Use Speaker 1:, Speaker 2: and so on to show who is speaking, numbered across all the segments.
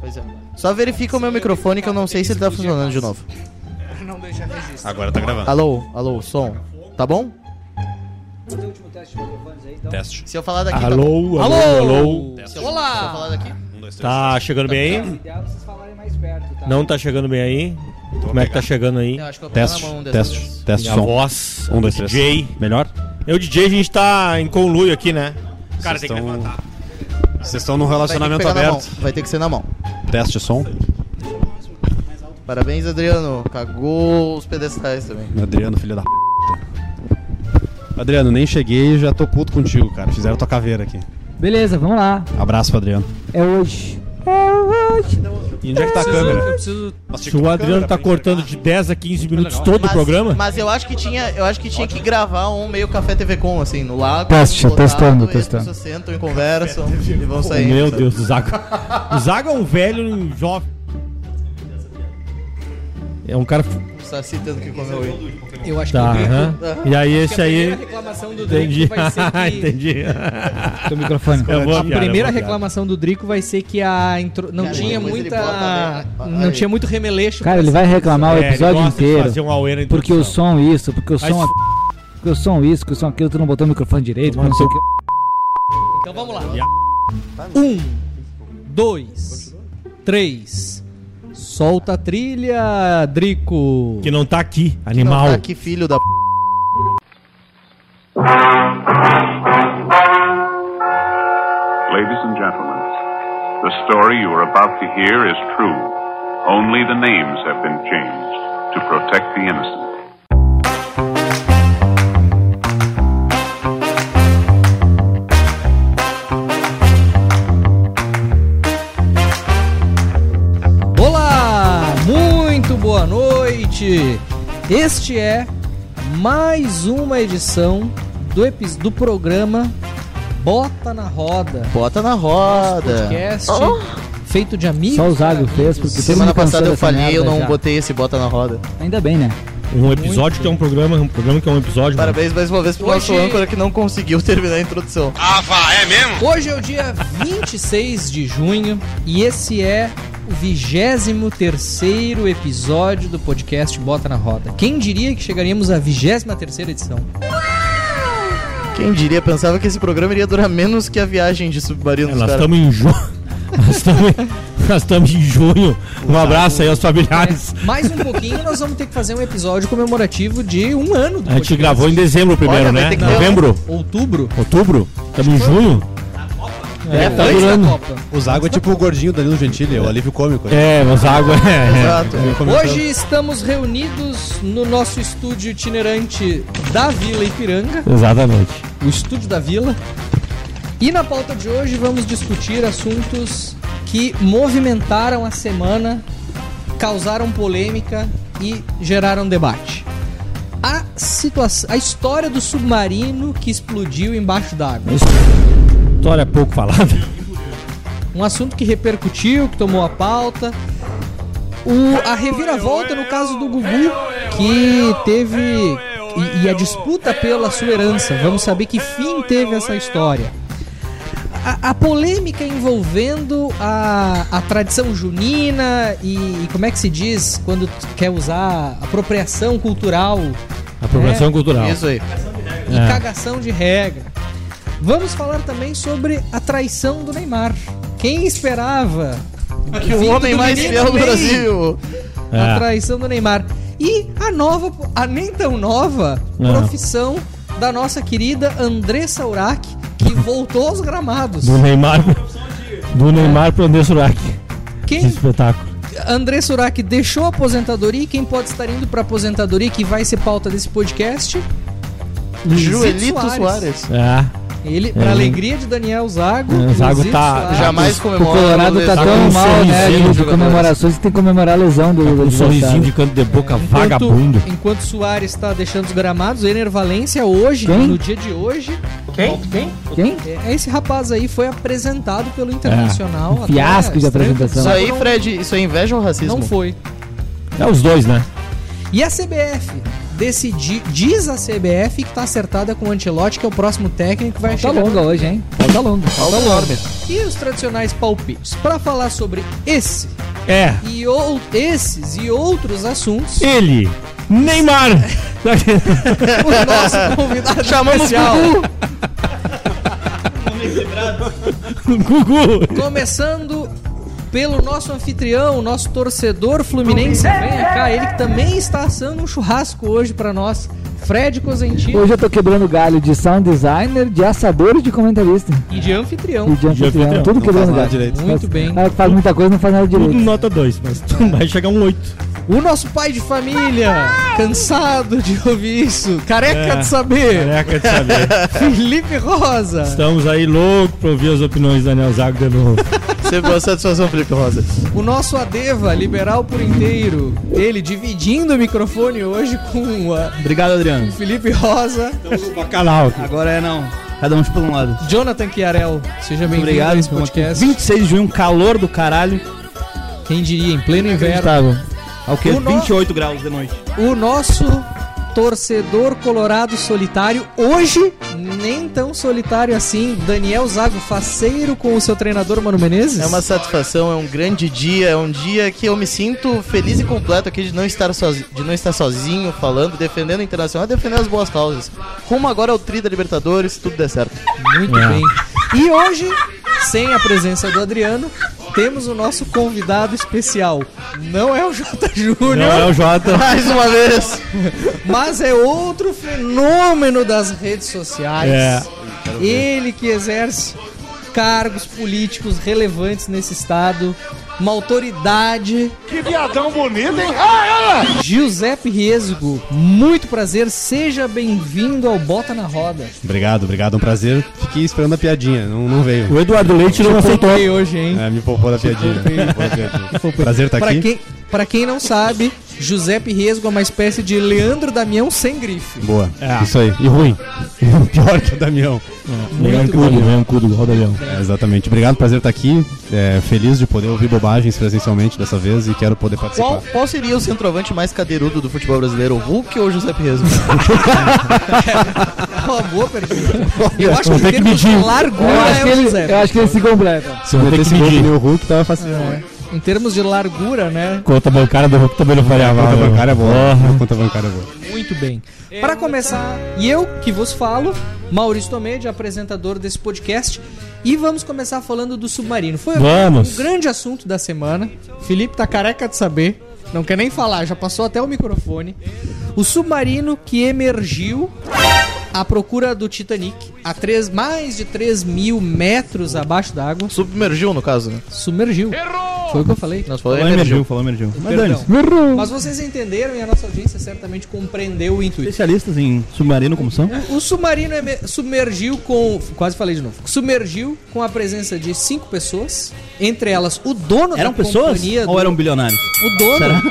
Speaker 1: Pois é.
Speaker 2: Só verifica o meu microfone que eu não sei se ele tá funcionando de novo.
Speaker 3: Não deixa registro.
Speaker 4: Agora tá gravando.
Speaker 2: Alô, alô, som. Tá bom?
Speaker 3: Fazer o último teste de microfones aí, então.
Speaker 4: Teste.
Speaker 2: Se eu falar daqui.
Speaker 5: Alô, alô,
Speaker 2: tá bom.
Speaker 5: alô.
Speaker 2: Se eu, Olá! Se eu falar daqui.
Speaker 4: Um, dois, três.
Speaker 5: Tá chegando bem
Speaker 3: O
Speaker 5: aí?
Speaker 3: ideal é vocês falarem mais perto, tá?
Speaker 5: Não tá chegando bem aí? Como é que tá chegando aí?
Speaker 2: Eu acho que eu vou pegar
Speaker 6: Teste,
Speaker 2: na mão dessa vez.
Speaker 6: teste, teste,
Speaker 5: Minha
Speaker 6: som.
Speaker 5: voz.
Speaker 6: Um, dois, três.
Speaker 5: DJ.
Speaker 6: Melhor?
Speaker 5: Eu, DJ, a gente tá em conluio aqui, né?
Speaker 4: Cara, tem que
Speaker 6: estão-
Speaker 4: levantar. Vocês estão num
Speaker 2: Vai ter que
Speaker 4: relacionamento
Speaker 2: pegar na mão.
Speaker 4: aberto.
Speaker 2: Vai ter que ser na mão.
Speaker 6: Teste, som.
Speaker 2: Parabéns, Adriano. Cagou os pedestais também.
Speaker 6: Adriano, filho da p. Adriano, nem cheguei e já tô puto contigo, cara. Fizeram tua caveira aqui.
Speaker 3: Beleza, vamos lá.
Speaker 6: Abraço pro Adriano.
Speaker 3: É hoje. É hoje.
Speaker 6: E onde é que tá a
Speaker 3: Eu
Speaker 6: câmera?
Speaker 3: preciso
Speaker 5: Se o Adriano tá cortando de 10 a 15 minutos todo o
Speaker 2: Mas-
Speaker 5: programa.
Speaker 2: Mas eu acho que tinha, eu acho que tinha que gravar um meio café TV com assim, no lago.
Speaker 7: Teste,
Speaker 2: botado,
Speaker 7: testando,
Speaker 2: e
Speaker 7: testando.
Speaker 2: As pessoas sentam e conversam e vão sair.
Speaker 5: Meu Deus, o Zaga. O Zaga é um velho, um jovem. É um cara. f-
Speaker 2: Saci tendo que comer hoje.
Speaker 3: Eu acho
Speaker 5: Tá,
Speaker 3: que eu
Speaker 5: aham. E aí, esse aí.
Speaker 3: reclamação do
Speaker 5: Entendi.
Speaker 3: vai ser que...
Speaker 5: Entendi.
Speaker 7: Teu microfone.
Speaker 5: É boa
Speaker 7: Tá
Speaker 5: piada,
Speaker 3: A primeira
Speaker 5: é boa piada.
Speaker 3: reclamação do Drico vai ser que a intro... não
Speaker 2: Cara,
Speaker 3: tinha
Speaker 2: depois ele
Speaker 3: muita
Speaker 2: bota, né?
Speaker 3: não
Speaker 2: Aí.
Speaker 3: tinha muito remeleixo.
Speaker 7: Cara,
Speaker 3: pra
Speaker 7: ele
Speaker 3: essa
Speaker 7: vai reclamar o
Speaker 5: É, ele
Speaker 7: episódio
Speaker 5: gosta de
Speaker 7: inteiro.
Speaker 5: fazer um auê na
Speaker 7: Porque o
Speaker 5: introdução.
Speaker 7: som isso, porque o
Speaker 5: Vai
Speaker 7: som
Speaker 5: se
Speaker 7: a... porque o som isso, porque o som aquilo, tu não botou o microfone direito, porque não sei o que.
Speaker 3: Então vamos lá.
Speaker 2: Tá
Speaker 3: Um, dois, três. Solta a trilha, Drico.
Speaker 5: Que não tá aqui,
Speaker 2: Não,
Speaker 5: animal.
Speaker 2: tá que filho da p.
Speaker 8: Ladies and gentlemen, the story you are about to hear is true. Only the names have been changed to protect the innocent.
Speaker 3: Olá, muito boa noite. Este é mais uma edição do, epi- do programa Bota na Roda.
Speaker 2: Bota na roda.
Speaker 3: Podcast
Speaker 5: Oh.
Speaker 3: feito de amigos.
Speaker 7: Só o Zago
Speaker 3: para
Speaker 7: fez,
Speaker 3: amigos.
Speaker 7: porque todo
Speaker 2: Semana
Speaker 7: mundo cansou
Speaker 2: passada eu
Speaker 7: dessa
Speaker 2: falhei,
Speaker 7: merda
Speaker 2: eu não
Speaker 7: já.
Speaker 2: botei esse bota na roda.
Speaker 7: Ainda bem, né?
Speaker 5: Um episódio que é um programa, um programa que é um episódio.
Speaker 2: Parabéns mais uma vez pro nosso
Speaker 3: Hoje-
Speaker 2: âncora que não conseguiu terminar a introdução.
Speaker 3: Hoje é o dia 26 de junho e esse é o 23 episódio do podcast Bota na Roda. Quem diria que chegaríamos à 23 edição?
Speaker 2: Quem diria, pensava que esse programa iria durar menos que a viagem de submarino
Speaker 5: É,
Speaker 2: dos
Speaker 5: nós
Speaker 2: caras.
Speaker 5: estamos em junho. nós estamos nós estamos em junho.
Speaker 2: Tá
Speaker 5: Um abraço aí aos familiares.
Speaker 3: É, mais um pouquinho nós vamos ter que fazer um episódio comemorativo de um ano do
Speaker 5: A gente gravou em dezembro primeiro,
Speaker 2: Olha, vai
Speaker 5: né?
Speaker 2: ter que-
Speaker 5: Novembro,
Speaker 3: outubro.
Speaker 5: outubro. Estamos em junho.
Speaker 3: É,
Speaker 5: tá
Speaker 3: antes da
Speaker 5: durando.
Speaker 3: Copa.
Speaker 6: O Zago é tipo o gordinho do Danilo Gentili, é o alívio cômico.
Speaker 5: É, mas água é.
Speaker 2: Exato.
Speaker 7: então.
Speaker 3: Hoje estamos reunidos no nosso estúdio itinerante da Vila Ipiranga.
Speaker 5: Exatamente.
Speaker 3: o Estúdio da Vila. E na pauta de hoje vamos discutir assuntos que movimentaram a semana, causaram polêmica e geraram debate. A situação, a história do submarino que explodiu embaixo d'água.
Speaker 5: História pouco falada.
Speaker 3: Um assunto que repercutiu, que tomou a pauta. O, a reviravolta no caso do Gugu, que teve. E, e a disputa pela sua herança. Vamos saber que fim teve essa história. A, a polêmica envolvendo a, a tradição junina e, e como é que se diz quando tu quer usar apropriação cultural
Speaker 5: Apropriação cultural.
Speaker 2: É, Isso aí.
Speaker 3: e
Speaker 5: É.
Speaker 3: cagação de regra. Vamos falar também sobre a traição do Neymar. Quem esperava
Speaker 2: Que o
Speaker 3: vindo
Speaker 2: homem
Speaker 3: do
Speaker 2: mais
Speaker 3: menino
Speaker 2: fiel do
Speaker 3: Ney,
Speaker 2: Brasil.
Speaker 3: A
Speaker 5: É.
Speaker 3: traição do Neymar. E a nova, a nem tão nova
Speaker 5: Não.
Speaker 3: profissão da nossa querida Andressa Urac, que voltou aos gramados.
Speaker 5: Do Neymar. Do Neymar pro André Surak. Que
Speaker 3: Quem
Speaker 5: espetáculo.
Speaker 3: Andressa Urac deixou a aposentadoria, e quem pode estar indo para aposentadoria que vai ser pauta desse podcast? Luizito
Speaker 2: Joelito Soares.
Speaker 5: É.
Speaker 3: Ele, pra
Speaker 5: É.
Speaker 3: alegria de Daniel Zago.
Speaker 5: É, o Zago
Speaker 3: Luizito
Speaker 5: tá-
Speaker 3: Soares.
Speaker 2: Jamais
Speaker 7: O
Speaker 2: comemora.
Speaker 7: Colorado tá
Speaker 2: lesão.
Speaker 7: tão
Speaker 5: um
Speaker 7: mal, né?
Speaker 5: sorrisinho,
Speaker 7: De
Speaker 2: jogadores.
Speaker 7: comemorações que tem que comemorar a lesão do
Speaker 5: Um
Speaker 7: adversário.
Speaker 5: sorrisinho de canto de boca
Speaker 3: Enquanto-
Speaker 5: vagabundo.
Speaker 3: Enquanto Soares está deixando os gramados, o Ener Valência hoje,
Speaker 7: Quem?
Speaker 3: no dia de hoje,
Speaker 7: Quem? Tá
Speaker 3: é- esse rapaz aí foi apresentado pelo Internacional. até
Speaker 7: É. Um Fiasco de
Speaker 3: estranho.
Speaker 7: apresentação.
Speaker 2: Isso aí,
Speaker 3: Não-
Speaker 2: Fred, isso é inveja ou racismo?
Speaker 3: Não foi.
Speaker 5: É os dois, né?
Speaker 3: E a CBF decidir. Diz a CBF que tá acertada com o Ancelotti, que é o próximo técnico que vai
Speaker 7: Tá
Speaker 3: chegar.
Speaker 7: longa hoje, hein? Tá longa.
Speaker 3: Falta longa. E os tradicionais palpites. Pra falar sobre esse
Speaker 5: É.
Speaker 3: e ou, esses e outros assuntos,
Speaker 5: Ele. Neymar.
Speaker 3: o nosso convidado especial.
Speaker 5: Gugu.
Speaker 3: Começando pelo nosso anfitrião, o nosso torcedor fluminense. Venha cá, ele que também está assando um churrasco hoje pra nós. Fred Cosentino
Speaker 7: Hoje eu tô quebrando galho de sound designer, de assador e de comentarista.
Speaker 3: e de
Speaker 7: E
Speaker 3: anfitrião.
Speaker 7: de anfitrião.
Speaker 5: anfitrião.
Speaker 6: Não
Speaker 7: Tudo
Speaker 6: faz
Speaker 7: quebrando
Speaker 6: nada
Speaker 7: galho.
Speaker 6: direito.
Speaker 3: Muito bem.
Speaker 7: Ah, Faz muita coisa não faz nada
Speaker 5: Tudo
Speaker 7: direito.
Speaker 5: nota 2, mas tu vai chegar um 8.
Speaker 3: O nosso pai de família, cansado de ouvir isso, careca
Speaker 5: É.
Speaker 3: de saber,
Speaker 5: Caraca, de saber.
Speaker 3: Felipe Rosa.
Speaker 5: Estamos aí loucos pra ouvir as opiniões da Daniel Zago de novo.
Speaker 2: Sempre boa satisfação, Felipe Rosa.
Speaker 3: O nosso Adeva, liberal por inteiro, ele dividindo o microfone hoje com o
Speaker 1: Obrigado, Adriano.
Speaker 3: Felipe Rosa,
Speaker 5: Bacanal.
Speaker 1: Agora é não. Cada um por um lado.
Speaker 3: Jonathan Chiarel. Seja bem-vindo
Speaker 1: Obrigado
Speaker 3: a esse
Speaker 1: pelo
Speaker 3: podcast.
Speaker 1: 26 de junho, um calor do caralho.
Speaker 3: Quem diria, em pleno inverno.
Speaker 1: Inacreditável. Ao quê?
Speaker 3: O nosso-
Speaker 1: 28 graus de noite.
Speaker 3: O nosso torcedor colorado solitário, hoje nem tão solitário assim, Daniel Zago, faceiro com o seu treinador Mano Menezes.
Speaker 2: É uma satisfação, é um grande dia, é um dia que eu me sinto feliz e completo aqui de não estar sozinho, de não estar sozinho falando, defendendo o Internacional, defendendo as boas causas. Rumo agora ao Tri da Libertadores, se tudo der certo.
Speaker 3: Muito
Speaker 5: É.
Speaker 3: bem. E hoje, sem a presença do Adriano, temos o nosso convidado especial. Não é o Jota Júnior,
Speaker 5: Não é o Jota.
Speaker 2: Mais uma vez!
Speaker 3: mas é outro fenômeno das redes sociais.
Speaker 5: É.
Speaker 3: Ele que exerce cargos políticos relevantes nesse estado, uma autoridade. Que viadão bonito, hein? Ah, Giuseppe Riesgo, muito prazer, seja bem-vindo ao Bota na Roda.
Speaker 6: Obrigado, obrigado, é um prazer. Fiquei esperando a piadinha, não, não veio.
Speaker 5: O Eduardo Leite não aceitou.
Speaker 3: Voltei hoje, hein?
Speaker 6: É, me poupou da piadinha. me poupou da piadinha. Prazer estar
Speaker 3: Pra
Speaker 6: aqui.
Speaker 3: quem, pra quem não sabe, Giuseppe Riesgo é uma espécie de Leandro Damião sem grife.
Speaker 6: Boa.
Speaker 5: É.
Speaker 6: Isso aí. E ruim. Pior que o Damião.
Speaker 5: Leão Cudo, Leão Cudo, igual o da Leão.
Speaker 6: É, exatamente. Obrigado, prazer estar aqui. É, feliz de poder ouvir bobagens presencialmente dessa vez e quero poder participar.
Speaker 2: Qual, qual seria o centroavante mais cadeirudo do futebol brasileiro, o Hulk ou o José Resmo?
Speaker 3: É uma boa pergunta. Eu acho que
Speaker 5: Vamos
Speaker 3: o
Speaker 5: ter que
Speaker 3: termo de
Speaker 5: medir.
Speaker 3: largura
Speaker 7: Eu acho, que
Speaker 3: é o
Speaker 7: ele, eu
Speaker 3: Giuseppe.
Speaker 7: acho que ele se completa.
Speaker 5: Você vai ter que medir.
Speaker 6: o Hulk tava fácil.
Speaker 3: Em termos de largura, né?
Speaker 5: Conta bancária do Hulk também não variava.
Speaker 6: Conta
Speaker 5: né?
Speaker 6: bancária é boa.
Speaker 5: Porra.
Speaker 6: Conta bancária é boa.
Speaker 3: Muito bem. Para começar, e eu que vos falo, Maurício Tomedi, apresentador desse podcast, e vamos começar falando do submarino. Foi
Speaker 5: Vamos.
Speaker 3: o grande assunto da semana. Felipe tá careca de saber, não quer nem falar, já passou até o microfone. O submarino que emergiu à procura do Titanic, a três, mais de 3 mil metros abaixo d'água,
Speaker 2: Submergiu, no caso, né?
Speaker 3: submergiu. Foi o que eu falei.
Speaker 2: Nós falamos
Speaker 1: Falou
Speaker 2: emergiu.
Speaker 1: emergiu, falou emergiu. Mas
Speaker 3: Perdão.
Speaker 1: dane
Speaker 3: Mas vocês entenderam e a nossa audiência certamente compreendeu o intuito.
Speaker 1: Especialistas em submarino como são?
Speaker 3: O submarino eme- submergiu com. Quase falei de novo. Submergiu com a presença de cinco pessoas. Entre elas, o dono
Speaker 1: Eram
Speaker 3: da
Speaker 1: pessoas
Speaker 3: companhia.
Speaker 1: ou
Speaker 3: do-
Speaker 1: eram bilionários?
Speaker 3: O dono.
Speaker 1: Será?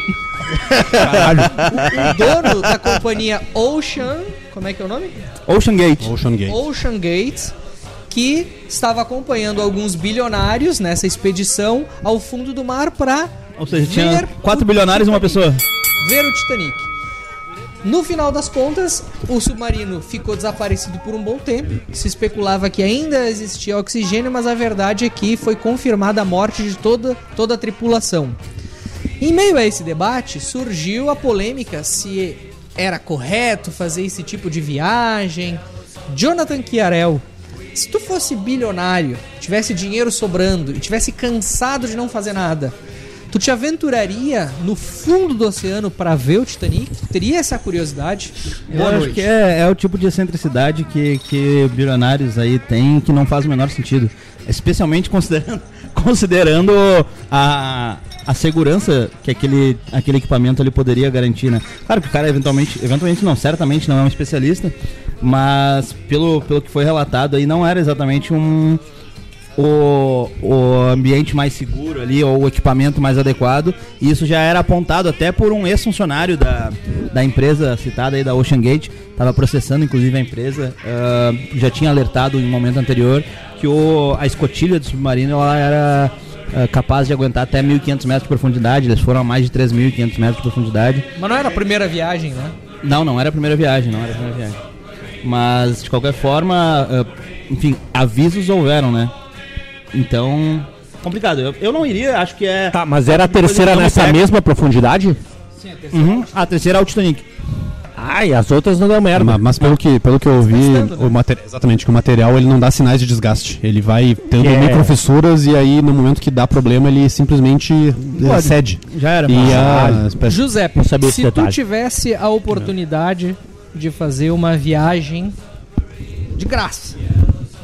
Speaker 3: O dono da companhia Ocean. Como é que é o nome?
Speaker 1: Ocean Gate.
Speaker 6: Ocean Gate.
Speaker 3: Ocean Gates. Que estava acompanhando alguns bilionários nessa expedição ao fundo do mar para
Speaker 1: Ou seja,
Speaker 3: Ver
Speaker 1: tinha
Speaker 3: o
Speaker 1: quatro bilionários e uma pessoa.
Speaker 3: ver o Titanic. No final das contas, o submarino ficou desaparecido por um bom tempo. Se especulava que ainda existia oxigênio, mas a verdade é que foi confirmada a morte de toda, toda a tripulação. Em meio a esse debate, surgiu a polêmica se era correto fazer esse tipo de viagem. Jonathan Chiarel, se tu fosse bilionário, tivesse dinheiro sobrando e tivesse cansado de não fazer nada, tu te aventuraria no fundo do oceano pra ver o Titanic? Teria essa curiosidade?
Speaker 1: Eu acho que é, é o tipo de excentricidade que, que bilionários aí têm que não faz o menor sentido. Especialmente considerando, considerando a, a segurança que aquele, aquele equipamento ele poderia garantir, né? Claro que o cara eventualmente, eventualmente não, certamente não é um especialista, mas pelo, pelo que foi relatado aí, não era exatamente um, o, o ambiente mais seguro ali, ou o equipamento mais adequado. E isso já era apontado até por um ex-funcionário da, da empresa citada aí, da Ocean Gate. Estava processando, inclusive, a empresa. ah, já tinha alertado em um momento anterior que o, a escotilha do submarino ela era ah, capaz de aguentar até 1.500 metros de profundidade. Eles foram a mais de 3.500 metros de profundidade.
Speaker 3: Mas não era a primeira viagem, né?
Speaker 1: Não, não era a primeira viagem, não era a primeira viagem. Mas, de qualquer forma, eh, enfim, avisos houveram, né? Então, complicado. Eu, eu não iria, acho que é.
Speaker 5: Tá, mas era a
Speaker 1: Depois
Speaker 5: terceira
Speaker 1: eu não me
Speaker 5: nessa
Speaker 1: pego.
Speaker 5: mesma profundidade?
Speaker 1: Uhum, a terceira é o Titanic.
Speaker 5: Ai, as outras não deu merda.
Speaker 6: Ma- Mas pelo que, pelo que eu vi,
Speaker 5: Tá né?
Speaker 6: o mater- exatamente, que o material ele não dá sinais de desgaste. Ele vai tendo
Speaker 5: Que é-
Speaker 6: microfissuras e aí no momento que dá problema ele simplesmente eh, cede.
Speaker 1: Já era,
Speaker 6: E
Speaker 1: mas-
Speaker 6: a... espécie-
Speaker 3: Giuseppe,
Speaker 5: Não sabia esse
Speaker 3: se tu
Speaker 5: detalhe.
Speaker 3: tivesse a oportunidade de fazer uma viagem de graça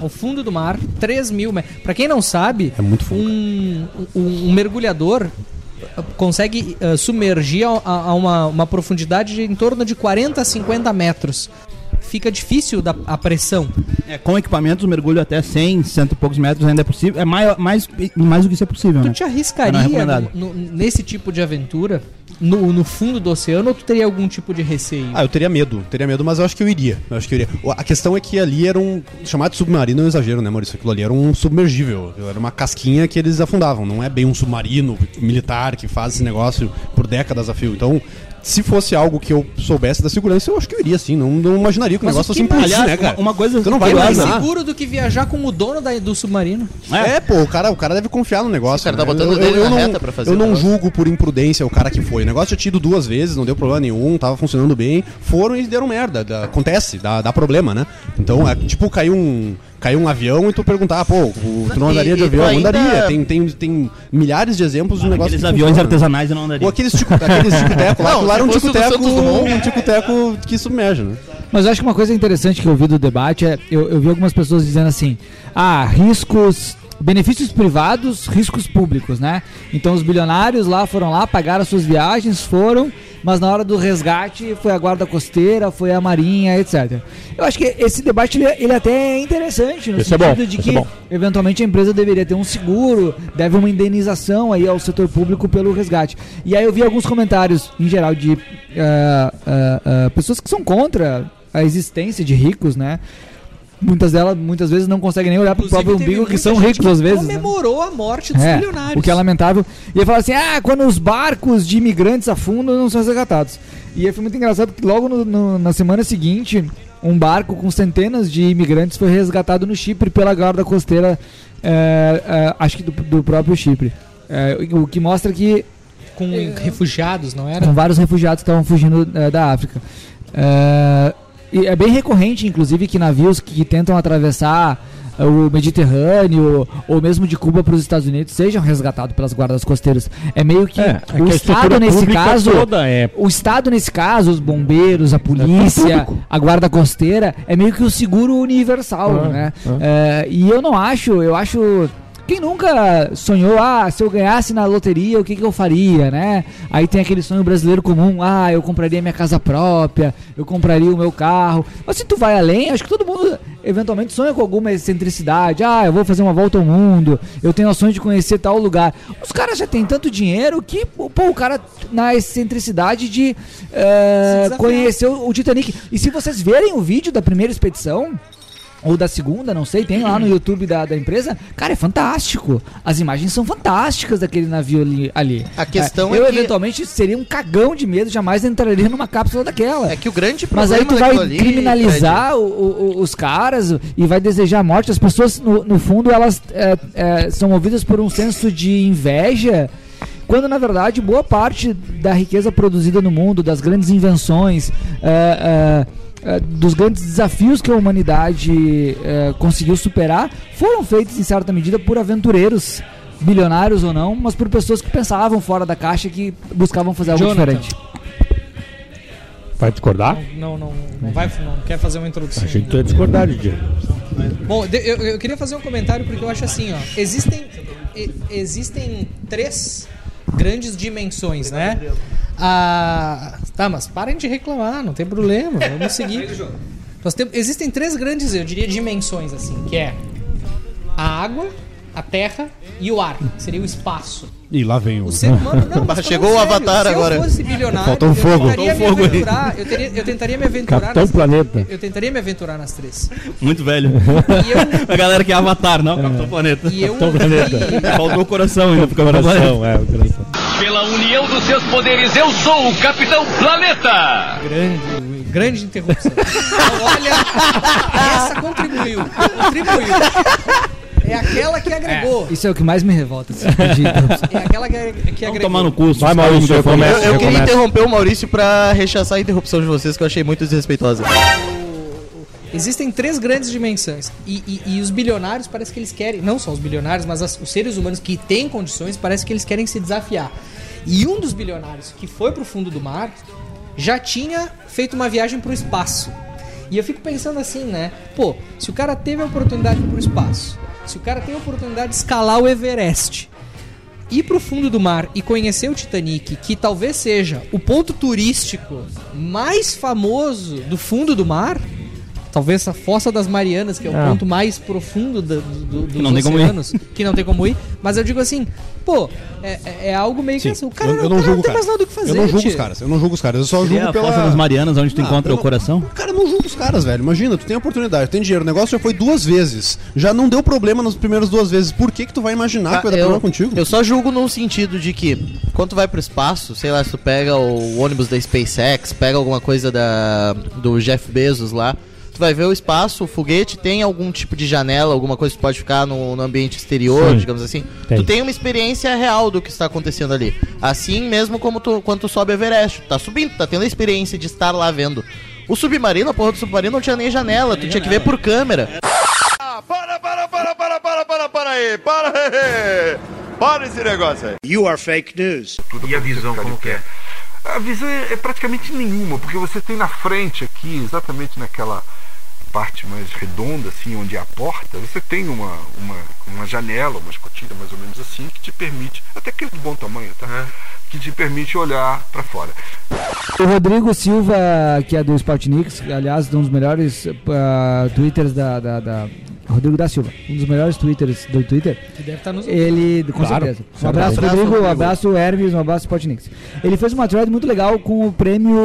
Speaker 3: ao fundo do mar, 3 mil metros. Pra quem não sabe,
Speaker 6: É muito fundo.
Speaker 3: um, um- um mergulhador uh, consegue uh, submergir a, a- a uma, uma profundidade de em torno de 40 a 50 metros. Fica difícil da, a pressão.
Speaker 1: É, com equipamentos, o mergulho até 100, cento e poucos metros ainda é possível. É maior, mais, mais do que isso é possível,
Speaker 3: Tu
Speaker 1: né?
Speaker 3: te
Speaker 1: Não é
Speaker 3: arriscaria
Speaker 1: recomendado.
Speaker 3: no- no- nesse tipo de aventura no, no fundo do oceano ou tu teria algum tipo de receio?
Speaker 6: Ah, eu teria medo, teria medo, mas eu acho que eu iria. Eu acho que eu iria. O- A questão é que ali era um. Chamar de submarino é um exagero, né, Maurício? Aquilo ali era um submergível. Aquilo Era uma casquinha que eles afundavam. Não é bem um submarino militar que faz esse negócio por décadas a fio. Então, se fosse algo que eu soubesse da segurança, eu acho que eu iria sim. Não, não imaginaria que o
Speaker 3: Mas
Speaker 6: negócio
Speaker 3: o que
Speaker 6: fosse
Speaker 3: mais-
Speaker 6: impulso, né,
Speaker 1: uma,
Speaker 6: cara?
Speaker 1: uma coisa
Speaker 6: Tu não vai
Speaker 3: É mais
Speaker 6: nadar.
Speaker 3: seguro do que viajar com o dono da- do submarino.
Speaker 6: É, pô, o cara, o cara deve confiar no negócio.
Speaker 2: O cara tá
Speaker 6: né?
Speaker 2: botando
Speaker 6: Eu-
Speaker 2: o dedo
Speaker 6: eu
Speaker 2: na
Speaker 6: não,
Speaker 2: reta pra fazer
Speaker 6: Eu
Speaker 2: o
Speaker 6: não
Speaker 2: negócio.
Speaker 6: julgo por imprudência o cara que foi. O negócio tinha tido duas vezes, não deu problema nenhum, tava funcionando bem. Foram e deram merda. Dá- acontece, dá, dá problema, né? Então, é tipo, caiu um. Caiu um avião e tu perguntar, pô, o- tu não
Speaker 2: E-
Speaker 6: andaria de
Speaker 2: e tu
Speaker 6: avião?
Speaker 2: ainda-
Speaker 6: Andaria. Tem, tem, tem milhares de exemplos de um negócio.
Speaker 1: Aqueles
Speaker 6: que
Speaker 1: aviões
Speaker 6: funciona.
Speaker 1: artesanais eu não andaria.
Speaker 6: Ou aqueles tico- aqueles tico-teco lá,
Speaker 2: Não,
Speaker 6: aquilo
Speaker 2: se
Speaker 6: lá era um
Speaker 2: fosse o do
Speaker 6: tico-teco
Speaker 2: Santos Dumont.
Speaker 6: um tico-teco que submerge, né?
Speaker 7: Mas eu acho que uma coisa interessante que eu vi do debate é. Eu, eu vi algumas pessoas dizendo assim: ah, riscos. Benefícios privados, riscos públicos, né? Então os bilionários lá foram lá, pagaram suas viagens, foram, mas na hora do resgate foi a guarda costeira, foi a marinha, etc. Eu acho que esse debate ele, ele até é interessante, no
Speaker 5: Esse é
Speaker 7: sentido
Speaker 5: bom,
Speaker 7: de
Speaker 5: esse
Speaker 7: que
Speaker 5: é bom.
Speaker 7: eventualmente a empresa deveria ter um seguro, deve uma indenização aí ao setor público pelo resgate. E aí eu vi alguns comentários, em geral, de ah, ah, ah, pessoas que são contra a existência de ricos, né? Muitas delas, muitas vezes, não conseguem nem olhar pro
Speaker 3: Inclusive,
Speaker 7: próprio
Speaker 3: teve
Speaker 7: umbigo, que
Speaker 3: muita
Speaker 7: são
Speaker 3: gente
Speaker 7: ricos
Speaker 3: que
Speaker 7: às vezes. né?
Speaker 3: comemorou a morte dos
Speaker 7: É,
Speaker 3: bilionários.
Speaker 7: O que é lamentável. E ele fala assim: ah, quando os barcos de imigrantes afundam, não são resgatados. E aí foi muito engraçado que logo no- no- na semana seguinte, um barco com centenas de imigrantes foi resgatado no Chipre pela guarda costeira, é, é, acho que do, do próprio Chipre. É, o o que mostra que É,
Speaker 3: Com um refugiados, não era?
Speaker 7: com vários refugiados que estavam fugindo eh, da África. Eh, e é bem recorrente, inclusive, que navios que tentam atravessar eh, o Mediterrâneo ou mesmo de Cuba para os Estados Unidos sejam resgatados pelas guardas costeiras. É meio que o Estado, nesse caso,
Speaker 5: toda é
Speaker 7: o Estado, nesse caso, os bombeiros, a polícia, a guarda costeira, é meio que o seguro universal,
Speaker 5: Ah,
Speaker 7: né? É, e eu não acho, eu acho. Quem nunca sonhou, ah, se eu ganhasse na loteria, o que, que eu faria, né? Aí tem aquele sonho brasileiro comum, ah, eu compraria minha casa própria, eu compraria o meu carro. Mas se tu vai além, acho que todo mundo eventualmente sonha com alguma excentricidade. Ah, eu vou fazer uma volta ao mundo, eu tenho a sonho de conhecer tal lugar. Os caras já têm tanto dinheiro que, pô, o cara na excentricidade de eh,
Speaker 3: Se desafiar.
Speaker 7: conhecer o, o Titanic. E se vocês verem o vídeo da primeira expedição, ou da segunda, não sei, tem lá no YouTube da, da empresa, cara, é fantástico. As imagens são fantásticas daquele navio ali. ali.
Speaker 2: A questão é
Speaker 7: Eu
Speaker 2: que-
Speaker 7: eventualmente seria um cagão de medo, jamais entraria numa cápsula daquela.
Speaker 2: É que o grande
Speaker 7: Mas
Speaker 2: problema
Speaker 7: aí tu vai
Speaker 2: daquilo ali,
Speaker 7: criminalizar o- o- o- os caras e vai desejar a morte. As pessoas, no, no fundo, elas é, é, são movidas por um senso de inveja. Quando, na verdade, boa parte da riqueza produzida no mundo, das grandes invenções, é, é, é, dos grandes desafios que a humanidade é, conseguiu superar, foram feitos, em certa medida, por aventureiros, bilionários ou não, mas por pessoas que pensavam fora da caixa e que buscavam fazer algo
Speaker 3: Jonathan.
Speaker 7: diferente.
Speaker 5: Vai discordar?
Speaker 3: Não, não, não vai, não quer fazer uma introdução.
Speaker 5: Achei que tu ia discordar, Didi.
Speaker 3: Bom, de- eu, eu queria fazer um comentário porque eu acho assim, ó. Existem, e- existem três grandes dimensões, né? A, tá, mas parem de reclamar, não tem problema, vamos seguir. Nós temos, existem três grandes, eu diria, dimensões, assim, que é a água, a terra e o ar, que seria o espaço.
Speaker 6: E lá vem
Speaker 3: O ser humano não. mas
Speaker 2: Chegou
Speaker 3: falando
Speaker 2: o Avatar
Speaker 3: sério,
Speaker 2: agora.
Speaker 3: Se eu fosse bilionário,
Speaker 6: Faltou um fogo.
Speaker 3: eu tentaria
Speaker 6: Faltou
Speaker 3: me
Speaker 6: um fogo aí.
Speaker 3: aventurar. Eu, teria- eu tentaria me aventurar.
Speaker 5: Capitão
Speaker 3: nas-
Speaker 5: Planeta.
Speaker 3: Eu tentaria me aventurar nas três.
Speaker 1: Muito velho.
Speaker 3: E eu,
Speaker 1: A galera que é Avatar, não? Capitão Planeta.
Speaker 3: e eu
Speaker 5: Capitão Planeta.
Speaker 1: Faltou o coração ainda pro Capitão Planeta.
Speaker 5: Coração, é, o coração.
Speaker 9: Pela união dos seus poderes, eu sou o Capitão Planeta!
Speaker 3: grande Grande interrupção. Então, olha, essa contribuiu. Contribuiu. É aquela que agregou.
Speaker 7: Isso é o que mais me revolta. desse tipo de interrupção.
Speaker 3: É aquela que, agre- que agregou.
Speaker 5: no curso. Vai,
Speaker 4: Maurício,
Speaker 5: Maurício,
Speaker 4: recomeça.
Speaker 2: Eu,
Speaker 5: começa.
Speaker 2: É, eu queria interromper o Maurício pra rechaçar a interrupção de vocês, que eu achei muito desrespeitosa.
Speaker 3: Existem três grandes dimensões. E, e- e os bilionários parece que eles querem, não só os bilionários, mas as- os seres humanos que têm condições, parece que eles querem se desafiar. E um dos bilionários que foi pro fundo do mar já tinha feito uma viagem pro espaço. E eu fico pensando assim, né? Pô, se o cara teve a oportunidade de ir pro espaço, se o cara tem a oportunidade de escalar o Everest, ir pro fundo do mar e conhecer o Titanic, que talvez seja o ponto turístico mais famoso do fundo do mar, talvez a Fossa das Marianas, que é o ponto mais profundo do, do, do, dos
Speaker 1: não tem como ir.
Speaker 3: oceanos, que não tem como ir, mas eu digo assim, pô, é, é- é algo meio que assim, o cara,
Speaker 6: eu, eu
Speaker 3: o
Speaker 6: não
Speaker 3: cara
Speaker 6: julgo
Speaker 3: não
Speaker 6: o
Speaker 3: tem
Speaker 6: cara.
Speaker 3: mais nada o que fazer.
Speaker 6: eu não julgo os
Speaker 3: tio.
Speaker 6: caras, eu não julgo os caras. Eu só
Speaker 1: É
Speaker 6: julgo
Speaker 1: a
Speaker 6: pela...
Speaker 1: Fossa das Marianas, onde tu
Speaker 6: Ah,
Speaker 1: encontra
Speaker 6: eu
Speaker 1: o
Speaker 6: não-
Speaker 1: coração?
Speaker 6: Cara, eu não julgo os caras, velho. Imagina, tu tem a oportunidade, tu tem dinheiro, o negócio já foi duas vezes. Já não deu problema nas primeiras duas vezes. Por que que tu vai imaginar que vai dar problema é contigo?
Speaker 2: Tá, eu só julgo num sentido de que, quando tu vai pro espaço, sei lá, se tu pega o ônibus da SpaceX, pega alguma coisa da, do Jeff Bezos lá, tu vai ver o espaço, o foguete tem algum tipo de janela, alguma coisa que tu pode ficar no, no ambiente exterior,
Speaker 5: Sim.
Speaker 2: digamos assim.
Speaker 5: Tem.
Speaker 2: Tu tem uma experiência real do que está acontecendo ali. Assim mesmo como tu, quando tu sobe Everest, tu tá subindo, tu tá tendo a experiência de estar lá vendo. O submarino, a porra do submarino não tinha nem janela, tu tinha que ver por câmera.
Speaker 9: Para, para, para, para, para, para, para aí, para aí. Para esse negócio aí.
Speaker 10: E a visão como que é? A visão é, é praticamente nenhuma, porque você tem na frente aqui, exatamente naquela parte mais redonda, assim, onde é a porta, você tem uma, uma, uma janela, uma escotilha mais ou menos assim, que te permite, até que é de bom tamanho, tá? Que te permite olhar para fora.
Speaker 7: O Rodrigo Silva, que é do Sportnix, aliás, um dos melhores ah, twitters da, da- da- Rodrigo da Silva, um dos melhores twitters do Twitter.
Speaker 3: Que deve estar nos
Speaker 7: Ele, com
Speaker 5: Claro.
Speaker 7: certeza. Um abraço,
Speaker 2: Abraço,
Speaker 7: Rodrigo, um
Speaker 2: Rodrigo.
Speaker 7: abraço, Hermes, um abraço, Sportnix. Ele fez uma thread muito legal com o prêmio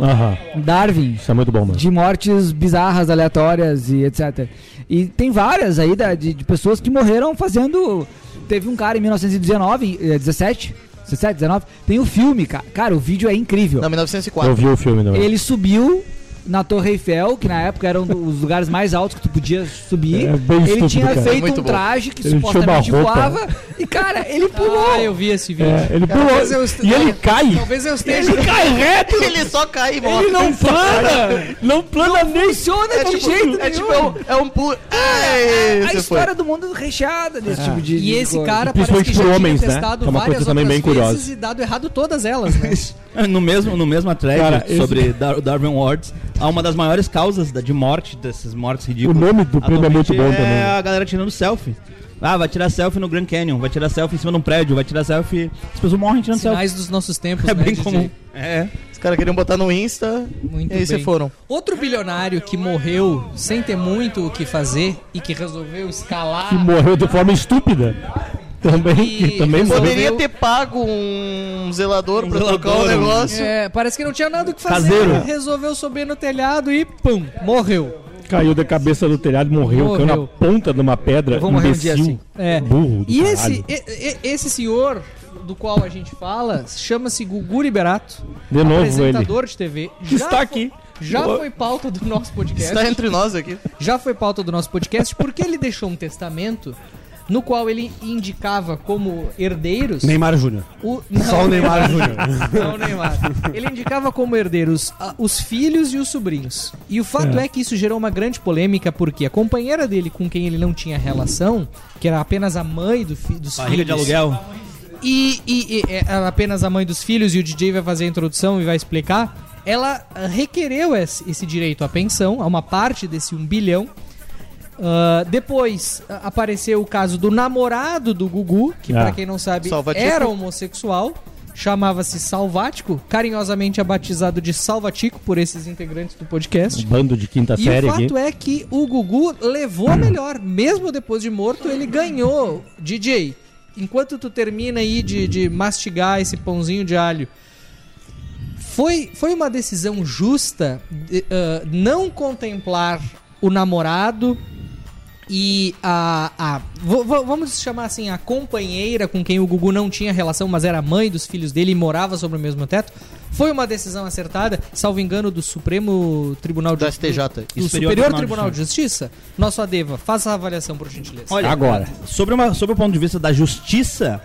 Speaker 5: Aham.
Speaker 7: Darwin.
Speaker 5: Isso é muito bom, mano.
Speaker 7: de mortes bizarras, aleatórias e etc. E tem várias aí da- de, de pessoas que morreram fazendo. Teve um cara em 1919, eh, 17, 17, 19. Tem o filme, cara. Cara, o vídeo é incrível.
Speaker 2: Não,
Speaker 5: Eu
Speaker 2: 1904.
Speaker 5: vi o filme também.
Speaker 7: Ele subiu na Torre Eiffel, que na época era um dos lugares mais altos que tu podia subir.
Speaker 5: É bem
Speaker 7: ele
Speaker 5: estúpido,
Speaker 7: tinha
Speaker 5: cara.
Speaker 7: feito
Speaker 2: Muito
Speaker 7: um
Speaker 2: bom.
Speaker 7: traje que
Speaker 5: Ele tinha
Speaker 7: supostamente
Speaker 5: uma roupa.
Speaker 7: voava. E, cara, ele pulou.
Speaker 3: Ah, eu vi esse vídeo.
Speaker 5: É, ele pulou.
Speaker 3: Talvez eu este-
Speaker 5: E ele
Speaker 3: tal-
Speaker 5: cai.
Speaker 3: Talvez eu esteja.
Speaker 5: Ele cai reto.
Speaker 2: Ele só cai e morre.
Speaker 5: Ele não plana. Não plana nem.
Speaker 7: Funciona
Speaker 2: É
Speaker 7: de
Speaker 2: tipo,
Speaker 7: jeito
Speaker 2: é,
Speaker 7: nenhum.
Speaker 2: tipo,
Speaker 7: Ah,
Speaker 2: é um, é um pu- Ai,
Speaker 7: a
Speaker 3: É
Speaker 2: você foi.
Speaker 7: história do mundo recheada desse tipo de de
Speaker 3: E esse
Speaker 7: coisa.
Speaker 3: cara parece
Speaker 5: Principalmente
Speaker 3: que já
Speaker 5: por
Speaker 3: tinha
Speaker 5: homens, né?
Speaker 3: testado
Speaker 5: Que é uma
Speaker 3: várias
Speaker 5: coisa também
Speaker 3: outras
Speaker 5: bem curiosa.
Speaker 3: vezes e dado errado todas elas, né?
Speaker 1: No mesmo, no mesmo thread
Speaker 5: Cara, esse-
Speaker 1: sobre Dar- Darwin Awards, há uma das maiores causas da- de morte, dessas mortes
Speaker 5: O
Speaker 1: ridículas.
Speaker 5: nome do prêmio é muito bom
Speaker 1: Atualmente
Speaker 5: também.
Speaker 1: É a galera tirando selfie. Ah, vai tirar selfie no Grand Canyon, vai tirar selfie em cima de um prédio, vai tirar selfie. As pessoas morrem tirando
Speaker 3: Sinais dos nossos tempos,
Speaker 1: selfie.
Speaker 3: né,
Speaker 1: Então, É bem
Speaker 3: DJ?
Speaker 1: comum. É.
Speaker 2: Os caras queriam botar no Insta
Speaker 3: Muito
Speaker 2: e aí você
Speaker 3: bem.
Speaker 2: foram.
Speaker 3: Outro bilionário que morreu sem ter muito o que fazer e que resolveu escalar.
Speaker 5: Que morreu de forma estúpida. Também, que
Speaker 3: E-
Speaker 5: também
Speaker 3: Resolveu-
Speaker 5: morreu.
Speaker 2: Poderia ter pago um zelador pra trocar o
Speaker 1: zelador, um-
Speaker 2: negócio.
Speaker 3: É, parece que não tinha nada o que fazer.
Speaker 1: Caseiro.
Speaker 3: Resolveu subir no telhado e pum, morreu.
Speaker 5: Caiu da cabeça do telhado, morreu,
Speaker 3: Morreu.
Speaker 5: caiu na ponta de uma pedra.
Speaker 7: Eu vou morrer um
Speaker 5: imbecil,
Speaker 7: dia assim.
Speaker 3: É.
Speaker 5: Burro. do
Speaker 3: E esse,
Speaker 5: caralho.
Speaker 3: e- e- esse senhor do qual a gente fala chama-se Gugu Liberato,
Speaker 5: De novo ele.
Speaker 3: apresentador de TV.
Speaker 5: Que
Speaker 3: Já
Speaker 5: está
Speaker 3: fo-
Speaker 5: aqui.
Speaker 3: Já
Speaker 5: Eu-
Speaker 3: foi pauta do nosso podcast.
Speaker 2: Está tá entre nós aqui.
Speaker 3: já foi pauta do nosso podcast porque ele deixou um testamento no qual ele indicava como herdeiros
Speaker 6: Neymar Júnior.
Speaker 3: o não,
Speaker 6: Só o Neymar Júnior.
Speaker 3: não, o Neymar. Ele indicava como herdeiros ah, os filhos e os sobrinhos. E o fato é. que isso gerou uma grande polêmica porque a companheira dele com quem ele não tinha relação, que era apenas a mãe do fi- dos
Speaker 1: Barriga
Speaker 3: filhos,
Speaker 1: de aluguel.
Speaker 3: e, e- e era apenas a mãe dos filhos e o DJ vai fazer a introdução e vai explicar. Ela ah, requereu esse, esse direito à pensão, a uma parte desse 1 bilhão. Ah, depois ah, apareceu o caso do namorado do Gugu, que
Speaker 5: Ah.
Speaker 3: pra quem não sabe
Speaker 2: Salvatico.
Speaker 3: era homossexual, chamava-se Salvático, carinhosamente abatizado de Salvatico por esses integrantes do podcast.
Speaker 5: Bando de quinta
Speaker 3: E
Speaker 5: série
Speaker 3: o
Speaker 5: aqui.
Speaker 3: fato é que o Gugu levou a melhor. Mesmo depois de morto, ele ganhou. DJ, enquanto tu termina aí de, de mastigar esse pãozinho de alho, foi, foi uma decisão justa de, ah, não contemplar o namorado e a. a- vo- vo- vamos chamar assim, a companheira com quem o Gugu não tinha relação, mas era mãe dos filhos dele e morava sobre o mesmo teto. Foi uma decisão acertada, salvo engano, do Supremo Tribunal de
Speaker 2: Do STJ,
Speaker 3: do Superior,
Speaker 1: Superior
Speaker 3: Tribunal, de Justiça. Nosso Adeva, faça a avaliação, por gentileza.
Speaker 1: Olha, agora, sobre, uma, sobre o ponto de vista da justiça,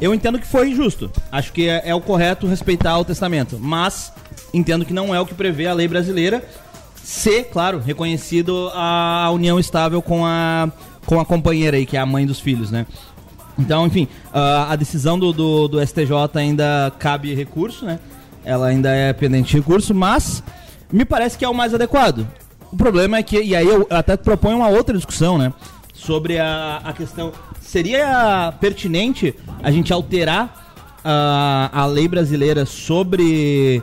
Speaker 1: eu entendo que foi injusto. Acho que é, é o correto respeitar o testamento. Mas entendo que não é o que prevê a lei brasileira. Se, claro, reconhecido a união estável com a, com a companheira aí, que é a mãe dos filhos, né? Então, enfim, ah, a decisão do, do, do STJ ainda cabe recurso, né? Ela ainda é pendente de recurso, mas me parece que é o mais adequado. O problema é que, e aí eu até proponho uma outra discussão, né? Sobre a, a questão. Seria pertinente a gente alterar ah, a lei brasileira sobre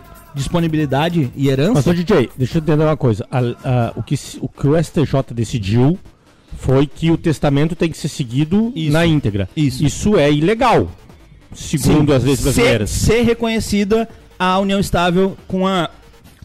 Speaker 1: disponibilidade e
Speaker 5: Mas,
Speaker 1: herança?
Speaker 5: ô, DJ, deixa eu entender uma coisa. A- a- o, que, se- o que o STJ decidiu foi que o testamento tem que ser seguido na íntegra. Isso. é ilegal, segundo
Speaker 1: Sim.
Speaker 5: as leis
Speaker 1: Se-
Speaker 5: brasileiras.
Speaker 1: Ser, reconhecida a união estável com a,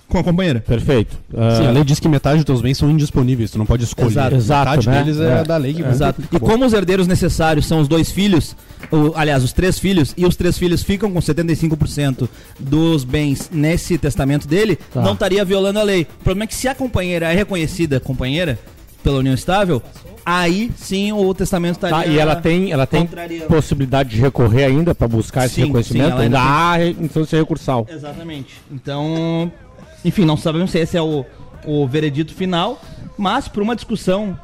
Speaker 1: com a companheira.
Speaker 5: Perfeito. Ah,
Speaker 6: Sim, a lei diz que metade dos teus bens são indisponíveis, tu não pode escolher.
Speaker 1: Exato,
Speaker 6: metade
Speaker 5: exato, né?
Speaker 6: deles é,
Speaker 5: É,
Speaker 6: da lei que
Speaker 1: Exato. E como os herdeiros necessários são os dois filhos, o- aliás, os três filhos, e os três filhos ficam com 75% dos bens nesse testamento dele,
Speaker 5: Tá.
Speaker 1: não estaria violando a lei. O problema é que se a companheira é reconhecida companheira pela União Estável, aí sim o testamento estaria.
Speaker 5: tá, e ela tem, ela tem
Speaker 1: contrariando.
Speaker 5: possibilidade de recorrer ainda para buscar esse
Speaker 1: Sim, sim,
Speaker 5: reconhecimento?
Speaker 1: ela ainda
Speaker 5: ainda há re- instância recursal.
Speaker 1: Exatamente. Então, enfim, não sabemos se esse é o, o veredito final, mas por uma discussão.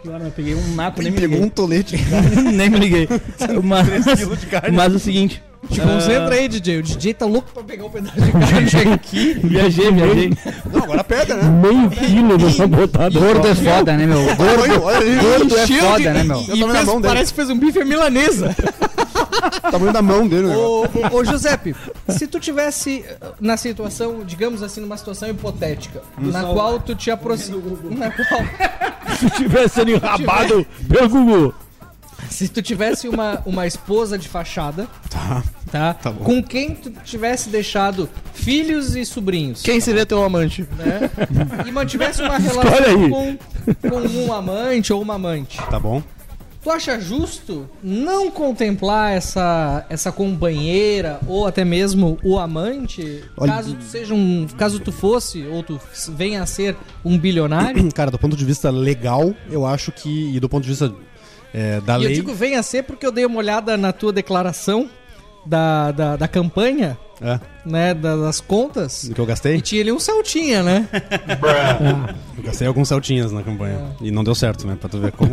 Speaker 1: Que hora eu peguei um naco, nem me liguei.
Speaker 6: tolete.
Speaker 1: nem me liguei. Mas, mas o seguinte.
Speaker 3: Te
Speaker 1: ah,
Speaker 3: tipo, concentra aí, DJ. O DJ tá louco pra pegar o pedaço de carne aqui.
Speaker 1: Viajei, viajei.
Speaker 6: Não, agora pega, né?
Speaker 5: Meio quilo no computador.
Speaker 7: Gordo é foda, né, meu?
Speaker 6: Olha, olha aí,
Speaker 7: Gordo é
Speaker 3: Encheu de-
Speaker 7: foda, né, meu?
Speaker 6: Eu
Speaker 3: E
Speaker 6: tô na
Speaker 3: fez-
Speaker 6: mão dele.
Speaker 3: parece que fez um bife à milanesa.
Speaker 6: o tamanho da mão dele, né?
Speaker 3: ô, ô, ô, Giuseppe, se tu tivesse eh, na situação, digamos assim, numa situação hipotética,
Speaker 6: Um
Speaker 3: na qual tu te aproxima. Na qual.
Speaker 5: Se tivesse sendo enrabado pelo Google.
Speaker 3: Se tu tivesse uma, uma esposa de fachada, tá,
Speaker 6: tá bom.
Speaker 3: com quem tu tivesse deixado filhos e sobrinhos, Tá
Speaker 2: Quem seria teu amante?
Speaker 3: né? E mantivesse uma
Speaker 5: Escolhe
Speaker 3: relação
Speaker 5: aí.
Speaker 3: com, com um amante ou uma amante.
Speaker 6: Tá bom.
Speaker 3: Tu acha justo não contemplar essa, essa companheira ou até mesmo o amante,
Speaker 6: Olha-
Speaker 3: caso tu seja um, caso tu fosse ou tu venha a ser um bilionário?
Speaker 6: Cara, do ponto de vista legal, eu acho que. E do ponto de vista é, da
Speaker 3: E eu
Speaker 6: lei.
Speaker 3: digo venha a ser porque eu dei uma olhada na tua declaração da, da, da campanha,
Speaker 6: É,
Speaker 3: né, da- das contas.
Speaker 6: do que eu
Speaker 3: E
Speaker 6: gastei?
Speaker 3: tinha ali um saltinha, né?
Speaker 6: Eu gastei alguns saltinhas na campanha. E não deu certo, né? Pra tu ver como,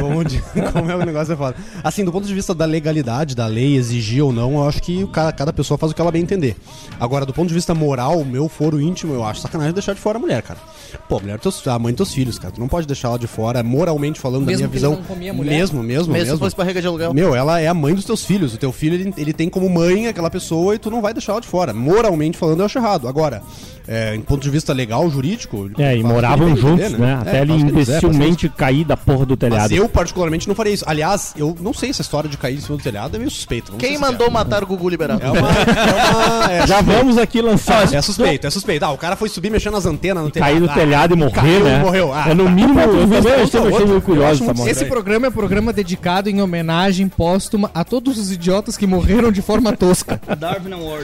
Speaker 6: como, de- como é o negócio é foda. Assim, do ponto de vista da legalidade, da lei, exigir ou não, eu acho que o ca- cada pessoa faz o que ela bem entender. Agora, do ponto de vista moral, meu foro íntimo, eu acho sacanagem deixar de fora a mulher, cara. Pô, a mulher é teus, a mãe dos teus filhos, cara. Tu não pode deixar ela de fora, moralmente falando,
Speaker 3: Mesmo
Speaker 6: da minha
Speaker 3: que
Speaker 6: visão.
Speaker 3: ele não comia a mulher?
Speaker 6: Mesmo,
Speaker 2: Mesmo
Speaker 6: mesmo, mesmo.
Speaker 2: se fosse barriga de aluguel.
Speaker 6: Meu, ela é a mãe dos teus filhos. O teu filho, ele, ele tem como mãe aquela pessoa e tu não vai deixar ela de fora. Moralmente falando, eu acho errado. Agora, é, em ponto de vista legal, jurídico...
Speaker 5: É,
Speaker 6: ele faz o que
Speaker 5: e moravam
Speaker 6: ele bem
Speaker 5: juntos,
Speaker 6: entender,
Speaker 5: né? Até
Speaker 6: É,
Speaker 5: ele
Speaker 6: faz o que quiser, faz o que ele
Speaker 5: imbecilmente cair da porra do
Speaker 6: mas
Speaker 5: telhado.
Speaker 6: eu, particularmente, não faria isso. Aliás, eu não sei se a história de cair em cima do telhado é meio suspeita. vamos
Speaker 2: Quem
Speaker 6: ser
Speaker 2: mandou matar o Gugu Liberato?
Speaker 6: sinceros. É uma. É uma é,
Speaker 5: Já vamos aqui lançar.
Speaker 6: é suspeito, é suspeito. Ah, o cara foi subir mexendo nas antenas no telhado.
Speaker 5: Cair do
Speaker 6: Ah,
Speaker 5: telhado e morrer,
Speaker 6: caiu,
Speaker 5: né?
Speaker 6: morreu. Ah,
Speaker 5: é no
Speaker 6: tá.
Speaker 5: mínimo.
Speaker 6: Mas
Speaker 5: Eu
Speaker 6: mas
Speaker 5: também
Speaker 6: outro,
Speaker 5: achei, achei
Speaker 6: outro.
Speaker 5: meio
Speaker 6: Eu acho um
Speaker 5: curioso essa
Speaker 6: muito
Speaker 5: moda.
Speaker 3: Esse programa é programa dedicado em homenagem póstuma a todos os idiotas que morreram de forma tosca.
Speaker 1: Darwin Awards.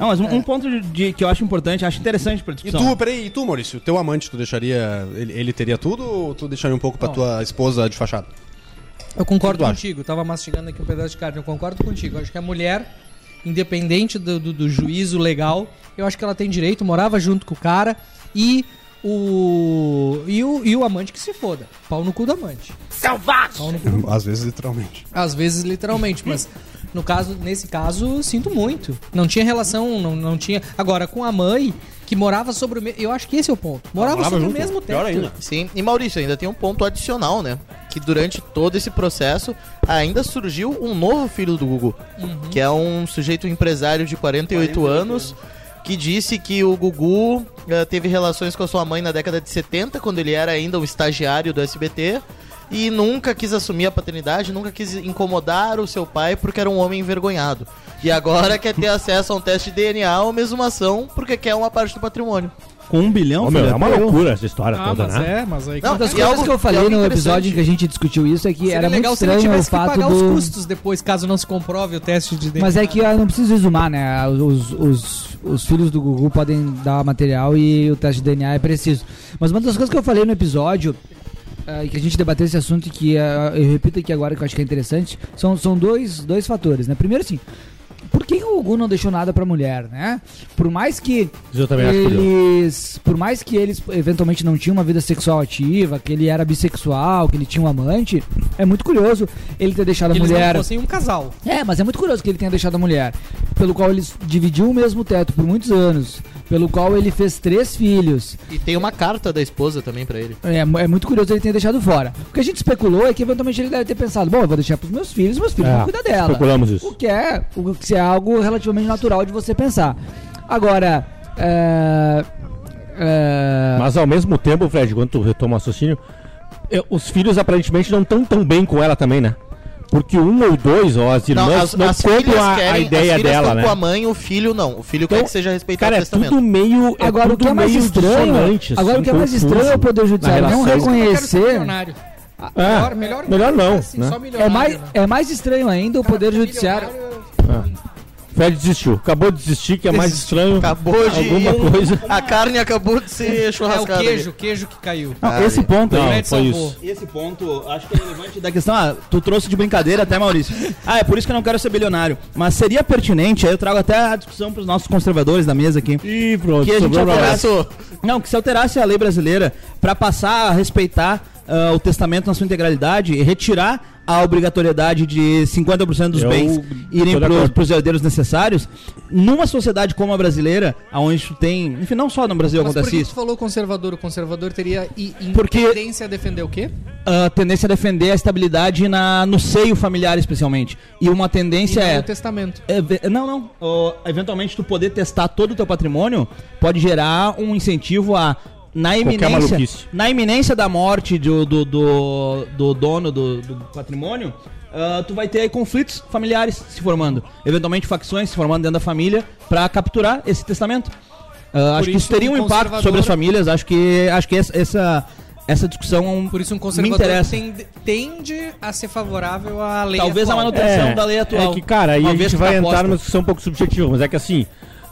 Speaker 1: Não, mas um, um ponto de, de- que eu acho importante, acho interessante pra
Speaker 6: E
Speaker 1: discussão.
Speaker 6: tu, peraí, e tu, Maurício, teu amante, tu deixaria. Ele, ele teria tudo ou tu deixaria um pouco pra tua esposa de fachada?
Speaker 3: Eu concordo
Speaker 6: Tu acha?
Speaker 3: contigo, eu tava mastigando aqui um pedaço de carne, eu concordo contigo. Eu Acho que a mulher, independente do, do- do juízo legal, eu acho que ela tem direito, morava junto com o cara e o. E o, e o amante que se foda. Pau no cu do amante.
Speaker 6: Às vezes, literalmente.
Speaker 3: Às vezes, literalmente, mas no caso, nesse caso, sinto muito. Não tinha relação, não, não tinha. Agora, com a mãe, que morava sobre o mesmo. Eu acho que esse é o ponto. Morava,
Speaker 6: Morava
Speaker 3: sobre
Speaker 6: junto,
Speaker 3: o mesmo teto.
Speaker 6: pior ainda.
Speaker 2: Sim, e Maurício, ainda tem um ponto adicional, né? Que durante todo esse processo ainda surgiu um novo filho do Gugu, que é um sujeito empresário de 48, anos, que disse que o Gugu eh, teve relações com a sua mãe na década de 70, quando ele era ainda um estagiário do SBT, e nunca quis assumir a paternidade, nunca quis incomodar o seu pai porque era um homem envergonhado. E agora quer ter acesso a um teste de DNA ou mesmo ação porque quer uma parte do patrimônio.
Speaker 1: Com um bilhão,
Speaker 5: Ô, meu,
Speaker 1: filho,
Speaker 5: é uma
Speaker 1: até eu-
Speaker 5: loucura essa história
Speaker 6: Ah,
Speaker 5: toda,
Speaker 6: é.
Speaker 5: né?
Speaker 3: Não,
Speaker 7: Uma das
Speaker 3: e
Speaker 7: coisas
Speaker 3: algo-
Speaker 7: que eu
Speaker 3: e
Speaker 7: falei
Speaker 3: algo
Speaker 7: no
Speaker 3: interessante.
Speaker 7: episódio em que a gente discutiu isso é que
Speaker 3: Seria
Speaker 7: era muito
Speaker 3: legal se ele
Speaker 7: estranho o
Speaker 3: tivesse que
Speaker 7: fato
Speaker 3: pagar
Speaker 7: do...
Speaker 3: os custos depois, caso não se comprove o teste de
Speaker 7: Mas é que ah, não preciso resumar, né? Os, os, os filhos do Gugu podem dar material e o teste de DNA é preciso. Mas uma das coisas que eu falei no episódio, ah, e que a gente debateu esse assunto e que ah, eu repito aqui agora que eu acho que é interessante, são, são dois, dois fatores, né? Primeiro, assim, por que o Gugu não deixou nada pra mulher, né? Por mais que
Speaker 5: Isso eu também acho curioso.
Speaker 7: eles, por mais que eles eventualmente não tinham uma vida sexual ativa, que ele era bissexual, que ele tinha um amante, é muito curioso ele ter deixado a
Speaker 3: eles
Speaker 7: mulher.
Speaker 3: não fossem um casal.
Speaker 7: É, mas é muito curioso que ele tenha deixado a mulher, pelo qual ele dividiu o mesmo teto por muitos anos, pelo qual ele fez três filhos.
Speaker 2: E tem uma carta da esposa também pra ele.
Speaker 7: É, mu- é muito curioso ele tenha deixado fora. O que a gente especulou é que eventualmente ele deve ter pensado, bom, eu vou deixar pros meus filhos, meus filhos
Speaker 5: É,
Speaker 7: vão cuidar dela.
Speaker 5: especulamos isso.
Speaker 7: O que é, o que é algo relativamente natural de você pensar. Agora, é, é,
Speaker 5: Mas ao mesmo tempo, Fred, quando tu retoma o raciocínio, eu- os filhos aparentemente não estão tão bem com ela também, né? Porque um ou dois, ó, as irmãs não, compram a, a ideia
Speaker 2: filhas
Speaker 5: dela,
Speaker 2: tão
Speaker 5: né?
Speaker 2: com a mãe, o filho não. O filho quer que seja respeitado o
Speaker 5: Cara, é
Speaker 2: testamento.
Speaker 5: tudo meio. É
Speaker 7: agora o
Speaker 5: tudo
Speaker 7: que é mais
Speaker 5: meio
Speaker 7: estranho,
Speaker 5: dissonante,
Speaker 7: agora o
Speaker 5: assim,
Speaker 7: que é mais
Speaker 5: confuso
Speaker 7: estranho é o Poder
Speaker 5: na
Speaker 7: Judiciário não
Speaker 5: relação.
Speaker 7: reconhecer...
Speaker 3: milionário.
Speaker 5: É,
Speaker 3: Melhor, melhor,
Speaker 5: melhor não,
Speaker 3: assim,
Speaker 5: né?
Speaker 3: só
Speaker 7: É
Speaker 3: milionário,
Speaker 7: mais,
Speaker 3: né?
Speaker 7: é mais estranho ainda o Poder Judiciário.
Speaker 5: Fred desistiu. Acabou de desistir, que é mais estranho.
Speaker 2: Acabou de
Speaker 5: Alguma
Speaker 2: ir-
Speaker 5: coisa.
Speaker 2: A carne acabou de ser
Speaker 3: É o
Speaker 2: churrascada.
Speaker 3: queijo, o queijo que caiu.
Speaker 1: Não, esse ponto
Speaker 5: Não,
Speaker 1: aí.
Speaker 3: Fred
Speaker 5: foi
Speaker 3: salvou.
Speaker 5: isso.
Speaker 1: Esse ponto, acho que é relevante da questão. Ah, tu trouxe de brincadeira até, Maurício. Ah, é por isso que eu não quero ser bilionário. Mas seria pertinente, aí eu trago até a discussão pros nossos conservadores da mesa aqui.
Speaker 5: Ih, pronto,
Speaker 1: que a gente
Speaker 5: sobrou pra
Speaker 1: alterasse,
Speaker 2: Começou.
Speaker 1: não, que se alterasse a lei brasileira para passar a respeitar ah, o testamento na sua integralidade e retirar a obrigatoriedade de 50% dos
Speaker 5: Eu
Speaker 1: bens irem
Speaker 5: tô de acordo.
Speaker 1: para os herdeiros necessários, numa sociedade como a brasileira, onde tu tem, enfim, não só no Brasil
Speaker 3: Mas por
Speaker 1: acontece
Speaker 3: que
Speaker 1: isso,
Speaker 3: tu falou conservador? O conservador teria i- in-
Speaker 1: Porque-
Speaker 3: tendência a defender o quê?
Speaker 1: a tendência a defender a estabilidade na, no seio familiar, especialmente. E uma tendência
Speaker 3: E não
Speaker 1: é.
Speaker 3: o testamento.
Speaker 1: Eve- Não, não. Ó, eventualmente, tu poder testar todo o teu patrimônio pode gerar um incentivo a. Na iminência,
Speaker 5: maluquice.
Speaker 1: na iminência da morte do, do, do, do dono do, do patrimônio, ah, tu vai ter aí conflitos familiares se formando. Eventualmente, facções se formando dentro da família pra capturar esse testamento. Ah, acho que
Speaker 3: isso
Speaker 1: isso teria
Speaker 3: que
Speaker 1: um
Speaker 3: o
Speaker 1: impacto
Speaker 3: conservador-
Speaker 1: sobre as famílias. Acho que, acho que essa, essa, essa discussão
Speaker 3: Por isso um
Speaker 1: me
Speaker 3: conservador
Speaker 1: interessa.
Speaker 3: tende, tende a ser favorável à lei
Speaker 1: Talvez a
Speaker 3: atual.
Speaker 1: manutenção- discussão da lei atual.
Speaker 5: É que, cara, aí
Speaker 1: Uma
Speaker 5: a
Speaker 1: vez
Speaker 5: gente
Speaker 1: que
Speaker 5: vai
Speaker 1: tá
Speaker 5: entrar
Speaker 1: posta.
Speaker 5: numa discussão um pouco subjetiva, mas é que assim,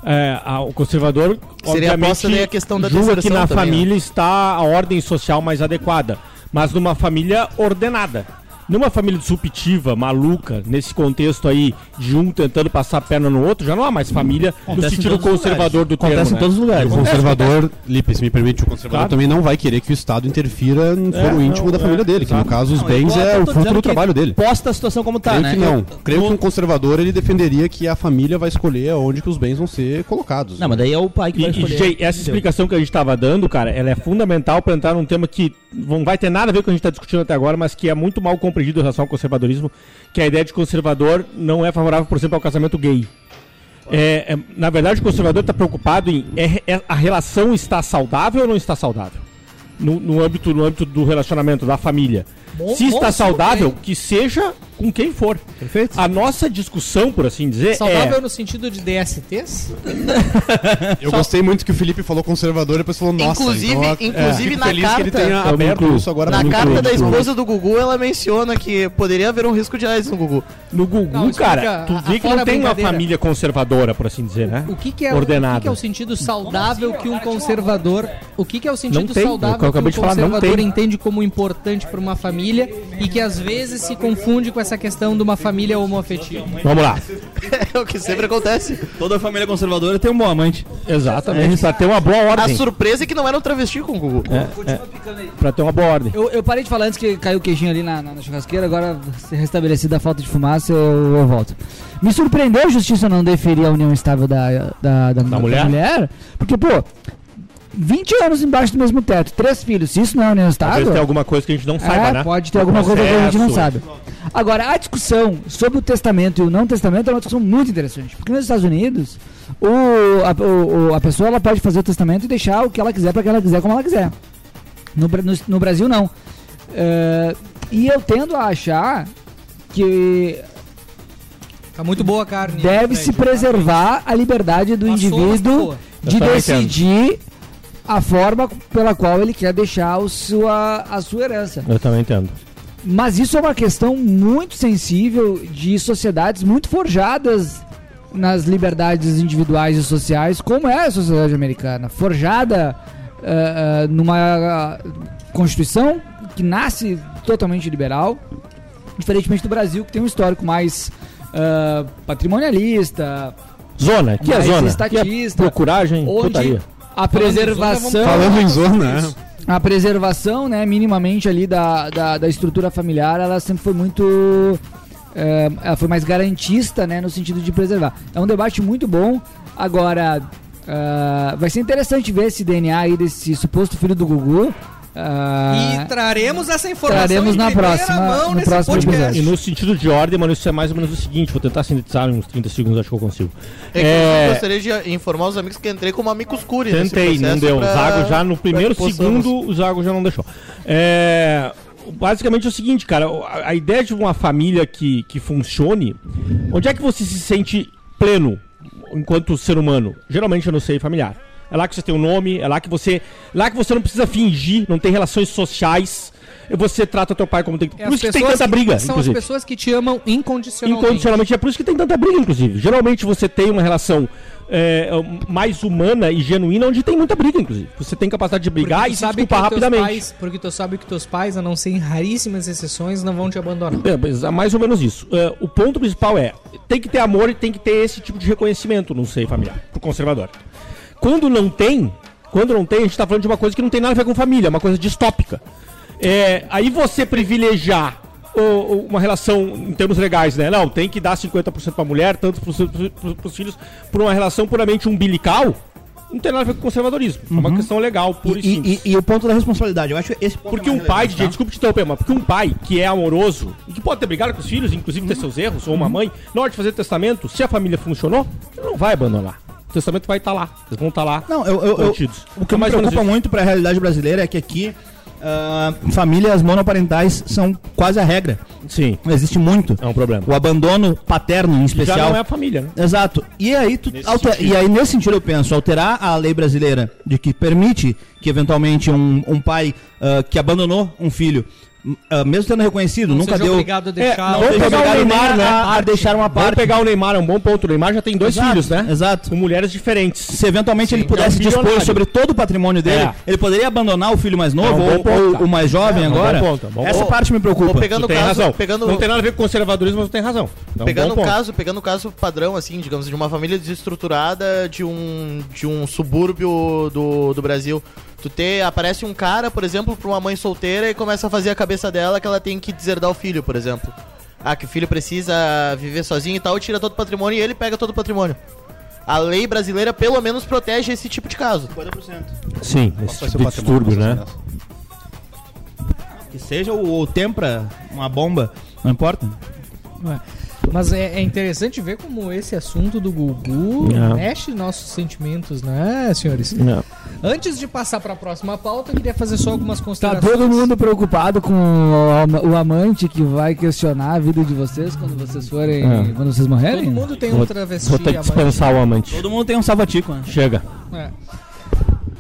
Speaker 5: é, a- o conservador,
Speaker 2: Seria a posta,
Speaker 1: é
Speaker 2: daí a questão da
Speaker 5: julga que
Speaker 2: destruição
Speaker 5: na
Speaker 1: né?
Speaker 2: também,
Speaker 5: família está a ordem social mais adequada, mas numa família ordenada. Numa família disruptiva, maluca, nesse contexto aí de um tentando passar a perna no outro, já não há mais família no
Speaker 1: Acontece em
Speaker 5: sentido
Speaker 1: todos os
Speaker 5: conservador do termo.
Speaker 1: acontece em
Speaker 5: né?
Speaker 1: todos os
Speaker 6: O
Speaker 1: lugares. né?
Speaker 6: conservador, Lipe, se me permite, o conservador
Speaker 5: Claro.
Speaker 6: também não vai querer que o Estado interfira no
Speaker 5: É,
Speaker 6: foro
Speaker 5: não,
Speaker 6: íntimo da
Speaker 5: é,
Speaker 6: família dele, que no
Speaker 5: exato.
Speaker 6: caso os
Speaker 1: Não,
Speaker 6: bens
Speaker 1: eu
Speaker 6: é
Speaker 1: tô- eu
Speaker 6: o
Speaker 1: tô
Speaker 6: fruto
Speaker 1: dizendo
Speaker 6: do
Speaker 1: que
Speaker 6: trabalho dele.
Speaker 1: Posta a situação como tá,
Speaker 6: Creio
Speaker 1: né?
Speaker 6: que não. Creio que um conservador ele defenderia que a família vai escolher onde que os bens vão ser colocados.
Speaker 1: Não, mas daí é o pai que
Speaker 5: E,
Speaker 1: vai
Speaker 5: e,
Speaker 1: escolher.
Speaker 5: Jay, essa explicação que a gente tava dando, cara, ela é fundamental para entrar num tema que não vai ter nada a ver com o que a gente tá discutindo até agora, mas que é muito mal compreendido em relação ao conservadorismo, que a ideia de conservador não é favorável, por exemplo, ao casamento gay. É, é, na verdade, o conservador está preocupado em é- é- a relação está saudável ou não está saudável? No, no âmbito, no âmbito do relacionamento, da família.
Speaker 3: Bom-
Speaker 5: Se está
Speaker 3: bom,
Speaker 5: saudável,
Speaker 3: tudo bem.
Speaker 5: que seja com quem for.
Speaker 1: Perfeito.
Speaker 5: A nossa discussão, por assim dizer,
Speaker 3: Saudável
Speaker 5: é.
Speaker 3: no sentido de DSTs?
Speaker 6: Eu gostei muito que o Felipe falou conservador e depois falou, nossa,
Speaker 2: Inclusive-
Speaker 6: então,
Speaker 2: inclusive
Speaker 6: fico
Speaker 2: na
Speaker 6: feliz que ele
Speaker 2: carta-
Speaker 6: tenha
Speaker 5: Eu me
Speaker 6: aberto
Speaker 5: incluo.
Speaker 6: isso agora
Speaker 2: Na
Speaker 6: pra mim.
Speaker 2: carta da
Speaker 6: Eu me incluo.
Speaker 2: esposa do Gugu, ela menciona que poderia haver um risco de AIDS no Gugu.
Speaker 5: No Gugu,
Speaker 3: Não, isso
Speaker 5: cara,
Speaker 3: fica-
Speaker 5: tu
Speaker 3: a-
Speaker 5: vê que
Speaker 3: fora
Speaker 5: não
Speaker 3: a
Speaker 5: tem uma
Speaker 3: brincadeira.
Speaker 5: família conservadora, por assim dizer, né?
Speaker 3: O que, que é O, que
Speaker 5: Ordenada.
Speaker 3: que é o sentido saudável que um conservador? O que, que é o sentido
Speaker 5: Não tem, é o que eu
Speaker 3: saudável que um
Speaker 5: acabei de falar, não
Speaker 3: conservador
Speaker 5: tem.
Speaker 3: entende como importante para uma família e que às vezes se confunde com essa questão de uma família homoafetiva?
Speaker 5: Vamos lá.
Speaker 2: É o que sempre acontece.
Speaker 1: Toda família conservadora tem um bom amante.
Speaker 7: É
Speaker 5: Exatamente. Pra ter uma boa
Speaker 2: A
Speaker 5: ordem.
Speaker 2: surpresa é que não era um travesti com o Gugu.
Speaker 5: É. Pra ter uma boa ordem.
Speaker 7: Eu, eu parei de falar antes que caiu o queijinho ali na, na- na churrasqueira, agora se restabelecida a falta de fumaça, eu, eu volto. Me surpreendeu a justiça não deferir a união estável da, da, da, da
Speaker 5: mulher?
Speaker 7: porque, pô, 20 anos embaixo do mesmo teto, três filhos, se isso não é união
Speaker 5: Talvez
Speaker 7: estável,
Speaker 5: tenha alguma coisa que a gente não saiba,
Speaker 7: é,
Speaker 5: né?
Speaker 7: pode ter alguma coisa que a gente não sabe. Agora, a discussão sobre o testamento e o não testamento é uma discussão muito interessante, porque nos Estados Unidos, o, a, o- o- a pessoa ela pode fazer o testamento e deixar o que ela quiser para quem ela quiser, como ela quiser. No, Bra- no- no Brasil, não. É, e eu tendo a achar que
Speaker 3: Tá muito boa a carne.
Speaker 7: deve se preservar a liberdade do
Speaker 3: Passou, mas tá
Speaker 7: indivíduo
Speaker 3: boa.
Speaker 7: de
Speaker 5: Eu também
Speaker 7: decidir a forma pela qual ele quer deixar o sua, a sua herança.
Speaker 5: Eu também entendo.
Speaker 7: Mas isso é uma questão muito sensível de sociedades muito forjadas nas liberdades individuais e sociais, como é a sociedade americana, forjada ah, ah, numa ah, constituição que nasce totalmente liberal, diferentemente do Brasil que tem um histórico mais ah, patrimonialista,
Speaker 5: Zona, que é
Speaker 7: mais
Speaker 5: zona? Que é
Speaker 7: estatista,
Speaker 5: procuragem,
Speaker 7: onde
Speaker 5: putaria.
Speaker 7: a preservação
Speaker 6: Falando em zona, né?
Speaker 7: a preservação, né, minimamente ali da, da, da estrutura familiar, ela sempre foi muito. eh, ela foi mais garantista, né, no sentido de preservar. É um debate muito bom. Agora, ah, vai ser interessante ver esse DNA aí desse suposto filho do Gugu. Ah,
Speaker 3: E traremos essa informação
Speaker 7: Traremos
Speaker 3: em
Speaker 7: na
Speaker 3: primeira
Speaker 7: próxima-
Speaker 3: mão
Speaker 7: no
Speaker 3: nesse
Speaker 7: próximo
Speaker 3: podcast.
Speaker 5: E no sentido de ordem, mano, isso é mais ou menos o seguinte, vou tentar sintetizar em uns 30 segundos, acho que eu consigo.
Speaker 2: É que
Speaker 5: É,
Speaker 2: Eu gostaria de informar os amigos que entrei como amigos curi nesse
Speaker 5: Tentei, não
Speaker 2: processo
Speaker 5: deu. O
Speaker 2: pra-
Speaker 5: Zago já no
Speaker 2: pra
Speaker 5: primeiro
Speaker 2: que possamos-
Speaker 5: segundo, o Zago já não deixou. É, basicamente é o seguinte, cara, a, a ideia de uma família que, que funcione, onde é que você se sente pleno enquanto ser humano? Geralmente eu não sei familiar. É lá que você tem um nome, é lá que você. Lá que você não precisa fingir, não tem relações sociais. e Você trata teu pai como tem que.
Speaker 3: É
Speaker 5: Por
Speaker 3: as
Speaker 5: isso que tem
Speaker 3: pessoas
Speaker 5: tanta briga.
Speaker 3: São
Speaker 5: inclusive.
Speaker 3: as pessoas que te amam incondicionalmente.
Speaker 5: Incondicionalmente. É por isso que tem tanta briga, inclusive. Geralmente você tem uma relação é, mais humana e genuína, onde tem muita briga, inclusive. Você tem capacidade de
Speaker 3: Porque
Speaker 5: brigar
Speaker 3: tu
Speaker 5: e se
Speaker 3: sabe
Speaker 5: desculpar
Speaker 3: que teus
Speaker 5: rapidamente.
Speaker 3: pais- porque tu sabe que teus pais, a não ser em raríssimas exceções, não vão te abandonar.
Speaker 5: É, mas é mais ou menos isso. É, o ponto principal é: tem que ter amor e tem que ter esse tipo de reconhecimento no seio familiar, pro conservador. Quando não tem, quando não tem, a gente tá falando de uma coisa que não tem nada a ver com família, é uma coisa distópica. É, aí você privilegiar o- o- uma relação em termos legais, né? Não, tem que dar 50% pra mulher, tanto pros, pros, pros filhos, por uma relação puramente umbilical, não tem nada a ver com conservadorismo. É uma questão legal, pura e, simples.
Speaker 1: E, e- e o ponto da responsabilidade. Eu acho esse ponto
Speaker 5: Porque
Speaker 1: é
Speaker 5: um
Speaker 1: mais
Speaker 5: pai,
Speaker 1: relevante,
Speaker 5: DJ, desculpa te interromper, mas porque um pai que é amoroso e que pode ter brigado com os filhos, inclusive ter seus erros, ou uma mãe, na hora de fazer testamento, se a família funcionou, ele não vai abandonar. O testamento vai estar lá. Eles vão estar lá.
Speaker 1: tá? Não, eu, eu- eu-
Speaker 5: Contidos.
Speaker 1: o que
Speaker 5: É
Speaker 1: me
Speaker 5: mais ou menos
Speaker 1: preocupa
Speaker 5: isso.
Speaker 1: muito para a realidade brasileira é que aqui ah, famílias monoparentais são quase a regra.
Speaker 5: Sim,
Speaker 1: Existe muito.
Speaker 5: é um problema.
Speaker 1: O abandono paterno, em
Speaker 5: Já
Speaker 1: especial.
Speaker 5: não é a família, né?
Speaker 1: Exato. E aí, tu alter- e aí, nesse sentido, eu penso, alterar a lei brasileira de que permite que, eventualmente, um, um pai ah, que abandonou um filho, m- ah, mesmo tendo reconhecido, nunca
Speaker 3: seja
Speaker 1: deu.
Speaker 3: obrigado
Speaker 5: É,
Speaker 3: a deixar.
Speaker 1: não
Speaker 5: Vamos
Speaker 1: seja
Speaker 5: pegar o
Speaker 1: obrigado nem
Speaker 5: Neymar,
Speaker 1: a-
Speaker 5: né?
Speaker 1: a, deixar uma
Speaker 5: Vamos
Speaker 1: parte.
Speaker 5: pegar o Neymar, é um bom ponto. O Neymar já tem dois
Speaker 1: Exato,
Speaker 5: filhos, né?
Speaker 1: Exato.
Speaker 5: Com mulheres diferentes.
Speaker 1: Se eventualmente ele pudesse
Speaker 5: é um
Speaker 1: dispor
Speaker 5: bilionário.
Speaker 1: sobre todo o patrimônio dele,
Speaker 5: É.
Speaker 1: ele poderia abandonar o filho mais
Speaker 5: É um
Speaker 1: novo
Speaker 5: bom
Speaker 1: ou-
Speaker 5: ponto,
Speaker 1: ou,
Speaker 5: cara.
Speaker 1: o mais jovem
Speaker 5: É um bom
Speaker 1: agora.
Speaker 5: ponto, é um bom
Speaker 1: Essa
Speaker 5: ponto.
Speaker 1: parte me preocupa.
Speaker 2: Ô, pegando
Speaker 5: Tu
Speaker 2: o
Speaker 5: tem
Speaker 2: caso-
Speaker 5: razão.
Speaker 2: pegando-
Speaker 5: Não tem nada a ver com conservadorismo, mas tu tem razão.
Speaker 6: Então,
Speaker 5: É um
Speaker 2: Pegando
Speaker 5: bom
Speaker 2: o
Speaker 5: ponto.
Speaker 2: caso, pegando o caso padrão, assim, digamos, de uma família desestruturada de um, de um subúrbio do, do Brasil. Tu ter, aparece um cara, por exemplo, pra uma mãe solteira e começa a fazer a cabeça dela que ela tem que deserdar o filho, por exemplo. Ah, que o filho precisa viver sozinho e tal, e tira todo o patrimônio e ele pega todo o patrimônio. A lei brasileira pelo menos protege esse tipo de caso.
Speaker 5: Sim, esse tipo de distúrbio, né?
Speaker 1: Que seja o, o tempra, uma bomba, não importa.
Speaker 3: Mas é, é interessante ver como esse assunto do Gugu
Speaker 5: É.
Speaker 3: mexe nossos sentimentos, né, senhores?
Speaker 5: Não.
Speaker 3: Antes de passar para a próxima pauta, eu queria fazer só algumas
Speaker 7: Tá
Speaker 3: considerações.
Speaker 7: todo mundo preocupado com o, am- o amante que vai questionar a vida de vocês quando vocês forem.
Speaker 5: É.
Speaker 7: Quando vocês
Speaker 3: Todo
Speaker 7: morrerem?
Speaker 3: mundo tem um
Speaker 5: Vou-
Speaker 3: travesti
Speaker 5: Vou ter que
Speaker 3: amante.
Speaker 5: dispensar o amante.
Speaker 1: Todo mundo tem um salvatico, né?
Speaker 5: Chega.
Speaker 3: É.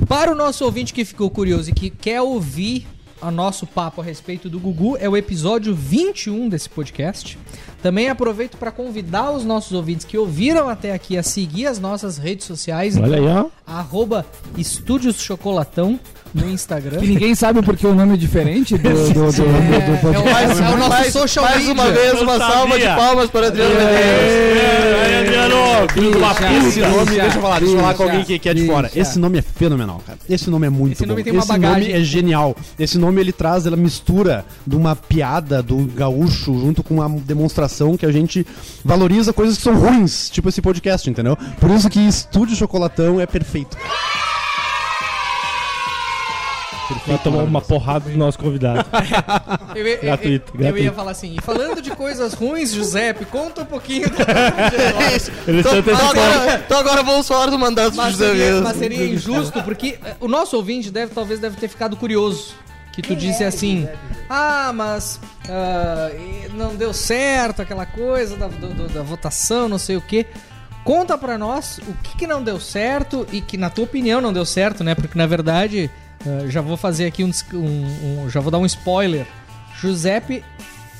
Speaker 3: Para o nosso ouvinte que ficou curioso e que quer ouvir o nosso papo a respeito do Gugu, é o episódio 21 desse podcast. Também aproveito para convidar os nossos ouvintes que ouviram até aqui a seguir as nossas redes sociais,
Speaker 5: Olha aí, ó.
Speaker 3: arroba Estúdios Chocolatão no Instagram.
Speaker 7: E ninguém sabe porque o nome é diferente do, do, do, do- do podcast.
Speaker 3: É o, mais- é o nosso social
Speaker 2: mais
Speaker 3: media.
Speaker 2: uma vez, uma salva de palmas para Adriano Medeiros.
Speaker 6: Esse nome, deixa eu falar, deixa eu falar com
Speaker 7: Bicha,
Speaker 6: alguém que, que é de
Speaker 7: bicha.
Speaker 6: fora. Esse nome é fenomenal, cara. Esse nome é muito
Speaker 3: Esse
Speaker 6: bom.
Speaker 3: nome tem uma
Speaker 6: Esse
Speaker 3: bagagem.
Speaker 6: nome é genial. Esse nome ele traz ela mistura de uma piada do gaúcho junto com uma demonstração que a gente valoriza coisas que são ruins, tipo esse podcast, entendeu? Por isso que Estúdio Chocolatão é perfeito.
Speaker 5: Vai tomar uma porrada do nosso convidado.
Speaker 3: Eu, ia- eu-
Speaker 5: Gratuito,
Speaker 3: eu ia
Speaker 5: gratuito.
Speaker 3: falar assim, e falando de coisas ruins, Giuseppe, conta um pouquinho da
Speaker 5: Eles
Speaker 2: Então,
Speaker 5: estão
Speaker 2: então
Speaker 5: tentando.
Speaker 2: agora, então agora vamos falar do mandato do
Speaker 3: Mas é
Speaker 2: José
Speaker 3: seria,
Speaker 2: Mendes.
Speaker 3: mas seria injusto, porque eh, o nosso ouvinte deve, talvez deve ter ficado curioso. Que tu disse assim, ah, mas ah, e não deu certo aquela coisa da, do- do- da votação, não sei o quê. Conta pra nós o que, que não deu certo e que, na tua opinião, não deu certo, né? Porque, na verdade, eh, já vou fazer aqui um, desc- um- um- Já vou dar um spoiler. Giuseppe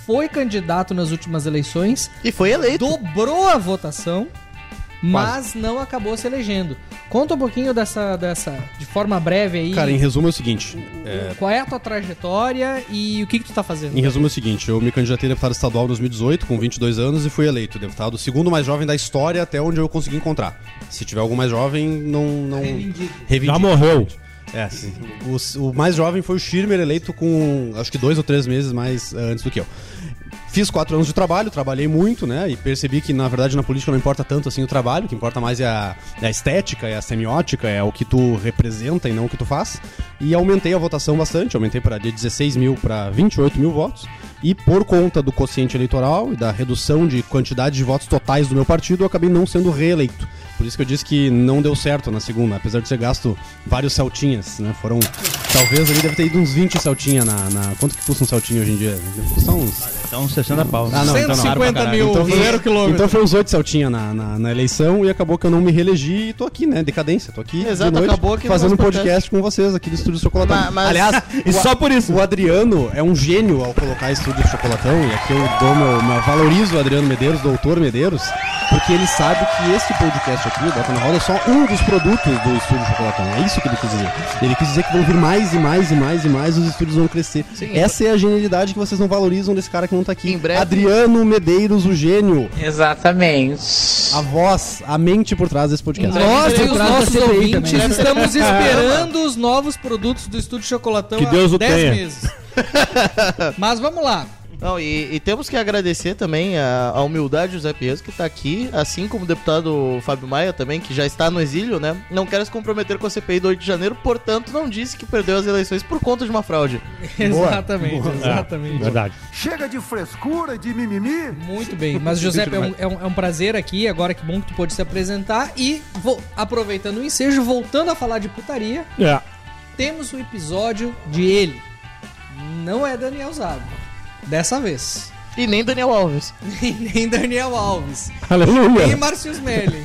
Speaker 3: foi candidato nas últimas eleições.
Speaker 2: E foi eleito.
Speaker 3: Dobrou a votação, mas não acabou se elegendo. Conta um pouquinho dessa. dessa de forma breve aí.
Speaker 6: Cara, em resumo é o seguinte. é,
Speaker 3: Qual é a tua trajetória e o que, que tu tá fazendo?
Speaker 6: Em resumo é o seguinte, eu me candidatei a deputado estadual em 2018, com 22 anos, e fui eleito deputado segundo mais jovem da história até onde eu consegui encontrar. Se tiver algum mais jovem, não... não... Reivindico.
Speaker 5: Já morreu.
Speaker 6: É, sim. O, o mais jovem foi o Schirmer, eleito com acho que dois ou três meses mais eh, antes do que eu. Fiz quatro anos de trabalho, trabalhei muito, né? E percebi que, na verdade, na política não importa tanto assim o trabalho, o que importa mais é a, é a estética, é a semiótica, é o que tu representa e não o que tu faz. E aumentei a votação bastante, aumentei para de 16 mil para 28 mil votos. E por conta do quociente eleitoral e da redução de quantidade de votos totais do meu partido, eu acabei não sendo reeleito. Por isso que eu disse que não deu certo na segunda, apesar de ter gasto vários saltinhas, né? Foram. Talvez ali deve ter ido uns 20 saltinha na, na- Quanto que custa um saltinho hoje em dia? Deve custar uns.
Speaker 1: Então, 60 pau.
Speaker 6: Ah, não, então não.
Speaker 3: 150
Speaker 6: Então
Speaker 3: mil,
Speaker 6: foi-
Speaker 3: zero quilômetro.
Speaker 6: Então foi uns 8 saltinha na, na, na eleição e acabou que eu não me reelegi e tô aqui, né? Decadência, tô aqui. de
Speaker 2: Exato,
Speaker 6: noite,
Speaker 2: acabou que
Speaker 6: Fazendo
Speaker 2: nós
Speaker 6: um podcast com vocês aqui do Estúdio Chocolatão.
Speaker 2: Ma- mas-
Speaker 6: Aliás,
Speaker 1: E só por isso.
Speaker 6: o Adriano é um gênio ao colocar Estúdio Chocolatão e aqui eu dou meu, meu- valorizo o Adriano Medeiros, doutor Medeiros, porque ele sabe que esse podcast aqui, o Bota na Roda, é só um dos produtos do Estúdio Chocolatão. É isso que ele quis dizer. Ele quis dizer que vão vir mais e mais e mais e mais, os estúdios vão crescer. Essa é a genialidade que vocês não valorizam desse cara que não tá aqui.
Speaker 2: Em breve-
Speaker 6: Adriano Medeiros, o gênio,
Speaker 11: Exatamente.
Speaker 6: a voz, a mente por trás desse podcast.
Speaker 3: Nós e os
Speaker 7: Contrato
Speaker 3: nossos
Speaker 7: da CPI
Speaker 3: ouvintes
Speaker 7: também. né?
Speaker 3: estamos esperando os novos produtos do Estúdio Chocolatão
Speaker 5: Que Deus
Speaker 3: há
Speaker 5: o
Speaker 3: 10
Speaker 5: tenha.
Speaker 3: meses. Mas vamos lá.
Speaker 2: Não, e, e temos que agradecer também a, a humildade do José Pieso, que tá aqui, assim como o deputado Fábio Maia também, que já está no exílio, né? Não quer se comprometer com a CPI do 8 de janeiro, portanto, não disse que perdeu as eleições por conta de uma fraude.
Speaker 3: exatamente, exatamente.
Speaker 5: Verdade.
Speaker 10: Chega de frescura, de mimimi.
Speaker 3: Muito bem. Mas, Giuseppe, é um, é um- é um prazer aqui. Agora que bom que tu pôde se apresentar. E, vou, aproveitando o ensejo, voltando a falar de putaria,
Speaker 5: É.
Speaker 3: temos o episódio de ele. Não é Daniel Zago. Dessa vez.
Speaker 2: E nem Daniel Alves.
Speaker 3: E nem Daniel Alves. E
Speaker 5: Aleluia.
Speaker 3: Márcio Smelling.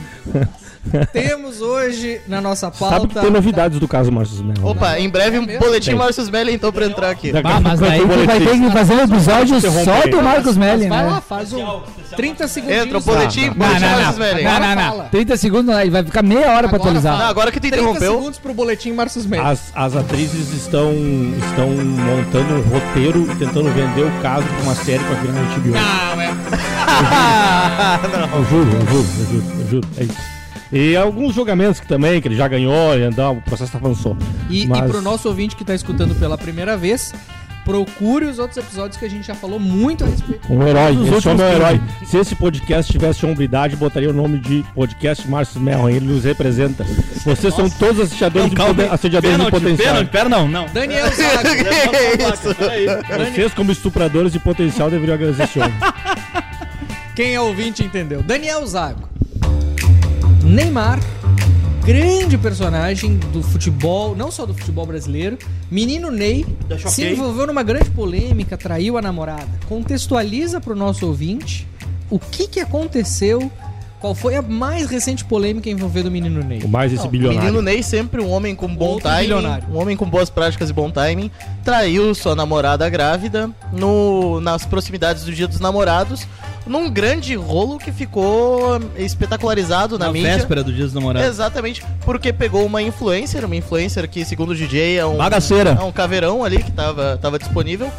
Speaker 3: temos hoje na nossa pauta...
Speaker 5: Sabe que tem novidades do caso Márcio Melo. né?
Speaker 2: Opa, em breve um
Speaker 3: mesmo?
Speaker 2: boletim
Speaker 5: Tem.
Speaker 2: Márcio Smelly, então, pra entrar aqui.
Speaker 5: Daqui a
Speaker 7: Ah, mas
Speaker 5: pouco
Speaker 7: daí
Speaker 5: eu vou
Speaker 7: tu vai
Speaker 5: ler
Speaker 7: ter que fazer um episódio
Speaker 5: Interrompe
Speaker 7: só
Speaker 5: aí.
Speaker 7: do Marcos Melli,
Speaker 3: Vai lá,
Speaker 7: né?
Speaker 3: faz um 30 segundos.
Speaker 2: Entra o
Speaker 5: Tá.
Speaker 2: boletim,
Speaker 7: Não,
Speaker 2: boletim Márcio
Speaker 7: não,
Speaker 2: Smelly.
Speaker 7: não. Não, não, não. 30 segundos, não, ele vai ficar meia hora pra
Speaker 3: Agora
Speaker 7: atualizar.
Speaker 2: Não, agora que tu
Speaker 3: 30
Speaker 2: interrompeu,
Speaker 3: segundos pro boletim Marcos Mendes.
Speaker 5: As, as atrizes estão, estão montando um roteiro e tentando vender o caso pra uma série pra virar um
Speaker 7: Ah,
Speaker 5: antibiótico.
Speaker 3: Não, é.
Speaker 5: Eu juro, eu juro, eu juro, eu juro. É isso. E alguns julgamentos que também, que ele já ganhou, e andar, o processo tá avançou.
Speaker 3: E,
Speaker 5: Mas-
Speaker 3: e pro nosso ouvinte que tá escutando pela primeira vez, procure os outros episódios que a gente já falou muito a respeito.
Speaker 5: Um herói,
Speaker 1: Os
Speaker 5: esse homem é um
Speaker 1: últimos
Speaker 5: herói. Se esse podcast tivesse hombridade, botaria o nome de podcast Márcio Melro, ele nos representa. Vocês são todos assediadores, de, poder, assediadores de potencial.
Speaker 1: pera não, não.
Speaker 3: Daniel Zago.
Speaker 2: É
Speaker 5: Vocês, como estupradores de potencial, deveriam agradecer esse homem.
Speaker 3: Quem é ouvinte entendeu. Daniel Zago. Neymar, grande personagem do futebol, não só do futebol brasileiro. Menino Ney se envolveu numa grande polêmica, traiu a namorada. Contextualiza pro nosso ouvinte o que que aconteceu, qual foi a mais recente polêmica envolvendo o menino Ney.
Speaker 5: O mais esse bilionário.
Speaker 2: menino Ney, sempre um homem com bom
Speaker 3: Outro
Speaker 2: timing,
Speaker 3: bilionário.
Speaker 2: um homem com boas práticas e bom timing, traiu sua namorada grávida no, nas proximidades do Dia dos Namorados, num grande rolo que ficou espetacularizado na,
Speaker 1: Na
Speaker 2: mídia.
Speaker 1: véspera do Dia dos
Speaker 6: né?
Speaker 1: Namorados.
Speaker 2: Exatamente, porque pegou uma influencer, uma influencer que, segundo o DJ, é um,
Speaker 1: Bagaceira.
Speaker 2: é um caveirão ali que tava, tava disponível.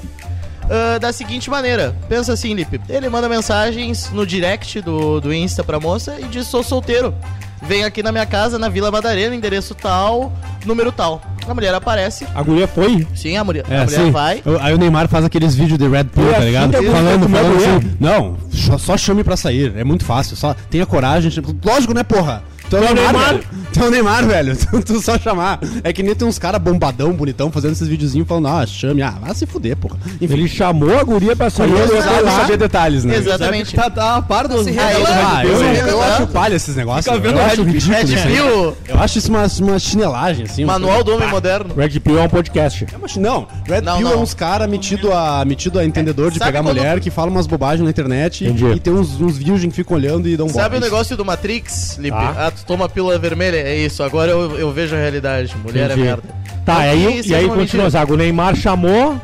Speaker 2: ah, da seguinte maneira, pensa assim, Lipe. Ele manda mensagens no direct do, do Insta pra moça e diz: sou solteiro. Vem aqui na minha casa, na Vila Madalena, endereço tal, número tal. A mulher aparece.
Speaker 5: A guria foi.
Speaker 2: Sim, a mulher,
Speaker 6: É,
Speaker 2: a mulher
Speaker 6: sim.
Speaker 2: vai.
Speaker 6: Eu- aí o Neymar faz aqueles vídeos de Red Bull,
Speaker 5: E
Speaker 6: tá
Speaker 5: assim
Speaker 6: ligado?
Speaker 5: que eu vou
Speaker 6: falando,
Speaker 5: comer
Speaker 6: falando
Speaker 5: amanhã.
Speaker 6: assim, não, só, só chame pra sair, é muito fácil, só tenha coragem. tipo, lógico, né, porra? Tu é o Neymar, velho. Tu é o Neymar, velho. Tu, tu só chamar. É que nem tem uns caras bombadão, bonitão, fazendo esses videozinhos falando, ah, chame, ah, vai se fuder, porra. Enfim,
Speaker 5: Ele chamou a guria pra sair.
Speaker 6: eu
Speaker 5: ele
Speaker 6: não
Speaker 5: é foi lá.
Speaker 6: saber detalhes, né?
Speaker 2: Exatamente.
Speaker 1: Tá, tá a par dos...
Speaker 3: Se
Speaker 1: Ah,
Speaker 3: revelando.
Speaker 6: Ah, eu,
Speaker 2: Eu-
Speaker 6: eu,
Speaker 2: eu-
Speaker 6: acho palha esses negócios.
Speaker 2: Fica vendo
Speaker 6: eu acho
Speaker 2: Red
Speaker 6: ridículo
Speaker 2: Pill.
Speaker 6: isso aí.
Speaker 2: Pill.
Speaker 6: Eu acho isso uma, uma chinelagem, assim. uma
Speaker 2: É, Manual
Speaker 6: coisa-
Speaker 2: do Homem
Speaker 6: Pá.
Speaker 2: Moderno.
Speaker 5: Red Pill é um podcast.
Speaker 6: É uma chi- Não, Red
Speaker 2: Não,
Speaker 6: Pill
Speaker 2: não.
Speaker 6: é uns caras metido a, metido a entendedor de
Speaker 2: Sabe
Speaker 6: pegar
Speaker 2: quando-
Speaker 6: mulher que fala umas bobagens na internet e-
Speaker 5: Entendi.
Speaker 6: e tem uns, uns virgem que ficam olhando e dão
Speaker 2: Sabe o
Speaker 6: bola.
Speaker 2: negócio do Matrix, Lipe?
Speaker 6: Tá.
Speaker 2: Ah, tu toma a pílula vermelha? É isso, agora eu, eu vejo a realidade. Mulher
Speaker 5: Entendi.
Speaker 2: é merda.
Speaker 5: Tá,
Speaker 2: Não,
Speaker 5: aí,
Speaker 2: isso
Speaker 5: e
Speaker 2: é
Speaker 5: aí
Speaker 2: uma
Speaker 5: continua,
Speaker 2: mentira.
Speaker 5: Zago. O Neymar chamou.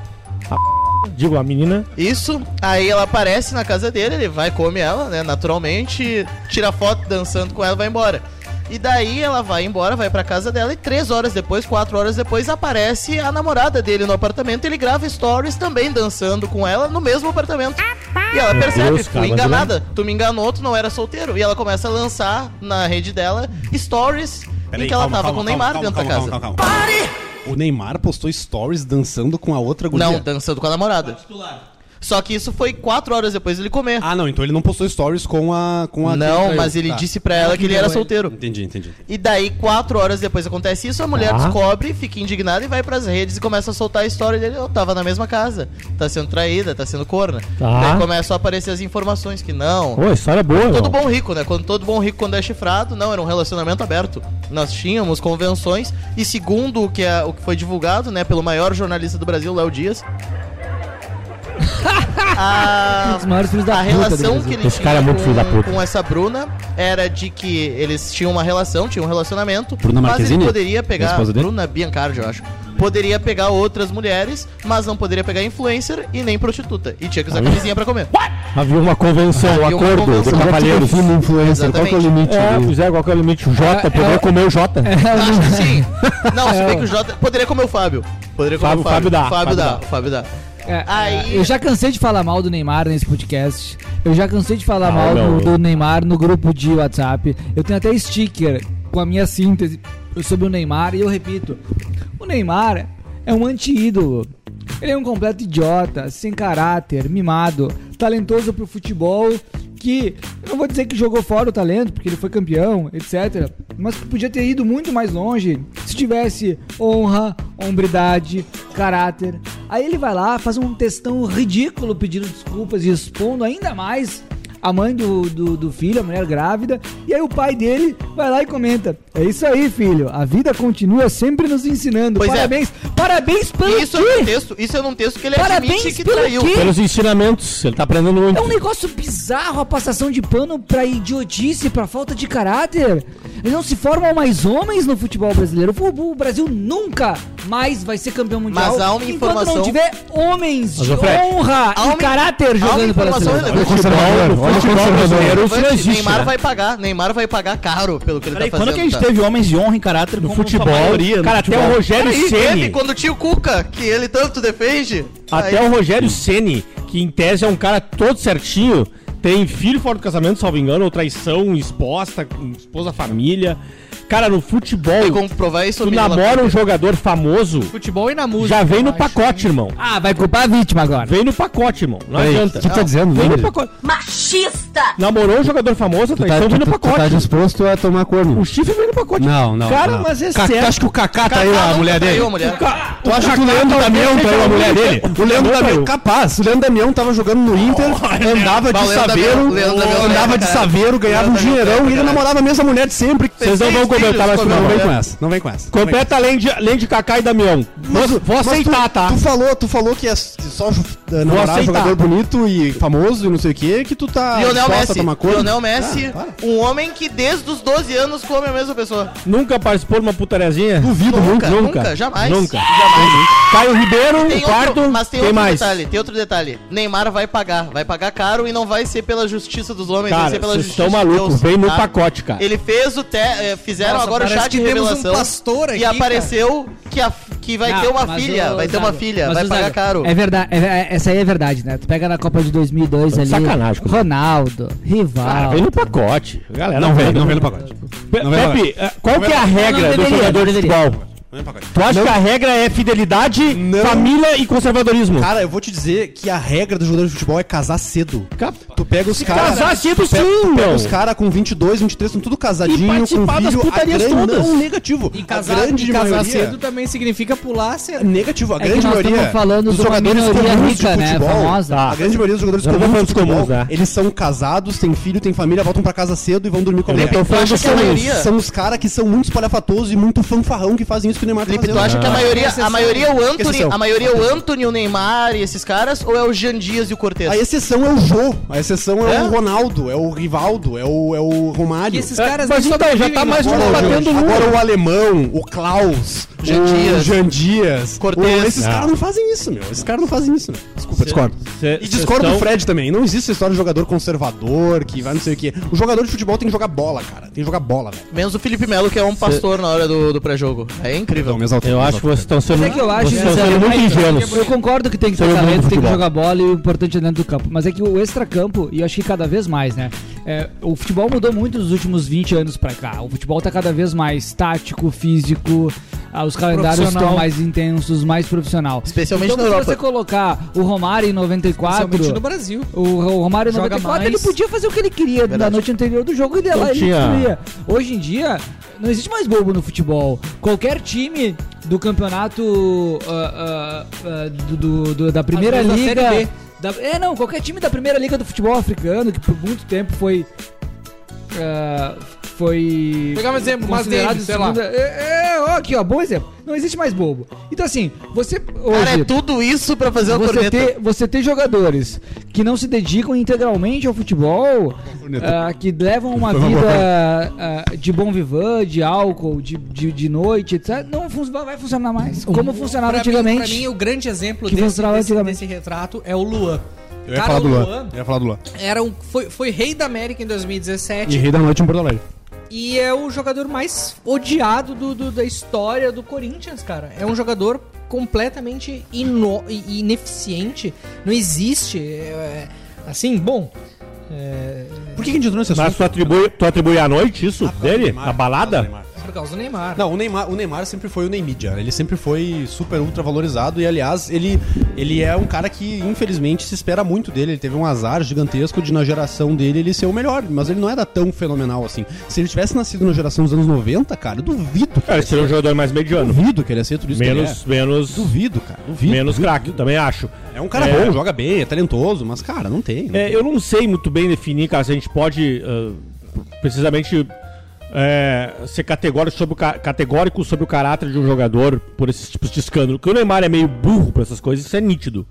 Speaker 5: A... Digo, a menina.
Speaker 2: Isso, aí ela aparece na casa dele, ele vai, come ela, né, naturalmente, tira foto dançando com ela, vai embora. E daí ela vai embora, vai pra casa dela e três horas depois, quatro horas depois, aparece a namorada dele no apartamento. Ele grava stories também dançando com ela no mesmo apartamento. E ela
Speaker 5: Meu
Speaker 2: percebe,
Speaker 5: Deus, cara,
Speaker 2: fui
Speaker 5: mas
Speaker 2: enganada, tu me enganou, tu não era solteiro. E ela começa a lançar na rede dela stories em que ela tava com o Neymar dentro da casa.
Speaker 6: O Neymar postou stories dançando com a outra guria.
Speaker 2: Não, dançando com a namorada. Só que isso foi quatro horas depois dele comer.
Speaker 6: Ah, não, então ele não postou stories com a. Com a
Speaker 2: Não,
Speaker 6: quem traiu.
Speaker 2: mas ele
Speaker 6: Tá.
Speaker 2: disse pra ela que ele era solteiro.
Speaker 6: Entendi, entendi.
Speaker 2: E daí, quatro horas depois acontece isso, a mulher
Speaker 5: Tá.
Speaker 2: descobre, fica indignada e vai pras redes e começa a soltar a história dele. Eu tava na mesma casa, tá sendo traída, tá sendo corna.
Speaker 5: Tá.
Speaker 2: Daí começam a aparecer as informações que não.
Speaker 5: Pô, história é boa,
Speaker 2: Todo
Speaker 5: meu.
Speaker 2: bom rico, né? Quando todo bom rico, quando é chifrado, não, era um relacionamento aberto. Nós tínhamos convenções e segundo o que, é, o que foi divulgado, né, pelo maior jornalista do Brasil, Léo Dias... a,
Speaker 7: Um dos maiores filhos da
Speaker 2: a
Speaker 7: puta do
Speaker 2: relação
Speaker 7: Brasil.
Speaker 2: que ele
Speaker 5: Esse
Speaker 2: tinha
Speaker 5: cara é muito
Speaker 2: com,
Speaker 5: filho da puta.
Speaker 2: com essa Bruna era de que eles tinham uma relação, tinham um relacionamento,
Speaker 6: Bruna
Speaker 2: mas ele
Speaker 6: Marquezine?
Speaker 2: poderia
Speaker 6: A
Speaker 2: pegar
Speaker 6: esposa dele?
Speaker 2: Bruna Biancardi, eu acho. Poderia pegar outras mulheres, mas não poderia pegar influencer e nem prostituta. E tinha que usar camisinha pra comer.
Speaker 5: Havia uma convenção, um
Speaker 2: Havia uma
Speaker 5: acordo
Speaker 2: convenção.
Speaker 5: de cavaleiros.
Speaker 6: influencer,
Speaker 2: qual que é o Exatamente.
Speaker 6: limite?
Speaker 5: É, fizer qual que é o limite? O Jota,
Speaker 7: É,
Speaker 5: poderia
Speaker 7: é-
Speaker 5: comer o Jota.
Speaker 2: Acho que Tá, sim. Não, se bem que o Jota. Poderia comer o Fábio. Poderia comer
Speaker 5: Fábio-
Speaker 2: o Fábio.
Speaker 5: Fábio dá,
Speaker 2: Fábio
Speaker 5: Fábio
Speaker 2: dá.
Speaker 5: dá.
Speaker 2: o Fábio dá.
Speaker 7: É,
Speaker 2: Aí-
Speaker 7: Eu já cansei de falar mal do Neymar nesse podcast. Eu já cansei de falar
Speaker 5: Ah,
Speaker 7: mal
Speaker 5: não.
Speaker 7: do, do Neymar no grupo de WhatsApp. Eu tenho até sticker com a minha síntese sobre o Neymar e eu repito: o Neymar é um anti-ídolo. Ele é um completo idiota, sem caráter, mimado, talentoso pro futebol. Que eu não vou dizer que jogou fora o talento, porque ele foi campeão, etc. Mas que podia ter ido muito mais longe se tivesse honra, hombridade, caráter. Aí ele vai lá, faz um textão ridículo pedindo desculpas e expondo ainda mais a mãe do, do, do filho, a mulher grávida. E aí o pai dele vai lá e comenta: É isso aí, filho, a vida continua sempre nos ensinando.
Speaker 2: Pois é.
Speaker 7: parabéns, parabéns pelo
Speaker 2: Isso
Speaker 7: quê?
Speaker 2: é um texto, isso é um texto que ele
Speaker 7: Parabéns
Speaker 2: admite que
Speaker 7: pelo
Speaker 2: traiu.
Speaker 7: quê?
Speaker 5: Pelos ensinamentos, ele tá aprendendo muito.
Speaker 7: É um negócio bizarro a passação de pano pra idiotice, pra falta de caráter. Não se formam mais homens no futebol brasileiro. O o Brasil nunca mais vai ser campeão mundial.
Speaker 2: Mas há uma
Speaker 7: Enquanto não
Speaker 2: informação-
Speaker 7: tiver homens
Speaker 5: Mas,
Speaker 7: de
Speaker 5: ô, Fred,
Speaker 7: honra
Speaker 2: há
Speaker 7: e
Speaker 2: uma-
Speaker 7: caráter
Speaker 2: há uma
Speaker 7: jogando pela
Speaker 2: informação
Speaker 7: seleção.
Speaker 5: O
Speaker 2: relevante.
Speaker 5: futebol, o futebol brasileiro isso não
Speaker 2: Levante,
Speaker 5: existe.
Speaker 2: Neymar
Speaker 5: né?
Speaker 2: vai pagar. Neymar vai pagar caro pelo que ele
Speaker 1: Peraí,
Speaker 2: tá
Speaker 1: quando
Speaker 2: fazendo.
Speaker 1: que a gente
Speaker 2: tá?
Speaker 1: teve homens de honra e caráter
Speaker 5: No
Speaker 1: como sua
Speaker 5: futebol,
Speaker 1: maioria no
Speaker 5: cara, até
Speaker 1: futebol?
Speaker 5: o Rogério
Speaker 2: Peraí, teve
Speaker 5: Ceni,
Speaker 2: quando o tio Cuca, que ele tanto defende.
Speaker 5: até
Speaker 2: aí-
Speaker 5: o Rogério Ceni, que em tese é um cara todo certinho, tem filho fora do casamento, salvo engano, ou traição exposta, com esposa, família. Cara, no futebol,
Speaker 2: Tem como provar isso,
Speaker 5: tu
Speaker 2: menina?
Speaker 5: namora um jogador famoso,
Speaker 3: Futebol e na música.
Speaker 5: já vem
Speaker 3: eu
Speaker 5: no
Speaker 3: acho.
Speaker 5: pacote, irmão.
Speaker 7: Ah, vai culpar a vítima agora. Tipo,
Speaker 5: Vem no pacote, irmão. Não adianta.
Speaker 6: tu tá dizendo,
Speaker 5: Vem no
Speaker 6: Lili?
Speaker 5: pacote. Machista! Namorou um jogador famoso,
Speaker 6: Tá
Speaker 5: traição, vem no pacote.
Speaker 6: disposto a tomar corno?
Speaker 5: O chifre vem no pacote.
Speaker 6: Não, não.
Speaker 5: Cara,
Speaker 6: não.
Speaker 5: mas é
Speaker 6: Ca-
Speaker 5: sério.
Speaker 6: Tu acha que o Kaká traiu
Speaker 2: Kaká
Speaker 6: a
Speaker 2: nunca
Speaker 6: mulher dele?
Speaker 2: traiu a mulher.
Speaker 6: Tu acha que o Leandro Damião traiu a mulher dele? O Leandro Damião, capaz. O Leandro Damião tava jogando no Inter, andava
Speaker 2: Bah, o
Speaker 6: de
Speaker 2: Leandro
Speaker 6: saveiro,
Speaker 2: Damião- Leandro Damião
Speaker 6: andava
Speaker 2: traiu,
Speaker 6: de
Speaker 2: cara.
Speaker 6: saveiro, ganhava um
Speaker 2: Leandro Damião
Speaker 6: dinheirão
Speaker 2: traiu,
Speaker 6: e ele
Speaker 2: cara.
Speaker 6: namorava a mesma mulher de sempre.
Speaker 5: Vocês não vão
Speaker 2: Seis filhos
Speaker 5: comentar mais
Speaker 2: com a
Speaker 5: futebol.
Speaker 6: Não vem
Speaker 5: né?
Speaker 6: com essa, não vem com essa. não vem com essa. Ah,
Speaker 5: Completa além de, além de Kaká e Damião. vou vou
Speaker 6: Mas
Speaker 5: aceitar,
Speaker 6: tu,
Speaker 5: tá?
Speaker 6: Tu falou, tu falou que é só eh, namorar
Speaker 5: aceitar.
Speaker 6: jogador bonito e famoso e não sei o que, que tu tá
Speaker 2: Lionel
Speaker 6: disposta a
Speaker 2: Messi.
Speaker 6: tomar corno.
Speaker 2: Lionel Messi,
Speaker 6: Ah, para.
Speaker 2: um homem que desde os 12 anos come a mesma pessoa.
Speaker 5: Nunca participou de uma putariazinha?
Speaker 6: Duvido
Speaker 2: Nunca,
Speaker 6: muito.
Speaker 2: nunca,
Speaker 5: nunca,
Speaker 2: jamais.
Speaker 5: nunca.
Speaker 2: Jamais.
Speaker 5: Caio Ribeiro,
Speaker 2: Tem
Speaker 5: quarto.
Speaker 2: outro, mas tem, outro
Speaker 5: mais.
Speaker 2: detalhe, tem outro detalhe. Neymar vai pagar, vai pagar caro e não vai ser pela justiça dos homens, vai
Speaker 5: Cara,
Speaker 2: ser pela
Speaker 5: vocês
Speaker 2: justiça
Speaker 5: estão
Speaker 2: de
Speaker 5: malucos.
Speaker 2: Deus,
Speaker 5: Vem no
Speaker 2: tá?
Speaker 5: pacote,
Speaker 7: Ah.
Speaker 5: cara.
Speaker 2: Ele fez o te... eh, fizeram
Speaker 3: Nossa,
Speaker 2: agora o
Speaker 3: parece
Speaker 2: chá de
Speaker 3: que temos um
Speaker 2: revelação
Speaker 3: pastor aqui,
Speaker 2: e apareceu que, a... que vai
Speaker 7: Não,
Speaker 2: ter uma
Speaker 7: mas
Speaker 2: filha,
Speaker 7: o
Speaker 2: vai ter uma
Speaker 7: Zago-
Speaker 2: filha,
Speaker 7: mas
Speaker 2: vai
Speaker 7: o
Speaker 2: pagar
Speaker 7: Zago,
Speaker 2: caro.
Speaker 7: É verdade, é- é- essa aí é verdade, né? Tu pega na Copa de 2002 ali.
Speaker 5: Tá Sacanagem, cara.
Speaker 7: Ronaldo, Rival.
Speaker 5: Cara, vem no pacote. Galera,
Speaker 6: Não vem,
Speaker 5: manda-
Speaker 6: não vem no pacote.
Speaker 5: Pe-
Speaker 6: Não vem no
Speaker 5: Pepe, eh, qual que é a regra
Speaker 7: Não,
Speaker 5: do
Speaker 7: não deveria,
Speaker 5: jogador
Speaker 7: não
Speaker 5: de
Speaker 7: deveria.
Speaker 5: futebol? Tu acha
Speaker 6: Não.
Speaker 5: que a regra é fidelidade, família e conservadorismo?
Speaker 6: Cara, eu vou te dizer que a regra dos jogadores de futebol é casar cedo. Tu pega os
Speaker 5: Se
Speaker 6: caras.
Speaker 5: casar cedo,
Speaker 6: tu pega,
Speaker 5: sim,
Speaker 6: tu pega
Speaker 5: meu.
Speaker 6: os caras com 22, 23, são tudo casadinho, com filho.
Speaker 5: participar das putarias
Speaker 6: a grande,
Speaker 5: todas.
Speaker 6: Não, um negativo.
Speaker 3: E casar,
Speaker 6: grande
Speaker 3: e casar
Speaker 6: maioria-
Speaker 3: cedo também significa pular cedo.
Speaker 6: Negativo, a
Speaker 7: que
Speaker 6: grande
Speaker 7: nós
Speaker 6: maioria.
Speaker 7: estamos falando
Speaker 6: dos
Speaker 7: de uma
Speaker 6: jogadores
Speaker 7: minoria
Speaker 6: comuns
Speaker 7: rica,
Speaker 6: de
Speaker 7: né,
Speaker 6: futebol.
Speaker 7: famosa.
Speaker 6: A grande maioria dos jogadores
Speaker 5: Não
Speaker 6: comuns
Speaker 5: vamos
Speaker 6: de futebol,
Speaker 5: comuns, é.
Speaker 6: eles são casados, têm filho, têm família, voltam pra casa cedo e vão dormir com
Speaker 5: Eu tô falando
Speaker 6: acha
Speaker 5: dos
Speaker 6: que a
Speaker 5: comuns.
Speaker 6: maioria São os caras que são muito espalhafatosos e muito fanfarrão que fazem isso que o Neymar tá
Speaker 2: Felipe,
Speaker 6: fazendo.
Speaker 2: tu acha
Speaker 5: Ah.
Speaker 2: que a maioria, a maioria é o Anthony,
Speaker 6: Exceção.
Speaker 2: a maioria é o Anthony, o Neymar e esses caras, ou é o Jean Dias e o Cortez?
Speaker 6: A exceção é o Jô, a exceção é,
Speaker 2: É?
Speaker 6: o Ronaldo, é o Rivaldo, é o, é o Romário.
Speaker 3: E esses caras
Speaker 5: Mas
Speaker 3: nem
Speaker 5: então, já
Speaker 3: sobrevivem
Speaker 5: tá
Speaker 3: no
Speaker 5: mais um
Speaker 3: futebol.
Speaker 6: Agora,
Speaker 5: batendo
Speaker 6: o-
Speaker 5: no
Speaker 6: agora o alemão, o Klaus,
Speaker 2: Jean
Speaker 6: o
Speaker 2: Dias.
Speaker 6: Jean Dias,
Speaker 2: Cortez.
Speaker 6: o- esses
Speaker 5: Ah.
Speaker 6: caras não fazem isso, meu. Esses caras não fazem isso, meu. Desculpa, discordo.
Speaker 5: Cê-
Speaker 6: E
Speaker 5: cês
Speaker 6: discordo
Speaker 5: tão-
Speaker 6: do Fred também. Não existe essa história de jogador conservador que vai não sei o quê. O jogador de futebol tem que jogar bola, cara. Tem que jogar bola, velho.
Speaker 2: Menos o Felipe Melo, que é um pastor na hora do, do pré-jogo. É incrível.
Speaker 5: Eu acho que vocês estão sendo,
Speaker 7: Mas é que eu acho
Speaker 5: vocês
Speaker 7: que
Speaker 5: estão sendo muito ingênuos.
Speaker 7: Eu concordo que tem que
Speaker 5: Sou
Speaker 7: ter
Speaker 5: eu muito
Speaker 7: talento, tem que
Speaker 5: futebol.
Speaker 7: jogar bola e o importante é dentro do campo. Mas é que o extracampo, e eu acho que cada vez mais, né? é, o futebol mudou muito nos últimos 20 anos pra cá. O futebol tá cada vez mais tático, físico, ah, os calendários estão
Speaker 3: Profissional.
Speaker 7: mais intensos, mais profissional.
Speaker 2: Especialmente
Speaker 7: então,
Speaker 2: na
Speaker 7: se
Speaker 2: Europa.
Speaker 7: você colocar o Romário em 94,
Speaker 3: Principalmente no Brasil.
Speaker 7: o, o Romário em
Speaker 3: Joga
Speaker 7: 94, ele
Speaker 3: mais.
Speaker 7: podia fazer o que ele queria na
Speaker 2: Verdade.
Speaker 7: noite anterior do jogo e dela
Speaker 5: Não
Speaker 7: ele
Speaker 5: tinha-
Speaker 7: destruía. Hoje em dia, não existe mais bobo no futebol. Qualquer time do campeonato ah, ah, ah, do- do- do- da primeira
Speaker 3: Às vezes da
Speaker 7: liga.
Speaker 3: Série B.
Speaker 7: da- é, não, qualquer time da primeira liga do futebol africano, que por muito tempo foi. ah, foi.
Speaker 3: Pegar um exemplo, mas
Speaker 7: considerado
Speaker 3: Davis, sei lá.
Speaker 7: segunda- É, é, ó, aqui, ó, bom exemplo. Não existe mais bobo. Então, assim, você. Hoje,
Speaker 2: Cara, é tudo isso pra fazer uma
Speaker 7: você
Speaker 2: corneta.
Speaker 7: ter, você ter jogadores que não se dedicam integralmente ao futebol, ah, que levam uma vida ah, de bom vivan, de álcool, de, de, de noite, etc., não fun- vai funcionar mais. Um. Como funcionava
Speaker 3: Pra mim-
Speaker 7: antigamente.
Speaker 3: pra mim, o grande exemplo
Speaker 7: Que
Speaker 3: desse,
Speaker 7: funcionava
Speaker 3: desse,
Speaker 7: antigamente.
Speaker 3: desse retrato é o Luan.
Speaker 6: Eu ia
Speaker 3: Cara,
Speaker 6: falar do
Speaker 3: o
Speaker 6: Luan.
Speaker 3: Luan
Speaker 6: Eu ia falar do Luan.
Speaker 3: Era um, foi, foi rei da América em 2017
Speaker 6: E Rei da Noite em Porto Alegre.
Speaker 3: e é o jogador mais odiado do, do- da história do Corinthians, cara. É um jogador completamente ino- i- ineficiente. Não existe. é, é, assim, bom. é,
Speaker 6: Por que a gente entrou nesse
Speaker 5: Mas tu atribui, tu atribui à noite isso dele? a balada?
Speaker 3: é por causa do Neymar.
Speaker 6: Não, o Neymar, o Neymar sempre foi o Neymídia. Ele sempre foi super ultra valorizado e, aliás, ele, ele é um cara que, infelizmente, se espera muito dele. Ele teve um azar gigantesco de, na geração dele, ele ser o melhor. Mas ele não era tão fenomenal assim. Se ele tivesse nascido na geração dos anos 90, cara, eu duvido que,
Speaker 5: Cara, ele seria um jogador mais mediano.
Speaker 6: duvido que ele ia ser tudo isso
Speaker 5: Menos,
Speaker 6: que
Speaker 5: menos,
Speaker 6: ele é. Duvido, cara. Duvido.
Speaker 5: menos craque, eu também acho.
Speaker 6: É um cara
Speaker 5: É.
Speaker 6: bom, joga bem, é talentoso, mas, cara, não tem. não
Speaker 5: É,
Speaker 6: tem.
Speaker 5: eu não sei muito bem definir, cara, se a gente pode ah, precisamente é, ser categórico sobre, o ca- categórico sobre o caráter de um jogador por esses tipos de escândalo. Porque o Neymar é meio burro pra essas coisas, isso é nítido.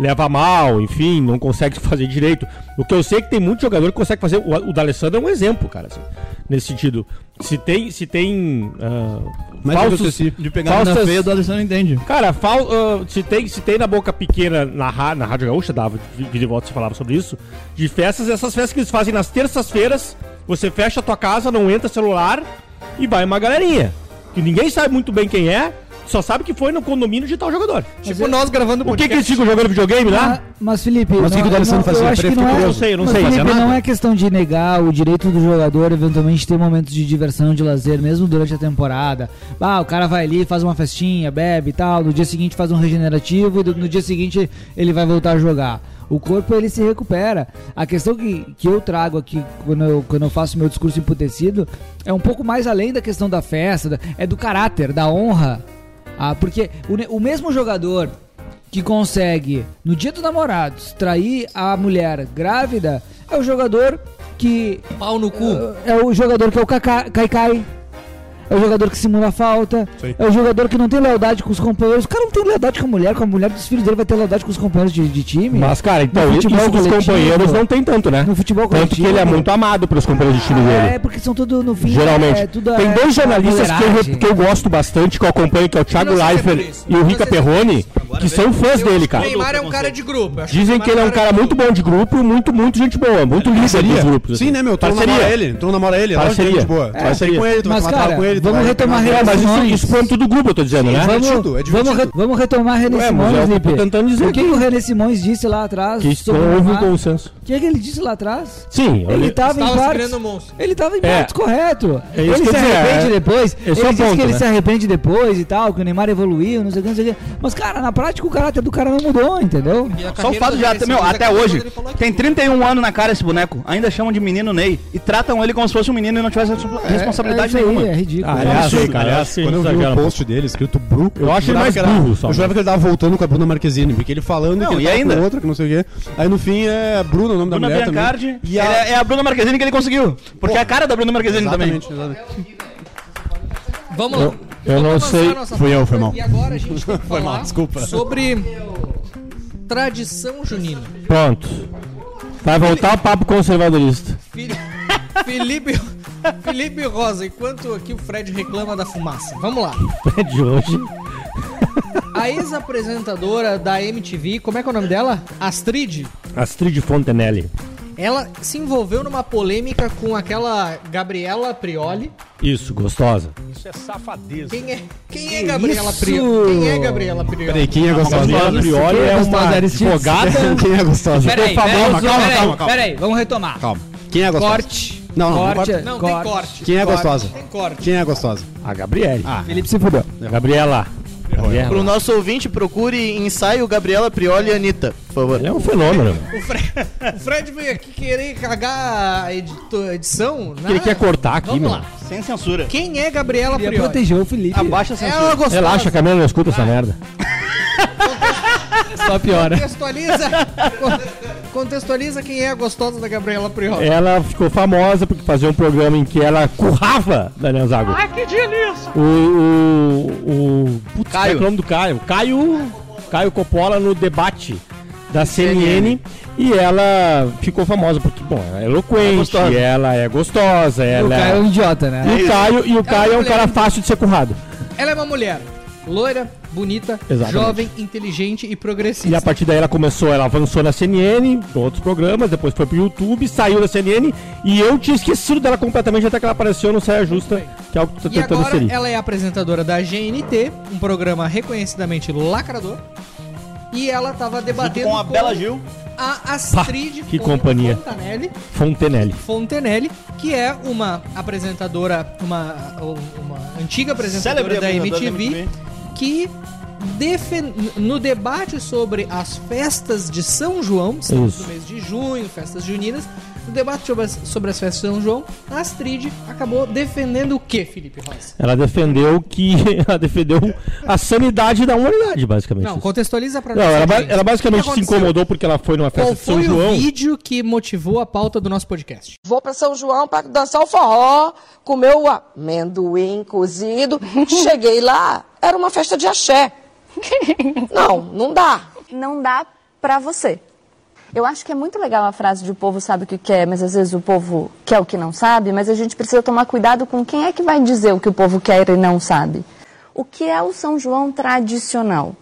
Speaker 5: Leva mal, enfim, não consegue fazer direito. O que eu sei é que tem muito jogador que consegue fazer. O, o D'Alessandro é um exemplo, cara, assim, nesse sentido. Se tem, se tem ah,
Speaker 6: Mas eu
Speaker 5: falsos,
Speaker 6: esqueci
Speaker 1: De pegar na feia do Alessandro entende.
Speaker 5: Cara, fal, ah, se, tem, se tem na boca pequena, na, ra- na Rádio Gaúcha, dava de, de volta se falava sobre isso, de festas, essas festas que eles fazem nas terças-feiras, você fecha a tua casa, não entra celular e vai uma galerinha. Que ninguém sabe muito bem quem é, só sabe que foi no condomínio de tal jogador.
Speaker 3: Tipo
Speaker 6: é-
Speaker 3: nós gravando
Speaker 5: O que, que eles ficam jogando videogame lá?
Speaker 7: Ah, mas Felipe,
Speaker 6: Mas o que que o D'Alessandro
Speaker 7: eu
Speaker 6: fazia?
Speaker 7: acho
Speaker 6: Peraí,
Speaker 7: que
Speaker 6: fiquei
Speaker 7: não é,
Speaker 5: curioso. Eu sei, eu não
Speaker 7: mas
Speaker 5: sei,
Speaker 7: Felipe,
Speaker 5: isso é
Speaker 7: não
Speaker 5: nada.
Speaker 7: é questão de negar o direito do jogador eventualmente ter momentos de diversão, de lazer, mesmo durante a temporada. Ah, o cara vai ali, faz uma festinha, bebe e tal, no dia seguinte faz um regenerativo e do- no dia seguinte ele vai voltar a jogar. O corpo ele se recupera. A questão que, que eu trago aqui quando eu, quando eu faço meu discurso emputecido é um pouco mais além da questão da festa, da- é do caráter, da honra. Ah, porque o, ne- o mesmo jogador que consegue, no dia dos namorados, trair a mulher grávida é o jogador que.
Speaker 3: Pau no cu.
Speaker 7: É o jogador que é o Kaká- Kaikai. É o jogador que simula a falta.
Speaker 6: Sim.
Speaker 7: É o jogador que não tem lealdade com os companheiros. O cara não tem lealdade com a mulher, com a mulher dos filhos dele vai ter lealdade com os companheiros de, de time.
Speaker 5: Mas, cara, então,
Speaker 7: No
Speaker 5: isso
Speaker 7: futebol
Speaker 5: dos
Speaker 7: coletivo.
Speaker 5: companheiros não tem tanto, né?
Speaker 7: No futebol
Speaker 5: Tanto que
Speaker 7: coletivo.
Speaker 5: ele é muito amado pelos companheiros de time dele.
Speaker 7: É, porque são tudo no fim.
Speaker 5: Geralmente.
Speaker 7: é tudo-
Speaker 5: Tem
Speaker 7: é
Speaker 5: dois jornalistas que eu,
Speaker 7: mulheragem.
Speaker 5: que eu gosto bastante, que eu acompanho, que é o Thiago
Speaker 3: Não sei se é por
Speaker 5: Leifert
Speaker 3: isso.
Speaker 5: e o
Speaker 3: Não
Speaker 5: Rica
Speaker 3: sei se é por
Speaker 5: Perrone, que são fãs dele, cara.
Speaker 3: O Neymar é um cara de grupo. eu acho
Speaker 5: Dizem que ele é um cara muito bom de grupo, muito, muito gente boa, muito líder dos grupos.
Speaker 6: Sim,
Speaker 5: assim.
Speaker 6: né, meu? Tu não
Speaker 5: Parceria.
Speaker 6: namora ele, tu não namora ele, lógico que
Speaker 5: Parceria.
Speaker 6: ele é de boa. Tu vai sair
Speaker 5: Parceria.
Speaker 6: com ele, tu vai
Speaker 7: Mas,
Speaker 6: tomar tava
Speaker 7: cara,
Speaker 6: com ele, tu
Speaker 7: vamos
Speaker 6: vai
Speaker 7: retomar
Speaker 5: É, mas isso, isso foi tudo do grupo, eu tô dizendo, né?
Speaker 6: É
Speaker 7: Vamos,
Speaker 6: divertido, é divertido.
Speaker 7: Vamos, re- vamos retomar René
Speaker 5: Ué, mas é
Speaker 7: Simões,
Speaker 5: o que eu tô
Speaker 7: Lipe.
Speaker 5: tentando dizer
Speaker 7: O que,
Speaker 5: aqui.
Speaker 7: o René Simões disse lá atrás?
Speaker 5: Que isso
Speaker 7: sobre
Speaker 5: não houve um
Speaker 7: Neymar?
Speaker 5: consenso.
Speaker 7: O que, é que ele disse lá atrás?
Speaker 5: Sim,
Speaker 7: Ele tá-
Speaker 5: olha-
Speaker 7: estava em
Speaker 3: Estava se
Speaker 7: partes.
Speaker 3: criando um monstro.
Speaker 7: Ele estava em
Speaker 5: É.
Speaker 7: partes, correto.
Speaker 5: É isso
Speaker 7: ele
Speaker 5: que
Speaker 7: se
Speaker 5: eu ia dizer,
Speaker 7: arrepende
Speaker 5: é.
Speaker 7: depois.
Speaker 5: Esse é o
Speaker 7: ele diz
Speaker 5: ponto,
Speaker 7: que ele
Speaker 5: né?
Speaker 7: se arrepende depois e tal, que o Neymar evoluiu, não sei o que, não sei o que. Mas, cara, na prática o caráter do cara não mudou, entendeu? É
Speaker 3: E É a
Speaker 1: Só o
Speaker 3: carreira
Speaker 1: fato
Speaker 3: do
Speaker 1: de, até,
Speaker 3: Messi,
Speaker 1: meu,
Speaker 3: mas a
Speaker 1: até
Speaker 3: carreira
Speaker 1: hoje,
Speaker 3: dele falou
Speaker 1: tem 31 anos na cara esse boneco, ainda chamam de menino Ney e tratam ele como se fosse um menino e não tivesse responsa- responsabilidade
Speaker 7: é, isso aí,
Speaker 1: nenhuma.
Speaker 7: É ridículo.
Speaker 5: Ah,
Speaker 6: É um
Speaker 5: aliás,
Speaker 6: absurdo,
Speaker 5: cara,
Speaker 6: aliás,
Speaker 5: sim,
Speaker 6: quando eu vi o
Speaker 5: exagera,
Speaker 6: post dele escrito Bru,
Speaker 5: Eu acho ele
Speaker 6: jurava
Speaker 5: mais
Speaker 6: que era-
Speaker 5: burro só,
Speaker 6: Eu jurava
Speaker 5: né?
Speaker 6: que ele tava voltando com a Bruna Marquezine, porque ele falando
Speaker 1: Não,
Speaker 6: que ele
Speaker 1: e
Speaker 6: tava
Speaker 1: ainda?
Speaker 6: com outra, que não sei o quê. Aí no fim é Bruna, o nome
Speaker 1: Bruna
Speaker 6: da mulher
Speaker 1: Biancardi,
Speaker 6: também. E a...
Speaker 1: ele é é a Bruna Marquezine que ele conseguiu, porque é a cara da Bruna Marquezine também.
Speaker 6: Exatamente, exatamente.
Speaker 3: Vamos lá.
Speaker 5: eu não
Speaker 3: Vamos
Speaker 5: sei.
Speaker 3: avançar nossa
Speaker 6: Fui eu,
Speaker 3: pauta
Speaker 6: foi mal.
Speaker 3: E agora a gente tem que falar
Speaker 6: desculpa.
Speaker 3: sobre tradição junina.
Speaker 5: Pronto. Vai voltar o papo conservadorista.
Speaker 3: Fi- Felipe, Felipe Rosa, enquanto aqui o Fred reclama da fumaça. Vamos lá.
Speaker 5: É de hoje.
Speaker 3: A ex-apresentadora da MTV, como é que é o nome dela? Astrid.
Speaker 5: Astrid Fontenelle.
Speaker 3: Ela se envolveu numa polêmica com aquela Gabriela Prioli.
Speaker 5: Isso, gostosa.
Speaker 3: Quem é, quem é Gabriela
Speaker 7: isso?
Speaker 3: Prioli? Quem é Gabriela Prioli?
Speaker 6: Peraí, quem é gostosa?
Speaker 5: Gabriela Prioli é
Speaker 7: gostosa,
Speaker 5: uma
Speaker 7: Aristides?
Speaker 5: advogada.
Speaker 6: Quem é gostosa?
Speaker 7: Peraí,
Speaker 5: Calma,
Speaker 7: peraí,
Speaker 5: calma,
Speaker 7: peraí,
Speaker 5: calma, calma.
Speaker 7: peraí, vamos retomar.
Speaker 6: Calma. Quem é gostosa?
Speaker 7: Corte.
Speaker 6: Não, não, não
Speaker 7: corte,
Speaker 6: corta.
Speaker 3: Não,
Speaker 7: corte.
Speaker 3: tem corte.
Speaker 6: Quem é
Speaker 3: Corte,
Speaker 6: gostosa?
Speaker 3: Tem corte.
Speaker 6: Quem é gostosa?
Speaker 5: A Gabriele.
Speaker 7: Felipe se fudeu.
Speaker 5: Gabriela.
Speaker 2: Pro
Speaker 5: Gabriela.
Speaker 2: nosso ouvinte, procure ensaio Gabriela Prioli e Anitta, por favor.
Speaker 5: Ele é um fenômeno.
Speaker 3: O Fred, o Fred veio aqui querer cagar a edito- edição. né?
Speaker 5: Ele quer cortar aqui,
Speaker 3: Vamos
Speaker 5: mano.
Speaker 3: lá.
Speaker 1: Sem censura.
Speaker 3: Quem é Gabriela
Speaker 7: Queria
Speaker 3: Prioli?
Speaker 7: proteger o Felipe.
Speaker 1: Abaixa a censura.
Speaker 3: Ela gostosa.
Speaker 5: Relaxa, a Camila não escuta essa merda.
Speaker 7: Só piora.
Speaker 3: Contextualiza, con- contextualiza quem é a gostosa da Gabriela Prioli.
Speaker 5: Ela ficou famosa porque fazia um programa em que ela currava Daniel Zago. Ai, que delícia! O. O. o putz, qual é o nome do Caio. Caio. Caio Coppola no debate da CNN. E ela ficou famosa porque, bom, ela é eloquente, ela é gostosa,
Speaker 7: O
Speaker 5: ela
Speaker 7: cara é um idiota, né?
Speaker 5: E o Caio, e o Caio é um
Speaker 3: mulher.
Speaker 5: cara fácil de ser currado.
Speaker 3: Ela é uma mulher loira, bonita,
Speaker 5: Exatamente.
Speaker 3: jovem, inteligente e
Speaker 5: E a
Speaker 3: progressista.
Speaker 5: partir daí ela começou, ela avançou na CNN, outros programas, depois foi pro YouTube, saiu da CNN e eu tinha esquecido dela completamente até que ela apareceu no Saia Justa, que é algo que tu tá
Speaker 3: E
Speaker 5: tentando
Speaker 3: agora
Speaker 5: inserir.
Speaker 3: ela é apresentadora da GNT, um programa reconhecidamente lacrador. E ela tava debatendo
Speaker 1: Com a Bela Gil.
Speaker 3: a Astrid
Speaker 5: que
Speaker 3: Fon-
Speaker 5: companhia.
Speaker 3: Fontanelli,
Speaker 5: Fontenelle.
Speaker 3: Fontenelle, que é uma apresentadora, uma, uma antiga apresentadora
Speaker 1: Célebre
Speaker 3: da
Speaker 1: apresentadora
Speaker 3: MTV,
Speaker 1: da MTV.
Speaker 3: que defen- no debate sobre as festas de São João, que estamos
Speaker 5: Isso.
Speaker 3: no mês de junho, festas juninas, no debate sobre as, sobre as festas de São João, a Astrid acabou defendendo o que, Felipe Rosa?
Speaker 5: Ela defendeu que. Ela defendeu a sanidade da humanidade, basicamente.
Speaker 3: Não,
Speaker 5: Isso.
Speaker 3: contextualiza pra
Speaker 5: Não,
Speaker 3: nossa
Speaker 5: ela, ba-
Speaker 3: audiência.
Speaker 5: ela basicamente
Speaker 3: O que
Speaker 5: se
Speaker 3: aconteceu?
Speaker 5: incomodou porque ela foi numa festa
Speaker 3: Qual
Speaker 5: de São
Speaker 3: foi o
Speaker 5: João.
Speaker 3: vídeo que motivou a pauta do nosso podcast?
Speaker 12: Vou para São João para dançar o forró, comer o amendoim cozido. Cheguei lá, era uma festa de axé. Não, não dá.
Speaker 13: Não dá pra você. Eu acho que é muito legal a frase de o povo sabe o que quer, mas às vezes o povo quer o que não sabe, mas a gente precisa tomar cuidado com quem é que vai dizer o que o povo quer e não sabe. O que é o São João tradicional?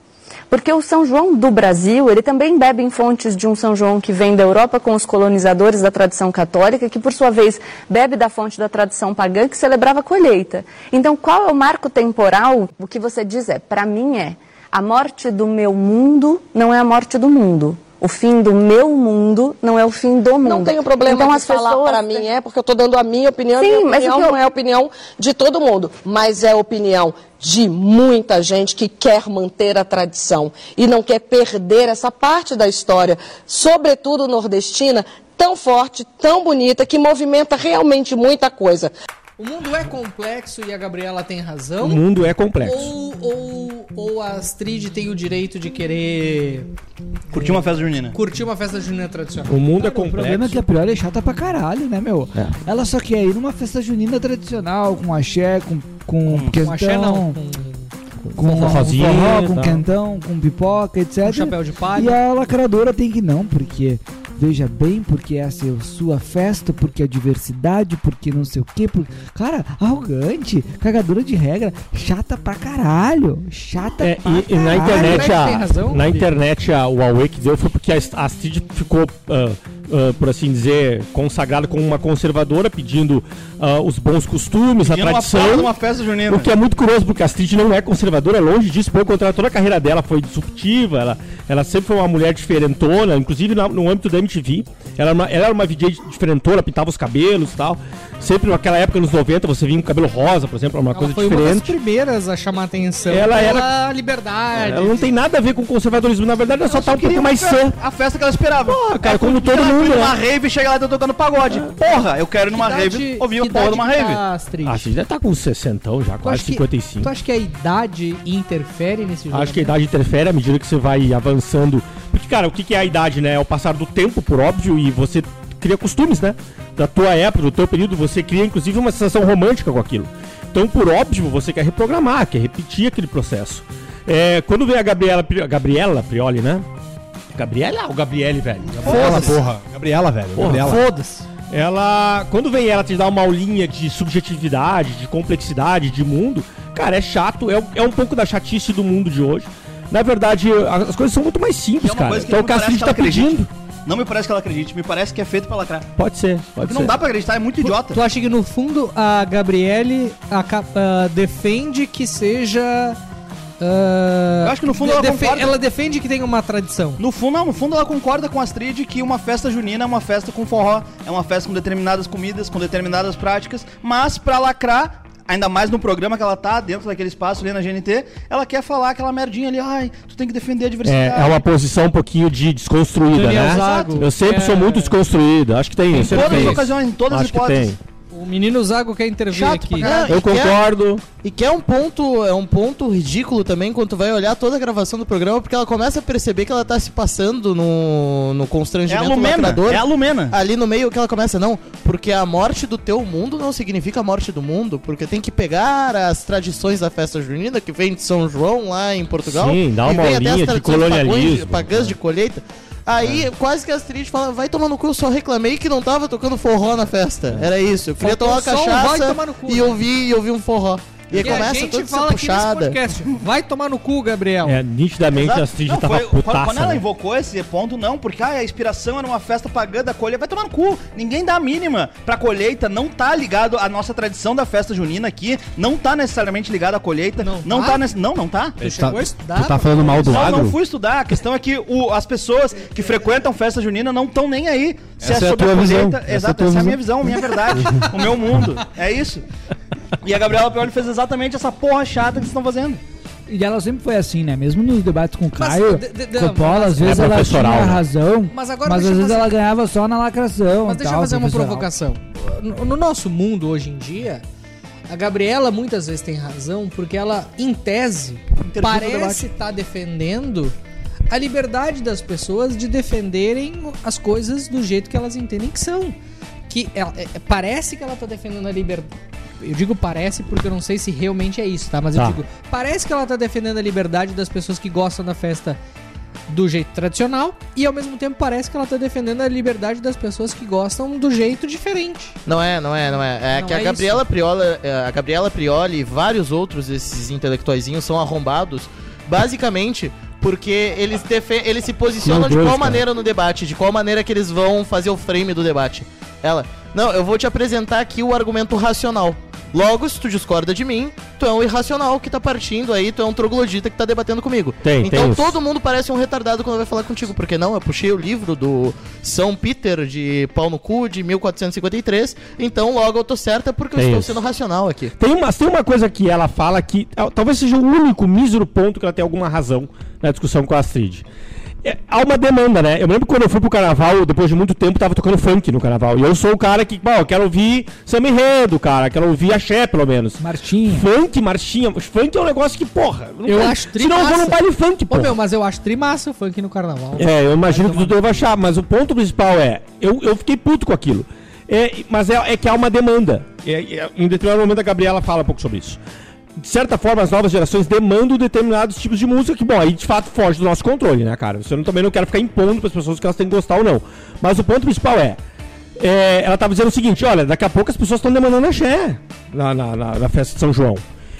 Speaker 13: Porque o São João do Brasil, ele também bebe em fontes de um São João que vem da Europa com os colonizadores da tradição católica, que por sua vez bebe da fonte da tradição pagã que celebrava a colheita. Então, qual é o marco temporal? O que você diz é, para mim é, a morte do meu mundo não é a morte do mundo. O fim do meu mundo não é o fim do mundo.
Speaker 12: Não tenho problema
Speaker 13: então,
Speaker 12: de
Speaker 13: as
Speaker 12: falar
Speaker 13: pessoas...
Speaker 12: para mim, é porque eu tô dando a minha opinião.
Speaker 13: Sim,
Speaker 12: minha
Speaker 13: mas o
Speaker 12: opinião
Speaker 13: que eu-
Speaker 12: não é a opinião de todo mundo, mas é a opinião de muita gente que quer manter a tradição e não quer perder essa parte da história, sobretudo nordestina, tão forte, tão bonita, que movimenta realmente muita coisa.
Speaker 3: O mundo é complexo e a Gabriela tem razão?
Speaker 5: O mundo é complexo.
Speaker 3: Ou, ou, ou a Astrid tem o direito de querer
Speaker 1: Curtiu uma festa junina.
Speaker 3: curtir uma festa junina tradicional?
Speaker 5: O mundo é
Speaker 7: O problema é
Speaker 5: complexo. É.
Speaker 7: que a Priori é chata pra caralho, né, meu? Ela só quer ir numa festa junina tradicional, com axé, com, com, quentão,
Speaker 3: Com axé não,
Speaker 5: Então,
Speaker 3: Um
Speaker 7: com,
Speaker 3: com
Speaker 5: forrozinho,
Speaker 7: forró, com
Speaker 5: tá.
Speaker 7: quentão, com pipoca, etc.
Speaker 3: Com chapéu de palha.
Speaker 7: E a lacradora tem que não, porque veja bem, porque essa é a sua festa, porque a diversidade, porque não sei o quê. Por... Cara, arrogante, cagadora de regra, chata pra caralho. Chata
Speaker 5: É,
Speaker 7: pra
Speaker 5: e, e na
Speaker 3: Ah,
Speaker 7: caralho.
Speaker 5: internet, a, na internet a Huawei que deu foi porque a, a Cid ficou, ah, ah, por assim dizer, consagrada como uma conservadora, pedindo ah, os bons costumes,
Speaker 14: Pedindo
Speaker 5: a
Speaker 14: uma
Speaker 5: tradição.
Speaker 14: pauta, uma festa junina.
Speaker 5: O que é muito curioso, porque a Cid não é conservadora, é longe disso, pelo contrário, toda a carreira dela foi disruptiva, ela, ela sempre foi uma mulher diferentona, inclusive na- no âmbito da MTV. Ela era uma, ela era uma VJ diferentona, pintava os cabelos e tal. Sempre naquela época, nos 90, você vinha com cabelo rosa, por exemplo, era uma
Speaker 3: Ela
Speaker 5: coisa
Speaker 3: foi uma das
Speaker 5: diferente.
Speaker 3: primeiras a chamar atenção
Speaker 5: Ela era-
Speaker 3: pela liberdade.
Speaker 5: Ela não tem nada a ver com conservadorismo, na verdade ela só tá um pouco mais sã.
Speaker 1: A festa que ela esperava.
Speaker 5: Porra, cara, como todo
Speaker 1: ela
Speaker 5: mundo,
Speaker 1: foi numa
Speaker 5: né?
Speaker 1: rave e chega lá e tá tocando pagode. Porra, eu quero ir numa rave ouvir a porra de uma rave.
Speaker 5: A gente já tá com 60 já,
Speaker 3: Tu
Speaker 5: quase
Speaker 3: acha, que,
Speaker 5: 55.
Speaker 3: tu acha que a idade interfere nesse jogo?
Speaker 5: Acho que a idade interfere à medida que você vai avançando. Porque, cara, o que que é a idade, né? É o passar do tempo, por óbvio, e você cria costumes, né? Da tua época, do teu período, você cria inclusive uma sensação romântica com aquilo. Então, por óbvio, você quer reprogramar, quer repetir aquele processo. É, quando vem a Gabriela, Pri- a Gabriela Prioli, né? Gabriela ou Gabriele, velho?
Speaker 6: Gabriela, porra. Gabriela, velho.
Speaker 5: Porra,
Speaker 6: Gabriela.
Speaker 5: foda-se. Ela, quando vem ela te dar uma aulinha de subjetividade, de complexidade, de mundo, cara, é chato, é, é um pouco da chatice do mundo de hoje. Na verdade, a- as coisas são muito mais
Speaker 1: é
Speaker 5: simples, cara. Então o Cacete tá pedindo.
Speaker 1: Não me parece que ela acredite, me parece que é feito pra lacrar.
Speaker 5: Pode ser, pode
Speaker 1: Porque
Speaker 5: ser.
Speaker 1: não dá pra acreditar, é muito idiota.
Speaker 3: Tu acha que no fundo a Gabriele acaba- defende que seja. ah,
Speaker 1: Eu acho que no fundo
Speaker 3: de-
Speaker 1: ela
Speaker 3: defe-
Speaker 1: concorda.
Speaker 3: ela defende que tem uma tradição.
Speaker 1: No fundo, não, no fundo ela concorda com a Astrid que uma festa junina é uma festa com forró, é uma festa com determinadas comidas, com determinadas práticas, mas pra lacrar, ainda mais no programa que ela tá, dentro daquele espaço ali na GNT, ela quer falar aquela merdinha ali, ai, tu tem que defender a
Speaker 5: É,
Speaker 1: diversidade.
Speaker 5: é uma posição um pouquinho de desconstruída,
Speaker 3: Daniel
Speaker 5: né?
Speaker 3: Zago,
Speaker 5: eu sempre
Speaker 3: é-
Speaker 5: sou muito desconstruído. Acho que tem
Speaker 3: Em
Speaker 5: isso. sempre
Speaker 3: todas
Speaker 5: tem
Speaker 3: as
Speaker 5: isso.
Speaker 1: ocasiões, em todas as
Speaker 5: Acho que
Speaker 1: hipóteses.
Speaker 5: tem.
Speaker 3: O menino Zago quer intervir aqui.
Speaker 5: Eu concordo.
Speaker 2: e que é um ponto, é um ponto ridículo também quando tu vai olhar toda a gravação do programa, porque ela começa a perceber que ela tá se passando no, no constrangimento
Speaker 1: É a Lumena,
Speaker 2: lacrador.
Speaker 1: é a Lumena.
Speaker 2: Ali no meio que ela começa, não, porque a morte do teu mundo não significa a morte do mundo, porque tem que pegar as tradições da festa junina que vem de São João lá em Portugal.
Speaker 5: Sim, dá
Speaker 2: e
Speaker 5: uma
Speaker 2: vem até as
Speaker 5: aulinha de
Speaker 2: tradições pagãs de-
Speaker 5: colonialismo. É.
Speaker 2: Pagãs de colheita. Aí, quase que a Astrid fala, vai tomar no cu, eu só reclamei que não tava tocando forró na
Speaker 5: É.
Speaker 2: festa. Era isso, eu queria
Speaker 3: Faltou
Speaker 2: tomar uma
Speaker 3: só um vai
Speaker 2: cachaça
Speaker 3: tomar no cu,
Speaker 2: e
Speaker 3: né?
Speaker 2: ouvir, e ouvir um forró. E aí
Speaker 3: a
Speaker 2: começa
Speaker 3: gente
Speaker 2: toda essa
Speaker 3: fala aqui nesse
Speaker 2: puxada.
Speaker 3: podcast, Vai tomar no cu, Gabriel.
Speaker 5: É, nitidamente a Astrid
Speaker 1: Não,
Speaker 5: tava
Speaker 1: foi- quando-
Speaker 5: putaça.
Speaker 1: Quando ela
Speaker 5: né?
Speaker 1: invocou esse ponto, não, porque ah, a inspiração era uma festa pagã da colheita. Vai tomar no cu. Ninguém dá a mínima pra colheita. Não tá ligado à nossa tradição da festa junina aqui. Não tá necessariamente ligado à colheita. Não, tá? nesse- Não, não tá.
Speaker 6: Tu chegou tá- a estudar, tu tá falando mal do
Speaker 1: não,
Speaker 6: agro?
Speaker 1: Não fui estudar. A questão é que o- as pessoas que frequentam festa junina não estão nem aí.
Speaker 6: Essa é a tua visão.
Speaker 1: Exato,
Speaker 6: Essa é a
Speaker 1: essa,
Speaker 6: tua
Speaker 1: é a
Speaker 6: visão.
Speaker 1: minha visão, minha verdade. o meu mundo. É isso. E a Gabriela Pioli fez exatamente essa porra chata que vocês estão fazendo.
Speaker 7: E ela sempre foi assim, né? Mesmo nos debates com o
Speaker 1: Mas,
Speaker 7: Caio,
Speaker 1: de- de- de-
Speaker 7: Coppola,
Speaker 1: mas-
Speaker 7: às vezes
Speaker 5: É
Speaker 7: ela tinha
Speaker 5: professoral, né?
Speaker 7: razão, mas,
Speaker 3: Mas agora
Speaker 7: às
Speaker 3: deixa eu
Speaker 7: vezes
Speaker 3: fazer-
Speaker 7: ela ganhava só na lacração.
Speaker 3: Mas
Speaker 7: e
Speaker 3: deixa
Speaker 7: tal,
Speaker 3: eu fazer uma
Speaker 7: professoral.
Speaker 3: provocação. No, no nosso mundo hoje em dia, a Gabriela muitas vezes tem razão porque ela, em tese, parece estar defendendo a liberdade das pessoas de defenderem as coisas do jeito que elas entendem que são. Que ela- é- é- parece que ela está defendendo a liberdade. Eu digo parece porque eu não sei se realmente é isso, tá? Mas eu
Speaker 5: Tá.
Speaker 3: digo, parece que ela está defendendo a liberdade das pessoas que gostam da festa do jeito tradicional e ao mesmo tempo parece que ela tá defendendo a liberdade das pessoas que gostam do jeito diferente.
Speaker 2: Não é, não é, não é. É
Speaker 3: Não
Speaker 2: que
Speaker 3: é
Speaker 2: a Gabriela Priola, é, a Gabriela Prioli e vários outros desses intelectuaizinhos são arrombados, basicamente porque eles, defe- eles se posicionam
Speaker 5: Meu
Speaker 2: de
Speaker 5: Deus,
Speaker 2: qual
Speaker 5: cara.
Speaker 2: maneira no debate, de qual maneira que eles vão fazer o frame do debate. Ela, não, eu vou te apresentar aqui o argumento racional. Logo, se tu discorda de mim, tu é um irracional que tá partindo aí, tu é um troglodita que tá debatendo comigo.
Speaker 5: Tem,
Speaker 2: então
Speaker 5: tem isso.
Speaker 2: todo mundo parece um retardado quando vai falar contigo, porque não, eu puxei o livro do São Peter de Pau no Cu de 1453, então logo eu tô certa porque eu
Speaker 5: Tem
Speaker 2: estou
Speaker 5: É isso.
Speaker 2: sendo racional aqui.
Speaker 5: Tem uma, tem uma coisa que ela fala que ah, talvez seja o único mísero ponto que ela tem alguma razão na discussão com a Astrid. É, há uma demanda, né? Eu me lembro que quando eu fui pro carnaval, depois de muito tempo, tava tocando funk no carnaval. E eu sou o cara que, bom, eu quero ouvir samba enredo, cara. Quero ouvir axé, pelo menos.
Speaker 7: Martinha.
Speaker 5: Funk, marchinha. Funk é um negócio que, porra. não
Speaker 3: Eu
Speaker 5: tem-
Speaker 3: acho
Speaker 5: Senão eu vou num baile funk,
Speaker 3: Ô,
Speaker 5: porra.
Speaker 3: meu, mas eu acho trimassa o funk no carnaval.
Speaker 5: É, eu imagino que tu deva achar, mas o ponto principal é, eu, eu fiquei puto com aquilo. É, mas é, é que há uma demanda. É, é, em determinado momento a Gabriela fala um pouco sobre isso. de certa forma, as novas gerações demandam determinados tipos de música que, bom, aí de fato foge do nosso controle, né, cara? Você não, também não quero ficar impondo para as pessoas que elas têm que gostar ou não. Mas o ponto principal é. é, ela estava dizendo o seguinte: olha, daqui a pouco as pessoas estão demandando axé na, na, na, na festa de São João.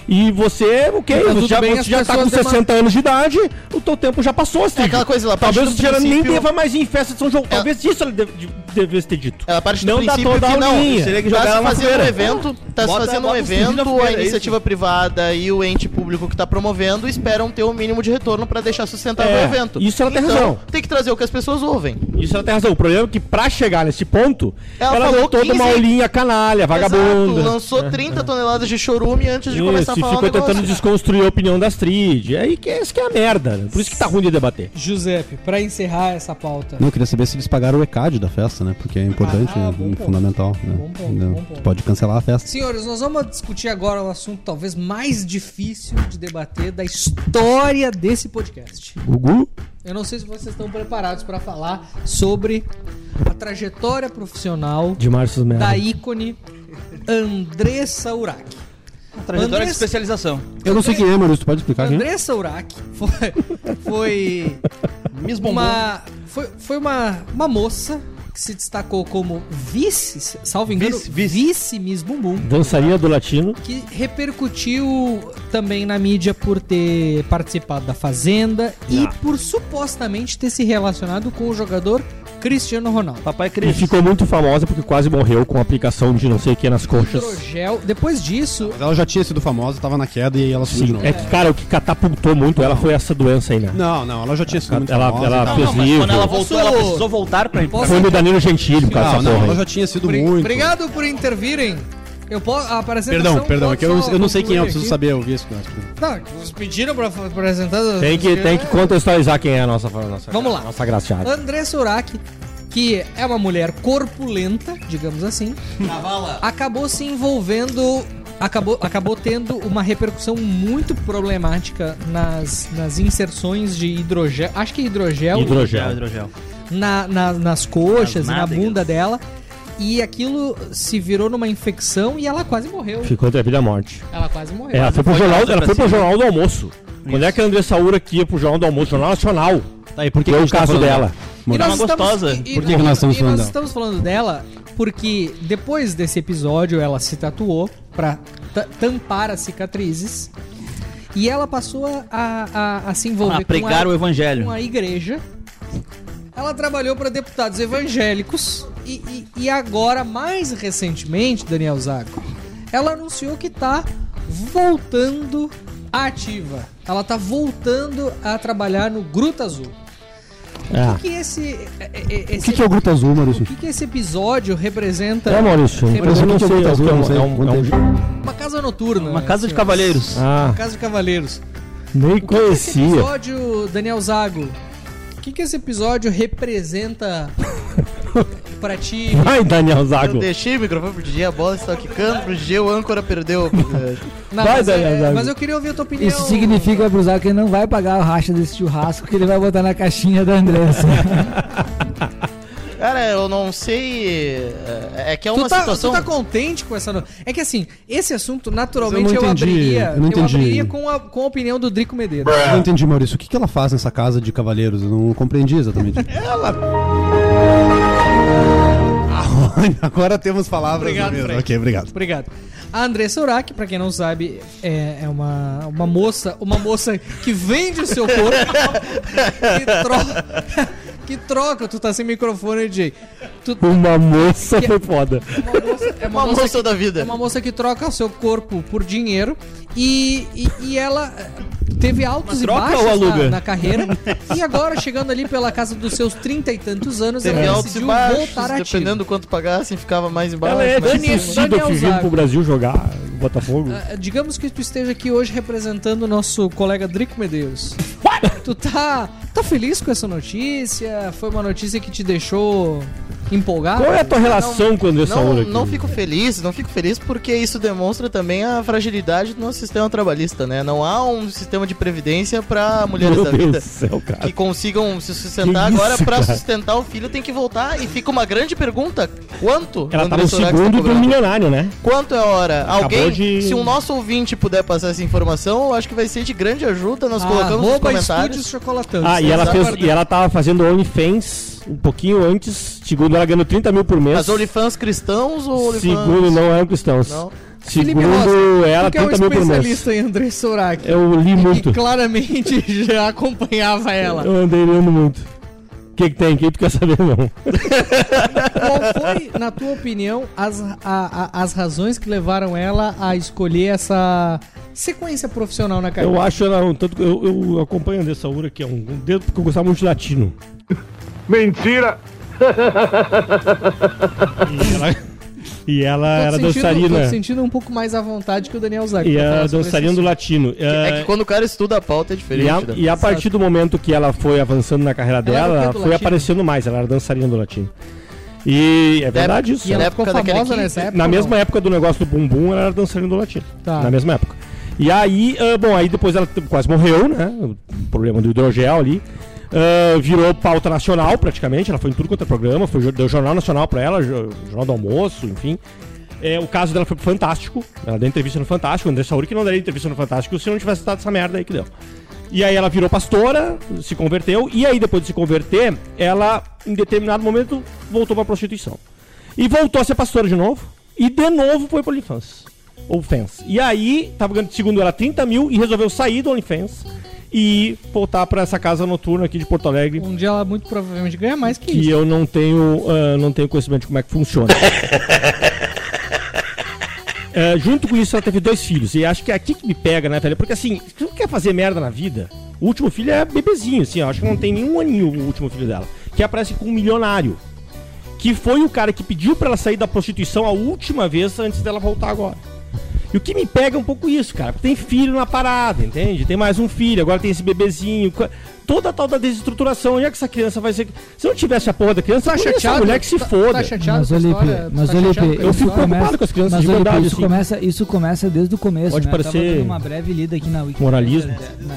Speaker 5: E você,
Speaker 3: Tá
Speaker 5: ok,
Speaker 3: tudo
Speaker 5: você já,
Speaker 3: bem,
Speaker 5: você
Speaker 3: as
Speaker 5: já tá
Speaker 3: pessoas
Speaker 5: com
Speaker 3: demandam.
Speaker 5: 60 anos de idade, o teu tempo já passou, assim.
Speaker 2: É aquela coisa lá, parte
Speaker 5: Talvez
Speaker 2: do
Speaker 5: você já nem
Speaker 2: princípio- É.
Speaker 5: deva mais ir em festa de São João. Talvez isso ela deve- de- devesse ter dito.
Speaker 2: Ela É parte do
Speaker 5: não dá
Speaker 2: princípio
Speaker 5: toda a
Speaker 2: que não.
Speaker 5: aulinha.
Speaker 2: Seria que tá se fazendo um evento, tá se
Speaker 5: Bota-
Speaker 2: fazendo um
Speaker 5: bota os fugidos na
Speaker 2: evento, a
Speaker 5: fogueira, é
Speaker 2: iniciativa privada e o ente público que tá promovendo esperam ter o mínimo de retorno pra deixar sustentável
Speaker 5: É,
Speaker 2: o evento.
Speaker 5: isso ela tem
Speaker 2: Então,
Speaker 5: razão.
Speaker 2: Tem que trazer o que as pessoas ouvem.
Speaker 5: Isso ela tem razão. O problema é que pra chegar nesse ponto,
Speaker 2: Ela
Speaker 5: ela,
Speaker 2: falou
Speaker 5: deu toda
Speaker 2: 15
Speaker 5: uma aulinha canalha, vagabunda. É.
Speaker 2: Exato, lançou 30 toneladas de chorume antes de começar a
Speaker 5: Isso, e
Speaker 2: falar
Speaker 5: ficou
Speaker 2: o negócio.
Speaker 5: tentando desconstruir a opinião das trid. Aí que é, isso que é a merda. né? Por isso que tá ruim de debater.
Speaker 3: Giuseppe, pra encerrar essa pauta.
Speaker 6: Não, eu queria saber se eles pagaram o ECAD da festa, né? Porque é importante,
Speaker 3: Ah,
Speaker 6: né?
Speaker 3: bom ponto.
Speaker 6: fundamental. Né?
Speaker 3: Bom ponto,
Speaker 6: Não,
Speaker 3: bom ponto.
Speaker 6: Pode cancelar a festa.
Speaker 3: Senhores, nós vamos discutir agora um assunto talvez mais difícil de debater da história desse podcast.
Speaker 6: Gugu?
Speaker 3: Eu não sei se vocês estão preparados para falar sobre a trajetória profissional
Speaker 5: De Márcio Mello.
Speaker 3: da ícone Andressa Urach.
Speaker 15: Trajetória de
Speaker 3: Andressa-
Speaker 15: especialização.
Speaker 6: Eu não sei quem é, Maurício. Tu pode
Speaker 3: Uhum.
Speaker 6: explicar quem é?
Speaker 3: Andressa Urach foi, foi uma foi, foi uma, uma moça que se destacou como vice, salvo engano, vice, Miss Bumbum,
Speaker 5: Dançaria do latino.
Speaker 3: que repercutiu também na mídia por ter participado da Fazenda
Speaker 6: Ah.
Speaker 3: e por supostamente ter se relacionado com o jogador Cristiano Ronaldo.
Speaker 15: Papai
Speaker 5: E ficou muito famosa porque quase morreu com a aplicação de não sei o que nas coxas.
Speaker 3: Hidrogel. Depois disso,
Speaker 6: Mas ela já tinha sido famosa, tava na queda e aí ela subiu de
Speaker 5: Sim,
Speaker 6: novo.
Speaker 5: é que, cara, o que catapultou muito ela foi essa doença aí, né?
Speaker 6: Não, não, ela já tinha sido muito
Speaker 5: Ela-
Speaker 6: famosa.
Speaker 5: ela
Speaker 6: e tal.
Speaker 5: fez Não, não, mas livro. quando ela
Speaker 3: voltou, ela precisou
Speaker 15: voltar pra
Speaker 3: entrar.
Speaker 5: Foi no Danilo Gentili por causa
Speaker 6: Não,
Speaker 5: dessa
Speaker 6: não,
Speaker 5: porra. né?
Speaker 6: ela
Speaker 5: aí.
Speaker 6: já tinha sido muito.
Speaker 3: obrigado por intervirem. Eu posso a apresentação
Speaker 6: Perdão, perdão, é
Speaker 3: pode
Speaker 6: que eu,
Speaker 3: só
Speaker 6: eu não sei quem é, eu
Speaker 3: concluir
Speaker 6: preciso
Speaker 3: aqui.
Speaker 6: saber, eu vi isso.
Speaker 3: Não, vocês pediram pra pra apresentar.
Speaker 5: Tem que, tem que contextualizar quem é a nossa, nossa
Speaker 3: Vamos lá.
Speaker 5: Nossa graciada.
Speaker 3: Andressa Urach, que é uma mulher corpulenta, digamos assim, acabou se envolvendo. Acabou, acabou tendo uma repercussão muito problemática nas, nas inserções de hidrogel. Acho que é hidrogel.
Speaker 5: Hidrogel.
Speaker 3: Na, na- nas coxas,
Speaker 5: Nas
Speaker 3: e na
Speaker 5: nádegas.
Speaker 3: bunda dela. E aquilo se virou numa infecção e ela quase morreu.
Speaker 5: Ficou entre a vida e a morte.
Speaker 3: Ela quase morreu.
Speaker 5: É, ela foi pro,
Speaker 3: Foi
Speaker 5: jornal,
Speaker 3: casa
Speaker 5: ela
Speaker 3: pra
Speaker 5: foi pro
Speaker 3: cima.
Speaker 5: jornal do almoço. Quando é que a Andressa Saura aqui ia pro jornal do almoço? Jornal Nacional.
Speaker 6: Tá, e por
Speaker 5: que, é o caso dela?
Speaker 3: E
Speaker 1: é
Speaker 3: nós estamos- e- e-
Speaker 6: Por que, que nós estamos
Speaker 3: e nós
Speaker 6: falando dela?
Speaker 3: estamos falando dela porque depois desse episódio ela se tatuou pra ta- tampar as cicatrizes e ela passou a, a- a- a se envolver
Speaker 1: Ah, pregar
Speaker 3: com a,
Speaker 1: o evangelho.
Speaker 3: com a igreja. Ela trabalhou para deputados evangélicos e, e- e agora, mais recentemente, Daniel Zago, ela anunciou que tá voltando à ativa. Ela tá voltando a trabalhar no Gruta Azul. O que, que esse, é- é- é-
Speaker 6: O
Speaker 3: esse
Speaker 6: que, que é o Gruta Azul, Maurício?
Speaker 3: o que, que esse episódio representa?
Speaker 5: É, Maurício,
Speaker 3: representa
Speaker 5: eu não sei,
Speaker 6: Gruta
Speaker 5: é
Speaker 6: Azul,
Speaker 5: um-
Speaker 6: não sei.
Speaker 5: é um- é um-
Speaker 3: Uma casa noturna.
Speaker 15: Uma casa de
Speaker 3: senhores.
Speaker 15: cavaleiros.
Speaker 5: Ah.
Speaker 3: Uma casa de cavaleiros.
Speaker 5: Nem
Speaker 3: Esse
Speaker 5: conhecia.
Speaker 3: episódio, Daniel Zago, o que, que esse episódio representa pra ti?
Speaker 5: Vai, Daniel
Speaker 2: Eu
Speaker 5: Zago.
Speaker 2: deixei o microfone pro DJ, a bola estava quicando, pro DJ o âncora perdeu.
Speaker 3: Não,
Speaker 5: Vai,
Speaker 3: mas, é-
Speaker 5: Daniel Zago.
Speaker 3: mas eu queria ouvir a tua opinião.
Speaker 7: Isso significa pro Zago que ele não vai pagar o racha desse churrasco que ele vai botar na caixinha da Andressa.
Speaker 2: Cara, eu não sei. É é que é
Speaker 3: Tu
Speaker 2: uma
Speaker 3: tá,
Speaker 2: situação.
Speaker 3: tu tá contente com essa no... É que assim, esse assunto
Speaker 6: Mas
Speaker 3: naturalmente
Speaker 6: eu
Speaker 3: eu,
Speaker 6: não entendi,
Speaker 3: abriria,
Speaker 6: eu não entendi.
Speaker 3: abriria com, a, com a opinião do Drico Medeiros.
Speaker 6: Eu não entendi, Maurício. O que, que ela faz nessa casa de cavaleiros? Eu não compreendi exatamente. Agora temos palavras
Speaker 3: Obrigado,
Speaker 6: na mesa.
Speaker 3: Fred.
Speaker 6: Ok, obrigado.
Speaker 3: Obrigado. A Andressa Urach, pra quem não sabe, é, é uma, uma moça, uma moça que vende o seu corpo, que troca, que troca, tu tá sem microfone, DJ. Tu,
Speaker 5: Uma moça foi foda.
Speaker 3: é
Speaker 2: Uma moça
Speaker 3: que-
Speaker 2: da vida.
Speaker 3: É uma moça que troca o seu corpo por dinheiro e, e, e ela eh, teve altos e
Speaker 15: troca
Speaker 3: baixos
Speaker 15: ou
Speaker 3: na-
Speaker 15: aluga?
Speaker 3: Na, carreira. e agora, chegando ali pela casa dos seus trinta e tantos anos,
Speaker 2: Teve
Speaker 3: ela
Speaker 2: altos e
Speaker 3: decidiu
Speaker 2: baixos,
Speaker 3: voltar a ativa.
Speaker 2: dependendo do quanto pagassem, ficava mais embaixo. assim,
Speaker 5: Ela é
Speaker 2: mais
Speaker 3: Daniel-
Speaker 5: tipo
Speaker 2: em
Speaker 5: o
Speaker 2: cima.
Speaker 5: Sido
Speaker 3: Daniel
Speaker 5: que
Speaker 3: Zago.
Speaker 5: vindo pro Brasil jogar no Botafogo.
Speaker 3: Ah, digamos que tu esteja aqui hoje representando o nosso colega Drico Medeiros. Tu tá, tá feliz com essa notícia? Foi uma notícia que te deixou empolgado.
Speaker 5: Qual é a tua relação com o André Saúl
Speaker 2: Não,
Speaker 5: aqui?
Speaker 2: não fico feliz, não fico feliz porque isso demonstra também a fragilidade do nosso sistema trabalhista, né? Não há um sistema de previdência para mulheres
Speaker 5: Meu
Speaker 2: da
Speaker 5: Deus
Speaker 2: vida
Speaker 5: do céu, cara.
Speaker 2: que consigam se sustentar
Speaker 5: Que isso,
Speaker 2: agora para
Speaker 5: cara?
Speaker 2: sustentar o filho tem que voltar e fica uma grande pergunta, quanto
Speaker 5: Ela
Speaker 2: o
Speaker 5: tá no
Speaker 2: André Sorax tá
Speaker 5: segundo do
Speaker 2: cobrando?
Speaker 5: milionário, né?
Speaker 2: Quanto é a hora?
Speaker 5: Acabou
Speaker 2: Alguém,
Speaker 5: de-
Speaker 2: se o nosso ouvinte puder passar essa informação, eu acho que vai ser de grande ajuda. Nós colocamos nos
Speaker 3: Ah, Arroba
Speaker 2: comentários.
Speaker 3: Estúdios Chocolatão.
Speaker 5: Ah, e ela,
Speaker 2: Exato.
Speaker 5: fez, e ela tava fazendo OnlyFans um pouquinho antes, segundo ela ganhou 30 mil por mês.
Speaker 2: As OnlyFans cristãos ou OnlyFans...
Speaker 5: Segundo, não eram cristãos.
Speaker 2: Não.
Speaker 3: Felipe
Speaker 5: Segundo
Speaker 3: Rossi,
Speaker 5: ela,
Speaker 3: tu que é um
Speaker 5: 30 mil por mês.
Speaker 3: especialista em André Sorak.
Speaker 5: Eu li muito.
Speaker 3: Que claramente já acompanhava ela.
Speaker 5: Eu andei lendo muito. O que, que tem? O que tu quer saber, não?
Speaker 3: Qual foi, na tua opinião, as, a- a- as razões que levaram ela a escolher essa sequência profissional na carreira?
Speaker 5: Eu acho ela um tanto. Eu, eu acompanho a Andressa Saura aqui há um um dedo porque eu gostava muito de latino.
Speaker 16: Mentira!
Speaker 5: E ela era
Speaker 3: sentindo, Tô
Speaker 5: dançarina.
Speaker 3: sentindo um pouco mais à vontade que o Daniel Zac.
Speaker 5: E
Speaker 3: pra falar
Speaker 5: a
Speaker 3: sobre
Speaker 5: dançarina
Speaker 3: esse
Speaker 5: do latino.
Speaker 2: É que quando o cara estuda a pauta é diferente.
Speaker 5: E a,
Speaker 2: né?
Speaker 5: e a partir do momento que ela foi avançando na carreira
Speaker 2: era do
Speaker 5: dela,
Speaker 2: quê?
Speaker 5: ela
Speaker 2: Do
Speaker 5: foi
Speaker 2: latino?
Speaker 5: aparecendo mais, ela era dançarina do latino. E é verdade isso.
Speaker 3: e ela
Speaker 5: né?
Speaker 3: ficou famosa nessa época,
Speaker 5: Na
Speaker 3: ou
Speaker 5: mesma
Speaker 3: não?
Speaker 5: época do negócio do bumbum, ela era dançarina do latino.
Speaker 3: Tá.
Speaker 5: Na mesma época. E aí, ah, bom, aí depois ela t- quase morreu, né? O problema do hidrogel ali. Ah, virou pauta nacional praticamente, ela foi em tudo quanto é programa, foi, jo- deu jornal nacional pra ela, jo- jornal do almoço, enfim. É, o caso dela foi pro Fantástico, ela deu entrevista no Fantástico, o André Sauri que não daria entrevista no Fantástico se não tivesse dado essa merda aí que deu. E aí ela virou pastora, se converteu, e aí depois de se converter, ela, em determinado momento, voltou pra prostituição. E voltou a ser pastora de novo, e de novo foi pro OnlyFans. OnlyFans. E aí, tava ganhando, segundo ela, 30 mil, e resolveu sair do OnlyFans e voltar pra essa casa noturna aqui de Porto Alegre,
Speaker 3: Um dia ela muito provavelmente ganha mais que,
Speaker 5: que
Speaker 3: isso.
Speaker 5: eu não tenho, ah, não tenho conhecimento de como é que funciona. É, junto com isso, ela teve dois filhos. E acho que é aqui que me pega, né, velho? Porque assim, se tu quer fazer merda na vida, o último filho é bebezinho, assim, ó. Acho que não tem nenhum aninho o último filho dela. Que aparece com um milionário. Que foi o cara que pediu pra ela sair da prostituição a última vez antes dela voltar agora. E o que me pega é um pouco isso, cara. Porque tem filho na parada, entende? Tem mais um filho, agora tem esse bebezinho. co- Toda a tal da desestruturação. Onde é que essa criança vai ser. Se não tivesse a porra da
Speaker 3: Tá
Speaker 5: criança, tá
Speaker 3: chateado?
Speaker 5: essa mulher que se
Speaker 3: Tá- tá
Speaker 5: foda.
Speaker 3: chateado
Speaker 7: Mas,
Speaker 3: com a
Speaker 7: Olipe,
Speaker 3: história?
Speaker 7: mas,
Speaker 3: Tá
Speaker 7: Olipe,
Speaker 3: chateado com a
Speaker 5: eu fico
Speaker 3: história?
Speaker 5: preocupado com as crianças
Speaker 7: mas,
Speaker 5: de
Speaker 7: Olipe,
Speaker 5: verdade,
Speaker 7: isso,
Speaker 5: assim.
Speaker 7: começa, isso começa desde o começo,
Speaker 5: Pode
Speaker 7: né? Eu tava
Speaker 5: parecer
Speaker 7: dando uma breve lida aqui na Wikipedia.
Speaker 5: moralismo.
Speaker 7: Na,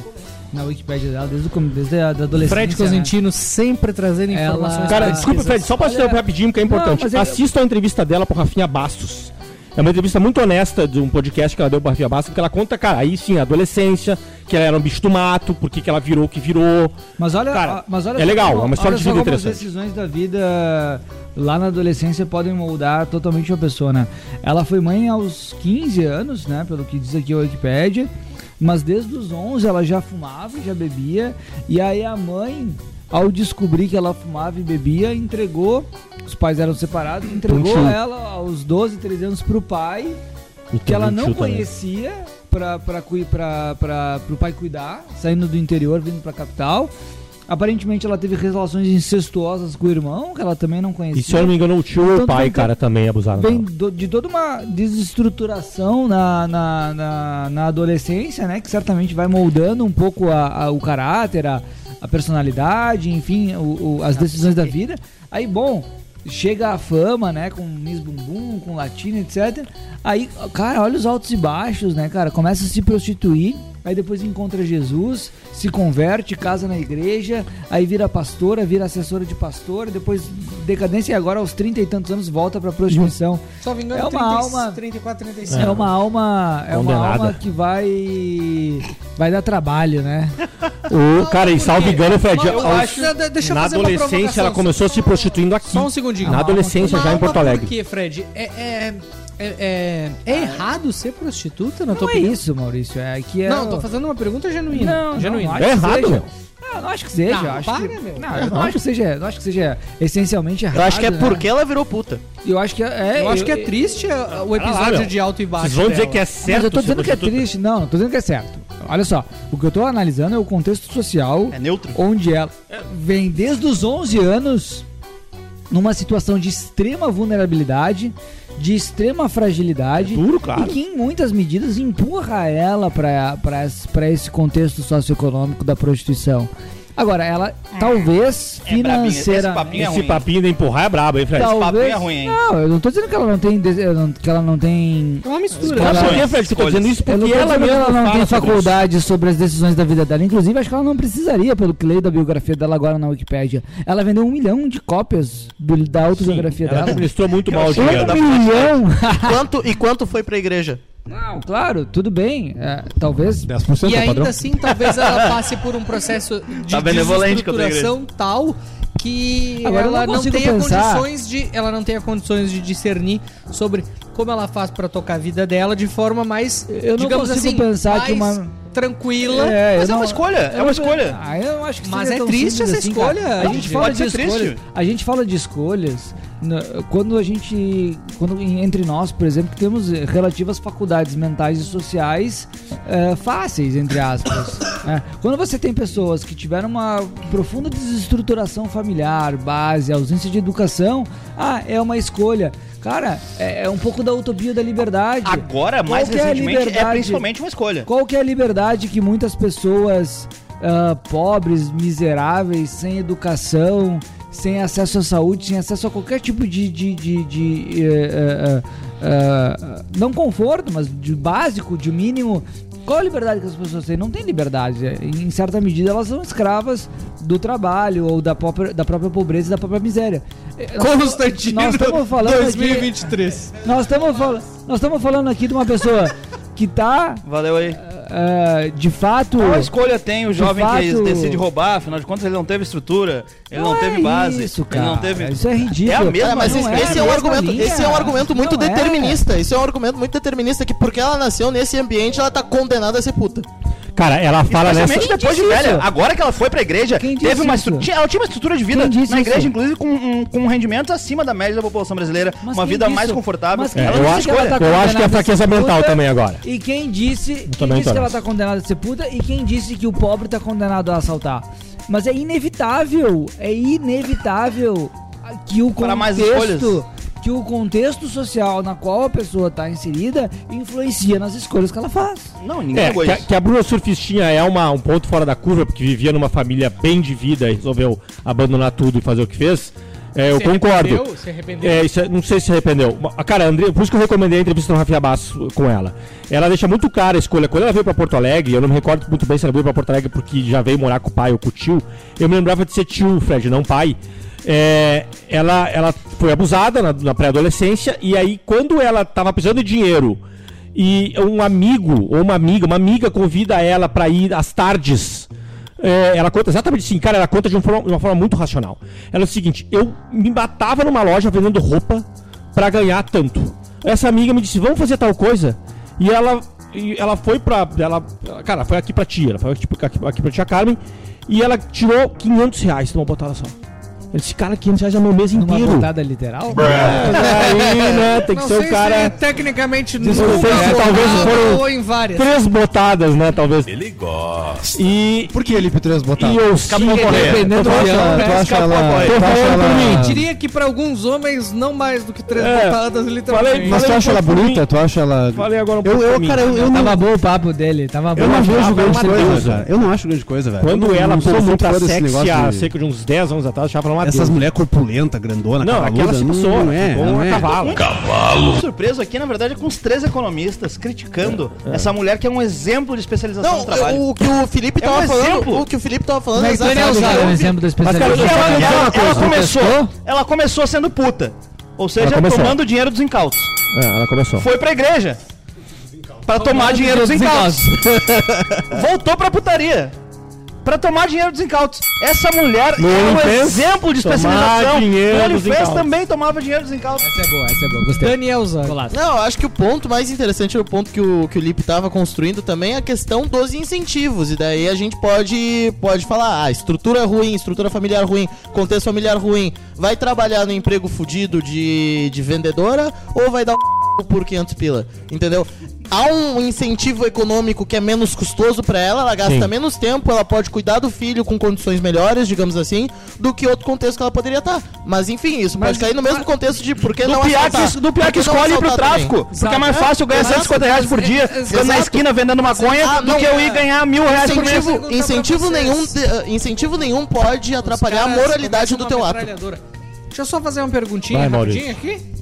Speaker 7: na Wikipédia dela, desde, o come- desde a da adolescência. né?
Speaker 3: Fred Cosentino sempre trazendo
Speaker 7: Ela-
Speaker 3: informações.
Speaker 5: Cara,
Speaker 7: Ah,
Speaker 5: desculpa,
Speaker 7: Jesus.
Speaker 5: Fred, só pra te interromper rapidinho, porque é
Speaker 7: Não,
Speaker 5: importante.
Speaker 7: mas eu-
Speaker 5: Assista a entrevista dela pro Rafinha Bastos. É uma entrevista muito honesta de um podcast que ela deu pro Rafinha Bastos, porque ela conta, cara, aí sim, a adolescência, que ela era um bicho do mato, por que que ela virou o que virou.
Speaker 7: Mas olha,
Speaker 5: Cara,
Speaker 7: ah, mas olha
Speaker 5: é legal,
Speaker 7: como-
Speaker 5: é uma história
Speaker 7: olha
Speaker 5: de
Speaker 7: só
Speaker 5: vida
Speaker 7: como
Speaker 5: interessante.
Speaker 7: As decisões da vida lá na adolescência podem moldar totalmente uma pessoa, né? Ela foi mãe aos 15 anos, né? Pelo que diz aqui a Wikipédia. Mas desde os 11 ela já fumava e já bebia. E aí a mãe, ao descobrir que ela fumava e bebia, entregou. Os pais eram separados, entregou
Speaker 5: tio.
Speaker 7: ela aos 12, 13 anos pro pai que ela não
Speaker 5: né?
Speaker 7: conhecia pra, pra, cui- pra, pra, pro pai cuidar, saindo do interior, vindo pra capital. Aparentemente ela teve relações incestuosas com o irmão, que ela também não conhecia.
Speaker 5: E se eu não me engano, o tio ou
Speaker 7: Então,
Speaker 5: o pai,
Speaker 7: tem-
Speaker 5: cara, também abusaram
Speaker 7: Vem
Speaker 5: dela.
Speaker 7: do- de toda uma desestruturação na, na, na, na adolescência, né? Que certamente vai moldando um pouco a, a- o caráter, a, a personalidade, enfim, o- o- as decisões da vida. Aí, bom, chega a fama, né? Com Miss Bumbum, com Latina, etc. Aí, cara, olha os altos e baixos, né, cara? Começa a se prostituir. Aí depois encontra Jesus, se converte, casa na igreja, aí vira pastora, vira assessora de pastor, depois decadência e agora aos 30 e tantos anos volta pra prostituição.
Speaker 3: Só vingando
Speaker 7: É uma
Speaker 3: 30,
Speaker 7: alma-
Speaker 3: 34, 35.
Speaker 7: É uma alma, é uma
Speaker 5: Condenada.
Speaker 7: alma que vai vai dar trabalho, né?
Speaker 5: O, cara, e salve engano, Fred.
Speaker 3: Eu
Speaker 5: aos-
Speaker 3: acho- Deixa- deixa eu
Speaker 5: na
Speaker 3: fazer uma
Speaker 5: adolescência ela
Speaker 3: provocação,
Speaker 5: começou se prostituindo aqui.
Speaker 3: Só um segundinho.
Speaker 5: Na adolescência, já em Porto Alegre.
Speaker 3: Por quê, Fred? É, é, é, é- é errado ser prostituta, na tua
Speaker 7: Não é
Speaker 3: opinião?
Speaker 7: isso, Maurício. É que é
Speaker 3: Não,
Speaker 7: o-
Speaker 3: tô fazendo uma pergunta genuína.
Speaker 7: Não, não,
Speaker 3: genuína.
Speaker 7: não acho
Speaker 5: É errado,
Speaker 7: que seja.
Speaker 5: meu.
Speaker 7: Ah, Não, eu não acho que seja.
Speaker 3: Não,
Speaker 7: eu acho
Speaker 3: para,
Speaker 7: que...
Speaker 3: meu.
Speaker 7: Não, eu não acho que seja, não acho que seja essencialmente errado.
Speaker 2: Eu acho que é
Speaker 7: né?
Speaker 2: porque ela virou puta.
Speaker 7: Eu acho que é,
Speaker 3: Eu acho que é triste é, o
Speaker 5: Olha lá,
Speaker 3: episódio
Speaker 5: meu.
Speaker 3: de alto e baixo.
Speaker 5: Vocês vão dizer
Speaker 3: dela.
Speaker 5: que é
Speaker 7: Mas
Speaker 5: certo?
Speaker 7: eu tô dizendo
Speaker 5: ser
Speaker 7: que é
Speaker 5: prostituta?
Speaker 7: triste. Não, não tô dizendo que é certo. Olha só, o que eu tô analisando é o contexto social. É neutro. Onde ela vem desde os 11 anos numa situação de extrema vulnerabilidade, de extrema fragilidade.
Speaker 5: duro, claro.
Speaker 7: E que em muitas medidas empurra ela pra- pra pra esse contexto socioeconômico da prostituição. Agora, ela talvez
Speaker 5: É brabinha. Esse
Speaker 7: financeira.
Speaker 5: papinho é Esse ruim. papinho de empurrar é brabo, hein,
Speaker 3: Tá
Speaker 5: Fred? Esse
Speaker 7: Talvez...
Speaker 5: papinho é ruim, hein?
Speaker 7: Não, eu não tô dizendo que ela não tem. dese- eu não- Que ela não tem.
Speaker 5: É uma mistura.
Speaker 7: Que ela-
Speaker 5: Sabe por que, Fred, que eu tô dizendo isso?
Speaker 7: Eu não
Speaker 5: Porque
Speaker 7: tô
Speaker 5: ela
Speaker 7: dizendo que
Speaker 5: mesma
Speaker 7: ela não
Speaker 5: fala
Speaker 7: tem
Speaker 5: sobre
Speaker 7: faculdade sobre, as decisões da vida dela. Inclusive, acho que ela não precisaria, pelo que leio da biografia dela agora na Wikipédia. Ela vendeu um milhão de cópias do- da autobiografia
Speaker 5: ela um
Speaker 7: dela.
Speaker 5: administrou muito mal o dinheiro da
Speaker 7: Um milhão!
Speaker 2: E quanto, e quanto foi pra igreja?
Speaker 7: Não, claro, tudo bem. é, talvez.
Speaker 6: 10%
Speaker 3: E ainda assim, talvez ela passe por um processo de
Speaker 2: Tá benevolente com a tua
Speaker 3: desestruturação tal que
Speaker 7: Agora eu
Speaker 3: ela
Speaker 7: não
Speaker 3: não,
Speaker 7: consigo
Speaker 3: tenha
Speaker 7: pensar.
Speaker 3: condições de ela não tenha condições de discernir sobre como ela faz pra tocar a vida dela de forma mais
Speaker 7: Eu não
Speaker 3: digamos
Speaker 7: consigo
Speaker 3: assim
Speaker 7: pensar que
Speaker 3: mais
Speaker 7: uma-
Speaker 3: tranquila
Speaker 7: É,
Speaker 15: Mas é
Speaker 7: eu não-
Speaker 15: uma escolha,
Speaker 7: eu
Speaker 15: é
Speaker 7: não-
Speaker 15: uma escolha.
Speaker 7: Ah, eu não acho que
Speaker 3: Mas
Speaker 7: seja
Speaker 3: é
Speaker 7: tão
Speaker 3: triste
Speaker 7: simples
Speaker 3: essa
Speaker 7: assim, cara.
Speaker 3: escolha.
Speaker 7: A
Speaker 3: Não,
Speaker 7: gente
Speaker 3: pode
Speaker 7: fala de
Speaker 3: ser triste.
Speaker 7: escolhas. A gente fala de escolhas na- quando a gente, quando em- entre nós, por exemplo, que temos eh, relativas faculdades mentais e sociais eh, fáceis entre aspas. né? Quando você tem pessoas que tiveram uma profunda desestruturação familiar, base, ausência de educação, ah, é uma escolha. Cara, é, é um pouco da utopia da liberdade.
Speaker 15: Agora, mais
Speaker 7: Qual que é a
Speaker 15: recentemente, é
Speaker 7: liberdade?
Speaker 15: principalmente uma escolha.
Speaker 7: Qual que é a liberdade que muitas pessoas ah, pobres, miseráveis, sem educação, sem acesso à saúde, sem acesso a qualquer tipo de. de, de, de, eh, eh, eh, ah, não conforto, mas de básico, de mínimo. Qual a liberdade que as pessoas têm? Não tem liberdade. eh, Em certa medida, elas são escravas do trabalho ou da própria, da própria pobreza e da própria miséria. Eh, nós-
Speaker 17: Constantino
Speaker 7: nós estamos falando aqui-
Speaker 17: 2023.
Speaker 7: nós estamos falando, nós estamos falando aqui de uma pessoa que tá
Speaker 15: Valeu aí.
Speaker 7: eh, de fato
Speaker 15: Qual escolha tem o
Speaker 7: de
Speaker 15: jovem que
Speaker 7: fato-
Speaker 15: decide roubar? Afinal de contas, ele não teve estrutura, ele não,
Speaker 7: Não é
Speaker 15: teve base.
Speaker 7: isso,
Speaker 15: Ele
Speaker 7: cara.
Speaker 15: não teve...
Speaker 7: Isso é ridículo.
Speaker 15: É a mesma,
Speaker 2: Cara, mas
Speaker 15: não
Speaker 2: esse,
Speaker 15: é
Speaker 2: esse
Speaker 15: a
Speaker 2: é um
Speaker 15: mesma
Speaker 2: argumento,
Speaker 15: linha.
Speaker 2: esse é um argumento muito
Speaker 15: Não é.
Speaker 2: determinista. Isso é um argumento muito determinista que porque ela nasceu nesse ambiente, ela tá condenada a ser puta.
Speaker 5: Cara, ela fala nessa.
Speaker 15: Especialmente depois de velha. Agora que ela foi pra igreja, teve uma estru... tinha- ela tinha uma estrutura de vida
Speaker 7: Quem disse
Speaker 15: na igreja,
Speaker 7: isso?
Speaker 15: inclusive com, um, com rendimentos acima da média da população brasileira,
Speaker 7: Mas
Speaker 15: uma
Speaker 7: quem
Speaker 15: vida
Speaker 7: disse?
Speaker 15: mais confortável.
Speaker 7: Mas quem
Speaker 5: É, eu
Speaker 7: disse
Speaker 5: acho que
Speaker 7: ela
Speaker 5: ela-
Speaker 7: tá
Speaker 5: eu acho que é
Speaker 7: condenada
Speaker 5: fraqueza
Speaker 7: a ser
Speaker 5: mental
Speaker 7: puta?
Speaker 5: também agora.
Speaker 7: E quem disse, quem
Speaker 5: também
Speaker 7: disse
Speaker 5: tô
Speaker 7: que ela
Speaker 5: nessa.
Speaker 7: tá condenada a ser puta e quem disse que o pobre tá condenado a assaltar? Mas é inevitável, é inevitável que o
Speaker 15: Para mais
Speaker 7: contexto
Speaker 15: escolhas.
Speaker 7: que o contexto social na qual a pessoa tá inserida influencia nas escolhas que ela faz.
Speaker 15: Não,
Speaker 5: É, que, a- que a Bruna Surfistinha é uma, um ponto fora da curva, porque vivia numa família bem de vida e resolveu abandonar tudo e fazer o que fez. É, eu
Speaker 17: Se
Speaker 5: concordo.
Speaker 17: arrependeu? Se arrependeu?
Speaker 5: É, isso é- não sei se arrependeu. Ma- Cara, André, por isso que eu recomendei a entrevista do Rafinha Basso com ela. Ela deixa muito clara a escolha. Quando ela veio pra Porto Alegre, eu não me recordo muito bem se ela veio pra Porto Alegre porque já veio morar com o pai ou com o tio. Eu me lembrava de ser tio, Fred, não pai. É, ela, ela foi abusada na, na pré-adolescência e aí quando ela tava precisando de dinheiro e um amigo ou uma amiga, uma amiga convida ela pra ir às tardes. É, ela conta exatamente assim, cara, ela conta de uma forma, de uma forma muito racional. Ela é o seguinte: eu me matava numa loja vendendo roupa pra ganhar tanto. Essa amiga me disse: vamos fazer tal coisa. E ela, e ela foi pra. Ela, cara, foi aqui pra tia, ela foi aqui, aqui, aqui pra tia Carmen. E ela tirou 500 reais numa botada só. Ele disse, cara, 500 reais é meu mês
Speaker 7: Uma
Speaker 5: inteiro.
Speaker 7: botada literal?
Speaker 5: Aí, né, tem que
Speaker 3: Não
Speaker 5: ser
Speaker 3: sei
Speaker 5: o
Speaker 3: se
Speaker 5: cara.
Speaker 3: é tecnicamente
Speaker 5: Não sei
Speaker 7: é,
Speaker 3: nunca
Speaker 5: se
Speaker 3: rolado
Speaker 5: talvez
Speaker 3: ou
Speaker 5: foram
Speaker 3: em várias.
Speaker 5: três botadas, né? Talvez. Ele gosta. E.
Speaker 6: Por que ele três botadas?
Speaker 5: E eu sim,
Speaker 6: Dependendo do ano, tu acha ela.
Speaker 5: Tô
Speaker 6: Tu acha
Speaker 5: falando por
Speaker 6: ela.
Speaker 5: mim.
Speaker 3: Eu diria que pra alguns homens não mais do que três
Speaker 5: É,
Speaker 3: botadas
Speaker 5: falei-
Speaker 3: literalmente.
Speaker 6: Mas tu acha ela bonita? Tu acha ela.
Speaker 5: Falei agora um
Speaker 6: Eu,
Speaker 5: pouco
Speaker 6: eu
Speaker 5: por mim.
Speaker 6: cara, eu, eu
Speaker 7: tava
Speaker 6: não.
Speaker 7: bom o papo dele, tava um bom.
Speaker 6: Eu não vejo
Speaker 5: Ela
Speaker 6: grande
Speaker 5: é uma
Speaker 6: coisa,
Speaker 5: deusa.
Speaker 6: cara. Eu não acho grande coisa, velho.
Speaker 5: Quando
Speaker 6: Eu não-
Speaker 5: ela
Speaker 6: não sou
Speaker 5: foi
Speaker 6: muito
Speaker 5: muito
Speaker 6: fã desse
Speaker 5: sexy
Speaker 6: negócio
Speaker 5: há
Speaker 6: de-
Speaker 5: cerca de uns 10 anos atrás, eu achava ela uma
Speaker 6: Essas
Speaker 5: deusa.
Speaker 6: mulheres corpulenta, grandona,
Speaker 5: Não, aquela se
Speaker 6: não,
Speaker 5: passou.
Speaker 6: não é,
Speaker 5: ficou
Speaker 6: não
Speaker 5: uma
Speaker 6: é.
Speaker 5: cavalo.
Speaker 15: Tô surpreso aqui, na verdade, é com os três economistas criticando essa mulher que é um exemplo de especialização
Speaker 2: Não,
Speaker 15: no um trabalho.
Speaker 2: o, o que o Felipe
Speaker 15: É um
Speaker 2: tava falando,
Speaker 15: exemplo.
Speaker 2: o que o Felipe tava falando
Speaker 7: Mas
Speaker 2: exatamente-
Speaker 7: Daniel Zago é um exemplo da
Speaker 15: Mas, cara,
Speaker 7: especialidade.
Speaker 15: ela,
Speaker 7: Quer dizer
Speaker 15: ela-
Speaker 7: uma coisa,
Speaker 15: ela
Speaker 7: tu
Speaker 15: começou,
Speaker 7: testou?
Speaker 15: ela começou sendo puta. Ou
Speaker 5: Ela
Speaker 15: seja,
Speaker 5: começou.
Speaker 15: tomando dinheiro dos incautos.
Speaker 5: É, ela começou.
Speaker 15: Foi pra igreja. Pra tomar dinheiro dos incautos. Voltou pra putaria. Pra tomar dinheiro dos incautos. Essa mulher
Speaker 5: No
Speaker 15: é um
Speaker 5: OnlyFans,
Speaker 15: exemplo de
Speaker 5: tomar
Speaker 15: especialização. O
Speaker 5: dinheiro dos
Speaker 15: OnlyFans
Speaker 5: incautos.
Speaker 15: também tomava dinheiro dos incautos.
Speaker 7: Essa é boa, essa é boa, gostei.
Speaker 3: Daniel Zago.
Speaker 2: Não, eu acho que o ponto mais interessante é o ponto que o, que o Lipe tava construindo também, é a questão dos incentivos. E daí a gente pode, pode falar, ah, estrutura ruim, estrutura familiar ruim, contexto familiar ruim, vai trabalhar no emprego fudido de, de vendedora ou vai dar um por 500 pila, entendeu? Há um incentivo econômico que é menos custoso pra ela, ela gasta
Speaker 5: Sim.
Speaker 2: menos tempo, ela pode cuidar do filho com condições melhores, digamos assim, do que outro contexto que ela poderia estar. Mas enfim, isso pode cair no mesmo contexto de por que
Speaker 15: Do
Speaker 2: não
Speaker 15: piá,
Speaker 2: assaltar?
Speaker 15: que, do piá
Speaker 2: Por
Speaker 15: que
Speaker 2: não
Speaker 15: assim, tá. escolhe ir pro
Speaker 2: assaltar
Speaker 15: tráfico.
Speaker 2: também?
Speaker 15: Porque é mais fácil eu ganhar
Speaker 2: Exato.
Speaker 15: 150 reais por dia ficando na
Speaker 2: Exato.
Speaker 15: esquina vendendo maconha
Speaker 2: Ah,
Speaker 15: do
Speaker 2: não,
Speaker 15: que eu
Speaker 2: é.
Speaker 15: ir ganhar mil reais por mês.
Speaker 2: incentivo, incentivo nenhum de- ah, Incentivo nenhum pode atrapalhar a
Speaker 3: caras
Speaker 2: moralidade
Speaker 3: começam
Speaker 2: do
Speaker 3: uma
Speaker 2: teu ato.
Speaker 3: metralhadora. Deixa eu só fazer uma perguntinha
Speaker 2: Vai,
Speaker 3: rapidinha
Speaker 2: Maurício.
Speaker 3: aqui.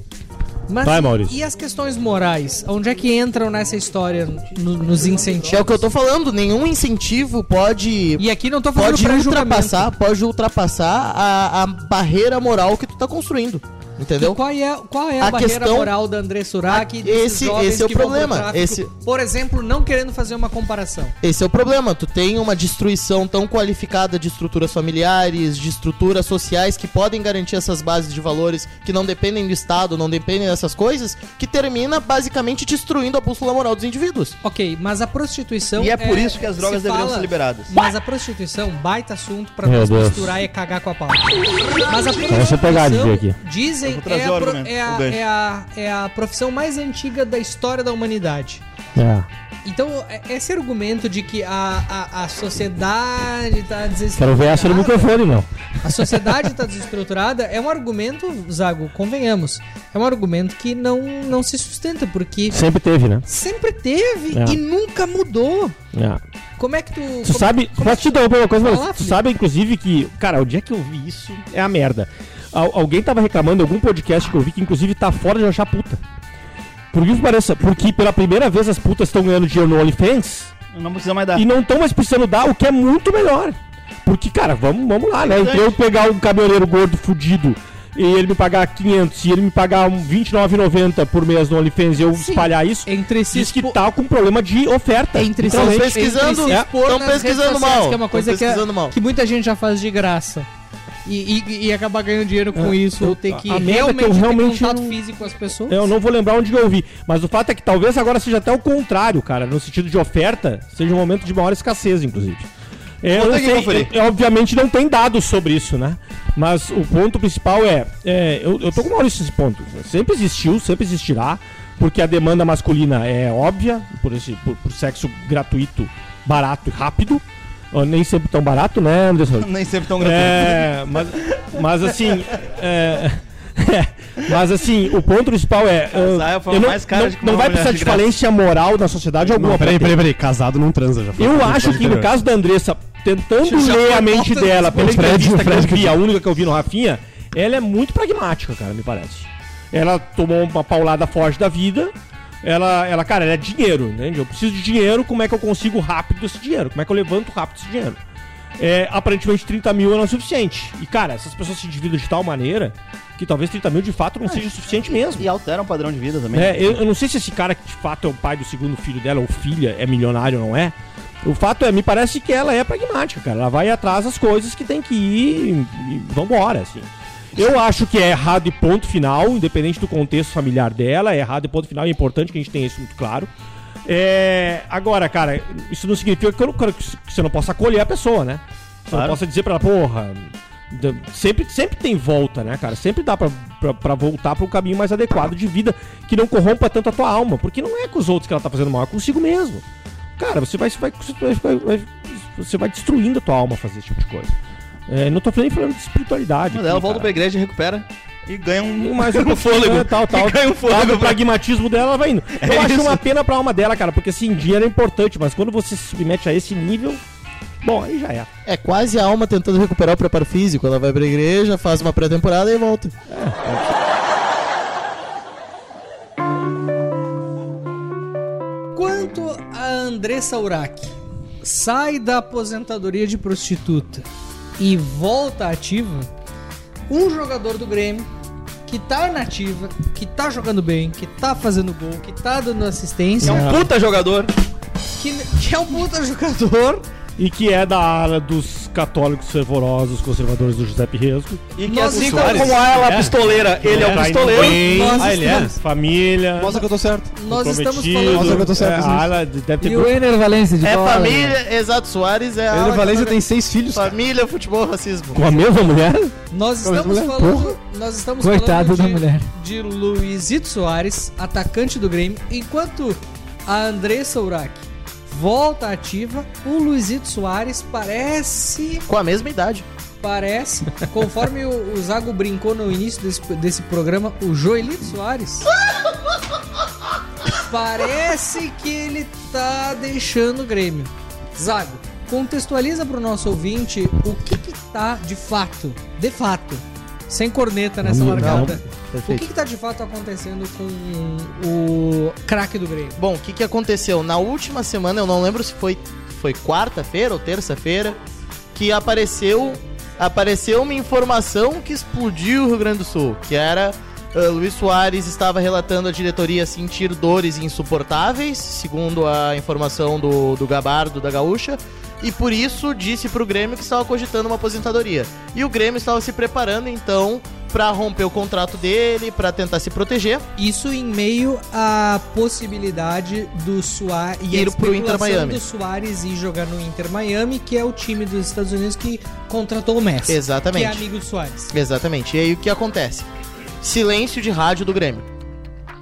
Speaker 3: Mas
Speaker 2: Vai, Maurício.
Speaker 3: E as questões morais? Onde é que entram nessa história no- nos incentivos?
Speaker 2: É o que eu tô falando, nenhum incentivo pode.
Speaker 3: E aqui não tô fazendo
Speaker 2: Pode
Speaker 3: pré-julgamento.
Speaker 2: ultrapassar, pode ultrapassar a, a barreira moral que tu tá construindo. Entendeu?
Speaker 3: E qual é, qual é a,
Speaker 2: A
Speaker 3: barreira
Speaker 2: questão-
Speaker 3: moral da André Surak e
Speaker 2: esse- esse é o
Speaker 3: que vão pro
Speaker 2: problema,
Speaker 3: tráfico?
Speaker 2: esse-
Speaker 3: Por exemplo, não querendo fazer uma comparação.
Speaker 2: Esse é o problema. Tu tem uma destruição tão qualificada de estruturas familiares, de estruturas sociais que podem garantir essas bases de valores que não dependem do Estado, não dependem dessas coisas, que termina basicamente destruindo a bússola moral dos indivíduos.
Speaker 3: Ok, mas a prostituição.
Speaker 15: E é por isso que as drogas
Speaker 3: se
Speaker 15: deveriam ser liberadas.
Speaker 3: Mas a prostituição, baita assunto pra
Speaker 5: Meu
Speaker 3: nós
Speaker 5: Deus.
Speaker 3: misturar e é cagar com a pau. Mas a
Speaker 5: Então deixa eu pegar a
Speaker 3: prostituição,
Speaker 5: Didi aqui.
Speaker 15: Eu
Speaker 3: dizem,
Speaker 15: vou trazer
Speaker 3: é
Speaker 15: o
Speaker 3: a, pro-
Speaker 15: argumento,
Speaker 3: é,
Speaker 15: o
Speaker 3: a,
Speaker 15: gancho.
Speaker 3: é, a, é a profissão mais antiga da história da humanidade. Então, é- esse argumento de que a, a, a sociedade tá
Speaker 5: Quero ver essa
Speaker 3: desestruturada.
Speaker 5: no microfone, não.
Speaker 3: A sociedade está desestruturada é um argumento, Zago, convenhamos. É um argumento que não, não se sustenta, porque.
Speaker 5: Sempre teve, né?
Speaker 3: Sempre teve
Speaker 5: É.
Speaker 3: e nunca mudou.
Speaker 5: É.
Speaker 3: Como é que tu.
Speaker 5: Tu
Speaker 3: como-
Speaker 5: sabe, posso te interromper uma coisa,
Speaker 3: Vai
Speaker 5: mas
Speaker 3: lá,
Speaker 5: tu
Speaker 3: Felipe.
Speaker 5: sabe, inclusive, que, cara, o dia que eu vi isso é a merda. Al- alguém tava reclamando em algum podcast que eu vi que, inclusive, tá fora de achar puta. Por que que pareça? Porque pela primeira vez as putas estão ganhando dinheiro no OnlyFans
Speaker 15: Não precisa mais
Speaker 3: É.
Speaker 15: dar.
Speaker 5: e não estão mais precisando dar, o que é muito melhor. Porque, cara, vamos, vamos lá, né? Entre eu pegar um caminhoneiro gordo fudido e ele me pagar 500 e ele me pagar um 29,90 por mês no OnlyFans e eu
Speaker 3: Sim.
Speaker 5: espalhar isso,
Speaker 3: Entre se
Speaker 5: diz que tá com problema de oferta.
Speaker 3: Entre
Speaker 5: Então,
Speaker 3: se-
Speaker 5: gente,
Speaker 2: pesquisando,
Speaker 3: entre
Speaker 7: é.
Speaker 3: se expor
Speaker 2: tão
Speaker 3: nas redes
Speaker 2: pesquisando
Speaker 3: sociais,
Speaker 2: mal,
Speaker 3: Que é uma
Speaker 2: tão
Speaker 3: coisa que, é-
Speaker 2: pesquisando mal.
Speaker 3: que muita gente já faz de graça. E, e, e acabar ganhando dinheiro com
Speaker 5: É.
Speaker 3: isso, ou ter
Speaker 5: A-
Speaker 3: que
Speaker 5: a merda é que eu
Speaker 3: realmente, ter
Speaker 5: realmente
Speaker 3: contato
Speaker 5: não- É,
Speaker 3: físico com as pessoas.
Speaker 5: Eu não vou lembrar onde eu ouvi, mas o fato é que talvez agora seja até o contrário, cara, no sentido de oferta, seja um momento de maior escassez, inclusive.
Speaker 15: Vou
Speaker 5: É, eu
Speaker 15: ter
Speaker 5: não
Speaker 15: que
Speaker 5: sei,
Speaker 15: conferir.
Speaker 5: eu- eu, obviamente não tem dados sobre isso, né? Mas o ponto principal é, é, eu, eu tô com o Maurício nesse ponto. Sempre existiu, sempre existirá, porque a demanda masculina é óbvia, por, esse, por, por sexo gratuito, barato e rápido. Ó, nem sempre tão barato, né, Anderson?
Speaker 15: Nem sempre tão gratuito.
Speaker 5: É, mas, mas assim. é, mas assim, o ponto principal é. ah,
Speaker 15: Casar é a forma
Speaker 5: eu não,
Speaker 15: mais cara
Speaker 5: não-
Speaker 15: de
Speaker 5: não
Speaker 15: comprar
Speaker 5: vai
Speaker 15: uma mulher
Speaker 5: precisar
Speaker 15: de
Speaker 5: de falência moral na sociedade alguma.
Speaker 6: Não, peraí,
Speaker 5: pra
Speaker 6: peraí,
Speaker 5: ter.
Speaker 6: peraí. Casado não transa, já foi.
Speaker 5: Eu
Speaker 6: Já foi
Speaker 5: acho que no
Speaker 6: anterior.
Speaker 5: caso da Andressa, tentando
Speaker 6: Já
Speaker 5: ler
Speaker 6: foi
Speaker 5: a mente
Speaker 6: volta
Speaker 5: dela,
Speaker 6: dos
Speaker 5: pela
Speaker 6: bons. Fred,
Speaker 5: entrevista que
Speaker 6: Fred
Speaker 5: eu
Speaker 6: que
Speaker 5: vi,
Speaker 6: eu-
Speaker 5: a única que eu vi no Rafinha, ela é muito pragmática, cara, me parece. Ela tomou uma paulada forte da vida. Ela, ela, cara, ela é dinheiro, entende? Eu preciso de dinheiro, como é que eu consigo rápido esse dinheiro? Como é que eu levanto rápido esse dinheiro? É, aparentemente 30 mil não é suficiente. E, cara, essas pessoas se endividam de tal maneira que talvez 30 mil de fato não seja suficiente mesmo.
Speaker 15: E alteram o padrão de vida também.
Speaker 5: É, eu, eu não sei se esse cara que de fato é o pai do segundo filho dela ou filha é milionário ou não é. O fato é, me parece que ela é pragmática, cara. Ela vai atrás das coisas que tem que ir e, e vambora, assim. Eu acho que é errado e ponto final, independente do contexto familiar dela, é errado e ponto final, e é importante que a gente tenha isso muito claro. É, agora, cara, isso não significa que, eu não- que você não possa acolher a pessoa, né? Você
Speaker 15: Claro.
Speaker 5: não possa dizer pra ela, porra. d- Sempre, sempre tem volta, né, cara? Sempre dá pra, pra, pra voltar pra um caminho mais adequado de vida que não corrompa tanto a tua alma. Porque não é com os outros que ela tá fazendo mal, é consigo mesmo. Cara, você vai, você vai, você vai, vai- você vai destruindo a tua alma fazer esse tipo de coisa. É, não tô nem falando de espiritualidade.
Speaker 15: Mas
Speaker 5: aqui,
Speaker 15: ela volta
Speaker 5: cara.
Speaker 15: pra igreja, recupera e ganha um,
Speaker 5: Mas
Speaker 15: um fôlego.
Speaker 5: é, tal, tal.
Speaker 15: E ganha um
Speaker 5: Sabe,
Speaker 15: fôlego. É
Speaker 5: o pragmatismo dela ela vai indo. Eu acho uma pena pra alma dela, cara, porque assim, dinheiro é importante, mas quando você se submete a esse nível, bom, aí já é.
Speaker 2: É quase a alma tentando recuperar o preparo físico. Ela vai pra igreja, faz uma pré-temporada e volta.
Speaker 3: Quanto a Andressa Urach sai da aposentadoria de prostituta e volta ativa, um jogador do Grêmio que tá nativa, que tá jogando bem, que tá fazendo gol, que tá dando assistência,
Speaker 15: É um puta jogador.
Speaker 3: que, que é um puta jogador
Speaker 5: E que é da ala dos católicos fervorosos conservadores do José Pirresco.
Speaker 15: E que assim como ela
Speaker 5: né?
Speaker 15: é a pistoleira, ele é o
Speaker 5: Tá
Speaker 15: pistoleiro.
Speaker 5: indo bem.
Speaker 15: Nós
Speaker 5: Ah, ele é.
Speaker 15: estamos-
Speaker 5: Família.
Speaker 6: Mostra que eu tô certo.
Speaker 3: Nós estamos
Speaker 5: comprometido.
Speaker 3: falando-
Speaker 6: Mostra que eu tô certo.
Speaker 5: É, a ala deve ter
Speaker 3: E o Ener Valencia de um-
Speaker 2: É
Speaker 3: bola. né?
Speaker 2: família, exato, Soares é a
Speaker 6: Ele
Speaker 2: ala
Speaker 6: Valência
Speaker 2: que-
Speaker 6: tem seis filhos.
Speaker 2: Família, futebol, racismo.
Speaker 5: Com a mesma mulher?
Speaker 3: Nós
Speaker 2: Com a
Speaker 3: estamos
Speaker 2: mulher?
Speaker 3: falando,
Speaker 2: Porra.
Speaker 3: nós estamos falando
Speaker 7: Coitado
Speaker 3: de,
Speaker 7: da mulher.
Speaker 3: de Luizito Soares, atacante do Grêmio, enquanto a Andressa Urac volta ativa, o Luizito Soares parece
Speaker 2: com a mesma idade.
Speaker 3: Parece, conforme o, o Zago brincou no início desse, desse programa, o Joelito Soares. Parece que ele tá deixando o Grêmio. Zago, contextualiza pro nosso ouvinte o que que tá de fato, de fato, sem corneta nessa
Speaker 2: Não,
Speaker 3: largada.
Speaker 2: não.
Speaker 3: O que que tá de fato acontecendo com o craque do Grêmio?
Speaker 2: Bom, o que, que aconteceu? Na última semana, eu não lembro se foi, foi quarta-feira ou terça-feira, que apareceu, apareceu uma informação que explodiu o Rio Grande do Sul, que era ah, Luiz Soares estava relatando à diretoria sentir dores insuportáveis, segundo a informação do, do Gabardo, da Gaúcha, e por isso disse pro Grêmio que estava cogitando uma aposentadoria. E o Grêmio estava se preparando, então, para romper o contrato dele, para tentar se proteger.
Speaker 3: Isso em meio à possibilidade do Soares e a
Speaker 2: Ir pro Inter
Speaker 3: especulação
Speaker 2: Miami.
Speaker 3: do Soares ir jogar no Inter Miami, que é o time dos Estados Unidos que contratou o Messi.
Speaker 2: Exatamente.
Speaker 3: Que é amigo do Soares.
Speaker 2: Exatamente. E aí o que acontece? Silêncio de rádio do Grêmio.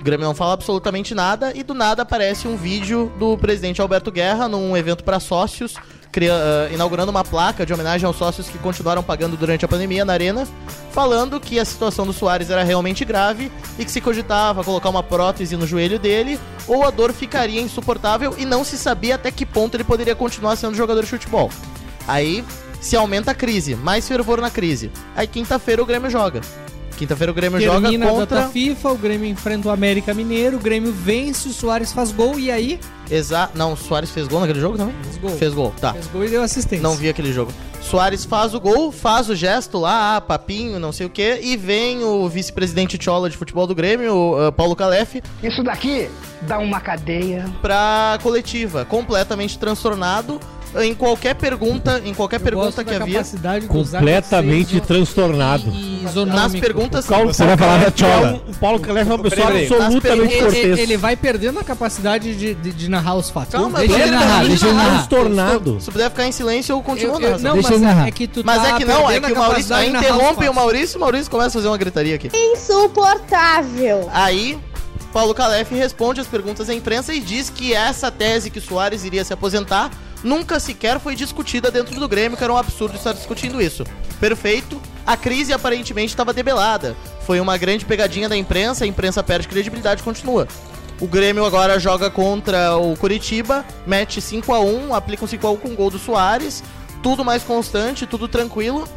Speaker 2: O Grêmio não fala absolutamente nada e do nada aparece um vídeo do presidente Alberto Guerra num evento para sócios, cria- ah, inaugurando uma placa de homenagem aos sócios que continuaram pagando durante a pandemia na arena, falando que a situação do Soares era realmente grave e que se cogitava colocar uma prótese no joelho dele ou a dor ficaria insuportável e não se sabia até que ponto ele poderia continuar sendo jogador de futebol. Aí se aumenta a crise, mais fervor na crise. Aí quinta-feira o Grêmio joga. Quinta-feira o Grêmio
Speaker 3: Termina
Speaker 2: joga
Speaker 3: a
Speaker 2: contra
Speaker 3: data FIFA, o Grêmio enfrenta o América Mineiro, o Grêmio vence, o Soares faz gol e aí
Speaker 2: Exato. Não, o Soares fez gol naquele jogo também?
Speaker 3: Fez gol.
Speaker 2: Fez gol, tá.
Speaker 3: Fez gol e deu assistência.
Speaker 2: Não vi aquele jogo. Soares faz o gol, faz o gesto lá, ah, papinho, não sei o quê, e vem o vice-presidente Tchola de futebol do Grêmio, o, ah, Paulo Calef,
Speaker 17: Isso daqui dá uma cadeia.
Speaker 2: pra coletiva, completamente transtornado em qualquer pergunta, em qualquer pergunta que havia.
Speaker 5: completamente transtornado.
Speaker 2: Nas perguntas
Speaker 5: Paulo, você vai falar da Tchola. O Paulo Calef é uma pessoa absolutamente
Speaker 3: ele,
Speaker 5: cortês.
Speaker 3: ele- ele vai perdendo a capacidade de, de- de narrar os fatos.
Speaker 2: Calma,
Speaker 3: deixa
Speaker 2: eu
Speaker 3: ele
Speaker 2: tô
Speaker 3: narrar,
Speaker 2: tentando
Speaker 3: deixa ele
Speaker 2: narrar.
Speaker 3: narrar.
Speaker 5: é Transtornado.
Speaker 2: Se puder ficar em silêncio, eu continuo
Speaker 3: Eu- eu-
Speaker 2: narrando.
Speaker 3: não, Deixa mas ele narrar. é que tu
Speaker 2: Mas
Speaker 3: tá
Speaker 2: é que não, é
Speaker 3: perdendo
Speaker 2: que o
Speaker 3: a
Speaker 2: Maurício
Speaker 3: capacidade
Speaker 2: aí
Speaker 3: de narrar os
Speaker 2: interrompe o
Speaker 3: fatos.
Speaker 2: Maurício, o Maurício começa a fazer uma gritaria aqui. Insuportável. Aí, Paulo Calef responde as perguntas à imprensa e diz que essa tese que Soares iria se aposentar nunca sequer foi discutida dentro do Grêmio, que era um absurdo estar discutindo isso. Perfeito. A crise aparentemente estava debelada. Foi uma grande pegadinha da imprensa, a imprensa perde credibilidade e continua. O Grêmio agora joga contra o Curitiba, mete 5 a 1 aplica um 5x1 com gol do Soares, tudo mais constante, tudo tranquilo.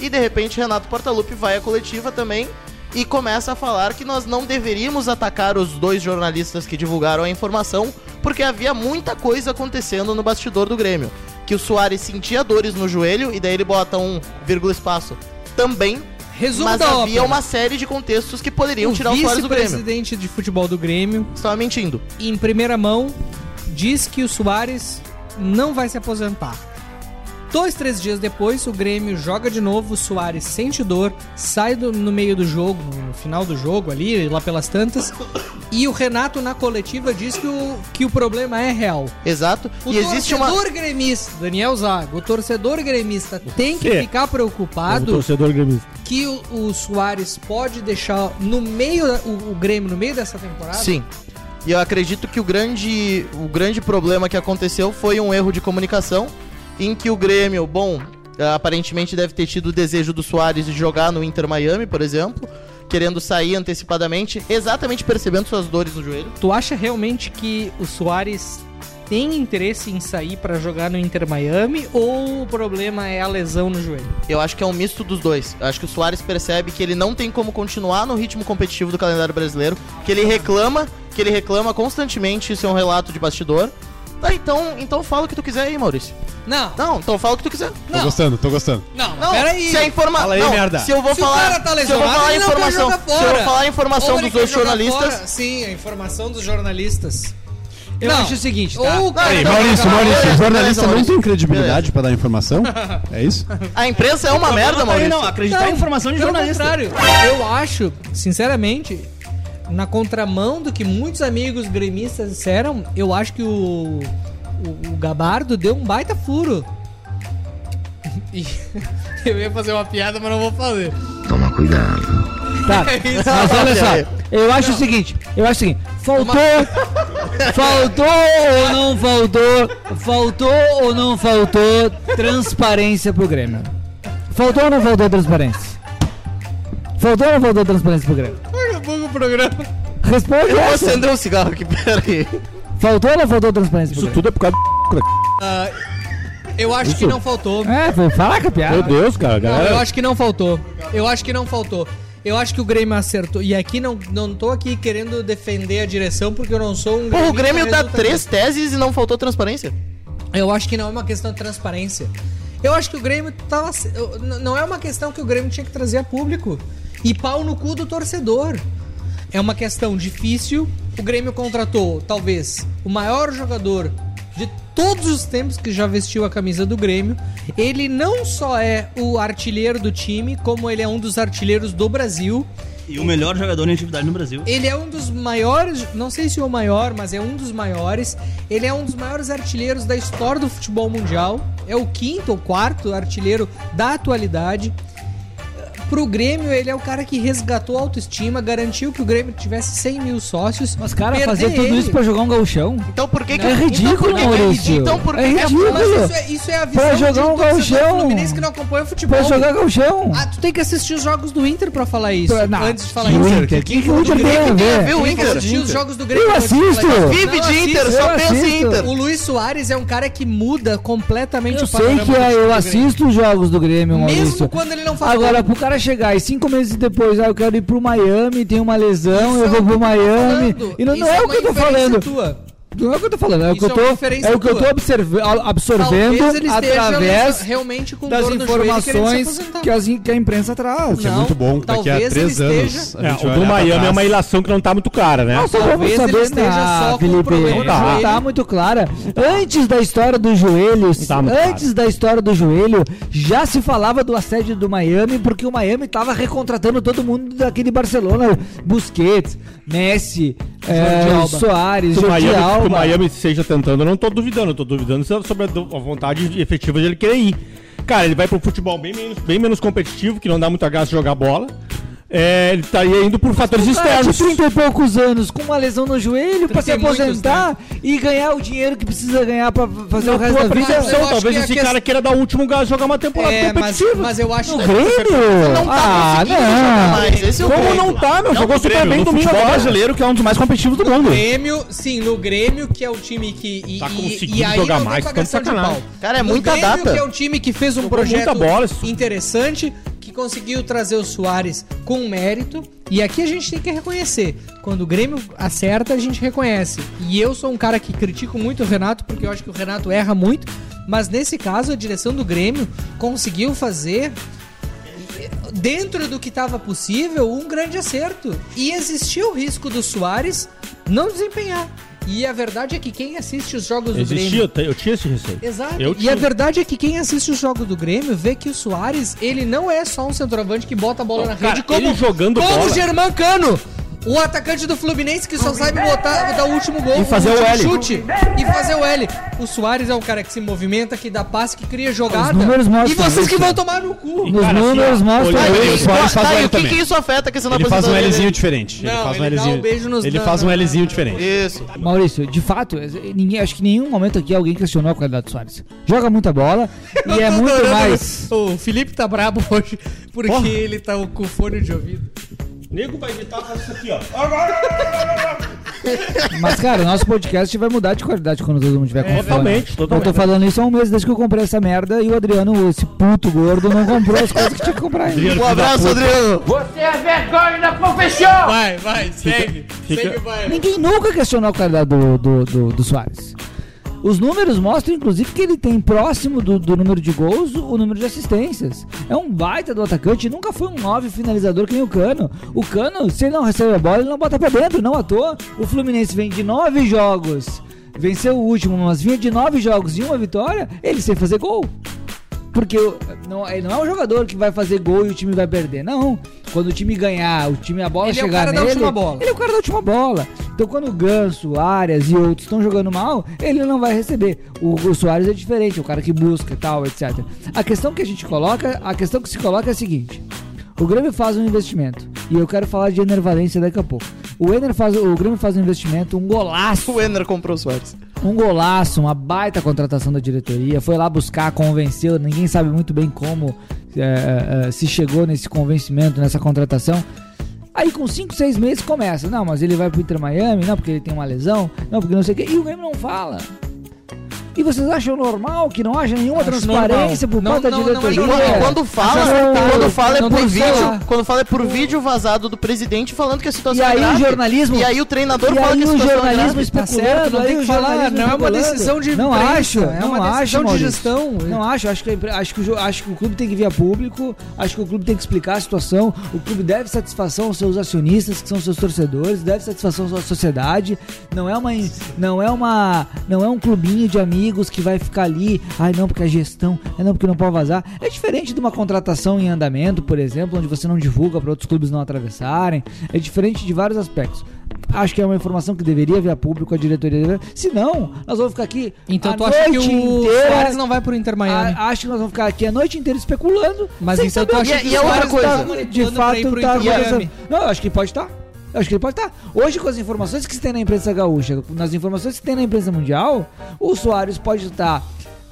Speaker 2: E de repente Renato Portaluppi vai à coletiva também e começa a falar que nós não deveríamos atacar os dois jornalistas que divulgaram a informação, porque havia muita coisa acontecendo no bastidor do Grêmio. Que o Soares sentia dores no joelho, e daí ele bota um vírgula espaço também.
Speaker 3: Resumo
Speaker 2: mas
Speaker 3: um da
Speaker 2: havia
Speaker 3: ópera.
Speaker 2: uma série de contextos que poderiam tirar o Soares do Grêmio.
Speaker 3: vice-presidente de futebol do Grêmio.
Speaker 2: Estava mentindo.
Speaker 3: Em primeira mão, diz que o Soares não vai se aposentar. Dois, três dias depois, o Grêmio joga de novo, o Soares sente dor, sai do- no meio do jogo, no final do jogo ali, lá pelas tantas, e o Renato na coletiva diz que o, que o problema é real.
Speaker 2: Exato.
Speaker 3: O é
Speaker 2: e existe uma.
Speaker 3: torcedor gremista, Daniel Zago, o torcedor gremista tem que
Speaker 5: Sim.
Speaker 3: ficar
Speaker 5: O
Speaker 3: preocupado
Speaker 5: torcedor gremista.
Speaker 3: que o, o Soares pode deixar no meio da- o, o Grêmio no meio dessa temporada?
Speaker 2: Sim. E eu acredito que o grande, o grande problema que aconteceu foi um erro de comunicação em que o Grêmio, bom, eh, aparentemente deve ter tido o desejo do Soares de jogar no Inter Miami, por exemplo, querendo sair antecipadamente, exatamente percebendo suas dores no joelho.
Speaker 3: Tu acha realmente que o Soares tem interesse em sair pra jogar no Inter Miami ou o problema é a lesão no joelho?
Speaker 2: Eu acho que é um misto dos dois. Eu acho que o Soares percebe que ele não tem como continuar no ritmo competitivo do calendário brasileiro, que ele reclama, que ele reclama constantemente, isso é um relato de bastidor. Tá, então, então fala o que tu quiser aí, Maurício.
Speaker 3: Não.
Speaker 2: Não, então fala o que tu quiser.
Speaker 6: Tô gostando, tô gostando.
Speaker 3: Não,
Speaker 2: Não, se a informa...
Speaker 6: Fala aí,
Speaker 2: não,
Speaker 6: merda.
Speaker 2: Se eu vou
Speaker 3: Se o
Speaker 2: falar,
Speaker 3: cara tá
Speaker 2: se eu vou
Speaker 3: lesionado,
Speaker 2: falar a
Speaker 3: ele não quer
Speaker 2: informação,
Speaker 3: jogar
Speaker 2: se eu
Speaker 3: fora.
Speaker 2: vou falar a informação
Speaker 3: Ou ele
Speaker 2: dos dois
Speaker 3: quer jogar
Speaker 2: jornalistas,
Speaker 3: fora. Sim, a informação dos jornalistas.
Speaker 7: Eu
Speaker 3: Não.
Speaker 7: acho o seguinte, tá?
Speaker 3: Ou o
Speaker 6: Peraí,
Speaker 2: então
Speaker 3: Não,
Speaker 6: Maurício,
Speaker 3: não,
Speaker 6: Maurício,
Speaker 3: não,
Speaker 6: o jornalista
Speaker 3: não, Ah,
Speaker 6: não
Speaker 3: Maurício.
Speaker 6: tem credibilidade pra dar informação? É isso?
Speaker 2: A imprensa é uma
Speaker 3: O
Speaker 2: merda,
Speaker 3: problema tá aí,
Speaker 2: Maurício.
Speaker 3: Não, pelo contrário, eu acho, sinceramente, na contramão do que muitos amigos gremistas disseram, eu acho que o, o, o Gabardo deu um baita furo. E- eu ia fazer uma piada, mas não vou fazer.
Speaker 11: Toma cuidado.
Speaker 7: Tá.
Speaker 3: é Isso,
Speaker 7: Mas olha
Speaker 3: olha
Speaker 7: só,
Speaker 3: aí.
Speaker 7: eu acho o seguinte, eu acho o seguinte, faltou, faltou ou não faltou, faltou ou não faltou transparência pro Grêmio. Faltou ou não faltou transparência? Faltou ou não faltou transparência pro Grêmio?
Speaker 2: Daqui a pouco o programa.
Speaker 7: Responde
Speaker 2: Eu vou
Speaker 7: essa.
Speaker 2: acender um cigarro aqui, peraí.
Speaker 7: Faltou ou não faltou transparência pro
Speaker 5: Isso
Speaker 7: Grêmio?
Speaker 5: tudo é por causa do...
Speaker 3: Ah, eu acho que
Speaker 5: Isso.
Speaker 3: não faltou.
Speaker 7: É, foi falar com a piada.
Speaker 5: Meu Deus, cara,
Speaker 3: Não,
Speaker 2: É.
Speaker 5: galera.
Speaker 3: eu acho que não faltou. Eu acho que não faltou. Eu acho que o Grêmio acertou. E aqui não, não tô aqui querendo defender a direção porque eu não sou um
Speaker 2: Porra, o
Speaker 3: gremista
Speaker 2: Grêmio tá dá
Speaker 3: resultadista.
Speaker 2: três teses e não faltou transparência.
Speaker 3: Eu acho que não é uma questão de transparência. Eu acho que o Grêmio tava. se- eu- n- Não é uma questão que o Grêmio tinha que trazer a público. E pau no cu do torcedor. É uma questão difícil. O Grêmio contratou, talvez, o maior jogador de todos os tempos que já vestiu a camisa do Grêmio. Ele não só é o artilheiro do time, como ele é um dos artilheiros do Brasil.
Speaker 1: E o melhor jogador em atividade no Brasil.
Speaker 3: Ele é um dos maiores, não sei se o maior, mas é um dos maiores. Ele é um dos maiores artilheiros da história do futebol mundial. É o quinto ou quarto artilheiro da atualidade. Pro Grêmio, ele é o cara que resgatou a autoestima, garantiu que o Grêmio tivesse 100 mil sócios. Mas,
Speaker 7: Cara, fazer tudo isso pra jogar um gauchão?
Speaker 2: Então por que que.
Speaker 7: É ridículo,
Speaker 2: então por que
Speaker 7: Maurício.
Speaker 2: que então por que
Speaker 7: É
Speaker 2: que a-
Speaker 7: ridículo.
Speaker 3: Mas isso é, isso é a visão
Speaker 7: Pra jogar
Speaker 3: de
Speaker 7: um
Speaker 3: torcedor
Speaker 7: gauchão.
Speaker 3: fluminense que não acompanha o futebol.
Speaker 7: Pra jogar gauchão.
Speaker 3: Ah, tu tem que assistir os jogos do Inter pra falar isso. é
Speaker 7: Pra- não,
Speaker 3: Antes de falar
Speaker 7: que
Speaker 3: isso.
Speaker 7: Inter? Que que o Inter
Speaker 3: do
Speaker 7: tem a
Speaker 3: Grêmio
Speaker 7: ver?
Speaker 3: o
Speaker 7: Tem que
Speaker 3: Inter?
Speaker 7: assistir
Speaker 3: os jogos do
Speaker 7: Eu
Speaker 3: Grêmio. antes de
Speaker 7: assisto.
Speaker 3: falar isso.
Speaker 2: Vive
Speaker 3: Não,
Speaker 2: de
Speaker 3: assiste.
Speaker 2: Inter, só
Speaker 7: eu
Speaker 2: pensa em
Speaker 7: assisto.
Speaker 2: Inter.
Speaker 3: O Luiz Soares é um cara que muda completamente
Speaker 7: Eu
Speaker 3: o
Speaker 7: sei
Speaker 3: panorama
Speaker 7: que
Speaker 3: do
Speaker 7: é,
Speaker 3: time do
Speaker 7: eu
Speaker 3: Grêmio.
Speaker 7: assisto os jogos do Grêmio,
Speaker 3: Mesmo
Speaker 7: Maurício.
Speaker 3: quando ele não faz
Speaker 7: Agora,
Speaker 3: gol.
Speaker 7: pro cara chegar e cinco meses depois, ah, eu quero ir pro Miami, tem uma lesão,
Speaker 3: Isso é o que
Speaker 7: eu vou
Speaker 3: eu
Speaker 7: pro
Speaker 3: tô
Speaker 7: Miami.
Speaker 3: falando.
Speaker 7: E não,
Speaker 3: Isso
Speaker 7: não é,
Speaker 3: é
Speaker 7: o que eu
Speaker 3: uma
Speaker 7: tô falando.
Speaker 3: inferência tua.
Speaker 7: Não é o que eu tô falando, é o
Speaker 3: Isso
Speaker 7: que
Speaker 3: é
Speaker 7: eu
Speaker 3: uma
Speaker 7: tô,
Speaker 3: inferência
Speaker 7: é o que eu tô
Speaker 3: tua.
Speaker 7: observe- al- absorvendo
Speaker 3: Talvez ele esteja
Speaker 7: através
Speaker 3: realmente com
Speaker 7: das
Speaker 3: dor no joelho e querendo se
Speaker 7: informações
Speaker 3: aposentar.
Speaker 7: que, as in- que a imprensa traz.
Speaker 6: Que é muito bom, que daqui a
Speaker 3: talvez
Speaker 6: três
Speaker 3: ele
Speaker 6: anos.
Speaker 3: esteja-
Speaker 6: a gente
Speaker 5: É, o
Speaker 6: vai
Speaker 5: do
Speaker 6: olhar pra
Speaker 5: Miami é
Speaker 6: trás.
Speaker 5: uma ilação que não tá muito cara, né?
Speaker 7: Não, só pra
Speaker 3: Talvez
Speaker 7: você
Speaker 3: ele
Speaker 7: saber,
Speaker 3: esteja
Speaker 7: ah,
Speaker 3: só com
Speaker 7: Felipe,
Speaker 3: problema
Speaker 7: não
Speaker 3: no
Speaker 7: tá.
Speaker 3: joelho.
Speaker 7: tá muito clara. Antes da história do joelho,
Speaker 5: tá muito
Speaker 7: antes da história do joelho, já se falava do assédio do Miami, porque o Miami tava recontratando todo mundo daquele Barcelona, Busquets, Messi, eh,
Speaker 3: Alba.
Speaker 7: Soares,
Speaker 5: Que o,
Speaker 7: Jordi
Speaker 5: Miami, que o
Speaker 7: Alba.
Speaker 5: Miami esteja tentando, eu não tô duvidando, eu tô duvidando so- sobre a, do- a vontade efetiva de ele querer ir. Cara, ele vai pro futebol bem menos, bem menos competitivo, que não dá muita graça jogar bola. É, ele estaria indo por fatores
Speaker 7: Um cara de
Speaker 5: externos.
Speaker 7: 30 e poucos anos, com uma lesão no joelho, pra se
Speaker 3: 30 e muitos,
Speaker 7: aposentar e ganhar o dinheiro que precisa ganhar pra fazer
Speaker 5: né? Na
Speaker 7: o resto
Speaker 5: tua
Speaker 7: da vida.
Speaker 5: percepção,
Speaker 3: eu acho
Speaker 5: Então, talvez
Speaker 3: que é a
Speaker 5: esse
Speaker 3: quest-
Speaker 5: cara queira dar o último gás e jogar uma temporada
Speaker 3: É, mas,
Speaker 5: competitiva.
Speaker 3: mas eu acho
Speaker 7: O Grêmio?
Speaker 2: Não tá
Speaker 7: ah,
Speaker 2: conseguindo jogar
Speaker 7: não.
Speaker 2: mais. Esse é o
Speaker 5: Como
Speaker 2: ponto.
Speaker 5: não tá, meu?
Speaker 2: Não,
Speaker 5: Jogou
Speaker 2: no
Speaker 5: super
Speaker 2: Grêmio,
Speaker 5: bem
Speaker 2: no
Speaker 5: domingo
Speaker 1: futebol
Speaker 5: agora.
Speaker 1: brasileiro, que é um dos mais competitivos do
Speaker 3: No
Speaker 1: mundo.
Speaker 3: Grêmio, sim, no Grêmio, que é o time que. E,
Speaker 5: Tá
Speaker 3: e-
Speaker 5: conseguindo
Speaker 3: e aí
Speaker 5: jogar
Speaker 3: não vem
Speaker 5: mais,
Speaker 3: com a
Speaker 5: tá de
Speaker 3: questão de
Speaker 5: sacanagem.
Speaker 3: pau.
Speaker 2: Cara, é
Speaker 3: no
Speaker 2: muita
Speaker 3: Grêmio,
Speaker 2: data.
Speaker 3: que é um time que fez um
Speaker 5: Jogou
Speaker 3: projeto
Speaker 5: muita bola isso.
Speaker 3: interessante, que conseguiu trazer o Soares com mérito. E aqui a gente tem que reconhecer. Quando o Grêmio acerta, a gente reconhece. E eu sou um cara que critico muito o Renato, porque eu acho que o Renato erra muito. Mas nesse caso, a direção do Grêmio conseguiu fazer dentro do que estava possível, um grande acerto. E existia o risco do Soares não desempenhar. E a verdade é que quem assiste os jogos do
Speaker 5: Existia,
Speaker 3: Grêmio.
Speaker 5: eu te- eu tinha esse receio.
Speaker 3: Exato.
Speaker 5: Eu
Speaker 3: e
Speaker 5: tinha.
Speaker 3: a verdade é que quem assiste os jogos do Grêmio vê que o Soares, ele não é só um centroavante que bota a bola na
Speaker 5: cara,
Speaker 3: rede como,
Speaker 5: ele jogando
Speaker 3: como
Speaker 5: bola-
Speaker 3: o Germán Cano, o atacante do Fluminense que só sabe botar dar o último gol,
Speaker 1: E fazer
Speaker 3: o último
Speaker 1: o L.
Speaker 3: chute e fazer o L. O Soares é um cara que se movimenta, que dá passe, que cria jogada.
Speaker 7: números
Speaker 3: e
Speaker 7: mostram
Speaker 3: vocês que
Speaker 7: isso. né?
Speaker 3: vão tomar no cu.
Speaker 7: Nos
Speaker 5: Cara, assim,
Speaker 7: números
Speaker 5: ó,
Speaker 7: mostram
Speaker 5: olhando-
Speaker 7: isso.
Speaker 6: O Soares
Speaker 2: Tá,
Speaker 6: faz um
Speaker 2: e
Speaker 6: L
Speaker 2: o que, que
Speaker 6: também.
Speaker 2: isso afeta que você não
Speaker 6: Ele faz um Lzinho diferente. Ele
Speaker 3: Não,
Speaker 6: faz um
Speaker 3: ele dá um
Speaker 6: Lzinho.
Speaker 3: beijo nos
Speaker 6: Ele
Speaker 3: dan-
Speaker 6: faz um
Speaker 3: na-
Speaker 6: Lzinho diferente.
Speaker 2: Isso.
Speaker 7: Maurício, de fato, é, ninguém, acho que em nenhum momento aqui alguém questionou a qualidade do Soares. Joga muita bola e é
Speaker 3: Eu tô
Speaker 7: muito
Speaker 3: adorando.
Speaker 7: mais.
Speaker 3: O Felipe tá brabo hoje porque
Speaker 5: Porra.
Speaker 3: ele tá com fone de ouvido.
Speaker 5: Nego vai gritar faz isso aqui, ó.
Speaker 7: Mas, cara, o nosso podcast vai mudar de qualidade quando todo mundo tiver
Speaker 3: É,
Speaker 7: com fone.
Speaker 5: totalmente, totalmente.
Speaker 7: Eu tô falando isso há um mês desde que eu comprei essa merda e o Adriano, esse puto gordo, não comprou as coisas que tinha que comprar ainda.
Speaker 2: Um abraço, Adriano.
Speaker 11: Você é vergonha da profissão!
Speaker 3: Vai, vai, segue.
Speaker 5: fica-
Speaker 3: Segue o baile.
Speaker 7: Ninguém nunca questionou a qualidade do, do, do, do Soares. Os números mostram, inclusive, que ele tem próximo do, do número de gols o número de assistências. É um baita do atacante, nunca foi um 9 finalizador que nem o Cano. O Cano, se ele não recebe a bola, ele não bota pra dentro, não à toa. O Fluminense vem de 9 jogos venceu o último, mas vinha de nove jogos e uma vitória, ele sem fazer gol. Porque o- não, ele não é um jogador que vai fazer gol e o time vai perder, não. Quando o time ganhar, o time a bola
Speaker 3: Ele é o
Speaker 7: chegar
Speaker 3: cara da
Speaker 7: nele,
Speaker 3: última bola.
Speaker 7: ele é o cara da última bola. Então quando o Ganso, Arias e outros estão jogando mal, ele não vai receber. O, o Soares é diferente, é o cara que busca e tal, etc. A questão que a gente coloca, a questão que se coloca é a seguinte: o Grêmio faz um investimento e eu quero falar de enervalência daqui a pouco. O Ener faz, o Grêmio faz um investimento, um golaço.
Speaker 2: O Ender comprou o Soares.
Speaker 7: Um golaço, uma baita contratação da diretoria. Foi lá buscar, convenceu. Ninguém sabe muito bem como é, é, se chegou nesse convencimento, nessa contratação. Aí com 5, 6 meses começa. Não, mas ele vai pro Inter Miami, não, porque ele tem uma lesão, não, porque não sei o quê. E o Grêmio não fala. E vocês acham normal que não haja nenhuma
Speaker 3: Acho normal.
Speaker 7: transparência por
Speaker 3: Não,
Speaker 7: parte da
Speaker 3: não, não é
Speaker 7: diretoria?
Speaker 3: normal.
Speaker 2: Quando, quando fala, quando fala é
Speaker 7: Não
Speaker 2: por
Speaker 7: tem que
Speaker 2: vídeo,
Speaker 7: falar.
Speaker 2: quando fala é por vídeo vazado do presidente falando que a situação
Speaker 7: E aí
Speaker 2: é
Speaker 7: o
Speaker 2: grave.
Speaker 7: jornalismo-
Speaker 2: e aí o treinador
Speaker 7: e
Speaker 2: fala
Speaker 7: aí
Speaker 2: que a
Speaker 7: o
Speaker 2: situação
Speaker 7: jornalismo
Speaker 2: é grave.
Speaker 7: espe-
Speaker 3: Tá certo, não
Speaker 7: Aí
Speaker 3: tem
Speaker 7: o
Speaker 3: que falar,
Speaker 7: jornalismo
Speaker 3: não é uma
Speaker 7: especulando.
Speaker 3: decisão de
Speaker 7: Não
Speaker 3: imprensa,
Speaker 7: acho,
Speaker 3: é
Speaker 7: não
Speaker 3: uma decisão
Speaker 7: acho,
Speaker 3: de
Speaker 7: Maurício.
Speaker 3: gestão.
Speaker 7: Não acho, acho que, a impre- acho, que o, jo- acho que o clube tem que vir a público, acho que o clube tem que explicar a situação, o clube deve satisfação aos seus acionistas, que são seus torcedores, deve satisfação à sua sociedade, não é uma in- não é uma não é um clubinho de amigos que vai ficar ali, ai não porque a gestão, é não porque não pode vazar. É diferente de uma contratação em andamento, por exemplo, onde você não divulga para outros clubes não atravessarem, é diferente de vários aspectos. Acho que é uma informação que deveria vir a público, a diretoria deveria. Se não, nós vamos ficar aqui.
Speaker 3: Então
Speaker 7: a
Speaker 3: tu acha que o
Speaker 7: noite inteira- Ah,
Speaker 3: Soares não vai pro Inter Miami?
Speaker 7: a- acho que nós vamos ficar aqui a noite inteira especulando.
Speaker 3: Mas
Speaker 7: sem
Speaker 3: então
Speaker 7: saber
Speaker 3: tu
Speaker 7: o
Speaker 3: acha
Speaker 7: que
Speaker 3: que
Speaker 7: que
Speaker 3: o
Speaker 7: tá-
Speaker 3: Soares tá
Speaker 7: de
Speaker 3: manipulando pra ir
Speaker 7: fato
Speaker 3: pro
Speaker 7: tá
Speaker 3: Inter
Speaker 7: acontecendo?
Speaker 3: Miami?
Speaker 7: Não, eu acho que pode estar. Eu acho que ele pode estar. Hoje, com as informações que se tem na imprensa gaúcha, nas informações que tem na imprensa mundial, o Soares pode estar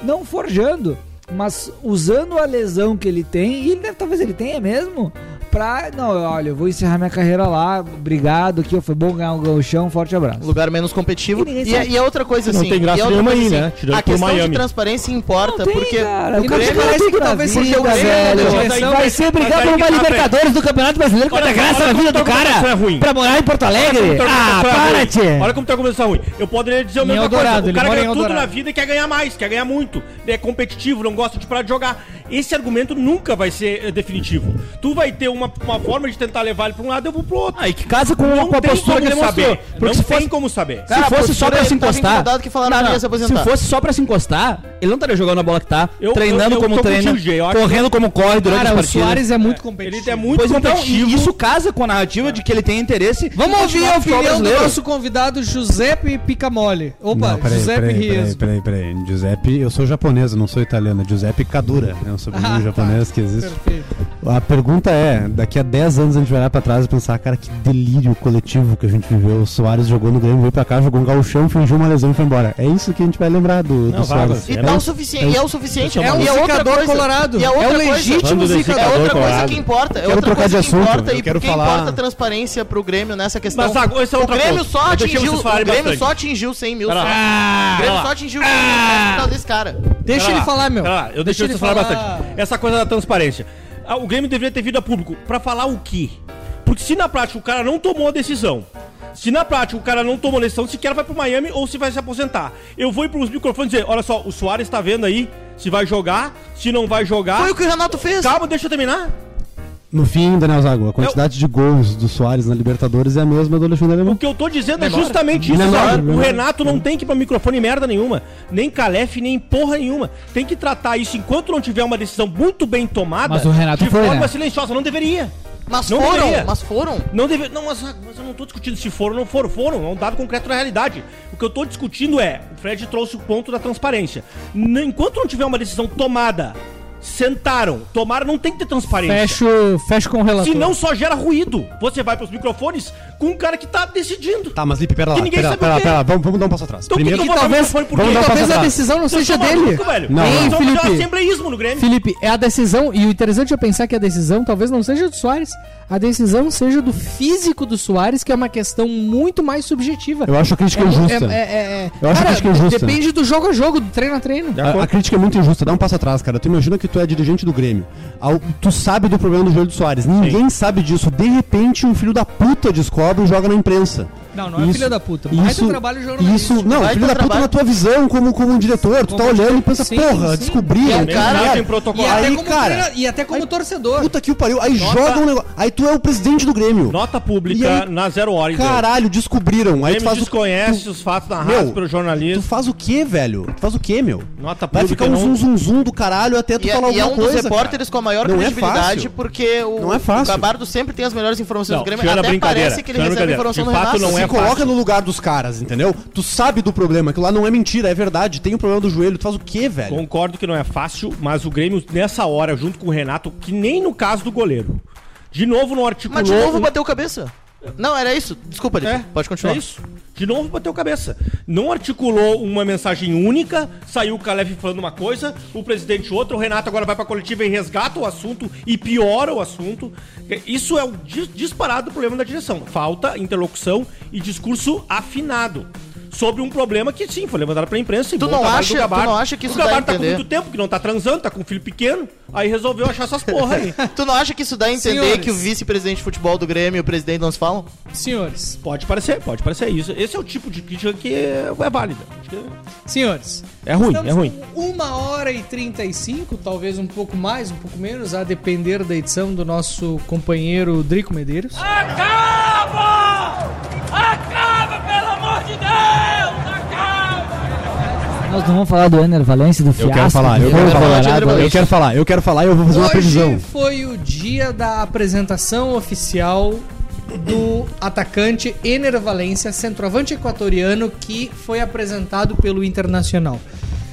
Speaker 7: não forjando, mas usando a lesão que ele tem, e ele deve, talvez ele tenha mesmo, pra. Não, olha, eu vou encerrar minha carreira lá, obrigado, aqui ó, foi bom ganhar um gauchão, forte abraço.
Speaker 2: Um Lugar menos competitivo.
Speaker 7: E ninguém
Speaker 2: E,
Speaker 7: sabe.
Speaker 2: e a outra coisa
Speaker 7: Não
Speaker 2: assim.
Speaker 7: tem graça
Speaker 2: e a outra
Speaker 7: nenhuma
Speaker 2: coisa,
Speaker 5: aí,
Speaker 2: assim,
Speaker 5: né? Tirando
Speaker 2: A
Speaker 5: por
Speaker 2: questão de
Speaker 5: Miami.
Speaker 2: transparência importa, porque.
Speaker 7: Cara,
Speaker 2: o
Speaker 7: que
Speaker 2: Grêmio-
Speaker 7: parece que talvez
Speaker 2: porque
Speaker 7: seja,
Speaker 2: o Grêmio-
Speaker 7: velho.
Speaker 2: a direção-
Speaker 7: Vai ser brigar por uma Libertadores do Campeonato Brasileiro
Speaker 5: Olha
Speaker 7: contra a
Speaker 5: só,
Speaker 7: graça
Speaker 5: olha
Speaker 7: na
Speaker 5: como
Speaker 7: vida
Speaker 5: tua
Speaker 7: do
Speaker 5: argumentação
Speaker 7: cara
Speaker 5: é ruim.
Speaker 7: pra morar em Porto Alegre?
Speaker 5: Olha como tua
Speaker 7: Ah,
Speaker 5: argumentação é
Speaker 7: para,
Speaker 5: ruim.
Speaker 7: tchê.
Speaker 5: Olha como tá começando ruim. Eu poderia dizer a
Speaker 3: Em
Speaker 5: mesma coisa.
Speaker 3: Eldorado,
Speaker 5: O
Speaker 3: ele
Speaker 5: cara
Speaker 3: mora em
Speaker 5: ganha tudo
Speaker 3: Eldorado.
Speaker 5: na vida e quer ganhar mais, quer ganhar muito. Ele é competitivo, não gosta de parar de jogar. Esse argumento nunca vai ser eh, definitivo. Tu vai ter uma, uma forma de tentar levar ele pra um lado, eu vou pro outro.
Speaker 1: Aí que casa com a- com a
Speaker 5: tem
Speaker 1: postura
Speaker 5: como
Speaker 1: que ele mostrou.
Speaker 5: saber.
Speaker 1: Porque
Speaker 5: não
Speaker 1: se
Speaker 5: tem
Speaker 1: fosse-
Speaker 5: como saber.
Speaker 1: Se fosse só
Speaker 5: é
Speaker 1: pra se
Speaker 5: tá
Speaker 1: encostar.
Speaker 2: que falaram que ia se aposentar.
Speaker 1: se fosse só pra se encostar, ele não estaria jogando a bola que tá,
Speaker 5: Eu- eu-
Speaker 1: treinando
Speaker 5: eu
Speaker 1: como
Speaker 5: tô
Speaker 1: treina,
Speaker 5: contigo, Gê, eu acho
Speaker 1: correndo
Speaker 5: que-
Speaker 1: como corre durante
Speaker 5: Cara,
Speaker 1: as
Speaker 5: o
Speaker 1: partidas.
Speaker 5: Soares é muito
Speaker 3: competitivo.
Speaker 5: Ele é muito
Speaker 1: pois então,
Speaker 5: competitivo.
Speaker 1: e isso casa com a narrativa de que ele tem interesse.
Speaker 3: Vamos
Speaker 1: em
Speaker 3: ouvir
Speaker 1: continuar
Speaker 3: a
Speaker 1: no futebol
Speaker 3: opinião do
Speaker 1: brasileiro.
Speaker 3: nosso convidado Giuseppe Picamole. Opa,
Speaker 6: Não, peraí,
Speaker 3: Giuseppe
Speaker 6: peraí, peraí,
Speaker 3: Riesgo.
Speaker 6: peraí, peraí. Giuseppe, eu sou japonês, eu não sou italiano. É Giuseppe Cadura, é um sobrenome
Speaker 3: Ah,
Speaker 6: japonês que existe.
Speaker 3: Perfeito.
Speaker 6: A pergunta é, daqui a 10 anos a gente vai olhar pra trás e pensar, cara, que delírio coletivo que a gente viveu. O Soares jogou no Grêmio, veio pra cá, jogou um gauchão, fingiu uma lesão e foi embora. É isso que a gente vai lembrar do, do Soares.
Speaker 2: E
Speaker 6: É
Speaker 2: tá o
Speaker 6: isso.
Speaker 2: suficiente. E é o suficiente.
Speaker 6: É um
Speaker 2: e outra
Speaker 3: zicador
Speaker 2: coisa-
Speaker 3: colorado.
Speaker 2: E é,
Speaker 3: É
Speaker 2: outra
Speaker 3: um
Speaker 2: coisa-
Speaker 3: legítimo
Speaker 2: É
Speaker 3: zicador
Speaker 2: outra coisa
Speaker 5: colorado.
Speaker 2: que importa. É
Speaker 6: Quero
Speaker 2: outra
Speaker 6: trocar
Speaker 2: coisa
Speaker 6: de
Speaker 2: que
Speaker 6: assunto,
Speaker 2: importa.
Speaker 6: eu
Speaker 2: E
Speaker 6: quero
Speaker 2: porque
Speaker 6: falar-
Speaker 2: importa a transparência pro Grêmio nessa questão.
Speaker 5: Mas agora, essa é
Speaker 2: o
Speaker 5: outra
Speaker 2: Grêmio
Speaker 5: coisa.
Speaker 2: só
Speaker 5: Eu deixei
Speaker 2: atingiu.
Speaker 5: vocês falarem
Speaker 2: O Grêmio
Speaker 5: bastante.
Speaker 2: só atingiu 100 mil.
Speaker 5: Pera lá.
Speaker 2: sabe? O Grêmio
Speaker 5: Pera
Speaker 2: só
Speaker 5: lá.
Speaker 2: atingiu 100 mil por causa desse cara.
Speaker 3: Deixa
Speaker 1: ah,
Speaker 5: Pera
Speaker 3: ele
Speaker 5: lá,
Speaker 3: falar, meu.
Speaker 5: pera lá, eu
Speaker 3: Deixa
Speaker 5: deixei você
Speaker 3: ele
Speaker 5: falar bastante. Essa coisa da transparência. Ah, O Grêmio deveria ter vindo a público pra falar o quê? Porque se na prática o cara não tomou a decisão, se na prática o cara não tomou a decisão, se quer vai pro Miami ou se vai se aposentar. Eu vou ir pros microfones dizer, olha só, o Soares tá vendo aí se vai jogar, se não vai jogar.
Speaker 2: Foi o que o Renato fez.
Speaker 5: Calma, deixa eu terminar.
Speaker 6: No fim, Daniel Zago, a quantidade de gols do Soares na Libertadores é a mesma do Alexandre Alemão.
Speaker 5: O que eu tô dizendo é justamente isso.
Speaker 6: Memória,
Speaker 5: Zago. O
Speaker 6: memória.
Speaker 5: Renato não tem que ir pra microfone merda nenhuma. Nem Calef, nem porra nenhuma. Tem que tratar isso enquanto não tiver uma decisão muito bem tomada.
Speaker 7: Mas o Renato
Speaker 5: de
Speaker 7: foi,
Speaker 5: forma
Speaker 7: né?
Speaker 5: silenciosa. Não deveria.
Speaker 2: Mas
Speaker 5: Não
Speaker 2: foram,
Speaker 5: deveria.
Speaker 2: mas foram.
Speaker 5: Não deve... Não, mas, mas eu não tô discutindo se foram ou não foram. Foram. É um dado concreto na realidade. O que eu tô discutindo é... O Fred trouxe o ponto da transparência. N- Enquanto não tiver uma decisão tomada... Sentaram, tomaram, não tem que ter transparência.
Speaker 3: Fecho, fecho com o relator.
Speaker 5: Se não só gera ruído. Você vai pros microfones com um cara que tá decidindo.
Speaker 6: Tá, mas Lipe, pera lá,
Speaker 5: Que ninguém
Speaker 6: pera, lá,
Speaker 5: sabe
Speaker 6: pera,
Speaker 5: o
Speaker 6: lá,
Speaker 5: quê.
Speaker 6: pera lá, vamos, vamos dar um passo atrás.
Speaker 5: Então,
Speaker 6: Primeiro,
Speaker 5: por que que eu vou abrir o microfone por
Speaker 6: vamos
Speaker 5: quê?
Speaker 6: dar um passo
Speaker 3: Talvez a
Speaker 6: atrás.
Speaker 3: decisão não
Speaker 5: Vocês
Speaker 3: seja
Speaker 5: são
Speaker 3: dele.
Speaker 5: maluco, velho.
Speaker 6: Não,
Speaker 5: Nós
Speaker 6: não.
Speaker 5: vamos fazer um
Speaker 3: Felipe.
Speaker 5: assembleísmo no Grêmio.
Speaker 3: Felipe, é a decisão, e o interessante é pensar que a decisão talvez não seja do Soares, a decisão seja do físico do Soares, que é uma questão muito mais subjetiva.
Speaker 6: Eu acho a crítica
Speaker 3: mu-
Speaker 6: injusta.
Speaker 3: É, é- é-
Speaker 6: Eu acho a
Speaker 3: cara,
Speaker 6: crítica injusta.
Speaker 3: depende do jogo a jogo, do treino a treino.
Speaker 6: A, a crítica é muito injusta, dá um passo atrás, cara. Tu imagina que tu é dirigente do Grêmio. Ao- tu sabe do problema do joelho do Soares. Ninguém sabe disso. De repente, um filho da puta descobre obra e joga na imprensa.
Speaker 3: Não, não é filha da puta. Baita
Speaker 6: Isso,
Speaker 3: trabalho jornalístico.
Speaker 6: isso, não,
Speaker 3: Baita
Speaker 6: filho da puta
Speaker 3: trabalho.
Speaker 6: na tua visão como, como um diretor. Tu tá olhando e pensa,
Speaker 3: Sim,
Speaker 6: porra,
Speaker 3: sim.
Speaker 6: descobri.
Speaker 3: E até-
Speaker 6: cara,
Speaker 3: E até
Speaker 6: aí,
Speaker 3: como
Speaker 6: cara,
Speaker 3: treina- e até como torcedor.
Speaker 6: puta que o pariu. Aí joga um negócio. Aí tu é o presidente do Grêmio.
Speaker 5: Nota
Speaker 6: E
Speaker 5: pública
Speaker 6: aí-
Speaker 5: na zero hora. então.
Speaker 6: Caralho, descobriram.
Speaker 5: O
Speaker 6: Aí tu
Speaker 5: Grêmio
Speaker 6: faz o.
Speaker 5: desconhece os fatos narrados
Speaker 6: Meu,
Speaker 5: pelo jornalismo.
Speaker 6: Tu faz o quê, velho? Tu faz o quê, meu?
Speaker 5: Nota
Speaker 6: Vai
Speaker 5: pública
Speaker 6: ficar um
Speaker 5: não-
Speaker 6: zum zum zum do caralho até tu
Speaker 2: E, é-
Speaker 6: falar
Speaker 2: e é
Speaker 6: alguma
Speaker 2: um
Speaker 6: coisa.
Speaker 2: dos repórteres
Speaker 6: cara.
Speaker 2: com a maior
Speaker 6: Não é
Speaker 2: credibilidade,
Speaker 6: fácil.
Speaker 2: porque o,
Speaker 6: Não é fácil.
Speaker 2: o Gabardo sempre tem as melhores informações
Speaker 6: Não,
Speaker 2: do Grêmio.
Speaker 6: tirando a
Speaker 2: Até
Speaker 6: brincadeira,
Speaker 2: parece que ele
Speaker 6: tirando a
Speaker 2: recebe a
Speaker 6: brincadeira.
Speaker 2: informação
Speaker 6: De
Speaker 2: do
Speaker 6: fato,
Speaker 2: Renato.
Speaker 6: não é Se coloca no lugar dos caras, entendeu? Tu sabe do problema, aquilo lá não é mentira, é verdade. Tem o problema do joelho, tu faz o quê, velho?
Speaker 5: Concordo que não é fácil, mas o Grêmio, nessa hora, junto com o Renato, que nem no caso do goleiro. De novo não articulou.
Speaker 2: Mas de novo
Speaker 5: um-
Speaker 2: bateu cabeça. Não, era isso. Desculpa, Lipe. Pode continuar.
Speaker 5: É isso. De novo bateu cabeça. Não articulou uma mensagem única, saiu o Calef falando uma coisa, o presidente outra, o Renato agora vai pra coletiva e resgata o assunto e piora o assunto. É, Isso é o dis- disparado problema da direção. Falta interlocução e discurso afinado. Sobre um problema que sim, foi levantado pra imprensa. em
Speaker 2: Tu
Speaker 5: bom
Speaker 2: não
Speaker 5: trabalho
Speaker 2: acha-
Speaker 5: do Gabardo.
Speaker 2: tu não acha que isso
Speaker 5: O
Speaker 2: dá a
Speaker 5: Gabardo tá com
Speaker 2: entender?
Speaker 5: muito tempo que não tá transando, tá com um filho pequeno, aí resolveu achar essas porra aí.
Speaker 2: Tu não acha que isso dá a entender
Speaker 5: Senhores.
Speaker 2: que o vice-presidente de futebol do Grêmio e o presidente não se falam?
Speaker 3: Senhores.
Speaker 5: Pode parecer, pode parecer isso. Esse é o tipo de crítica que é, é válida. Acho que é-
Speaker 3: Senhores.
Speaker 5: É ruim,
Speaker 3: estamos
Speaker 5: é ruim.
Speaker 3: com Uma hora e 35, talvez um pouco mais, um pouco menos, a depender da edição do nosso companheiro Drico Medeiros.
Speaker 6: Ah,
Speaker 11: Acaba! Acaba, pelo amor de Deus!
Speaker 7: Nós não vamos falar do Ener Valencia, do
Speaker 6: Eu
Speaker 7: fiasco.
Speaker 6: quero falar, eu
Speaker 7: do
Speaker 6: quero falar,
Speaker 7: Colorado.
Speaker 6: eu quero falar, eu quero falar e eu vou fazer uma
Speaker 3: Hoje
Speaker 6: previsão.
Speaker 3: foi o dia da apresentação oficial do atacante Ener Valência, centroavante equatoriano, que foi apresentado pelo Internacional.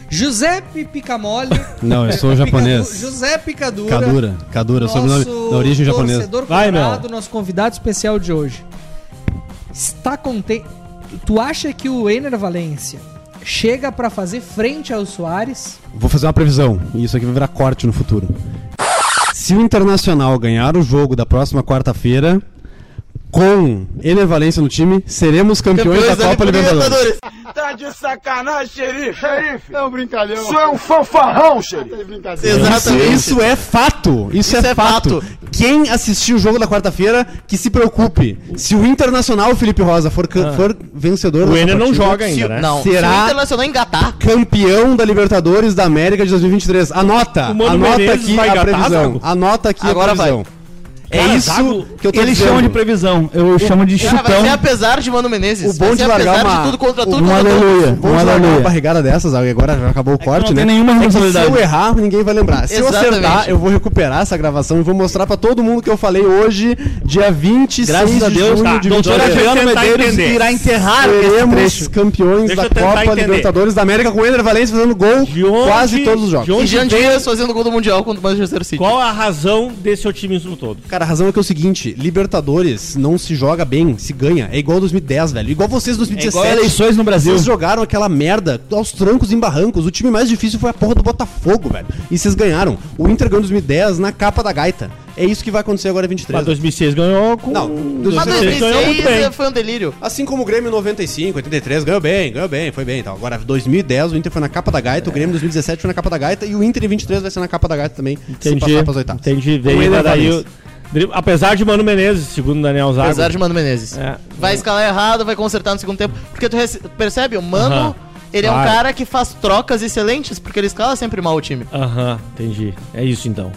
Speaker 3: Giuseppe Picamole.
Speaker 6: Não, eu sou
Speaker 3: Picadu-
Speaker 6: japonês.
Speaker 3: Giuseppe Cadura.
Speaker 6: Cadura, Cadura, sobrenome
Speaker 3: nosso
Speaker 6: da origem japonesa.
Speaker 3: torcedor
Speaker 6: Vai, Mel.
Speaker 3: colorado, nosso convidado especial de hoje. Está contente. Tu acha que o Ener Valência chega pra fazer frente ao Soares?
Speaker 6: Vou fazer uma previsão, e isso aqui vai virar corte no futuro. Se o Internacional ganhar o jogo da próxima quarta-feira, com Ener Valência no time, seremos campeões, da Copa Libertadores.
Speaker 11: Tá de sacanagem, xerife! Xerife! É um brincalhão! Isso é um fanfarrão, xerife!
Speaker 6: Isso, isso é fato. Isso, é, fato. Quem assistiu o jogo da quarta-feira, que se preocupe. Se o Internacional, Felipe Rosa, for, can-
Speaker 2: Ah.
Speaker 6: for vencedor
Speaker 5: O
Speaker 6: dessa
Speaker 5: Ener não
Speaker 6: partida,
Speaker 5: joga ainda,
Speaker 6: se-
Speaker 5: né?
Speaker 6: Não.
Speaker 2: Se o
Speaker 6: Será
Speaker 2: Internacional é engatar,
Speaker 6: campeão da Libertadores da América de 2023. Anota.
Speaker 2: O Mano
Speaker 6: Anota
Speaker 2: Menezes
Speaker 6: aqui
Speaker 2: vai
Speaker 6: a
Speaker 2: engatar,
Speaker 6: previsão.
Speaker 2: Zago?
Speaker 6: Anota aqui
Speaker 2: Agora
Speaker 6: a previsão. É
Speaker 1: Cara,
Speaker 6: isso
Speaker 1: Zago,
Speaker 6: que eu tô
Speaker 1: eles
Speaker 6: dizendo.
Speaker 1: chamam de previsão, eu chamo de
Speaker 2: cara, vai
Speaker 1: chutão.
Speaker 2: ser apesar de Mano Menezes.
Speaker 6: O
Speaker 2: vai
Speaker 6: bom é de
Speaker 2: ser
Speaker 6: largar uma,
Speaker 2: de tudo contra tudo.
Speaker 6: um
Speaker 2: contra todos.
Speaker 6: aleluia,
Speaker 2: O bom
Speaker 6: um
Speaker 2: de largar
Speaker 6: aleluia.
Speaker 2: uma
Speaker 6: Uma barrigada dessas, Zago, e agora já acabou o corte,
Speaker 1: não
Speaker 6: né?
Speaker 1: tem nenhuma
Speaker 6: É que
Speaker 1: responsabilidade.
Speaker 6: se eu errar, ninguém vai lembrar. Se eu
Speaker 1: Exatamente.
Speaker 6: acertar, eu vou recuperar essa gravação e vou mostrar pra todo mundo que eu falei hoje, dia 26
Speaker 1: Graças a
Speaker 6: de
Speaker 1: Deus,
Speaker 6: junho
Speaker 1: tá.
Speaker 6: de
Speaker 1: Doutor
Speaker 6: 23.
Speaker 1: Adriano Medeiros irá enterrar esse
Speaker 6: Seremos
Speaker 1: trecho.
Speaker 6: campeões
Speaker 1: Deixa
Speaker 6: da
Speaker 1: eu tentar
Speaker 6: Copa
Speaker 1: entender.
Speaker 6: Libertadores da América com o Ender Valencia fazendo gol quase todos os jogos.
Speaker 2: E Jean Dias fazendo gol do Mundial contra o Manchester City.
Speaker 5: Qual a razão desse otimismo todo?
Speaker 6: Cara, a razão é que é o seguinte, Libertadores não se joga bem, se ganha. É igual 2010, velho. Igual vocês 2017.
Speaker 1: É igual eleições no Brasil.
Speaker 6: Vocês jogaram aquela merda aos trancos e em barrancos. O time mais difícil foi a porra do Botafogo, velho. E vocês ganharam. O Inter ganhou 2010 na capa da gaita. É isso que vai acontecer agora em 23.
Speaker 5: Mas 2006 ganhou com...
Speaker 6: Não,
Speaker 2: Mas
Speaker 6: 2006 ganhou muito
Speaker 2: 2006
Speaker 6: bem.
Speaker 2: é- foi um delírio.
Speaker 6: Assim como o Grêmio 95, 83, ganhou bem, ganhou bem, foi bem. Então, agora 2010 o Inter foi na capa da gaita, o Grêmio 2017 foi na capa da gaita e o Inter em 23 vai ser na capa da gaita também, se
Speaker 5: Entendi,
Speaker 6: passar pras oitavas.
Speaker 5: entendi.
Speaker 6: Com o
Speaker 5: Veio
Speaker 6: Ener
Speaker 5: daí...
Speaker 6: Valencia.
Speaker 5: o drible- Apesar de Mano Menezes, segundo o Daniel Zago.
Speaker 2: Apesar de Mano Menezes.
Speaker 5: É.
Speaker 2: Vai escalar errado, vai consertar no segundo tempo. Porque tu rece- percebe, o Mano,
Speaker 5: Aham.
Speaker 2: ele é um
Speaker 5: Claro.
Speaker 2: cara que faz trocas excelentes, porque ele escala sempre mal o time.
Speaker 5: Aham, entendi. É isso então.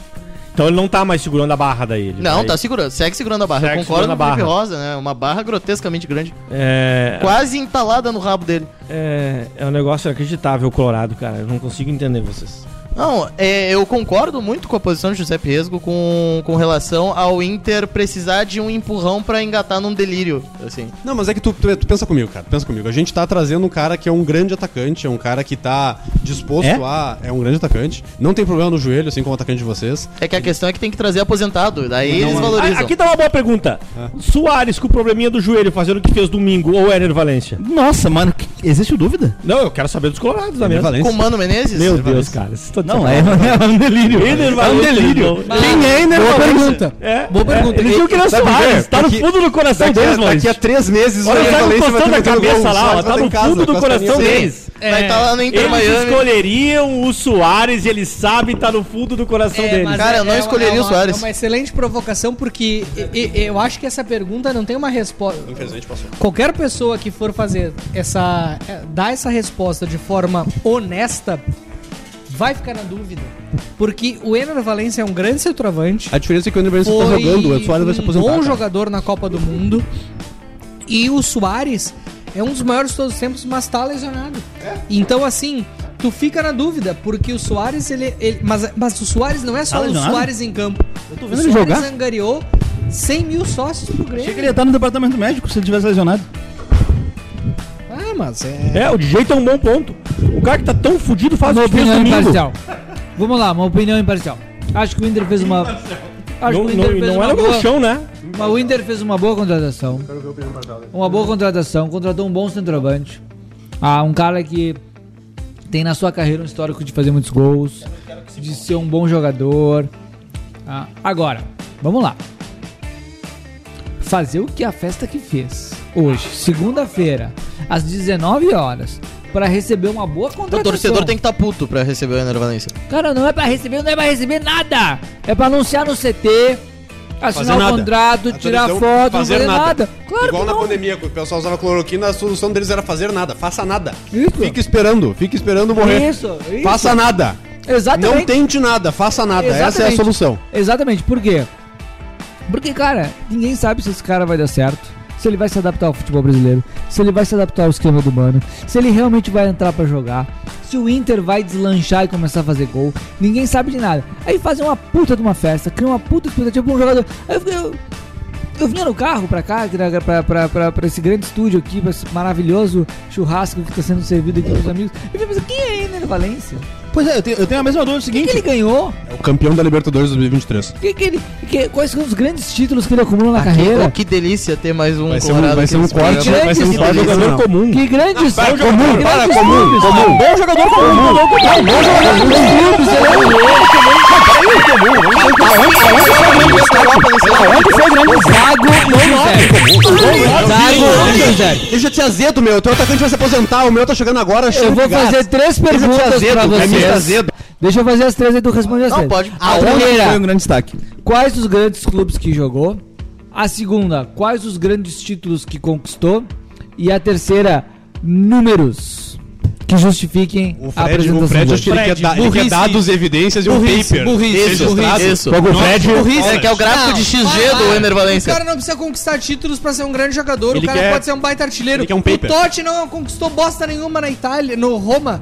Speaker 5: Então ele não tá mais segurando a barra daí. Ele
Speaker 2: Não,
Speaker 5: vai-
Speaker 2: tá segurando, segue segurando a barra.
Speaker 5: Segue
Speaker 2: Eu concordo com
Speaker 5: segurando
Speaker 2: o
Speaker 5: a
Speaker 2: Felipe
Speaker 5: barra.
Speaker 2: Rosa, né? Uma barra grotescamente grande.
Speaker 5: É...
Speaker 2: Quase entalada no rabo dele.
Speaker 5: É, é um negócio inacreditável o Colorado, cara. Eu não consigo entender vocês.
Speaker 2: Não, é, eu concordo muito com a posição de José Resgo com, com relação ao Inter precisar de um empurrão pra engatar num delírio, assim.
Speaker 6: Não, mas é que tu, tu- tu pensa comigo, cara. Pensa comigo. A gente tá trazendo um cara que é um grande atacante, é um cara que tá disposto
Speaker 2: É?
Speaker 6: a. É um grande atacante. Não tem problema no joelho, assim como o atacante de vocês.
Speaker 2: É que a questão é que tem que trazer aposentado, daí eles valorizam.
Speaker 5: A- Aqui tá uma boa pergunta. Soares com o probleminha do joelho fazendo o que fez domingo ou Ener Valência?
Speaker 1: Nossa, mano, que- existe dúvida?
Speaker 5: Não, eu quero saber dos Colorados da
Speaker 1: Ener
Speaker 5: mesa.
Speaker 1: Valencia. Com o Mano
Speaker 2: Menezes?
Speaker 5: Meu
Speaker 1: Ener
Speaker 5: Deus,
Speaker 1: Valencia.
Speaker 5: cara. vocês estão de
Speaker 1: Não, é,
Speaker 5: sacanagem.
Speaker 1: é um delírio.
Speaker 5: Ener
Speaker 1: É um
Speaker 5: Valencia,
Speaker 1: delírio.
Speaker 5: então.
Speaker 1: Quem é Ener
Speaker 5: Boa
Speaker 1: Valencia?
Speaker 5: pergunta. É,
Speaker 1: Boa
Speaker 5: é,
Speaker 1: pergunta.
Speaker 5: Eles viram que ele é o
Speaker 1: Sabe por quê?
Speaker 5: Soares. Tá no
Speaker 1: Daqui-
Speaker 5: fundo do coração
Speaker 1: daqui a-
Speaker 5: deles, mano.
Speaker 1: daqui a três meses,
Speaker 5: Olha
Speaker 1: o
Speaker 5: o
Speaker 1: Ener
Speaker 5: Zago
Speaker 1: Valencia vai
Speaker 5: coçando a
Speaker 1: ter um metido
Speaker 5: cabeça
Speaker 1: gol, o
Speaker 5: lá, ó.
Speaker 1: Soares
Speaker 5: Tá
Speaker 1: vai
Speaker 5: no
Speaker 1: estar em
Speaker 5: fundo
Speaker 1: casa,
Speaker 5: do
Speaker 1: com as
Speaker 5: coração
Speaker 1: perninhas.
Speaker 5: deles.
Speaker 2: Vai estar lá no Inter
Speaker 5: eles
Speaker 2: Miami.
Speaker 1: né?
Speaker 5: escolheriam o Soares e eles sabem que tá no fundo do coração
Speaker 3: É,
Speaker 5: deles.
Speaker 3: mas é- é uma- é uma- É uma excelente provocação, porque e- e- eu acho que essa pergunta não tem uma resposta.
Speaker 6: Infelizmente passou.
Speaker 3: Qualquer pessoa que for fazer essa. é, dar essa resposta de forma honesta vai ficar na dúvida. Porque o Ener Valencia é um grande centroavante.
Speaker 6: A diferença é que o Anderson
Speaker 3: Foi
Speaker 6: tá jogando,
Speaker 1: é
Speaker 6: o Soares vai se aposentar.
Speaker 3: Um bom
Speaker 6: cara.
Speaker 3: jogador na Copa do Mundo. E o Soares é um dos maiores de todos os tempos, mas tá lesionado. Então, assim, tu fica na dúvida, porque o Soares, ele. ele- mas, mas o Soares não é só
Speaker 1: Tá
Speaker 3: o
Speaker 1: lesionado?
Speaker 3: Soares em campo. Eu
Speaker 1: tô
Speaker 3: o
Speaker 1: vendo ele
Speaker 3: Soares
Speaker 1: jogar.
Speaker 3: angariou 100 mil sócios pro Grêmio.
Speaker 1: Achei que ele ia estar no departamento médico se ele tivesse lesionado.
Speaker 3: Ah, mas é.
Speaker 5: É, o DJ tem um bom ponto. O cara que tá tão fudido faz
Speaker 7: uma
Speaker 5: o que fez
Speaker 7: opinião
Speaker 5: domingo.
Speaker 7: imparcial. Vamos lá, uma opinião imparcial. Acho que o Inter fez uma. Acho
Speaker 5: Não- não- não era gauchão, né?
Speaker 7: Mas o Inter fez uma boa contratação. Uma boa contratação. Contratou um bom centroavante. Ah, um cara que tem na sua carreira um histórico de fazer muitos gols, de ser um bom jogador. Ah, agora, vamos lá. Fazer o que a festa que fez hoje, segunda-feira, às 19 horas, para receber uma boa contratação.
Speaker 2: O Então, torcedor tem que estar puto pra receber o Ener Valencia.
Speaker 7: Cara, não é pra receber, não é pra receber nada. É pra anunciar no CT,
Speaker 6: Fazer
Speaker 7: assinar
Speaker 6: nada.
Speaker 7: o contrato, tirar
Speaker 6: televisão,
Speaker 7: foto, não fazer nada. Claro
Speaker 6: Igual
Speaker 7: que
Speaker 6: na
Speaker 7: não.
Speaker 6: pandemia, quando o pessoal usava cloroquina, a solução deles era fazer nada. Faça nada. Fica esperando, fica esperando morrer.
Speaker 7: Isso, isso.
Speaker 6: Faça nada.
Speaker 7: Exatamente.
Speaker 6: Não tente nada, faça nada. Essa é a
Speaker 7: Exatamente.
Speaker 6: solução.
Speaker 7: Exatamente, por quê? Porque, cara, ninguém sabe se esse cara vai dar certo. Se ele vai se adaptar ao futebol brasileiro, se ele vai se adaptar ao esquema do Mano, se ele realmente vai entrar pra jogar, se o Inter vai deslanchar e começar a fazer gol, ninguém sabe de nada. Aí fazem uma puta de uma festa, criam uma puta expectativa pra um jogador. Aí eu, fiquei- eu, eu vinha no carro pra cá, pra, pra, pra, pra, pra esse grande estúdio aqui, pra esse maravilhoso churrasco que tá sendo servido aqui pros amigos. Eu fiquei pensando, quem é Inter Valência?
Speaker 1: Pois é, eu tenho, eu tenho a mesma dúvida do seguinte.
Speaker 7: O que ele ganhou?
Speaker 6: É o campeão da Libertadores 2023.
Speaker 7: Que, que ele, que- quais são os grandes títulos que ele acumula na
Speaker 2: Oh,
Speaker 7: carreira?
Speaker 2: que delícia ter mais um
Speaker 6: Vai ser um- vai ser
Speaker 2: que
Speaker 6: um
Speaker 2: eles
Speaker 6: corte,
Speaker 2: programam.
Speaker 6: vai ser um corte
Speaker 2: delícia.
Speaker 6: jogador comum.
Speaker 7: Que grandes
Speaker 6: Para,
Speaker 7: que
Speaker 6: comum,
Speaker 7: grandes
Speaker 6: para, comum,
Speaker 7: clubes.
Speaker 6: comum.
Speaker 7: Bom jogador comum, bom jogador comum, bom jogador comum. clubes, ele é um
Speaker 6: Onde foi o grande
Speaker 7: Zago Zago José.
Speaker 6: Deixa eu te azedo, meu. Teu atacante vai se aposentar. O meu tá chegando agora.
Speaker 7: Eu vou fazer três perguntas pra
Speaker 6: né?
Speaker 7: vocês. Deixa eu fazer as três e tu responde as
Speaker 6: Não,
Speaker 7: três.
Speaker 6: pode.
Speaker 7: A
Speaker 6: Aonde foi um
Speaker 7: primeira,
Speaker 6: grande destaque?
Speaker 7: quais os grandes clubes que jogou? A segunda, quais os grandes títulos que conquistou? E a terceira, números que justifiquem a
Speaker 6: Fred,
Speaker 7: apresentação.
Speaker 6: o Fred, eu
Speaker 7: dele.
Speaker 6: acho que ele quer, dar, ele quer dados, evidências e um
Speaker 7: Burrice,
Speaker 6: paper.
Speaker 7: burrice,
Speaker 6: registrado.
Speaker 7: burrice. Isso.
Speaker 6: Logo, o
Speaker 7: Nossa,
Speaker 6: Fred.
Speaker 7: burrice.
Speaker 2: É que é o gráfico de XG do Ener
Speaker 3: O
Speaker 2: Valencia.
Speaker 3: cara não precisa conquistar títulos pra ser um grande jogador,
Speaker 2: Ele
Speaker 3: o cara
Speaker 2: quer-
Speaker 3: pode ser um baita artilheiro.
Speaker 2: ele quer um
Speaker 3: o
Speaker 2: paper.
Speaker 3: Totti não conquistou bosta nenhuma na Itália, no Roma.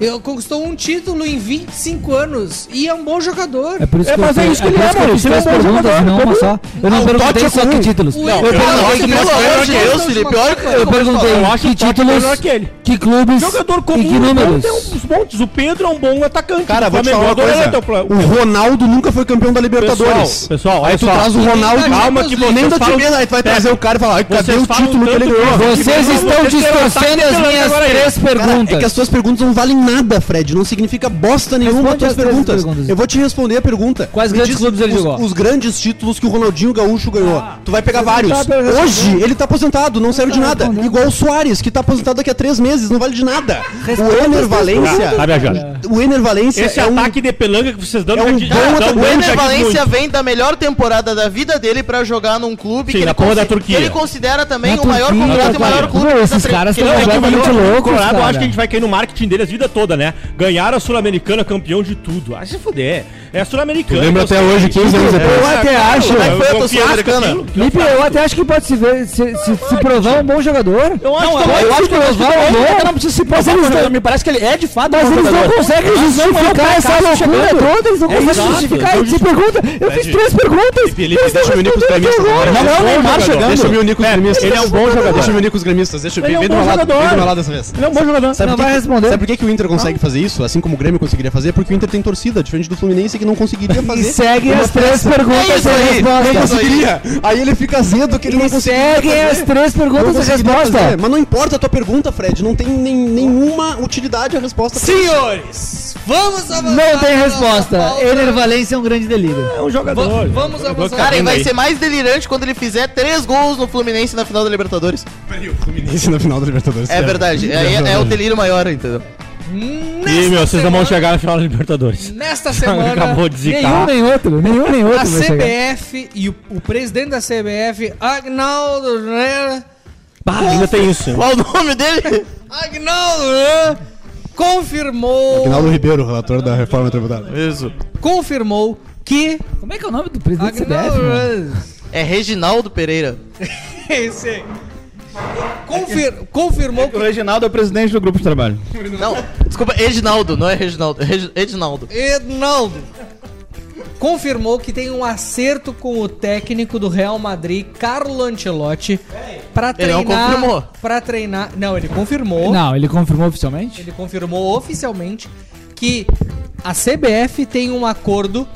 Speaker 3: Ele conquistou um título em 25 anos e é um bom jogador.
Speaker 7: É por isso que eu fiz-
Speaker 3: é
Speaker 7: por
Speaker 3: por
Speaker 7: isso
Speaker 3: isso
Speaker 7: que eu
Speaker 3: eu
Speaker 7: fiz
Speaker 3: fiz
Speaker 7: três
Speaker 3: três
Speaker 7: perguntas,
Speaker 3: perguntas,
Speaker 7: não uma só. Eu não perguntei só que títulos.
Speaker 3: Não,
Speaker 7: Eu
Speaker 3: pelo
Speaker 7: perguntei que- é
Speaker 2: amor de Deus, Felipe, olha que
Speaker 7: Eu perguntei
Speaker 5: Eu acho
Speaker 7: que
Speaker 5: o Totti
Speaker 7: títulos,
Speaker 5: melhor que ele.
Speaker 7: que clubes
Speaker 5: Jogador comum
Speaker 7: e que
Speaker 5: não
Speaker 7: números.
Speaker 5: tem uns montes. um O Pedro é um bom atacante.
Speaker 6: Cara,
Speaker 5: O
Speaker 6: vou te falar uma
Speaker 5: Flamengo
Speaker 6: coisa.
Speaker 5: adora teu pro-
Speaker 6: O Ronaldo nunca foi campeão da Libertadores.
Speaker 5: Pessoal, pessoal,
Speaker 6: aí
Speaker 5: olha
Speaker 6: tu
Speaker 5: só.
Speaker 6: traz o
Speaker 5: Nem
Speaker 6: Ronaldo.
Speaker 5: da Champions League,
Speaker 6: nem da
Speaker 5: vocês
Speaker 6: time,
Speaker 5: falam-
Speaker 6: aí tu vai trazer o cara e falar, "Ai, cadê
Speaker 5: Vocês
Speaker 6: o
Speaker 5: falam
Speaker 6: título que ele
Speaker 5: tanto
Speaker 6: ganhou?
Speaker 5: que vocês
Speaker 7: Vocês estão distorcendo as minhas três
Speaker 6: Cara, é que as
Speaker 7: perguntas.
Speaker 6: suas perguntas não valem nada, Fred. Não significa bosta nenhuma as
Speaker 7: Responde
Speaker 6: tuas
Speaker 7: as três
Speaker 6: perguntas.
Speaker 7: perguntas.
Speaker 6: Eu vou te responder a pergunta.
Speaker 7: Quais
Speaker 6: Me
Speaker 7: grandes
Speaker 6: diz
Speaker 7: clubes ele
Speaker 6: os,
Speaker 7: jogou?
Speaker 6: Os grandes títulos que o Ronaldinho Gaúcho ganhou. tu vai pegar
Speaker 7: você não
Speaker 6: vários.
Speaker 7: tá respondendo.
Speaker 6: Hoje ele tá aposentado, não serve de nada. Igual o Soares, que tá aposentado daqui a três meses, não vale de nada.
Speaker 5: Responde
Speaker 6: o Ener
Speaker 5: as três
Speaker 6: Valência.
Speaker 5: perguntas. Tá viajando.
Speaker 6: O Ener Valência
Speaker 5: Esse
Speaker 6: é um
Speaker 5: ataque de pelanga que vocês dão
Speaker 6: é um
Speaker 5: já-
Speaker 6: bom
Speaker 5: já-
Speaker 6: ata-
Speaker 5: dão-
Speaker 2: Então, O Ener
Speaker 5: já-
Speaker 2: Valencia vem da melhor temporada da vida dele pra jogar num clube
Speaker 5: Sim,
Speaker 2: que,
Speaker 5: na
Speaker 2: ele
Speaker 5: porra
Speaker 2: consi-
Speaker 5: da Turquia.
Speaker 2: que ele considera também
Speaker 7: Na
Speaker 2: o maior
Speaker 7: Turquia,
Speaker 2: contrato e o maior
Speaker 7: cara.
Speaker 2: clube.
Speaker 7: Pô,
Speaker 2: da
Speaker 7: esses
Speaker 2: tre-
Speaker 7: caras
Speaker 2: que
Speaker 7: tão
Speaker 2: ele-
Speaker 5: Não, é que o
Speaker 7: completamente
Speaker 5: Colorado-
Speaker 7: loucos,
Speaker 5: Colorado
Speaker 7: cara.
Speaker 5: acha que a gente vai cair no marketing deles a vida toda, né? Ganharam a Sul-Americana, campeão de tudo. Ah, se fuder. É a Sul-Americana.
Speaker 6: Tu lembra
Speaker 5: eu
Speaker 6: até
Speaker 5: sei.
Speaker 6: hoje, 15 anos
Speaker 5: É,
Speaker 6: depois?
Speaker 5: eu
Speaker 7: até acho. né?
Speaker 5: Como é que
Speaker 7: Eu
Speaker 5: foi a tua
Speaker 7: confio
Speaker 5: Sul-Americana?
Speaker 7: Felipe, eu até acho que pode se ver, se, se,
Speaker 5: Então,
Speaker 7: se provar um bom jogador.
Speaker 5: Eu acho
Speaker 7: Não,
Speaker 5: que- Então, eu acho que
Speaker 7: provar
Speaker 5: o Ronaldo
Speaker 7: um bom.
Speaker 5: não precisa se provar
Speaker 7: Mas eles
Speaker 5: como
Speaker 7: não-
Speaker 5: jogador. Me parece que ele é de fato
Speaker 7: Mas
Speaker 5: um bom
Speaker 7: eles não
Speaker 5: jogador.
Speaker 7: conseguem
Speaker 5: Ah, não, é um
Speaker 7: justificar essa
Speaker 5: fracasso
Speaker 7: loucura
Speaker 5: chegando.
Speaker 7: toda, eles não
Speaker 5: É
Speaker 7: conseguem
Speaker 5: exato,
Speaker 7: justificar.
Speaker 5: não
Speaker 7: Você pergunta, eu fiz três perguntas. eles não responderam até agora.
Speaker 6: Não é o Neymar
Speaker 5: chegando.
Speaker 6: Deixa eu ver o Nico os gremistas.
Speaker 5: ele é um bom jogador.
Speaker 6: Deixa eu ver o Nico os gremistas. Deixa eu
Speaker 5: Ele é um
Speaker 6: vem do
Speaker 5: bom
Speaker 6: meu lado,
Speaker 5: jogador.
Speaker 6: vem do meu lado dessa vez.
Speaker 5: Ele é um bom jogador.
Speaker 6: Sabe
Speaker 7: Não
Speaker 6: por
Speaker 7: vai
Speaker 6: que-
Speaker 7: responder.
Speaker 6: Sabe por que, que o Inter consegue fazer isso? Assim como o Grêmio conseguiria fazer? Porque o Inter tem torcida, diferente do Fluminense, que não conseguiria fazer.
Speaker 7: seguem
Speaker 6: uma
Speaker 7: as três
Speaker 6: festa.
Speaker 7: perguntas
Speaker 6: É isso
Speaker 7: sem
Speaker 6: aí,
Speaker 7: resposta.
Speaker 6: Não conseguiria. Aí ele fica azedo que ele não
Speaker 7: E
Speaker 6: conseguiria
Speaker 7: seguem
Speaker 6: fazer.
Speaker 7: as três perguntas
Speaker 6: Não
Speaker 7: sem
Speaker 6: conseguiria
Speaker 7: resposta.
Speaker 6: fazer. Mas não importa a tua pergunta, Fred. Não tem nem- nenhuma utilidade a resposta. pra isso.
Speaker 5: Senhores,
Speaker 3: Vamos avançar.
Speaker 7: Não tem
Speaker 3: na nossa
Speaker 7: resposta.
Speaker 3: pauta.
Speaker 7: Ener Valência é um grande delírio. É um
Speaker 3: Va- Vamos avançar.
Speaker 2: Cara, e vai ser mais delirante quando ele fizer três gols no Fluminense na final da Libertadores.
Speaker 6: Fluminense na final da Libertadores.
Speaker 2: É verdade, é, é- é o delírio maior, entendeu?
Speaker 5: Ih, meu, vocês não vão chegar na final da Libertadores.
Speaker 3: Nesta semana,
Speaker 5: Acabou de
Speaker 7: Nenhum
Speaker 5: zicar.
Speaker 7: nem outro, nenhum nem outro.
Speaker 3: A
Speaker 7: vai chegar.
Speaker 3: CBF e o, o presidente da CBF, Agnaldo Rera,
Speaker 5: Bah, Ah, ainda tem isso.
Speaker 2: Qual o nome dele?
Speaker 3: Agnaldo Rera, confirmou,
Speaker 6: Aguinaldo Ribeiro, relator da reforma tributária.
Speaker 2: Isso.
Speaker 3: confirmou que
Speaker 7: Como é que é o nome do presidente da
Speaker 3: Agnaldo
Speaker 7: CBF? mano?
Speaker 3: Rera,
Speaker 2: É Reginaldo Pereira.
Speaker 3: esse É aí. Confir- confirmou
Speaker 1: O Reginaldo é o presidente do grupo de trabalho.
Speaker 2: Não, desculpa, Edinaldo, não é Reginaldo, é Reg- Edinaldo.
Speaker 3: Ednaldo confirmou que tem um acerto com o técnico do Real Madrid, Carlo Ancelotti, para
Speaker 2: Ele
Speaker 3: treinar.
Speaker 2: não confirmou.
Speaker 3: Para treinar. Não, ele confirmou.
Speaker 7: Não, ele confirmou oficialmente?
Speaker 3: Ele confirmou oficialmente que a CBF tem um acordo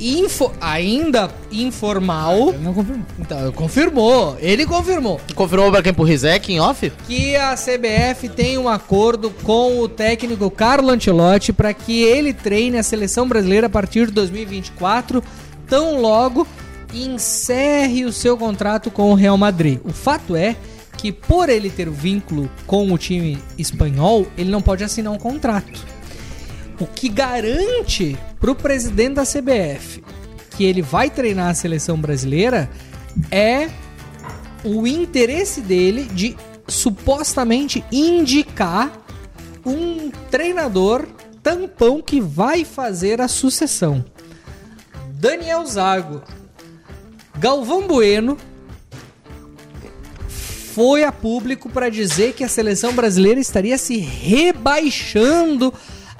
Speaker 3: info- ainda informal.
Speaker 7: Ele não confirmou.
Speaker 3: Então, confirmou. Ele confirmou
Speaker 2: Confirmou pra quem pro Rizek em off?
Speaker 3: que a CBF tem um acordo com o técnico Carlo Ancelotti para que ele treine a seleção brasileira a partir de 2024, tão logo encerre o seu contrato com o Real Madrid. O fato é que por ele ter vínculo com o time espanhol, ele não pode assinar um contrato. O que garante para o presidente da CBF que ele vai treinar a seleção brasileira é o interesse dele de supostamente indicar um treinador tampão que vai fazer a sucessão. Daniel Zago, Galvão Bueno foi a público para dizer que a seleção brasileira estaria se rebaixando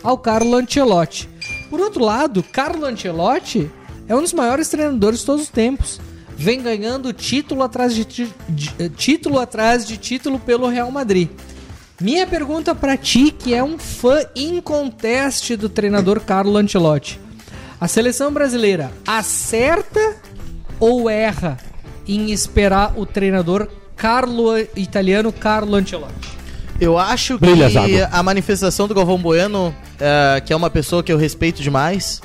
Speaker 3: ao Carlo Ancelotti. Por outro lado, Carlo Ancelotti é um dos maiores treinadores de todos os tempos. Vem ganhando título atrás de, ti- de- eh, título atrás de título pelo Real Madrid. Minha pergunta para ti, que é um fã inconteste do treinador Carlo Ancelotti. A seleção brasileira acerta ou erra em esperar o treinador Carlo italiano Carlo Ancelotti?
Speaker 2: Eu acho
Speaker 5: Brilha,
Speaker 2: que
Speaker 5: Zago.
Speaker 2: a manifestação do Galvão Bueno, é, que é uma pessoa que eu respeito demais,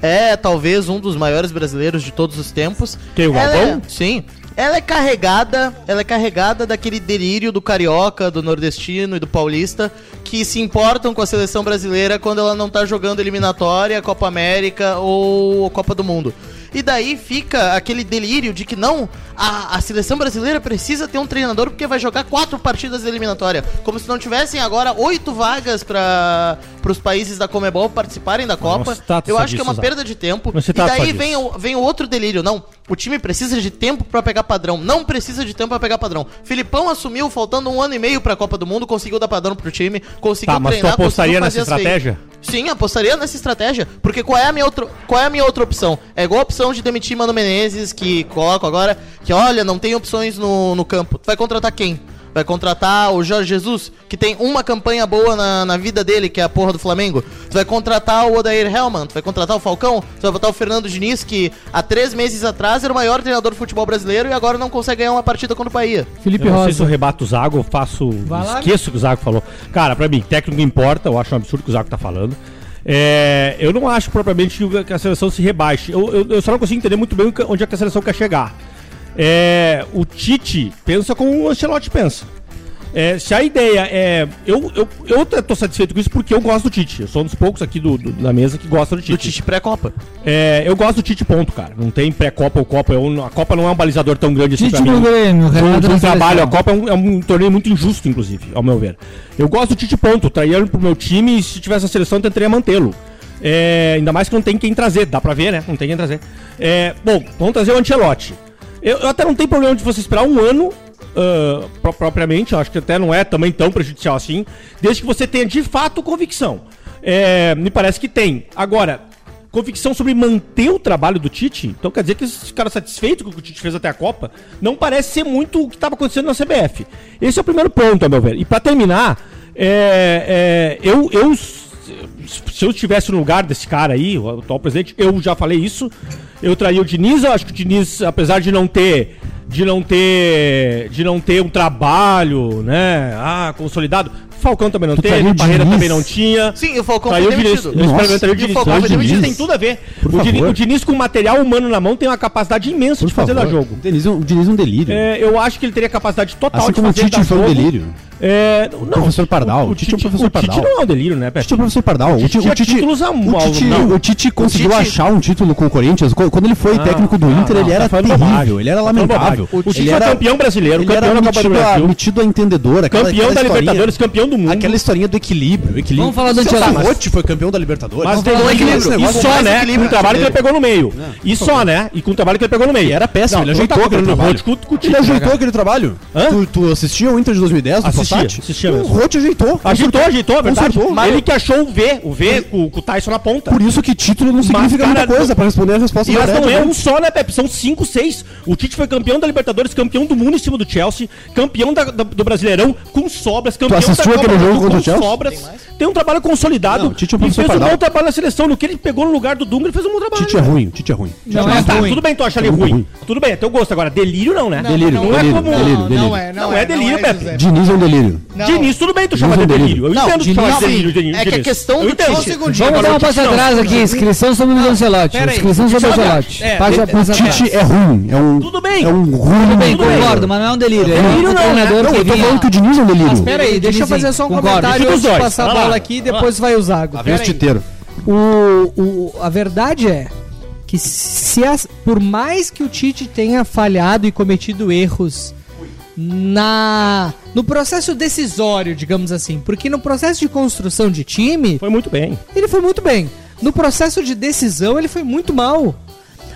Speaker 2: é talvez um dos maiores brasileiros de todos os tempos.
Speaker 5: Quem, o
Speaker 2: Ela
Speaker 5: Galvão?
Speaker 2: é- sim. Ela é carregada, ela é carregada daquele delírio do carioca, do nordestino e do paulista que se importam com a seleção brasileira quando ela não tá jogando eliminatória, Copa América ou Copa do Mundo. E daí fica aquele delírio de que não, a, a seleção brasileira precisa ter um treinador porque vai jogar quatro partidas eliminatórias. Como se não tivessem agora oito vagas para os países da Comebol participarem da Copa.
Speaker 5: se trata
Speaker 2: Eu
Speaker 5: só
Speaker 2: acho que é
Speaker 5: tá, disso,
Speaker 2: uma
Speaker 5: Zago.
Speaker 2: perda de tempo.
Speaker 5: Não se
Speaker 2: E
Speaker 5: trata só
Speaker 2: daí
Speaker 5: tá, disso.
Speaker 2: vem o, vem o outro delírio. Não, o time precisa de tempo pra pegar padrão. Não precisa de tempo pra pegar padrão. Filipão assumiu faltando um ano e meio pra Copa do Mundo, conseguiu dar padrão pro time, conseguiu
Speaker 5: Tá, mas tu
Speaker 2: treinar,
Speaker 5: apostaria
Speaker 2: conseguiu fazer
Speaker 5: nessa
Speaker 2: as feias.
Speaker 5: estratégia?
Speaker 2: Sim, apostaria nessa estratégia, porque qual é a minha outra, qual é a minha outra opção? É igual a opção de demitir Mano Menezes, que coloco agora, que olha, não tem opções no, no campo. Tu vai contratar quem? Vai contratar o Jorge Jesus, que tem uma campanha boa na, na vida dele, que é a porra do Flamengo. Tu vai contratar o Odair Hellman, tu vai contratar o Falcão, tu vai botar o Fernando Diniz, que há três meses atrás era o maior treinador de futebol brasileiro e agora não consegue ganhar uma partida contra o Bahia.
Speaker 7: Felipe
Speaker 5: eu não sei se eu
Speaker 7: Rosa.
Speaker 5: rebato o Zago, eu faço.
Speaker 3: Vai lá.
Speaker 5: Esqueço o que o Zago falou. Cara, pra mim, técnico importa, eu acho um absurdo o que o Zago tá falando. É, eu não acho propriamente que a seleção se rebaixe. Eu, eu- eu só não consigo entender muito bem o que- onde é que a seleção quer chegar. É, o Tite pensa como o Ancelotti pensa. É, se a ideia é. Eu, eu, eu tô satisfeito com isso porque eu gosto do Tite. Eu sou um dos poucos aqui do, do- da mesa que gosta do Tite.
Speaker 2: Do Tite pré-Copa.
Speaker 5: É, eu gosto do Tite ponto, cara. Não tem pré-Copa ou Copa. Eu- a Copa não é um balizador tão grande assim
Speaker 7: Tite no Grêmio,
Speaker 5: De um-
Speaker 7: Renato
Speaker 5: de
Speaker 7: na
Speaker 5: um
Speaker 7: seleção.
Speaker 5: trabalho. A Copa é um, é um torneio muito injusto, inclusive, ao meu ver. Eu gosto do Tite ponto. Traíram pro meu time e se tivesse a seleção, eu tentaria mantê-lo. É, ainda mais que não tem quem trazer. Dá pra ver, né? Não tem quem trazer. É, bom, vamos trazer o Ancelotti. Eu, eu até não tenho problema de você esperar um ano ah, pro- propriamente. Eu acho que até não é também tão prejudicial assim. Desde que você tenha, de fato, convicção. É, me parece que tem. Agora, convicção sobre manter o trabalho do Tite. Então quer dizer que esses caras satisfeitos com o que o Tite fez até a Copa não parece ser muito o que estava acontecendo na CBF. Esse é o primeiro ponto, a meu ver. E para terminar, é, é, eu, eu se eu estivesse no lugar desse cara aí, o atual presidente, eu já falei isso. Eu traí o Diniz. Eu acho que o Diniz, apesar de não ter de não ter de não ter um trabalho, né? Ah, consolidado. Falcão também não teve,
Speaker 2: saiu
Speaker 5: o
Speaker 2: de
Speaker 5: Parreira
Speaker 2: Diniz.
Speaker 5: também não tinha.
Speaker 2: Sim, e o Falcão
Speaker 5: saiu
Speaker 2: foi
Speaker 5: de Diniz.
Speaker 2: demitido.
Speaker 5: Eu espero
Speaker 2: Nossa.
Speaker 5: que saiu de
Speaker 2: E o
Speaker 5: Diniz.
Speaker 2: Falcão
Speaker 5: Saiu
Speaker 2: foi
Speaker 5: de Diniz
Speaker 2: demitido.
Speaker 5: tem tudo a ver.
Speaker 6: Por
Speaker 5: o, Diniz,
Speaker 6: favor.
Speaker 5: o Diniz com material humano na mão tem uma capacidade imensa de fazer dar jogo.
Speaker 6: O Diniz é um, o Diniz é um delírio.
Speaker 5: É, eu acho que ele teria capacidade total
Speaker 6: Assim
Speaker 5: de
Speaker 6: como o
Speaker 5: fazer
Speaker 6: Tite
Speaker 5: dar
Speaker 6: foi um
Speaker 5: jogo.
Speaker 6: delírio.
Speaker 5: É, não,
Speaker 6: O professor Pardal. O Tite é o professor
Speaker 5: O Tite
Speaker 6: Pardal.
Speaker 5: não é um delírio, né,
Speaker 6: O Tite é o professor Pardal. O Ti-
Speaker 5: Tite
Speaker 6: o
Speaker 5: é
Speaker 6: Tite-
Speaker 5: títulos a-
Speaker 6: o
Speaker 5: ao-
Speaker 6: Tite-
Speaker 5: não.
Speaker 6: o Tite conseguiu
Speaker 5: Tite-
Speaker 6: achar um título com o Corinthians. Co- Quando ele foi
Speaker 5: Ah,
Speaker 6: técnico do
Speaker 5: não,
Speaker 6: Inter, ele
Speaker 5: não,
Speaker 6: era
Speaker 5: tá falando bobagem.
Speaker 6: terrível. Ele era
Speaker 5: Tá falando
Speaker 6: lamentável.
Speaker 5: bobagem. O Tite
Speaker 6: Ele
Speaker 5: foi
Speaker 6: era-
Speaker 5: campeão brasileiro,
Speaker 6: ele
Speaker 5: campeão
Speaker 6: era
Speaker 5: da Copa do
Speaker 6: metido a-
Speaker 5: Brasil.
Speaker 6: Metido a entendedor. aquela-
Speaker 5: Campeão
Speaker 6: aquela
Speaker 5: da
Speaker 6: historinha-
Speaker 5: Libertadores, campeão do mundo.
Speaker 6: Aquela historinha do equilíbrio. equilíbrio.
Speaker 5: Vamos falar do
Speaker 6: Seu
Speaker 5: Ancelotti.
Speaker 6: Ancelotti foi campeão da Libertadores.
Speaker 5: Mas
Speaker 6: Vamos
Speaker 5: tem
Speaker 6: falar
Speaker 5: um
Speaker 6: desse
Speaker 5: equilíbrio. E
Speaker 6: negócio.
Speaker 5: só,
Speaker 6: Mais
Speaker 5: né? Com
Speaker 6: equilíbrio
Speaker 5: o trabalho que ele
Speaker 6: dele.
Speaker 5: pegou no meio.
Speaker 6: Não,
Speaker 5: E
Speaker 6: por
Speaker 5: só,
Speaker 6: favor.
Speaker 5: né? E com o trabalho que ele pegou no meio.
Speaker 6: E era péssimo, ele ajeitou aquele trabalho.
Speaker 5: né?
Speaker 6: Ele ajeitou aquele trabalho. Tu, tu assistia o Inter de 2010 do
Speaker 5: Assistia,
Speaker 6: Fossati?
Speaker 5: assistia
Speaker 6: O
Speaker 5: mesmo.
Speaker 6: Rote ajeitou.
Speaker 5: Ajeitou, ajeitou, é verdade.
Speaker 6: Consertou.
Speaker 5: Mas ele que achou o V, o V com, com o Tyson na ponta.
Speaker 6: Por isso que título não significa
Speaker 5: cara,
Speaker 6: muita coisa, pra responder a resposta
Speaker 5: E mas
Speaker 6: direta,
Speaker 5: não é
Speaker 6: né?
Speaker 5: um só, né, Pepe? São cinco, seis. O Tite foi campeão da Libertadores, campeão do mundo em cima do Chelsea, campeão da- da- do Brasileirão com sobras, campeão
Speaker 6: assistiu
Speaker 5: da
Speaker 6: aquele jogo
Speaker 5: Brasil
Speaker 6: contra o
Speaker 5: com
Speaker 6: Chelsea?
Speaker 5: sobras. Tem, um trabalho consolidado.
Speaker 6: Não, o Tite é um
Speaker 5: e
Speaker 6: professor
Speaker 5: fez um
Speaker 6: Pardal.
Speaker 5: bom trabalho na seleção. No que ele pegou no lugar do Dunga, ele fez um bom trabalho.
Speaker 6: Tite é ruim, Tite é ruim.
Speaker 5: Não,
Speaker 6: Tite
Speaker 5: mas tá,
Speaker 6: ruim.
Speaker 5: tudo bem, tu acha ele
Speaker 6: Muito
Speaker 5: ruim. Tudo bem, é teu gosto agora. Delírio não, né?
Speaker 6: Não, Delírio,
Speaker 5: não,
Speaker 6: delírio,
Speaker 5: é comum.
Speaker 6: delírio, Não, delírio.
Speaker 5: Não é, não, é delírio, Pepe.
Speaker 6: Diniz é um delírio.
Speaker 5: Diniz, tudo bem, tu
Speaker 6: Diniz
Speaker 5: chama de
Speaker 6: é um delírio.
Speaker 5: delírio. Eu
Speaker 6: Não,
Speaker 5: entendo que tu chama de
Speaker 6: Diniz,
Speaker 5: delírio,
Speaker 6: sim.
Speaker 5: Diniz.
Speaker 2: É que a
Speaker 5: Diniz.
Speaker 2: questão
Speaker 5: Eu
Speaker 2: do
Speaker 5: entendo.
Speaker 2: Tite- Só um segundinho,
Speaker 7: Vamos dar uma
Speaker 5: Tite
Speaker 7: passa
Speaker 5: não.
Speaker 7: atrás aqui. Inscrição sobre o Ancelotti.
Speaker 5: pera aí.
Speaker 7: Inscrição sobre o
Speaker 5: Deixa eu olhar.
Speaker 7: Ancelotti.
Speaker 5: É,
Speaker 7: Passa,
Speaker 5: de-
Speaker 7: passa
Speaker 6: O
Speaker 7: atrás.
Speaker 6: Tite é ruim. É um, tudo
Speaker 5: bem.
Speaker 6: É um ruim.
Speaker 7: Tudo bem,
Speaker 6: Tudo bem.
Speaker 7: concordo, mas não é um delírio.
Speaker 6: É
Speaker 7: É
Speaker 6: delírio
Speaker 7: um
Speaker 6: não, né?
Speaker 7: treinador
Speaker 6: Não,
Speaker 7: que
Speaker 6: eu tô
Speaker 7: vinha-
Speaker 6: falando que o Diniz é um delírio.
Speaker 7: Mas pera aí,
Speaker 3: Deixa eu fazer só um
Speaker 7: Uhum. Concordo.
Speaker 3: comentário
Speaker 7: Fica
Speaker 3: antes
Speaker 7: os
Speaker 3: de
Speaker 7: dois.
Speaker 3: passar a
Speaker 7: Vai lá.
Speaker 3: bola aqui e
Speaker 7: Vai lá.
Speaker 3: depois vai o Zago.
Speaker 6: Lá vem
Speaker 3: Pera
Speaker 6: Tá o
Speaker 3: aí.
Speaker 6: titeiro.
Speaker 3: O, o- a verdade é que se as- por mais que o Tite tenha falhado e cometido erros na no processo decisório, digamos assim, porque no processo de construção de time
Speaker 5: foi muito bem.
Speaker 3: Ele foi muito bem. No processo de decisão ele foi muito mal.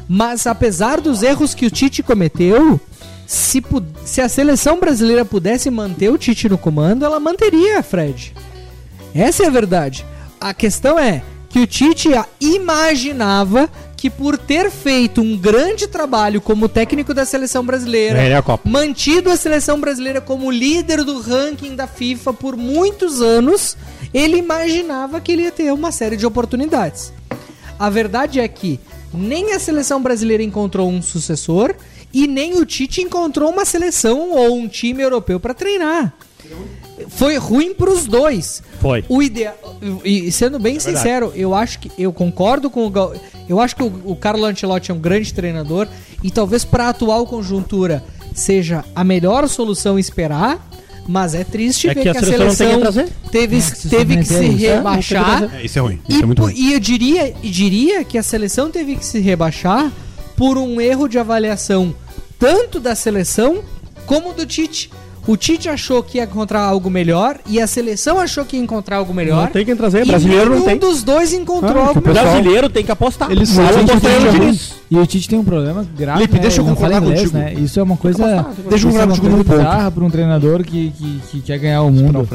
Speaker 3: Mas apesar dos erros que o Tite cometeu, se, pu- se a seleção brasileira pudesse manter o Tite no comando, ela manteria, Fred. Essa é a verdade. A questão é que o Tite a- imaginava que por ter feito um grande trabalho como técnico da seleção brasileira,
Speaker 5: Ganharia a Copa.
Speaker 3: mantido a seleção brasileira como líder do ranking da FIFA por muitos anos, ele imaginava que ele ia ter uma série de oportunidades. A verdade é que nem a seleção brasileira encontrou um sucessor e nem o Tite encontrou uma seleção ou um time europeu para treinar. Foi ruim para os dois.
Speaker 5: Foi. É
Speaker 3: O ideal. E e sendo bem
Speaker 5: verdade.
Speaker 3: sincero, eu acho que eu concordo com o Gal... eu acho que o, o Carlo Ancelotti é um grande treinador e talvez para a atual conjuntura seja a melhor solução esperar. Mas é triste
Speaker 5: É
Speaker 3: ver
Speaker 5: que a seleção não tem quem trazer.
Speaker 3: teve, teve que
Speaker 7: também
Speaker 3: se
Speaker 7: tem isso, é? Não tem
Speaker 3: rebaixar.
Speaker 6: É, isso é ruim.
Speaker 3: E, po- e eu diria, e diria que a seleção teve que se rebaixar por um erro de avaliação tanto da seleção como do Tite. O Tite achou que ia encontrar algo melhor e a seleção achou que ia encontrar algo melhor.
Speaker 5: Não tem quem trazer,
Speaker 6: é,
Speaker 3: E
Speaker 5: brasileiro não
Speaker 3: nenhum
Speaker 5: tem.
Speaker 3: dos dois encontrou
Speaker 6: Ah,
Speaker 5: O
Speaker 3: algo melhor.
Speaker 5: brasileiro tem que apostar.
Speaker 7: Ele
Speaker 5: Mas eu
Speaker 7: sabe que o
Speaker 5: apostei
Speaker 7: Tite
Speaker 5: no
Speaker 7: é ruim.
Speaker 5: Diniz.
Speaker 7: E o Tite tem um problema grave.
Speaker 6: Lipe,
Speaker 7: né?
Speaker 6: deixa eu
Speaker 7: Ele não fala
Speaker 6: concordar
Speaker 7: inglês,
Speaker 6: contigo. Tá
Speaker 7: Né? Isso é uma coisa.
Speaker 6: Deixa eu
Speaker 7: isso é
Speaker 6: concordar
Speaker 7: uma
Speaker 6: contigo
Speaker 7: coisa
Speaker 6: num ponto.
Speaker 7: bizarra pra um treinador que, que, que quer ganhar o mundo.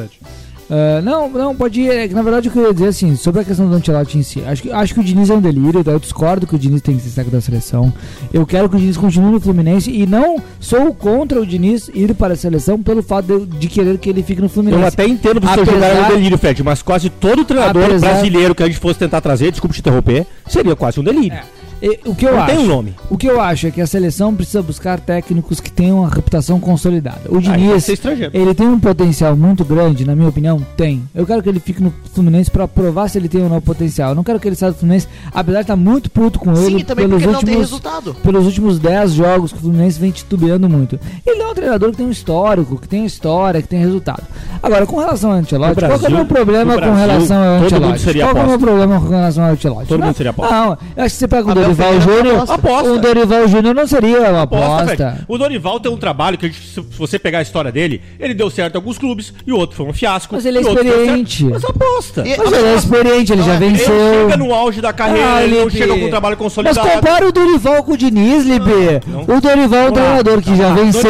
Speaker 7: Ah, não, não, pode ir. É que, Na verdade, o que eu ia dizer assim, sobre a questão do Ancelotti em si, acho que, acho que o Diniz é um delírio, tá? eu discordo que o Diniz tem que ser saco da seleção. Eu quero que o Diniz continue no Fluminense e não sou contra o Diniz ir para a seleção pelo fato de, eu- de querer que ele fique no Fluminense.
Speaker 5: Eu até entendo você
Speaker 7: Apesar-
Speaker 5: jogar no delírio, Fred, mas quase todo treinador
Speaker 7: Apesar-
Speaker 5: brasileiro que a gente fosse tentar trazer, desculpa te interromper, seria quase um delírio.
Speaker 7: É. E- o que eu
Speaker 5: Não
Speaker 7: acho,
Speaker 5: tem um nome.
Speaker 7: O que eu acho é que a seleção precisa buscar técnicos que tenham uma reputação consolidada.
Speaker 5: tem
Speaker 7: O
Speaker 5: que
Speaker 7: Diniz,
Speaker 5: ser estrangeiro.
Speaker 7: ele tem um potencial muito grande, na minha opinião, tem. Eu quero que ele fique no Fluminense pra provar se ele tem ou não potencial. Eu não quero que ele saia do Fluminense, apesar de estar muito puto com
Speaker 2: Sim,
Speaker 7: ele.
Speaker 2: e também porque ele não tem resultado.
Speaker 7: Pelos últimos 10 jogos que o Fluminense vem titubeando muito. Ele é um treinador que tem um histórico, que tem história, que tem resultado. Agora, com relação ao
Speaker 5: No
Speaker 7: Ancelotti, qual que é o
Speaker 5: Brasil-
Speaker 7: meu problema
Speaker 5: no
Speaker 7: com
Speaker 5: Brasil,
Speaker 7: relação ao
Speaker 5: todo
Speaker 7: Ancelotti?
Speaker 5: mundo seria
Speaker 7: qual que é o meu
Speaker 5: aposta.
Speaker 7: problema com relação ao Ancelotti?
Speaker 5: Todo
Speaker 7: não,
Speaker 5: mundo seria aposta.
Speaker 7: Não, eu acho que você pega o
Speaker 5: Abel
Speaker 7: Dorival
Speaker 5: Ferreira é uma
Speaker 7: Júnior.
Speaker 5: aposta. Aposta.
Speaker 7: O Dorival Júnior não seria uma
Speaker 5: Aposta,
Speaker 7: aposta.
Speaker 5: Fred. O Dorival tem um trabalho que, a gente- se você pegar a história dele, ele deu certo em alguns clubes e o outro foi um fiasco.
Speaker 7: Mas ele é
Speaker 5: e o outro deu certo.
Speaker 7: experiente.
Speaker 5: Mas aposta.
Speaker 7: Mas ele é experiente, ele já
Speaker 5: Ele
Speaker 7: venceu.
Speaker 5: chega no auge da carreira,
Speaker 7: Ah,
Speaker 5: ele não
Speaker 7: Lipe.
Speaker 5: chega com um trabalho consolidado.
Speaker 7: Mas compara o Dorival com o Diniz, Lipe. O Dorival é um treinador que já venceu.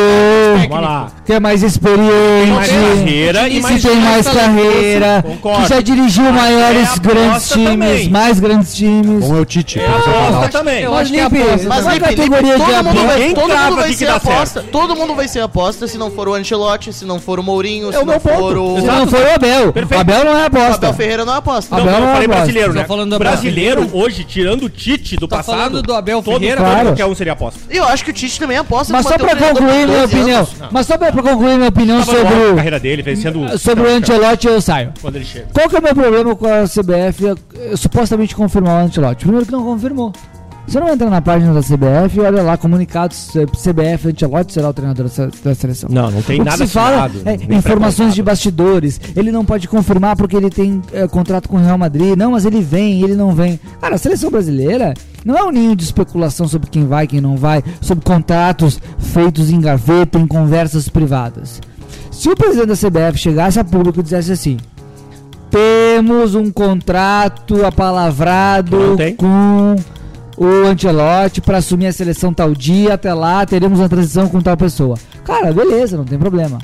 Speaker 5: Vamos lá.
Speaker 7: Que é mais
Speaker 5: Tem mais carreira e
Speaker 7: experiente,
Speaker 5: mais
Speaker 7: que
Speaker 5: um
Speaker 7: tem mais
Speaker 5: talentoso.
Speaker 7: carreira,
Speaker 5: Concordo.
Speaker 7: que já dirigiu
Speaker 5: Mas é
Speaker 7: maiores
Speaker 5: aposta
Speaker 7: grandes times,
Speaker 5: também.
Speaker 7: mais grandes times.
Speaker 6: Bom é o Tite. professor
Speaker 5: aposta
Speaker 6: Pardal.
Speaker 2: também.
Speaker 7: Eu acho que é
Speaker 2: Lipe,
Speaker 7: aposta.
Speaker 2: Mas
Speaker 7: Uma
Speaker 2: Lipe, Lipe,
Speaker 7: categoria de
Speaker 2: todo mundo
Speaker 7: aposta.
Speaker 2: vai,
Speaker 7: Ninguém
Speaker 2: todo mundo
Speaker 7: crava
Speaker 2: vai
Speaker 7: que
Speaker 2: ser
Speaker 7: dá
Speaker 2: aposta. Todo mundo vai ser aposta se não for o Ancelotti, se não for o Mourinho,
Speaker 7: É
Speaker 2: se
Speaker 7: o
Speaker 2: não
Speaker 7: meu
Speaker 2: for
Speaker 7: ponto.
Speaker 2: o.
Speaker 7: Se não for o Abel. O Abel não é aposta.
Speaker 2: O Abel Ferreira não é aposta.
Speaker 7: Abel
Speaker 5: não, eu
Speaker 7: não é
Speaker 5: falei
Speaker 7: aposta.
Speaker 5: brasileiro, né?
Speaker 7: Tá falando do Abel.
Speaker 5: brasileiro hoje, tirando o Tite do
Speaker 3: Tá
Speaker 5: passado.
Speaker 3: falando do Abel
Speaker 5: todo,
Speaker 3: Ferreira?
Speaker 5: todo
Speaker 7: Claro.
Speaker 5: qualquer um seria aposta.
Speaker 2: Eu acho que o Tite também é aposta.
Speaker 7: Mas
Speaker 2: tu
Speaker 7: só
Speaker 2: manter um
Speaker 7: pra
Speaker 2: treinador
Speaker 7: concluir
Speaker 2: por
Speaker 7: minha
Speaker 2: 12
Speaker 7: opinião.
Speaker 2: anos.
Speaker 7: Mas só pra pra concluir minha opinião
Speaker 5: Tava no
Speaker 7: sobre
Speaker 5: auge da
Speaker 7: o.
Speaker 5: carreira dele, vencendo
Speaker 7: Sobre o Ancelotti eu saio.
Speaker 5: Quando ele chega.
Speaker 7: Qual que é o meu problema com a CBF eh, supostamente confirmar o Ancelotti? Primeiro que não confirmou. Você não entra na página da CBF e olha lá comunicados eh, CBF Ancelotti será o treinador da se- da seleção.
Speaker 5: Não, não tem
Speaker 7: o que
Speaker 5: nada
Speaker 7: se fala
Speaker 5: assinado,
Speaker 7: é
Speaker 5: nem
Speaker 7: informações de bastidores. Ele não pode confirmar porque ele tem eh, contrato com o Real Madrid. Não, mas ele vem, ele não vem. Cara, a seleção brasileira não é um ninho de especulação sobre quem vai, quem não vai, sobre contratos feitos em gaveta, em conversas privadas. Se o presidente da CBF chegasse a público e dissesse assim: temos um contrato apalavrado com o Ancelotti para assumir a seleção tal dia, até lá teremos uma transição com tal pessoa. Cara, beleza, não tem problema.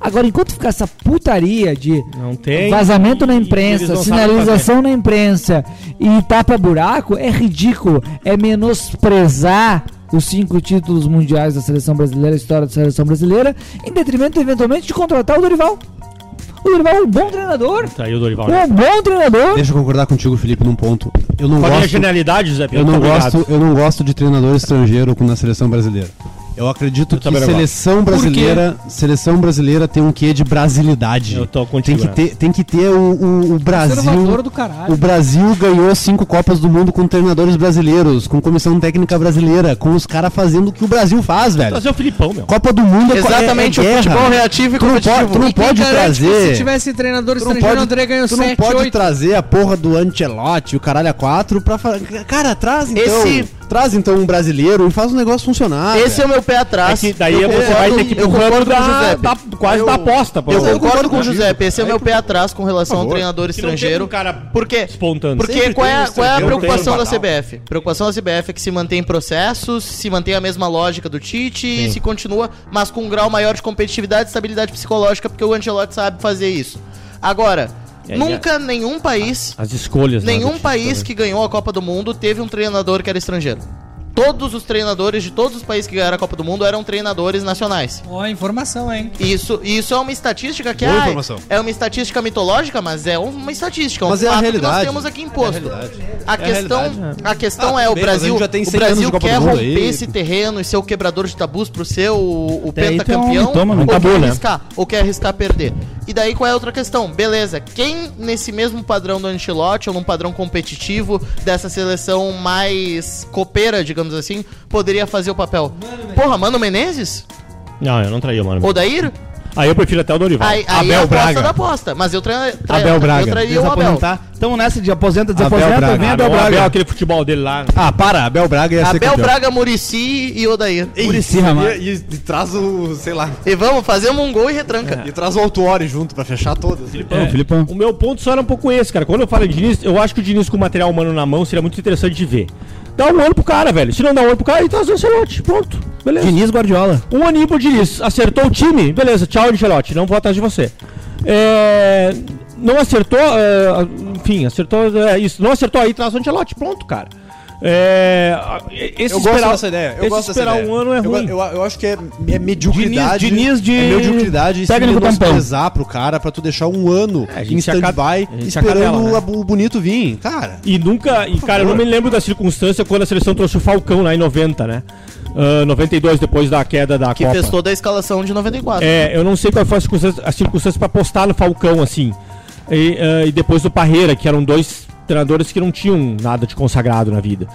Speaker 7: Agora, enquanto ficar essa putaria de
Speaker 5: Não tem.
Speaker 7: vazamento na
Speaker 5: e-
Speaker 7: imprensa,
Speaker 5: eles não sabem
Speaker 7: sinalização na imprensa e tapa-buraco, é ridículo, é menosprezar os cinco títulos mundiais da seleção brasileira, a história da seleção brasileira, em detrimento, eventualmente, de contratar o Dorival. O Dorival é um bom treinador.
Speaker 5: Tá aí o Dorival.
Speaker 7: É um bom treinador.
Speaker 6: Deixa eu concordar contigo, Felipe, num ponto. Eu não
Speaker 5: Qual é a
Speaker 6: gosto.
Speaker 5: genialidade, Zé
Speaker 6: Eu
Speaker 5: Pedro?
Speaker 6: não,
Speaker 5: Muito obrigado.
Speaker 6: gosto, eu não gosto de treinador estrangeiro com- na seleção brasileira. Eu acredito que
Speaker 5: também não
Speaker 6: seleção
Speaker 5: gosto. Por quê?
Speaker 6: brasileira, seleção brasileira tem um quê de brasilidade.
Speaker 5: Eu tô
Speaker 6: tem
Speaker 5: contigo.
Speaker 6: que
Speaker 5: né?
Speaker 6: ter, tem que ter o, o- o Brasil.
Speaker 3: Conservador um do caralho.
Speaker 6: O Brasil ganhou cinco Copas do Mundo com treinadores brasileiros, com comissão técnica brasileira, com os caras fazendo o que o Brasil faz, velho.
Speaker 5: Trazer o Filipão, meu.
Speaker 6: Copa do Mundo é co-
Speaker 2: Exatamente,
Speaker 6: é,
Speaker 2: o
Speaker 6: é guerra.
Speaker 2: futebol reativo e
Speaker 6: tu não pode,
Speaker 2: competitivo.
Speaker 6: tu não
Speaker 2: E quem
Speaker 6: pode
Speaker 2: garante que se
Speaker 6: trazer.
Speaker 3: Se tivesse treinador
Speaker 6: Tu não
Speaker 3: estrangeiro, o
Speaker 6: pode-
Speaker 3: André ganhou
Speaker 6: tu não
Speaker 3: 7,
Speaker 6: pode
Speaker 3: 8.
Speaker 6: trazer a porra do Ancelotti, o caralho a 4 pra fa- Cara, traz então.
Speaker 2: Esse-
Speaker 6: Traz então um brasileiro e faz o negócio funcionar.
Speaker 2: Esse é o meu pé atrás.
Speaker 5: É que daí
Speaker 2: Eu
Speaker 5: você vai ter que ir
Speaker 2: eu
Speaker 5: pro ramo
Speaker 2: concordo com o
Speaker 5: da-
Speaker 2: Giuseppe.
Speaker 5: da- quase
Speaker 2: Eu-
Speaker 5: da aposta, pô.
Speaker 2: Eu
Speaker 5: Eu
Speaker 2: concordo com o
Speaker 5: concordo
Speaker 2: Giuseppe. Esse é o meu pé atrás com relação ao treinador
Speaker 5: Que não teve
Speaker 2: estrangeiro.
Speaker 5: um cara
Speaker 2: Por quê?
Speaker 5: espontâneo.
Speaker 2: Porque
Speaker 5: Sempre
Speaker 2: qual é,
Speaker 5: tem um
Speaker 2: qual é a
Speaker 5: estrangeiro,
Speaker 2: preocupação da
Speaker 5: tem um banal.
Speaker 2: CBF? Preocupação da CBF é que se mantém processos, se mantém a mesma lógica do Tite e se continua, mas com um grau maior de competitividade e estabilidade psicológica, porque o Ancelotti sabe fazer isso. Agora,
Speaker 5: E aí,
Speaker 2: nunca nenhum país,
Speaker 5: As escolhas. né, do
Speaker 2: nenhum
Speaker 5: Tite
Speaker 2: país
Speaker 5: também.
Speaker 2: que ganhou a Copa do Mundo teve um treinador que era estrangeiro. Todos os treinadores de todos os países que ganharam a Copa do Mundo eram treinadores nacionais.
Speaker 3: Ó, informação, hein?
Speaker 2: Isso, isso é uma estatística que
Speaker 6: Boa
Speaker 2: ai,
Speaker 6: informação.
Speaker 2: é uma estatística mitológica, mas é uma estatística, é um
Speaker 6: Mas é a
Speaker 2: fato que nós
Speaker 6: realidade.
Speaker 2: temos aqui imposto. a,
Speaker 6: É a
Speaker 2: questão,
Speaker 6: realidade.
Speaker 2: a questão
Speaker 6: Ah,
Speaker 2: é o
Speaker 6: tudo bem, mas a
Speaker 2: Brasil,
Speaker 6: gente já tem
Speaker 2: o
Speaker 6: 100 anos
Speaker 2: Brasil
Speaker 6: de Copa
Speaker 2: quer
Speaker 6: do Mundo
Speaker 2: romper
Speaker 6: aí.
Speaker 2: esse terreno e ser o quebrador de tabus pro seu o, o
Speaker 1: Até aí tu é um
Speaker 2: pentacampeão
Speaker 1: mitômano,
Speaker 2: ou,
Speaker 1: acabou,
Speaker 2: quer
Speaker 1: né?
Speaker 2: arriscar, ou quer arriscar perder. E daí qual é a outra questão? Beleza, quem nesse mesmo padrão do Ancelotti ou num padrão competitivo dessa seleção mais copeira, digamos assim, poderia fazer o papel? Porra, Mano Menezes?
Speaker 5: Não, eu não traí, mano.
Speaker 2: Odair?
Speaker 5: Aí eu prefiro até o Dorival.
Speaker 2: Aí, aí é a aposta da aposta. Mas eu traria
Speaker 5: Abel Braga.
Speaker 2: Eu traria o Abel.
Speaker 5: Tá.
Speaker 1: Estamos nessa Então, de aposenta,
Speaker 6: Abel
Speaker 1: desaposenta,
Speaker 6: Braga.
Speaker 1: vem Abel
Speaker 5: Não, o
Speaker 1: Braga.
Speaker 5: Abel, aquele futebol dele lá.
Speaker 6: Ah, para, Abel Braga ia ser
Speaker 2: Abel
Speaker 6: campeão.
Speaker 2: Braga, Murici e Odair.
Speaker 1: Muricy, Ramalho.
Speaker 6: E, e- e traz o, sei lá,
Speaker 2: E vamos, fazemos um gol e retranca.
Speaker 6: e traz o Altuori junto pra fechar todas.
Speaker 1: É, Filipão.
Speaker 5: O meu ponto só era um pouco esse, cara. Quando eu falo de Diniz, eu acho que o Diniz com o material humano na mão seria muito interessante de ver. Dá um ano pro cara, velho. Se não dá um ano pro cara, ele traz o Ancelotti. Pronto. Beleza.
Speaker 1: Diniz Guardiola.
Speaker 5: Um aninho pro Diniz. Acertou o time? Beleza, tchau, Angelotti. Não vou atrás de você. É, Não acertou, é, enfim, acertou é, isso. Não acertou aí, traz o Angelotti. Pronto, cara. É, esse
Speaker 6: Eu gosto dessa ideia. Eu
Speaker 5: esse
Speaker 6: gosto dessa
Speaker 5: esperar
Speaker 6: ideia.
Speaker 5: um ano é
Speaker 6: Eu go-
Speaker 5: ruim.
Speaker 6: Eu, eu acho que é, é mediocridade.
Speaker 1: Diniz- Diniz de-
Speaker 6: É mediocridade.
Speaker 1: técnico
Speaker 6: se
Speaker 1: tampão.
Speaker 6: pesar pro cara pra tu deixar um ano
Speaker 5: É, a gente
Speaker 6: em
Speaker 5: se aca-
Speaker 6: stand-by
Speaker 5: a gente se
Speaker 6: esperando
Speaker 5: acadela, né?
Speaker 6: a bu- o bonito vir. Cara,
Speaker 5: E nunca. E, cara, eu não me lembro da circunstância quando a seleção trouxe o Falcão lá em 90, né? Ah, 92, depois da queda da
Speaker 2: Que
Speaker 5: Copa.
Speaker 2: fez toda a escalação de 94.
Speaker 5: É, eu não sei qual foi a circunstância, a circunstância pra postar no Falcão, assim. E, ah, e depois do Parreira, que eram dois treinadores que não tinham nada de consagrado na vida.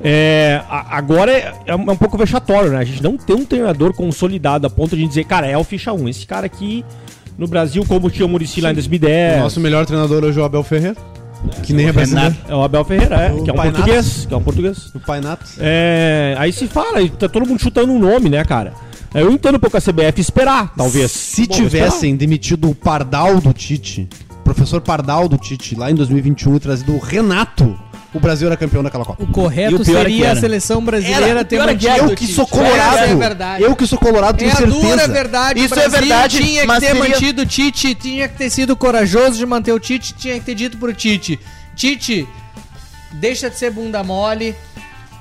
Speaker 5: É, a- agora é, é um é um pouco vexatório, né? A gente não tem um treinador consolidado a ponto de dizer, cara, é o ficha 1. Esse cara aqui no Brasil, como tinha o Murici lá em 2010.
Speaker 6: o nosso melhor treinador hoje é o Abel Ferreira. Que nem é brasileiro.
Speaker 5: né? É o Abel Ferreira, é,
Speaker 6: O
Speaker 5: que é um
Speaker 6: Painato.
Speaker 5: português. Que é um português.
Speaker 6: O Painato.
Speaker 5: É, aí se fala, e tá todo mundo chutando um nome, né, cara? Eu entendo um pouco a CBF esperar, talvez.
Speaker 6: Se
Speaker 5: Bom,
Speaker 6: tivessem demitido o Pardal do Tite, professor Pardal do Tite, lá em 2021 e trazido o Renato, o Brasil era campeão daquela Copa.
Speaker 3: O correto
Speaker 1: E o pior é que
Speaker 3: seria a
Speaker 1: era.
Speaker 3: seleção brasileira
Speaker 6: Era,
Speaker 3: ter
Speaker 6: pior é que
Speaker 3: mantido
Speaker 6: eu
Speaker 3: o
Speaker 6: que
Speaker 3: Tite.
Speaker 6: sou colorado.
Speaker 3: Essa é a verdade.
Speaker 6: Eu que sou colorado,
Speaker 3: É
Speaker 6: tenho
Speaker 3: a dura
Speaker 6: certeza.
Speaker 3: verdade.
Speaker 2: Isso
Speaker 3: o
Speaker 2: é
Speaker 3: Brasil
Speaker 2: verdade,
Speaker 3: Tinha que
Speaker 2: mas
Speaker 3: ter
Speaker 2: seria-
Speaker 3: mantido o Tite, tinha que ter sido corajoso de manter o Tite, tinha que ter dito pro Tite: Tite, deixa de ser bunda mole.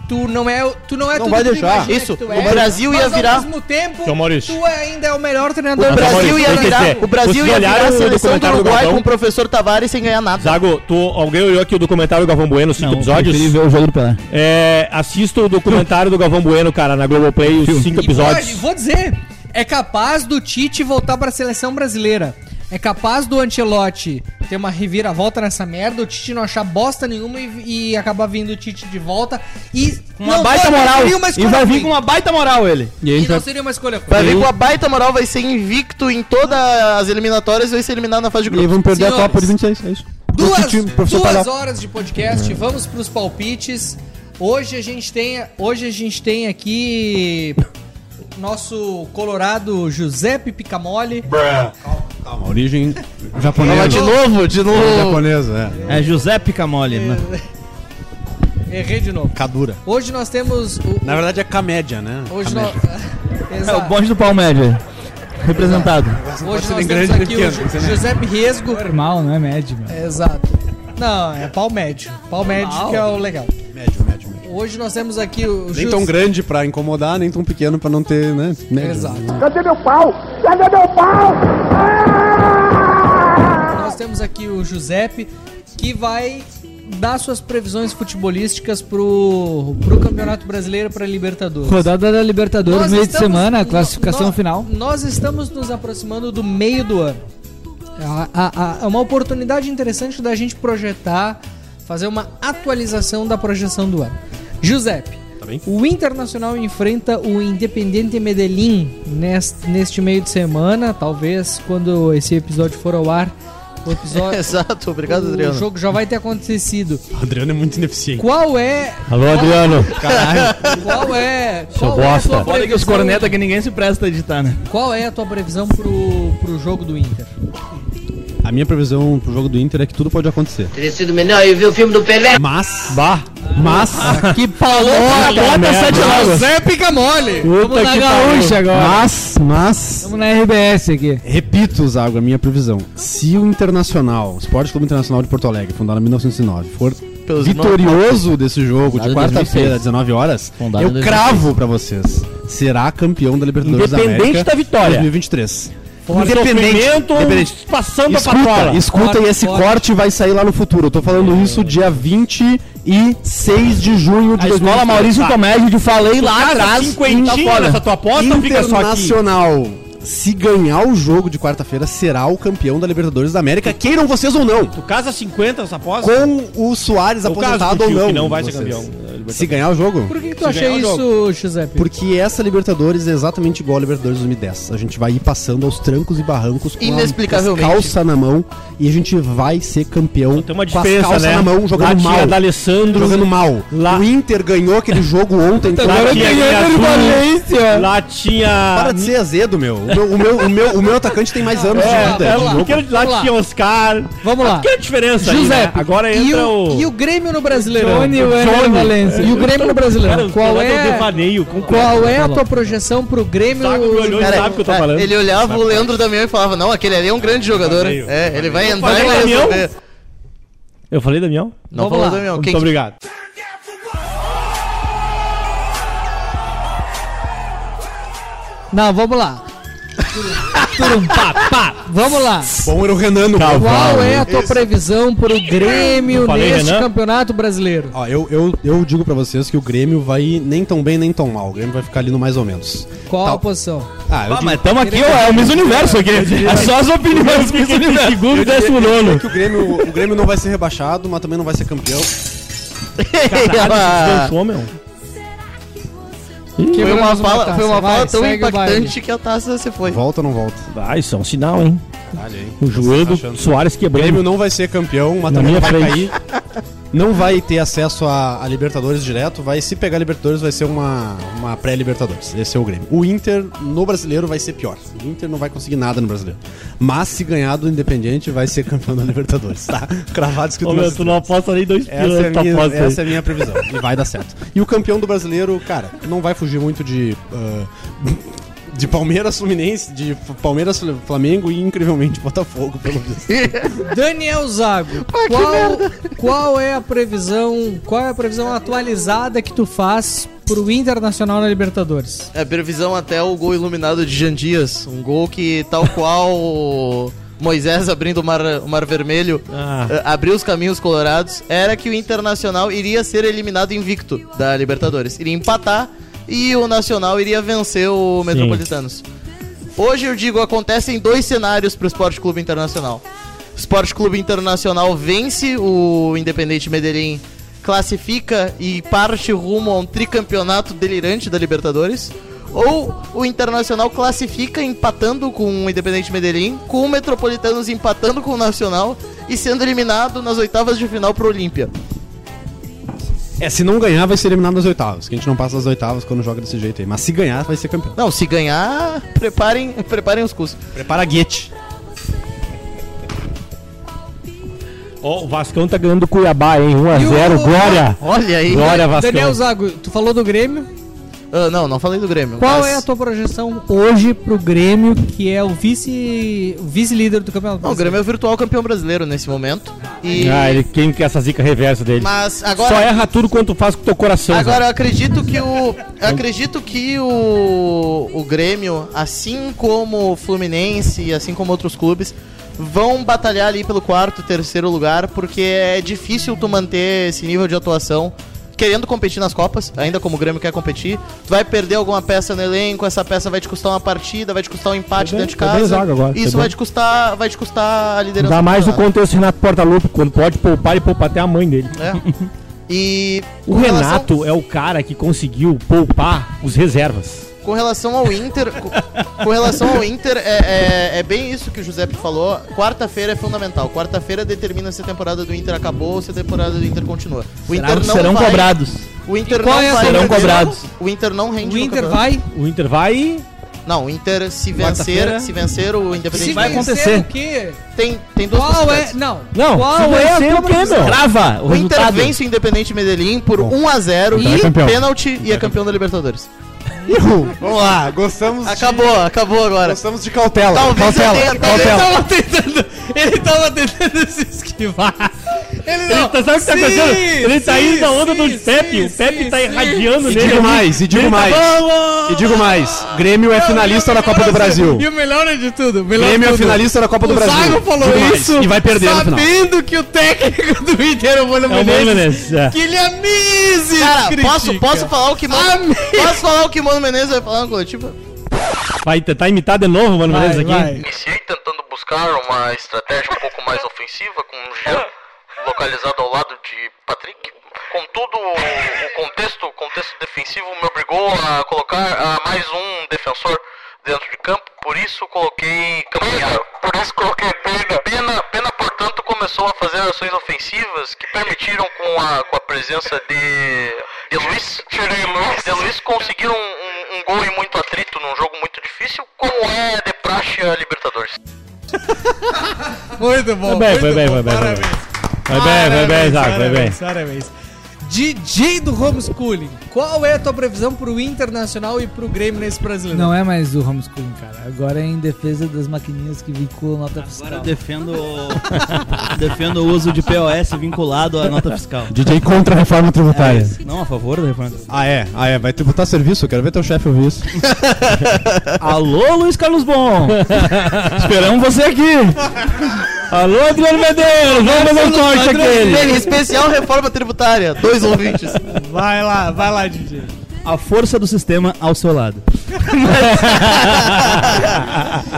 Speaker 3: tu não é, o- tu não é
Speaker 2: Não
Speaker 3: tudo
Speaker 2: vai
Speaker 3: que tu
Speaker 2: deixar.
Speaker 3: imagina
Speaker 2: Isso,
Speaker 3: que tu é.
Speaker 2: o Brasil
Speaker 3: mas
Speaker 2: ia virar-
Speaker 3: ao mesmo tempo,
Speaker 2: Seu Maurício.
Speaker 3: tu ainda é o melhor treinador
Speaker 2: O
Speaker 3: do Brasil
Speaker 2: Brasil
Speaker 3: e
Speaker 2: ia
Speaker 5: tem que
Speaker 2: virar,
Speaker 5: ser.
Speaker 2: o Brasil
Speaker 5: Vocês
Speaker 2: ia virar
Speaker 5: olharam
Speaker 2: a
Speaker 5: o
Speaker 2: seleção do
Speaker 5: documentário do
Speaker 2: Uruguai
Speaker 5: Galvão?
Speaker 2: com o professor Tavares sem ganhar nada.
Speaker 5: Zago, tu, alguém olhou aqui o documentário do Galvão Bueno, cinco episódios?
Speaker 1: preferi ver o jogo do Pelé.
Speaker 5: É, assista o documentário do Galvão Bueno, cara, na Globoplay, os cinco
Speaker 3: Olha,
Speaker 5: episódios.
Speaker 3: vou dizer, é capaz do Tite voltar pra seleção brasileira. É capaz do Ancelotti ter uma reviravolta nessa merda, o Tite não achar bosta nenhuma e, e acabar vindo o Tite de volta e
Speaker 1: Com uma
Speaker 3: não
Speaker 1: baita
Speaker 3: vai- não
Speaker 1: moral.
Speaker 3: seria uma
Speaker 1: E
Speaker 3: escolha
Speaker 1: vai
Speaker 3: ruim.
Speaker 1: vir com uma baita moral ele.
Speaker 3: E não seria uma escolha ruim.
Speaker 2: Vai vir com a baita moral, vai ser invicto em todas as eliminatórias e vai ser eliminado na fase de
Speaker 6: E
Speaker 2: grupos.
Speaker 6: vamos perder a
Speaker 3: Senhores.
Speaker 6: Copa de 26, é isso.
Speaker 3: Duas,
Speaker 6: Time, professor
Speaker 3: duas
Speaker 6: Palhaço.
Speaker 3: horas de podcast, vamos pros palpites. Hoje a gente tem, hoje a gente tem aqui nosso colorado Giuseppe Picamole.
Speaker 6: Calma, origem japonesa.
Speaker 3: de novo,
Speaker 1: de novo.
Speaker 2: Hum.
Speaker 6: Japonesa, é.
Speaker 1: É José Picamole. né?
Speaker 3: Errei de novo.
Speaker 6: Cadura.
Speaker 3: Hoje nós temos o,
Speaker 6: Na verdade é Camédia, né?
Speaker 3: hoje nós,
Speaker 1: É o
Speaker 3: Exato.
Speaker 1: bonde do Palmeiras. Representado.
Speaker 3: Hoje
Speaker 6: ser
Speaker 3: nós temos
Speaker 6: nem grande nem
Speaker 3: aqui o
Speaker 6: pequeno,
Speaker 3: Ju-
Speaker 6: tem que ser, né?
Speaker 3: Giuseppe Resgo.
Speaker 7: Normal, não é médio, meu.
Speaker 3: É, Exato. Não, é pau médio. Pau médio
Speaker 7: Normal.
Speaker 3: que é o legal.
Speaker 6: Médio, médio, médio.
Speaker 3: Hoje nós temos aqui o
Speaker 6: Nem
Speaker 3: Jus-
Speaker 6: tão grande pra incomodar, nem tão pequeno pra não ter, né? Médio.
Speaker 3: Exato.
Speaker 11: Cadê meu pau? Cadê meu pau? Ah!
Speaker 3: Nós temos aqui o Giuseppe que vai dar suas previsões futebolísticas pro, pro Campeonato Brasileiro para Libertadores.
Speaker 7: Rodada da Libertadores,
Speaker 3: Nós
Speaker 7: meio de
Speaker 3: estamos-
Speaker 7: semana,
Speaker 3: no-
Speaker 7: classificação
Speaker 3: nó-
Speaker 7: final.
Speaker 3: Nós estamos nos aproximando do meio do ano. É a- a- a- É uma oportunidade interessante da gente projetar, fazer uma atualização da projeção do ano. Giuseppe,
Speaker 1: Tá
Speaker 3: o Internacional enfrenta o Independente Medellín neste, neste meio de semana, talvez quando esse episódio for ao ar. O episódio,
Speaker 7: É
Speaker 2: Exato, obrigado,
Speaker 3: o
Speaker 2: Adriano.
Speaker 3: jogo já vai ter acontecido.
Speaker 6: O Adriano é muito ineficiente.
Speaker 3: Qual é.
Speaker 5: Alô, Adriano.
Speaker 3: Qual é.
Speaker 1: Seu
Speaker 3: Qual é a
Speaker 1: bosta.
Speaker 3: tua
Speaker 1: Foda que os
Speaker 3: previsão-
Speaker 1: corneta que ninguém se presta a editar, né?
Speaker 3: Qual é a tua previsão pro, pro jogo do Inter?
Speaker 6: A minha previsão pro jogo do Inter é que tudo pode acontecer.
Speaker 17: Teria sido melhor eu ver o filme do Pelé.
Speaker 6: Mas. Bah! Mas.
Speaker 1: Que Tá
Speaker 3: Tá
Speaker 6: merda.
Speaker 3: Picamole!
Speaker 6: Puta que pariu. Mas, mas.
Speaker 7: Vamos na RBS aqui.
Speaker 6: Repito, Zago, a minha previsão. Se o Internacional, o Esporte Clube Internacional de Porto Alegre, fundado em 1909, for
Speaker 2: Pelos
Speaker 6: vitorioso desse jogo de
Speaker 1: Fundado em
Speaker 6: quarta-feira,
Speaker 1: 2006.
Speaker 6: 19 horas,
Speaker 1: Fundado em
Speaker 6: eu
Speaker 1: 2006.
Speaker 6: cravo pra vocês. Será campeão da Libertadores da
Speaker 5: Independente
Speaker 6: América
Speaker 5: da vitória.
Speaker 6: 2023.
Speaker 5: Independente,
Speaker 6: independente.
Speaker 5: um passando a
Speaker 6: Escuta,
Speaker 5: patrola.
Speaker 6: escuta e esse
Speaker 3: Forte.
Speaker 6: corte vai sair lá no futuro. Eu tô falando
Speaker 5: É.
Speaker 6: isso dia 26 de junho de
Speaker 1: A escola
Speaker 6: Tá.
Speaker 1: Maurício
Speaker 6: é
Speaker 1: Tomé, de falei lá
Speaker 5: Casa
Speaker 1: atrás.
Speaker 5: cinquentinha
Speaker 1: tá foda.
Speaker 5: nessa tua aposta ou um fica só aqui?
Speaker 6: Internacional. Se ganhar o jogo de quarta-feira, será o campeão da Libertadores da América, queiram vocês ou não.
Speaker 5: Tu casa 50 essa aposta?
Speaker 6: Com o Soares
Speaker 5: Eu caso
Speaker 6: aposentado ou
Speaker 5: contigo
Speaker 6: não.
Speaker 5: que não vai ser
Speaker 6: vocês.
Speaker 5: campeão da Libertadores.
Speaker 6: Se ganhar o jogo?
Speaker 3: Por que, que tu
Speaker 5: Se
Speaker 3: acha
Speaker 5: ganhar o
Speaker 3: isso, Giuseppe?
Speaker 6: Porque essa Libertadores é exatamente igual a Libertadores 2010. A gente vai ir passando aos trancos e barrancos com
Speaker 2: Inexplicavelmente.
Speaker 6: a calça na mão e a gente vai ser campeão
Speaker 5: Tem uma
Speaker 6: com as
Speaker 5: diferença, né?
Speaker 6: na mão,
Speaker 5: Lá
Speaker 6: jogando
Speaker 5: tinha
Speaker 6: mal.
Speaker 5: Da Alessandro,
Speaker 6: Jogando mal.
Speaker 5: Lá- Então,
Speaker 6: O Inter ganhou aquele jogo ontem. tá?
Speaker 5: Lá
Speaker 6: contra-
Speaker 5: tinha Guilherme Azul, Lá tinha.
Speaker 6: um. Para de ser um azedo, meu. O meu, o meu, o meu, o meu atacante tem mais anos de vida.
Speaker 5: É,
Speaker 6: de
Speaker 5: lá,
Speaker 6: jogo.
Speaker 5: aquele lá
Speaker 3: Vamos lá.
Speaker 5: tinha Oscar.
Speaker 3: Vamos lá.
Speaker 5: Que é a diferença aí, né?
Speaker 3: Giuseppe,
Speaker 5: Agora
Speaker 3: e,
Speaker 5: entra
Speaker 3: o,
Speaker 5: o.
Speaker 3: e o Grêmio no Brasileirão?
Speaker 7: Johnny Werner Valencia.
Speaker 3: E o Grêmio no
Speaker 5: Cara,
Speaker 3: Brasileirão?
Speaker 5: os
Speaker 3: Qual
Speaker 5: caras dão
Speaker 3: é,
Speaker 5: devaneio completo.
Speaker 3: qual é a tua projeção pro Grêmio?
Speaker 5: Sabe, me olhou e
Speaker 2: Cara,
Speaker 5: sabe o que eu tô
Speaker 2: é,
Speaker 5: falando.
Speaker 2: Ele olhava o Leandro Damião e falava: Não, aquele ali é um grande jogador. É, ele vai entrar e
Speaker 5: Fazer
Speaker 2: vai
Speaker 5: Damião?
Speaker 2: resolver.
Speaker 5: Eu falei, Damião?
Speaker 2: Não
Speaker 3: Vamos
Speaker 2: falou
Speaker 3: lá.
Speaker 2: Damião.
Speaker 5: Muito obrigado.
Speaker 3: Não, vamos lá.
Speaker 5: Turum, pá, pá.
Speaker 3: Vamos lá.
Speaker 6: Bom era o Renan no
Speaker 5: Calma.
Speaker 3: Qual é a tua previsão pro Grêmio
Speaker 5: Eu falei,
Speaker 3: neste
Speaker 5: Renan?
Speaker 3: campeonato brasileiro?
Speaker 6: Ó, eu, eu, eu digo pra vocês que o Grêmio vai nem tão bem nem tão mal. O Grêmio vai ficar ali no mais ou menos.
Speaker 3: Qual
Speaker 6: Tá.
Speaker 3: a posição?
Speaker 6: Ah, eu
Speaker 1: Ah,
Speaker 6: digo
Speaker 1: mas tamo aqui, ó, é o Miss Universo aqui. É só as opiniões do Miss Universo.
Speaker 5: Segundo e décimo nono.
Speaker 6: que o Grêmio, o Grêmio não vai ser rebaixado, mas também não vai ser campeão.
Speaker 2: Ela-
Speaker 5: Deslanchou, meu.
Speaker 2: Foi uma
Speaker 3: Quebramos uma
Speaker 2: fala, foi uma fala
Speaker 3: taça,
Speaker 5: assim.
Speaker 2: tão
Speaker 3: vai, segue o
Speaker 2: impactante
Speaker 3: baile.
Speaker 2: que a taça se foi.
Speaker 6: Volta ou não volta?
Speaker 5: Ah, isso é um sinal, hein?
Speaker 6: Caralho, hein?
Speaker 5: O joelho do
Speaker 6: Tá Achando.
Speaker 5: Soares
Speaker 6: O Grêmio
Speaker 5: quebrando.
Speaker 6: não vai ser campeão, mas
Speaker 5: Na
Speaker 6: também
Speaker 5: minha
Speaker 6: não vai
Speaker 5: frente.
Speaker 6: cair. Não vai ter acesso a, a Libertadores direto, vai se pegar Libertadores vai ser uma, uma pré-Libertadores. Esse é o Grêmio. O Inter no brasileiro vai ser pior. O Inter não vai conseguir nada no brasileiro. Mas se ganhar do Independiente, vai ser campeão da Libertadores, tá? Cravado escrito
Speaker 5: Ô,
Speaker 6: no
Speaker 5: meu, tu não aposta nem dois
Speaker 6: essa
Speaker 5: pilas
Speaker 6: é, a
Speaker 5: tua
Speaker 6: minha,
Speaker 5: aposta aí.
Speaker 6: essa é a minha previsão. E vai dar certo. E o campeão do brasileiro, cara, não vai fugir muito de. ah, De Palmeiras Fluminense, de F- Palmeiras Fl- Flamengo e incrivelmente Botafogo, pelo visto.
Speaker 3: Daniel Zago, qual, qual é a previsão? Qual é a previsão atualizada que tu faz pro Internacional na Libertadores?
Speaker 2: É, previsão até o gol iluminado de Jean Dias. Um gol que, tal qual o Moisés abrindo o Mar, o mar Vermelho,
Speaker 5: Ah.
Speaker 2: eh, abriu os caminhos colorados, era que o Internacional iria ser eliminado invicto da Libertadores. Iria empatar e o Nacional iria vencer o Metropolitanos. Hoje eu digo, acontecem dois cenários pro Esporte Clube Internacional. O Esporte Clube Internacional vence o Independente Medellín, classifica e parte rumo a um tricampeonato delirante da Libertadores. Ou o Internacional classifica empatando com o Independente Medellín, com o Metropolitanos empatando com o Nacional e sendo eliminado nas oitavas de final pro Olímpia.
Speaker 6: É, se não ganhar, vai ser eliminado nas oitavas. Que a gente não passa das oitavas quando joga desse jeito aí. Mas se ganhar, vai ser campeão.
Speaker 2: Não, se ganhar, preparem, preparem os cursos.
Speaker 6: Prepara a Guete.
Speaker 5: Ó, o Vascão tá ganhando do Cuiabá, hein? 1x0, glória!
Speaker 2: Olha aí.
Speaker 5: Glória, Vascão!
Speaker 3: Daniel Zago, tu falou do Grêmio?
Speaker 2: Ah, não, não falei do Grêmio.
Speaker 3: Qual
Speaker 2: mas-
Speaker 3: é a tua projeção hoje pro Grêmio, que é o vice o vice-líder do campeonato?
Speaker 2: Não, o Grêmio é o virtual campeão brasileiro nesse momento. E...
Speaker 5: Ah, ele, quem quer essa zica reversa dele?
Speaker 2: Mas agora-
Speaker 5: Só é erra tudo quanto faz com o teu coração.
Speaker 2: Agora, eu
Speaker 5: Zago.
Speaker 2: acredito que o. eu acredito que o. O Grêmio, assim como o Fluminense e assim como outros clubes, vão batalhar ali pelo quarto, terceiro lugar, porque é difícil tu manter esse nível de atuação. Querendo competir nas Copas, ainda como o Grêmio quer competir, tu vai perder alguma peça no elenco, essa peça vai te custar uma partida, vai te custar um empate
Speaker 5: Foi bem-
Speaker 2: dentro de
Speaker 5: foi bem
Speaker 2: casa.
Speaker 5: zaga agora, foi
Speaker 2: isso
Speaker 5: bem.
Speaker 2: vai te custar, vai te custar a liderança.
Speaker 5: Dá
Speaker 2: do
Speaker 5: mais o assim
Speaker 2: campeonato.
Speaker 5: contexto Renato Portaluppi, quando pode poupar e poupar até a mãe dele.
Speaker 2: É. E
Speaker 5: O
Speaker 2: com relação-
Speaker 5: Renato é o cara que conseguiu poupar os reservas.
Speaker 2: Com relação ao Inter, co- com, relação ao Inter, é, é- é bem isso que o Giuseppe falou. Quarta-feira é fundamental. Quarta-feira determina se a temporada do Inter acabou ou se a temporada do Inter continua. O
Speaker 1: Será
Speaker 2: Inter
Speaker 1: que serão
Speaker 2: vai-
Speaker 1: cobrados?
Speaker 2: O Inter
Speaker 1: E qual
Speaker 2: não
Speaker 1: é a
Speaker 2: vai
Speaker 1: serão
Speaker 2: render-
Speaker 1: cobrados?
Speaker 2: O Inter não rende.
Speaker 3: O
Speaker 2: no
Speaker 3: Inter
Speaker 2: campeonato.
Speaker 3: vai?
Speaker 5: O Inter vai.
Speaker 2: Não, o Inter se vencer,
Speaker 5: Quarta-feira.
Speaker 2: se vencer o Independente
Speaker 3: Se
Speaker 2: Medellín-
Speaker 3: vencer o quê?
Speaker 2: Tem tem duas
Speaker 3: Qual é?
Speaker 2: possibilidades.
Speaker 3: Não.
Speaker 5: Não, se
Speaker 3: Qual é a
Speaker 5: vencer
Speaker 3: tua
Speaker 5: o quê,
Speaker 3: previsão?
Speaker 5: meu? Crava
Speaker 2: O Inter vence o Independente Medellín por 1 a 0
Speaker 5: Então é
Speaker 2: e
Speaker 5: campeão.
Speaker 2: pênalti e é campeão da Libertadores.
Speaker 6: Vamos lá, gostamos
Speaker 2: Acabou, acabou agora.
Speaker 6: Gostamos de cautela.
Speaker 2: Talvez eu
Speaker 6: cautela,
Speaker 2: tenha- talvez
Speaker 6: cautela.
Speaker 3: Ele tava tentando, ele tava tentando se esquivar. Ele não.
Speaker 5: Ele tá, sabe o que tá
Speaker 3: Sim,
Speaker 5: acontecendo? Ele tá
Speaker 3: sim,
Speaker 5: indo na onda
Speaker 3: sim,
Speaker 5: do Pepe.
Speaker 3: sim,
Speaker 5: o Pepe
Speaker 3: sim,
Speaker 5: tá
Speaker 3: sim.
Speaker 5: irradiando
Speaker 6: E
Speaker 5: nele.
Speaker 6: digo
Speaker 5: ali.
Speaker 6: mais, e digo
Speaker 5: Ele tá-
Speaker 6: mais.
Speaker 5: Vamos!
Speaker 6: E digo mais, Grêmio é finalista da Copa do Brasil.
Speaker 3: E o melhor é de tudo. o Melhor
Speaker 6: Grêmio
Speaker 3: de
Speaker 6: é
Speaker 3: tudo.
Speaker 6: finalista da Copa do
Speaker 3: o
Speaker 6: Brasil.
Speaker 3: Zago falou
Speaker 6: Digo mais,
Speaker 3: isso
Speaker 6: e vai perder no final.
Speaker 3: sabendo que o técnico do Inter é o Mano
Speaker 5: É o Mano
Speaker 3: Menezes.
Speaker 5: Menezes, é.
Speaker 3: Que ele amizes,
Speaker 2: Cara, posso, posso falar o que Mano,
Speaker 3: Amém.
Speaker 2: posso falar o que Mano Menezes vai falar na coletiva?
Speaker 5: Vai tentar imitar de novo, mano,
Speaker 3: Vai,
Speaker 5: Menezes
Speaker 3: vai.
Speaker 5: aqui.
Speaker 18: Iniciei tentando buscar uma estratégia um pouco mais ofensiva com o Jean localizado ao lado de Patrick. Contudo, o contexto, o contexto defensivo me obrigou a colocar ah, mais um defensor dentro de campo, por isso coloquei Caminharo. Por isso coloquei Pena. Pena, portanto, começou a fazer ações ofensivas que permitiram com a, com a presença de, de Luiz. Tirei Luiz. De Luiz conseguiram um, um- um gol e muito atrito num jogo muito difícil, como é de praxe a Libertadores.
Speaker 3: Muito bom.
Speaker 5: Foi bem,
Speaker 3: muito
Speaker 5: foi bem,
Speaker 3: bom.
Speaker 5: foi bem. Foi bem,
Speaker 3: Parabéns.
Speaker 5: foi bem, foi bem, Zago, foi bem.
Speaker 3: Parabéns, parabéns. DJ do homeschooling, qual é a tua previsão pro Internacional e pro Grêmio nesse brasileiro?
Speaker 7: Não é mais o homeschooling, cara. Agora é em defesa das maquininhas que vinculam nota fiscal.
Speaker 1: Agora eu defendo, defendo o uso de POS vinculado à nota fiscal.
Speaker 6: DJ contra a reforma
Speaker 5: É
Speaker 6: tributária.
Speaker 1: Não, a favor da reforma tributária.
Speaker 6: Ah é, ah é, vai tributar serviço, eu quero ver teu chefe ouvir isso.
Speaker 1: Alô, Luiz Carlos Bom! Esperamos você aqui!
Speaker 5: Alô, Adriano Medeiros! Vamos fazer um corte aqui!
Speaker 2: Ele, especial reforma tributária. Dois ouvintes.
Speaker 3: Vai lá, vai lá, DJ.
Speaker 1: A força do sistema ao seu lado.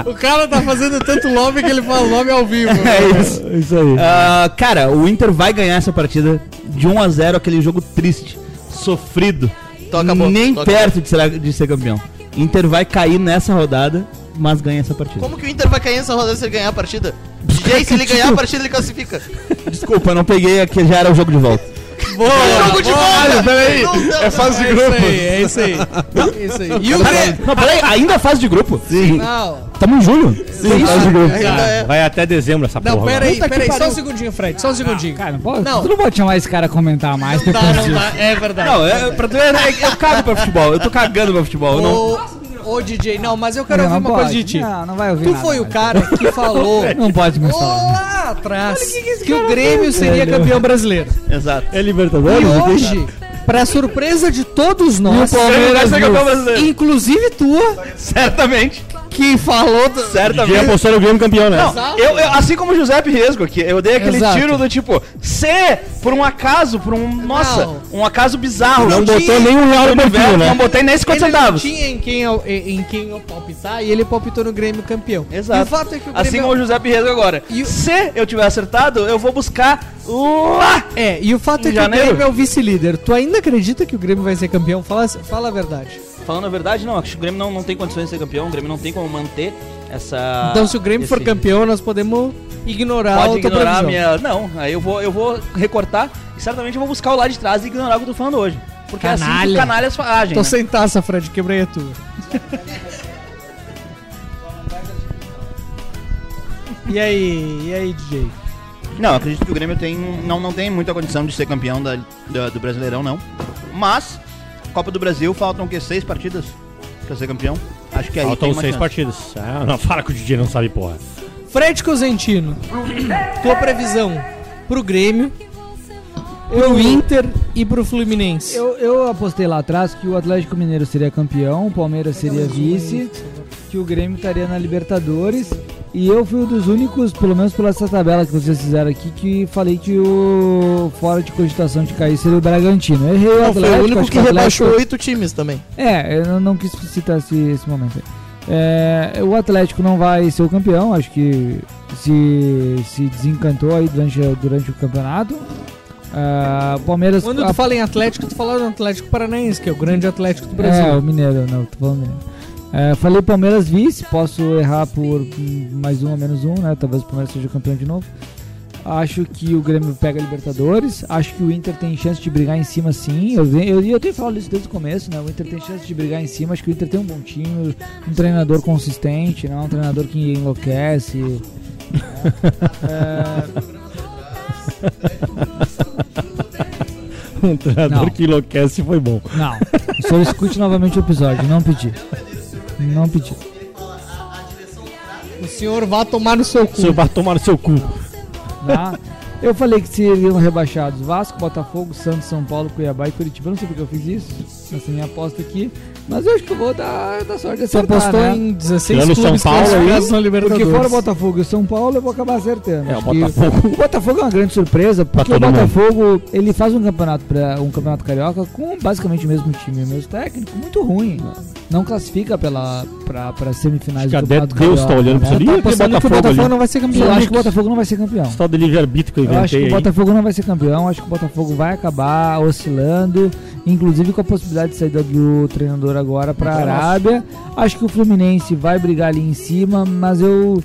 Speaker 3: O cara tá fazendo tanto lobby que ele fala lobby ao vivo.
Speaker 1: É isso. Ah,
Speaker 5: isso aí.
Speaker 1: cara, o Inter vai ganhar essa partida de 1 a 0 aquele jogo triste, sofrido.
Speaker 2: Toca a bola,
Speaker 1: Nem
Speaker 2: toca a
Speaker 1: perto de ser, de ser campeão. Inter vai cair nessa rodada, mas ganha essa partida.
Speaker 2: Como que o Inter vai cair nessa rodada se ele ganhar a partida? DJ, se ele ganhar a partida, ele classifica.
Speaker 1: Desculpa, eu não peguei aqui, já era o jogo de volta.
Speaker 3: Boa,
Speaker 2: Jogo de volta! Não dá-
Speaker 3: fase de grupo. É isso aí, é isso aí. E o Grêmio?
Speaker 1: Não, peraí, ainda é fase de grupo? Sim.
Speaker 3: Não,
Speaker 1: Tamo em julho.
Speaker 3: Sim,
Speaker 5: Faz de grupo.
Speaker 3: ainda é.
Speaker 5: Vai até dezembro essa
Speaker 3: não,
Speaker 5: porra.
Speaker 3: pera aí,
Speaker 5: mano.
Speaker 3: pera aí, só um segundinho, Fred, só um segundinho. Cara,
Speaker 7: Tu não pode chamar esse cara a comentar mais.
Speaker 3: Não dá, não dá, é verdade.
Speaker 1: né, Não, é, pra tu, é, é- eu cago pra futebol, eu tô cagando pra futebol. eu não-
Speaker 3: O, Ô, DJ, não, mas eu quero
Speaker 7: Não,
Speaker 3: ouvir uma
Speaker 7: pode.
Speaker 3: coisa de ti.
Speaker 7: Não, não vai ouvir
Speaker 3: Tu
Speaker 7: nada
Speaker 3: foi o
Speaker 7: mais.
Speaker 3: cara que falou.
Speaker 7: Não pode mais falar.
Speaker 3: Lá atrás, que, o Grêmio seria
Speaker 7: velho.
Speaker 3: campeão brasileiro.
Speaker 1: Exato.
Speaker 5: É
Speaker 3: E
Speaker 5: Libertadores?
Speaker 3: É, né? hoje, pra surpresa de todos nós,
Speaker 5: E o Palmeiras é campeão brasileiro.
Speaker 3: inclusive tua,
Speaker 15: certamente,
Speaker 3: que falou. do-
Speaker 5: Ninguém apostou no Grêmio campeão, né?
Speaker 15: Não, eu, eu- assim como o José Riesgo aqui, eu dei aquele
Speaker 5: Exato.
Speaker 15: tiro do tipo, se por um acaso, por um. Nossa, um acaso bizarro.
Speaker 5: Não botou
Speaker 15: tinha-
Speaker 5: nem um real
Speaker 15: do
Speaker 5: no
Speaker 15: universo,
Speaker 5: banquinho, né?
Speaker 15: Não botei nem 50
Speaker 3: Ele não
Speaker 15: centavos.
Speaker 3: tinha em quem, eu, em em quem eu palpitar e ele palpitou no Grêmio campeão.
Speaker 15: Exato.
Speaker 3: E o fato é que o
Speaker 15: Assim
Speaker 3: Grêmio
Speaker 15: como o José Riesgo agora. Se eu tiver acertado, eu vou buscar lá!
Speaker 3: É, e o fato
Speaker 15: Em
Speaker 3: é que
Speaker 15: janeiro.
Speaker 3: o Grêmio é o vice-líder. Tu ainda acredita que o Grêmio vai ser campeão? Fala, fala a verdade.
Speaker 1: Falando a verdade, não, acho que o Grêmio não, não tem condições de ser campeão, o Grêmio não tem como manter essa.
Speaker 3: então, se o Grêmio for
Speaker 1: esse-
Speaker 3: campeão, nós podemos ignorar a
Speaker 1: Pode
Speaker 3: outra
Speaker 1: ignorar a
Speaker 3: previsão.
Speaker 1: minha. Não, aí eu vou, eu vou recortar e certamente eu vou buscar o lá de trás e ignorar o que eu tô falando hoje. Porque é assim que
Speaker 3: Canalha.
Speaker 1: os canalhas fazem.
Speaker 3: Tô
Speaker 1: né?
Speaker 3: sem taça, Fred, quebrei a tua. e aí, e aí, DJ?
Speaker 15: Não, eu acredito que o Grêmio tem, um- não, não tem muita condição de ser campeão da- da- do Brasileirão, não. Mas, Copa do Brasil, faltam o quê? Seis partidas pra ser campeão? Acho que aí tem
Speaker 5: Faltam
Speaker 15: uma
Speaker 5: seis
Speaker 15: chance.
Speaker 5: partidas. Ah, não, fala que o DJ não sabe, porra.
Speaker 3: Fred Cosentino, tua previsão pro Grêmio, pro Inter e pro Fluminense?
Speaker 7: Eu, eu apostei lá atrás que o Atlético Mineiro seria campeão, o Palmeiras seria vice, que o Grêmio estaria na Libertadores. E eu fui um dos únicos, pelo menos pela essa tabela que vocês fizeram aqui, que falei que o fora de cogitação de cair seria o Bragantino. Eu errei o
Speaker 2: Não,
Speaker 7: Atlético.
Speaker 2: foi o único
Speaker 7: acho
Speaker 2: que
Speaker 7: o Atlético-
Speaker 2: rebaixou oito times também.
Speaker 7: É, eu não- não quis citar esse, esse momento aí. É, o Atlético não vai ser o campeão, acho que se, se desencantou aí durante, durante o campeonato. Ah, o Palmeiras.
Speaker 3: Quando tu
Speaker 7: a-
Speaker 3: fala em Atlético, tu fala do Atlético Paranaense, que é o grande Atlético do
Speaker 7: É, o
Speaker 3: Brasil.
Speaker 7: Mineiro, não, tô falando Mineiro. É, falei Palmeiras vice, posso errar por hum, mais um ou menos um, né? Talvez o Palmeiras seja campeão de novo. Acho que o Grêmio pega a Libertadores. Acho que o Inter tem chance de brigar em cima, sim. Eu, ve- eu, eu tenho falado isso desde o começo, né? O Inter tem chance de brigar em cima. Acho que o Inter tem um bom time, um treinador consistente, não é um treinador que enlouquece. É, né?
Speaker 5: Um treinador
Speaker 7: Não.
Speaker 5: que enlouquece foi bom.
Speaker 7: Não. O senhor escute novamente o episódio, não pedi. Não pedi.
Speaker 3: O senhor vá tomar no seu
Speaker 5: O senhor
Speaker 3: cu.
Speaker 5: vai tomar no seu cu.
Speaker 7: tá? Eu falei que seriam rebaixados Vasco, Botafogo, Santos, São Paulo, Cuiabá e Curitiba. Eu não sei porque eu fiz isso, essa minha aposta aqui. Mas eu acho que eu vou dar, dar sorte de
Speaker 3: Você
Speaker 7: acertar,
Speaker 3: apostou
Speaker 7: né?
Speaker 3: em 16
Speaker 5: Tirando
Speaker 3: clubes
Speaker 5: São Paulo aí,
Speaker 3: classificados na
Speaker 7: Porque
Speaker 3: Libertadores.
Speaker 7: fora o Botafogo e o São Paulo, eu vou acabar acertando.
Speaker 5: É, o
Speaker 7: Acho que
Speaker 5: Botafogo-
Speaker 7: o Botafogo é uma grande surpresa, porque o
Speaker 5: todo mundo.
Speaker 7: Botafogo, ele faz um campeonato para um campeonato carioca com basicamente o mesmo time, o mesmo técnico, muito ruim. Não classifica pela pra, pra semifinais
Speaker 5: Acho que até Deus tá olhando pra isso ali,
Speaker 7: Eu
Speaker 5: aquele
Speaker 7: tô apostando né? que
Speaker 5: Botafogo
Speaker 7: o Botafogo
Speaker 5: ali.
Speaker 7: não vai ser campeão.
Speaker 5: Eu
Speaker 7: Eu acho
Speaker 5: acho
Speaker 7: que o Botafogo não vai ser campeão.
Speaker 5: Só do livre-arbítrio que eu
Speaker 7: Eu acho que
Speaker 5: inventei
Speaker 7: o
Speaker 5: aí.
Speaker 7: Botafogo não vai ser campeão, acho que o Botafogo vai acabar oscilando, inclusive com a possibilidade de saída do treinador agora para a
Speaker 5: Então,
Speaker 7: Arábia. Acho que o Fluminense vai brigar ali em cima, mas eu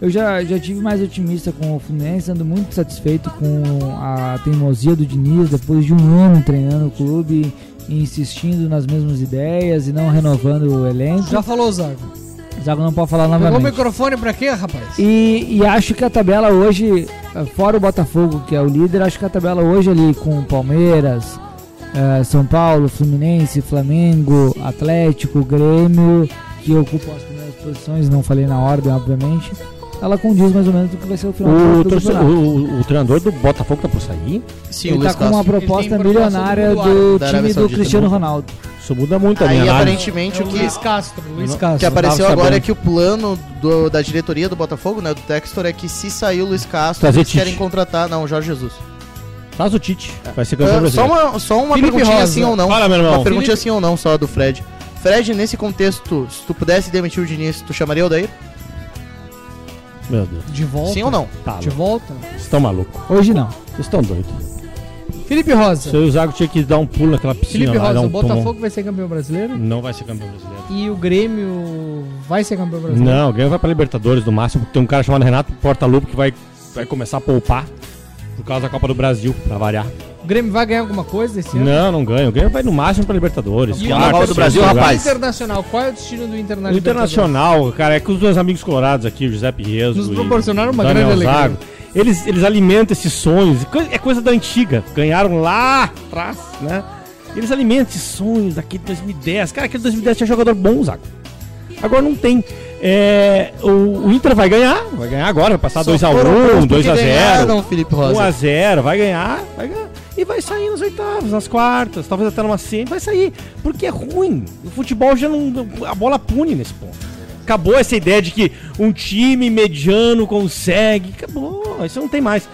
Speaker 7: eu já, já tive mais otimista com o Fluminense, ando muito satisfeito com a teimosia do Diniz depois de um ano treinando o clube, insistindo nas mesmas ideias e não renovando o elenco.
Speaker 3: Já falou, Zago.
Speaker 7: O Zago não pode falar
Speaker 3: Pegou o
Speaker 7: novamente.
Speaker 3: microfone pra quê, rapaz?
Speaker 7: E, e acho que a tabela hoje, eh, fora o Botafogo, que é o líder, acho que a tabela hoje ali com Palmeiras, eh, São Paulo, Fluminense, Flamengo, Atlético, Grêmio, que ocupam as primeiras posições, não falei na ordem, obviamente, ela condiz mais ou menos do que vai ser o final
Speaker 5: O,
Speaker 7: do
Speaker 5: torce-
Speaker 7: campeonato.
Speaker 5: o- o- o treinador do Botafogo tá por sair?
Speaker 2: Sim,
Speaker 7: Ele tá com
Speaker 2: um
Speaker 7: uma proposta
Speaker 3: proposta
Speaker 7: milionária
Speaker 3: do Uruguai,
Speaker 7: do
Speaker 2: da
Speaker 7: time
Speaker 2: Arábia
Speaker 7: do
Speaker 2: Saudita,
Speaker 7: Cristiano
Speaker 2: né?
Speaker 7: Ronaldo.
Speaker 5: Isso muda muito a minha
Speaker 2: Aí é
Speaker 5: análise.
Speaker 2: aparentemente o que,
Speaker 3: Luiz Castro, Luiz
Speaker 5: não-
Speaker 3: Castro.
Speaker 2: que apareceu
Speaker 5: tava
Speaker 2: agora
Speaker 5: sabendo.
Speaker 2: é que o plano do- da diretoria do Botafogo, né, do Textor, é que se sair o Luiz Castro,
Speaker 5: Trazer
Speaker 2: eles
Speaker 5: Tite.
Speaker 2: querem contratar, não, o Jorge Jesus.
Speaker 5: Faz o Tite. Vai ser
Speaker 2: Ah,
Speaker 5: campeão
Speaker 2: só
Speaker 5: brasileiro.
Speaker 2: uma, só uma
Speaker 3: Felipe
Speaker 2: perguntinha
Speaker 3: Rosa.
Speaker 2: assim ou não.
Speaker 5: Fala, meu irmão.
Speaker 2: Uma perguntinha assim ou não só do Fred. Fred, nesse contexto, se tu pudesse demitir o Diniz, tu chamaria o Daí?
Speaker 5: Meu Deus.
Speaker 3: De volta.
Speaker 2: Sim ou não?
Speaker 5: Tá,
Speaker 3: De
Speaker 5: louco.
Speaker 3: volta.
Speaker 5: vocês estão malucos.
Speaker 7: Hoje não.
Speaker 5: Vocês estão doidos.
Speaker 3: Felipe Rosa.
Speaker 5: Se eu e o Zago tinha que dar um pulo naquela piscina
Speaker 3: Felipe
Speaker 5: lá,
Speaker 3: Rosa,
Speaker 5: dar um
Speaker 3: o Botafogo
Speaker 5: tomão.
Speaker 3: vai ser campeão brasileiro
Speaker 5: Não vai ser campeão brasileiro.
Speaker 3: e o Grêmio vai ser campeão brasileiro.
Speaker 5: Não, o Grêmio vai pra Libertadores no máximo, porque tem um cara chamado Renato Portaluppi que vai, vai começar a poupar por causa da Copa do Brasil, pra variar.
Speaker 3: O Grêmio vai ganhar alguma coisa esse ano?
Speaker 5: Não, não ganha. O Grêmio vai no máximo pra Libertadores.
Speaker 3: É. E o
Speaker 5: quarto,
Speaker 3: Copa
Speaker 15: do
Speaker 5: sexto
Speaker 15: Brasil,
Speaker 5: lugar.
Speaker 15: rapaz?
Speaker 3: Internacional, qual é o destino do
Speaker 5: O
Speaker 3: Internacional?
Speaker 5: Internacional, cara, é que os meus amigos colorados aqui, o José Piezo
Speaker 3: Nos
Speaker 5: e
Speaker 3: proporcionaram uma
Speaker 5: o Daniel
Speaker 3: grande alegria.
Speaker 5: Zago, eles, eles alimentam esses sonhos. Co- É coisa da antiga. Ganharam lá atrás, né? Eles alimentam esses sonhos daquele 2010. Cara, aquele 2010 tinha jogador bom, Zago. Agora não tem. É, o, o Inter vai ganhar, vai ganhar agora, vai passar
Speaker 2: Só
Speaker 5: 2x1,
Speaker 2: foram bons
Speaker 5: 2x0,
Speaker 2: porque ganharam, Felipe Rosa.
Speaker 5: 1x0, vai ganhar, vai ganhar. E vai sair nas oitavas, nas quartas, talvez até numa semi, vai sair. Porque é ruim. O futebol já não. A bola pune nesse ponto. Acabou essa ideia de que um time mediano consegue. Acabou, isso não tem mais.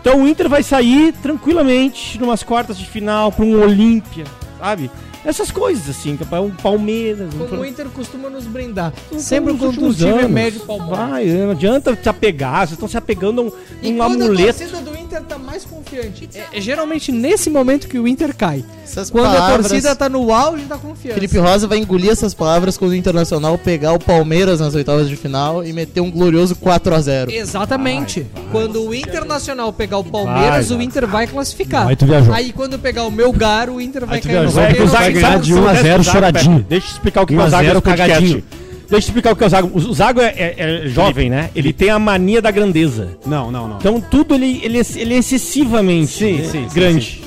Speaker 5: Então o Inter vai sair tranquilamente numas quartas de final para um Olímpia, sabe? Essas coisas assim, para um Palmeiras. um
Speaker 3: Como o Inter costuma nos brindar. Sempre
Speaker 5: nos
Speaker 3: quando o
Speaker 5: últimos
Speaker 3: time é
Speaker 5: anos.
Speaker 3: médio palmeiras.
Speaker 5: Vai, não adianta se apegar, vocês estão se apegando a um, um
Speaker 3: Quando a
Speaker 5: amuleto.
Speaker 3: torcida do Inter tá mais confiante. É, é geralmente nesse momento que o Inter cai.
Speaker 2: Essas
Speaker 3: quando a
Speaker 2: palavras-
Speaker 3: torcida tá no auge da confiança.
Speaker 2: Felipe Rosa vai engolir essas palavras quando o Internacional pegar o Palmeiras nas oitavas de final e meter um glorioso 4x0.
Speaker 3: Exatamente. Quando o Internacional pegar o Palmeiras,
Speaker 2: Vai,
Speaker 3: o Inter vai classificar.
Speaker 2: Não, aí tu viajou.
Speaker 3: Aí quando pegar o Melgar, o Inter vai
Speaker 5: tu
Speaker 3: cair. no
Speaker 5: viajou.
Speaker 3: Palmeiras.
Speaker 5: Vai ganhar
Speaker 3: Sabe
Speaker 5: de
Speaker 3: o
Speaker 5: 1 a
Speaker 3: Zago
Speaker 5: 0
Speaker 3: Zago,
Speaker 5: choradinho.
Speaker 3: Pepe?
Speaker 5: Deixa eu explicar o que
Speaker 6: 1 a
Speaker 5: o Zago
Speaker 6: 0
Speaker 5: é podcast.
Speaker 6: cagadinho.
Speaker 5: Deixa eu explicar o que é o Zago. O Zago é, é- é jovem, né? Ele tem a mania da grandeza.
Speaker 6: Não, não, não.
Speaker 5: Então tudo ele, ele, é- ele é excessivamente
Speaker 6: sim, sim,
Speaker 5: grande.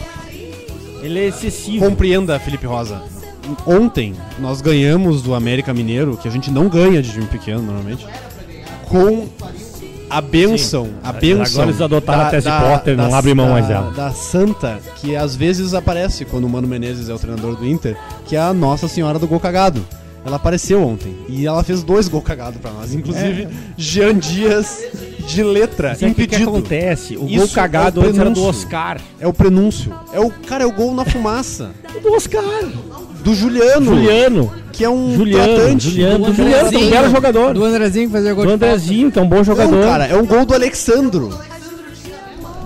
Speaker 5: Ele é excessivo.
Speaker 6: Compreenda, Felipe Rosa. Ontem nós ganhamos do América Mineiro, que a gente não ganha de time pequeno normalmente, com a benção,
Speaker 5: Sim.
Speaker 6: a benção.
Speaker 5: Agora eles adotaram a tese Potter, não abrem
Speaker 6: abre
Speaker 5: mão mais dela.
Speaker 6: Da santa que às vezes aparece quando o Mano Menezes é o treinador do Inter, que é a Nossa Senhora do Gol Cagado. Ela apareceu ontem e ela fez dois gol cagado pra nós, inclusive
Speaker 5: É.
Speaker 6: Jean Dias de letra,
Speaker 5: Mas é que o que
Speaker 6: impedido.
Speaker 5: acontece? O gol
Speaker 6: Isso
Speaker 5: cagado
Speaker 6: é o
Speaker 5: antes era do
Speaker 6: prenúncio.
Speaker 5: Oscar.
Speaker 6: É o prenúncio. É o cara, é o gol na fumaça.
Speaker 5: É do Oscar.
Speaker 6: Do Juliano.
Speaker 5: Juliano.
Speaker 6: Que é um
Speaker 5: Juliano,
Speaker 6: tratante.
Speaker 5: Juliano,
Speaker 3: é
Speaker 6: Do
Speaker 5: Juliano,
Speaker 6: Andrezinho.
Speaker 5: um belo jogador.
Speaker 3: Do Andrezinho que fazia gol
Speaker 5: Do
Speaker 3: de falta.
Speaker 5: Andrezinho, que é um bom jogador.
Speaker 6: Não, cara, é um gol do Alexandro.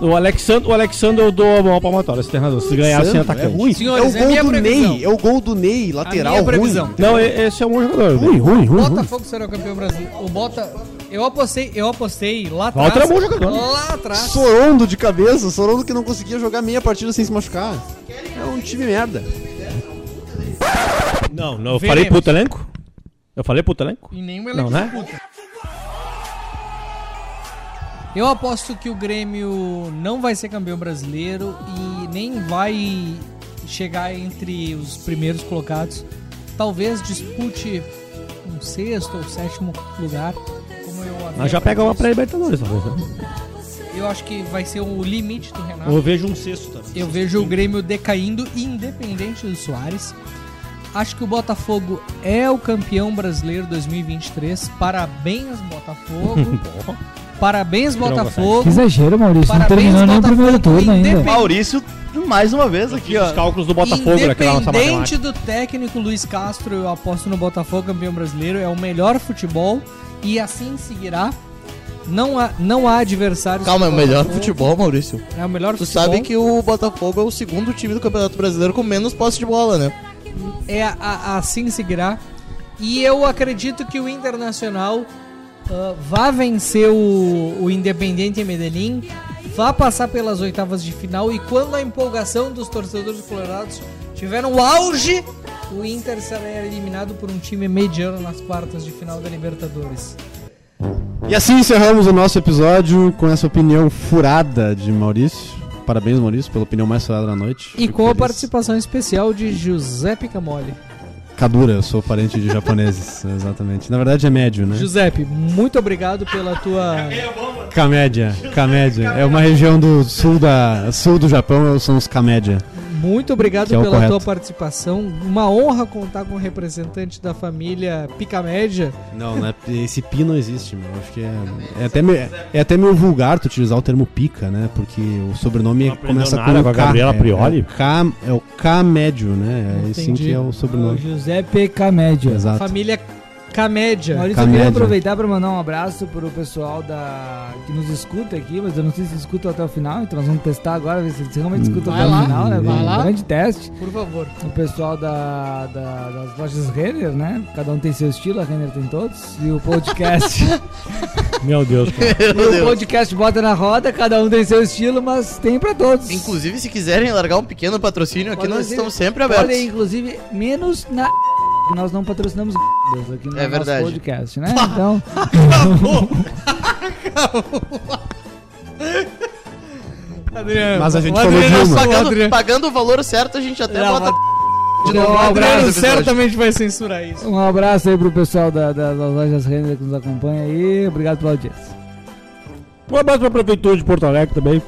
Speaker 5: O Alexandre, o Alexandre eu dou a mão palmatória, se tem razão. Se ganhar, assim, sem
Speaker 6: Alexandre,
Speaker 5: atacante.
Speaker 6: é ruim.
Speaker 3: Senhores,
Speaker 6: é
Speaker 3: é
Speaker 6: o gol
Speaker 3: minha
Speaker 6: do
Speaker 3: previsão.
Speaker 6: Ney. É o gol do Ney, lateral
Speaker 3: minha
Speaker 6: ruim.
Speaker 3: previsão.
Speaker 5: Não, e- esse é um bom jogador. Ruim, ruim, ruim.
Speaker 3: Botafogo será o campeão brasileiro. O Bota. Eu apostei, eu apostei lá atrás.
Speaker 6: Walter é bom jogador.
Speaker 3: Lá atrás.
Speaker 6: Sorondo de cabeça, Sorondo que não conseguia jogar meia partida sem se machucar. É um time merda.
Speaker 5: Não, não, eu
Speaker 6: Veremos.
Speaker 5: falei puto elenco? Eu falei puto elenco?
Speaker 3: Em nenhum
Speaker 5: Não,
Speaker 3: elenco
Speaker 5: né?
Speaker 3: disputa. Eu aposto que o Grêmio não vai ser campeão brasileiro e nem vai chegar entre os primeiros colocados. Talvez dispute um sexto ou sétimo lugar. Como eu havia
Speaker 5: Mas Ah, já pega uma
Speaker 3: previsto.
Speaker 5: pré-libertadores, talvez, né?
Speaker 3: Eu acho que vai ser o limite do Renato.
Speaker 5: Eu vejo um sexto também.
Speaker 3: Eu vejo o Grêmio decaindo, independente do Soares. Acho que o Botafogo é o campeão brasileiro 2023. Parabéns, Botafogo. Parabéns, Botafogo.
Speaker 7: Que exagero, Maurício. não terminou nem o primeiro turno ainda.
Speaker 15: Maurício, mais uma vez aqui, ó.
Speaker 5: Os cálculos do Botafogo naquela nossa
Speaker 3: Independente
Speaker 5: matemática.
Speaker 3: do técnico Luiz Castro, eu aposto no Botafogo campeão brasileiro. É o melhor futebol e assim seguirá. Não há, não há adversários.
Speaker 2: Calma, é o
Speaker 3: pro
Speaker 2: melhor
Speaker 3: Botafogo.
Speaker 2: futebol, Maurício.
Speaker 3: É o melhor
Speaker 2: Tu
Speaker 3: futebol.
Speaker 2: sabe que o Botafogo é o segundo time do Campeonato Brasileiro com menos posse de bola, né?
Speaker 3: é a- a- assim seguirá. E eu acredito que o Internacional ah, vá vencer o, o Independente Medellín, vá passar pelas oitavas de final e quando a empolgação dos torcedores colorados tiver no auge, o Inter será eliminado por um time mediano nas quartas de final da Libertadores.
Speaker 6: E assim encerramos o nosso episódio com essa opinião furada de Maurício. Parabéns, Maurício, pela opinião mais furada da noite.
Speaker 3: E com a participação especial de Giuseppe Camoli.
Speaker 6: Kadura, eu sou parente de japoneses, exatamente. Na verdade é médio, né?
Speaker 3: Giuseppe, muito obrigado pela tua.
Speaker 6: Kamédia, Kamédia. É uma região do sul, da, sul do Japão, são os Kamédia.
Speaker 3: Muito obrigado
Speaker 6: Que é o
Speaker 3: pela
Speaker 6: correto.
Speaker 3: tua participação. Uma honra contar com um representante da família Pica Média.
Speaker 6: Não, não é, esse pi não existe, meu. Acho que é, é, até meio, é até meio vulgar tu utilizar o termo pica, né? Porque o sobrenome
Speaker 5: aprendeu
Speaker 6: começa
Speaker 5: nada com a
Speaker 6: com K.
Speaker 5: Gabriela
Speaker 6: é,
Speaker 5: Prioli?
Speaker 6: É, o K, é o K médio, né? É assim
Speaker 7: Entendi.
Speaker 6: que é o sobrenome.
Speaker 7: José PK Média.
Speaker 6: Exato.
Speaker 3: Família Camédia.
Speaker 7: Maurício, eu queria
Speaker 6: Camédia.
Speaker 7: aproveitar para mandar um abraço pro pessoal da que nos escuta aqui, mas eu não sei se escutam até o final, então nós vamos testar agora, ver se eles realmente escutam
Speaker 3: Vai
Speaker 7: até
Speaker 3: lá,
Speaker 7: o final, né?
Speaker 3: vai
Speaker 7: um
Speaker 3: lá.
Speaker 7: grande teste.
Speaker 3: Por favor.
Speaker 7: O pessoal da, da- das lojas Renner, né? Cada um tem seu estilo, a Renner tem todos. E o podcast.
Speaker 5: Meu Deus, cara.
Speaker 7: e o podcast bota na roda, cada um tem seu estilo, mas tem pra todos.
Speaker 2: Inclusive, se quiserem largar um pequeno patrocínio aqui, nós
Speaker 7: Inclusive,
Speaker 2: estamos sempre
Speaker 7: podem,
Speaker 2: abertos.
Speaker 7: inclusive, menos na. que nós não patrocinamos aqui no
Speaker 2: É verdade.
Speaker 7: nosso podcast, né? Então.
Speaker 3: Adriano,
Speaker 6: Mas a gente
Speaker 3: o
Speaker 6: falou de
Speaker 3: Adriano
Speaker 6: uma.
Speaker 3: só-
Speaker 2: Pagando,
Speaker 3: Adriano.
Speaker 2: pagando o valor certo, a gente até
Speaker 3: Não,
Speaker 2: bota.
Speaker 7: De novo, um abraço,
Speaker 3: certamente vai censurar isso.
Speaker 7: Um abraço aí pro pessoal da- da- das lojas Renner que nos acompanha aí. Obrigado pela audiência.
Speaker 5: Um abraço pra Prefeitura de Porto Alegre também.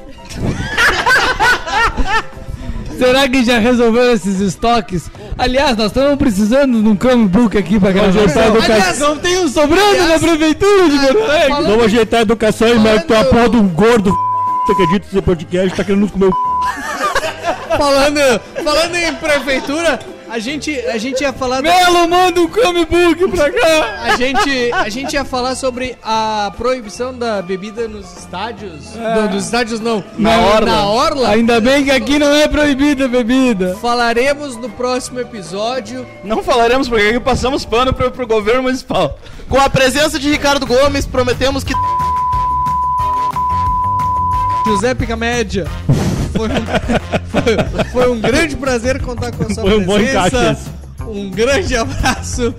Speaker 7: Será que já resolveu esses estoques? Aliás, nós estamos precisando de um Chromebook aqui pra gravar.
Speaker 5: ajeitar a educação.
Speaker 7: Aliás, ah, não tem um sobrando
Speaker 3: né,
Speaker 7: na prefeitura de Porto Alegre.
Speaker 5: Vamos ajeitar a educação e mete a porra de um gordo. Você acredita nesse podcast? Tá querendo nos comer o.
Speaker 3: falando, falando em prefeitura, a gente, a gente ia falar.
Speaker 7: Melo, manda um Chromebook pra cá!
Speaker 3: A gente, a gente ia falar sobre a proibição da bebida nos estádios.
Speaker 7: É.
Speaker 3: Não, dos estádios não.
Speaker 7: Na orla.
Speaker 3: Na orla.
Speaker 7: Ainda bem que aqui não é proibida a bebida.
Speaker 3: Falaremos no próximo episódio.
Speaker 15: Não falaremos porque aqui passamos pano pro, pro governo municipal.
Speaker 2: Com a presença de Ricardo Gomes, prometemos que.
Speaker 3: José Picamédia. Foi um, foi, foi um grande prazer contar com a sua
Speaker 5: Foi um bom encaixe
Speaker 3: presença.
Speaker 5: esse.
Speaker 3: Um grande abraço.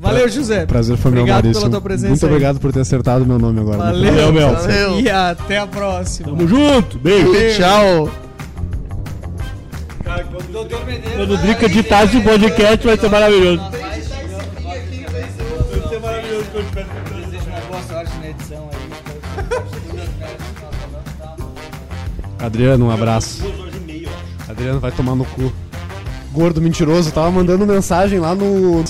Speaker 3: Valeu, José.
Speaker 6: Prazer foi meu,
Speaker 3: Obrigado
Speaker 6: Maurício.
Speaker 3: pela tua presença.
Speaker 6: Muito
Speaker 3: aí.
Speaker 6: obrigado por ter acertado meu nome agora.
Speaker 3: Valeu,
Speaker 6: Muito obrigado.
Speaker 3: E até a próxima.
Speaker 5: Tamo junto, beijo.
Speaker 2: Tchau.
Speaker 5: Quando o Drica editasse o podcast vai ser maravilhoso.
Speaker 11: Boa sorte na edição
Speaker 6: Adriano, um abraço. Adriano vai tomar no cu. Gordo mentiroso, tava mandando mensagem lá no.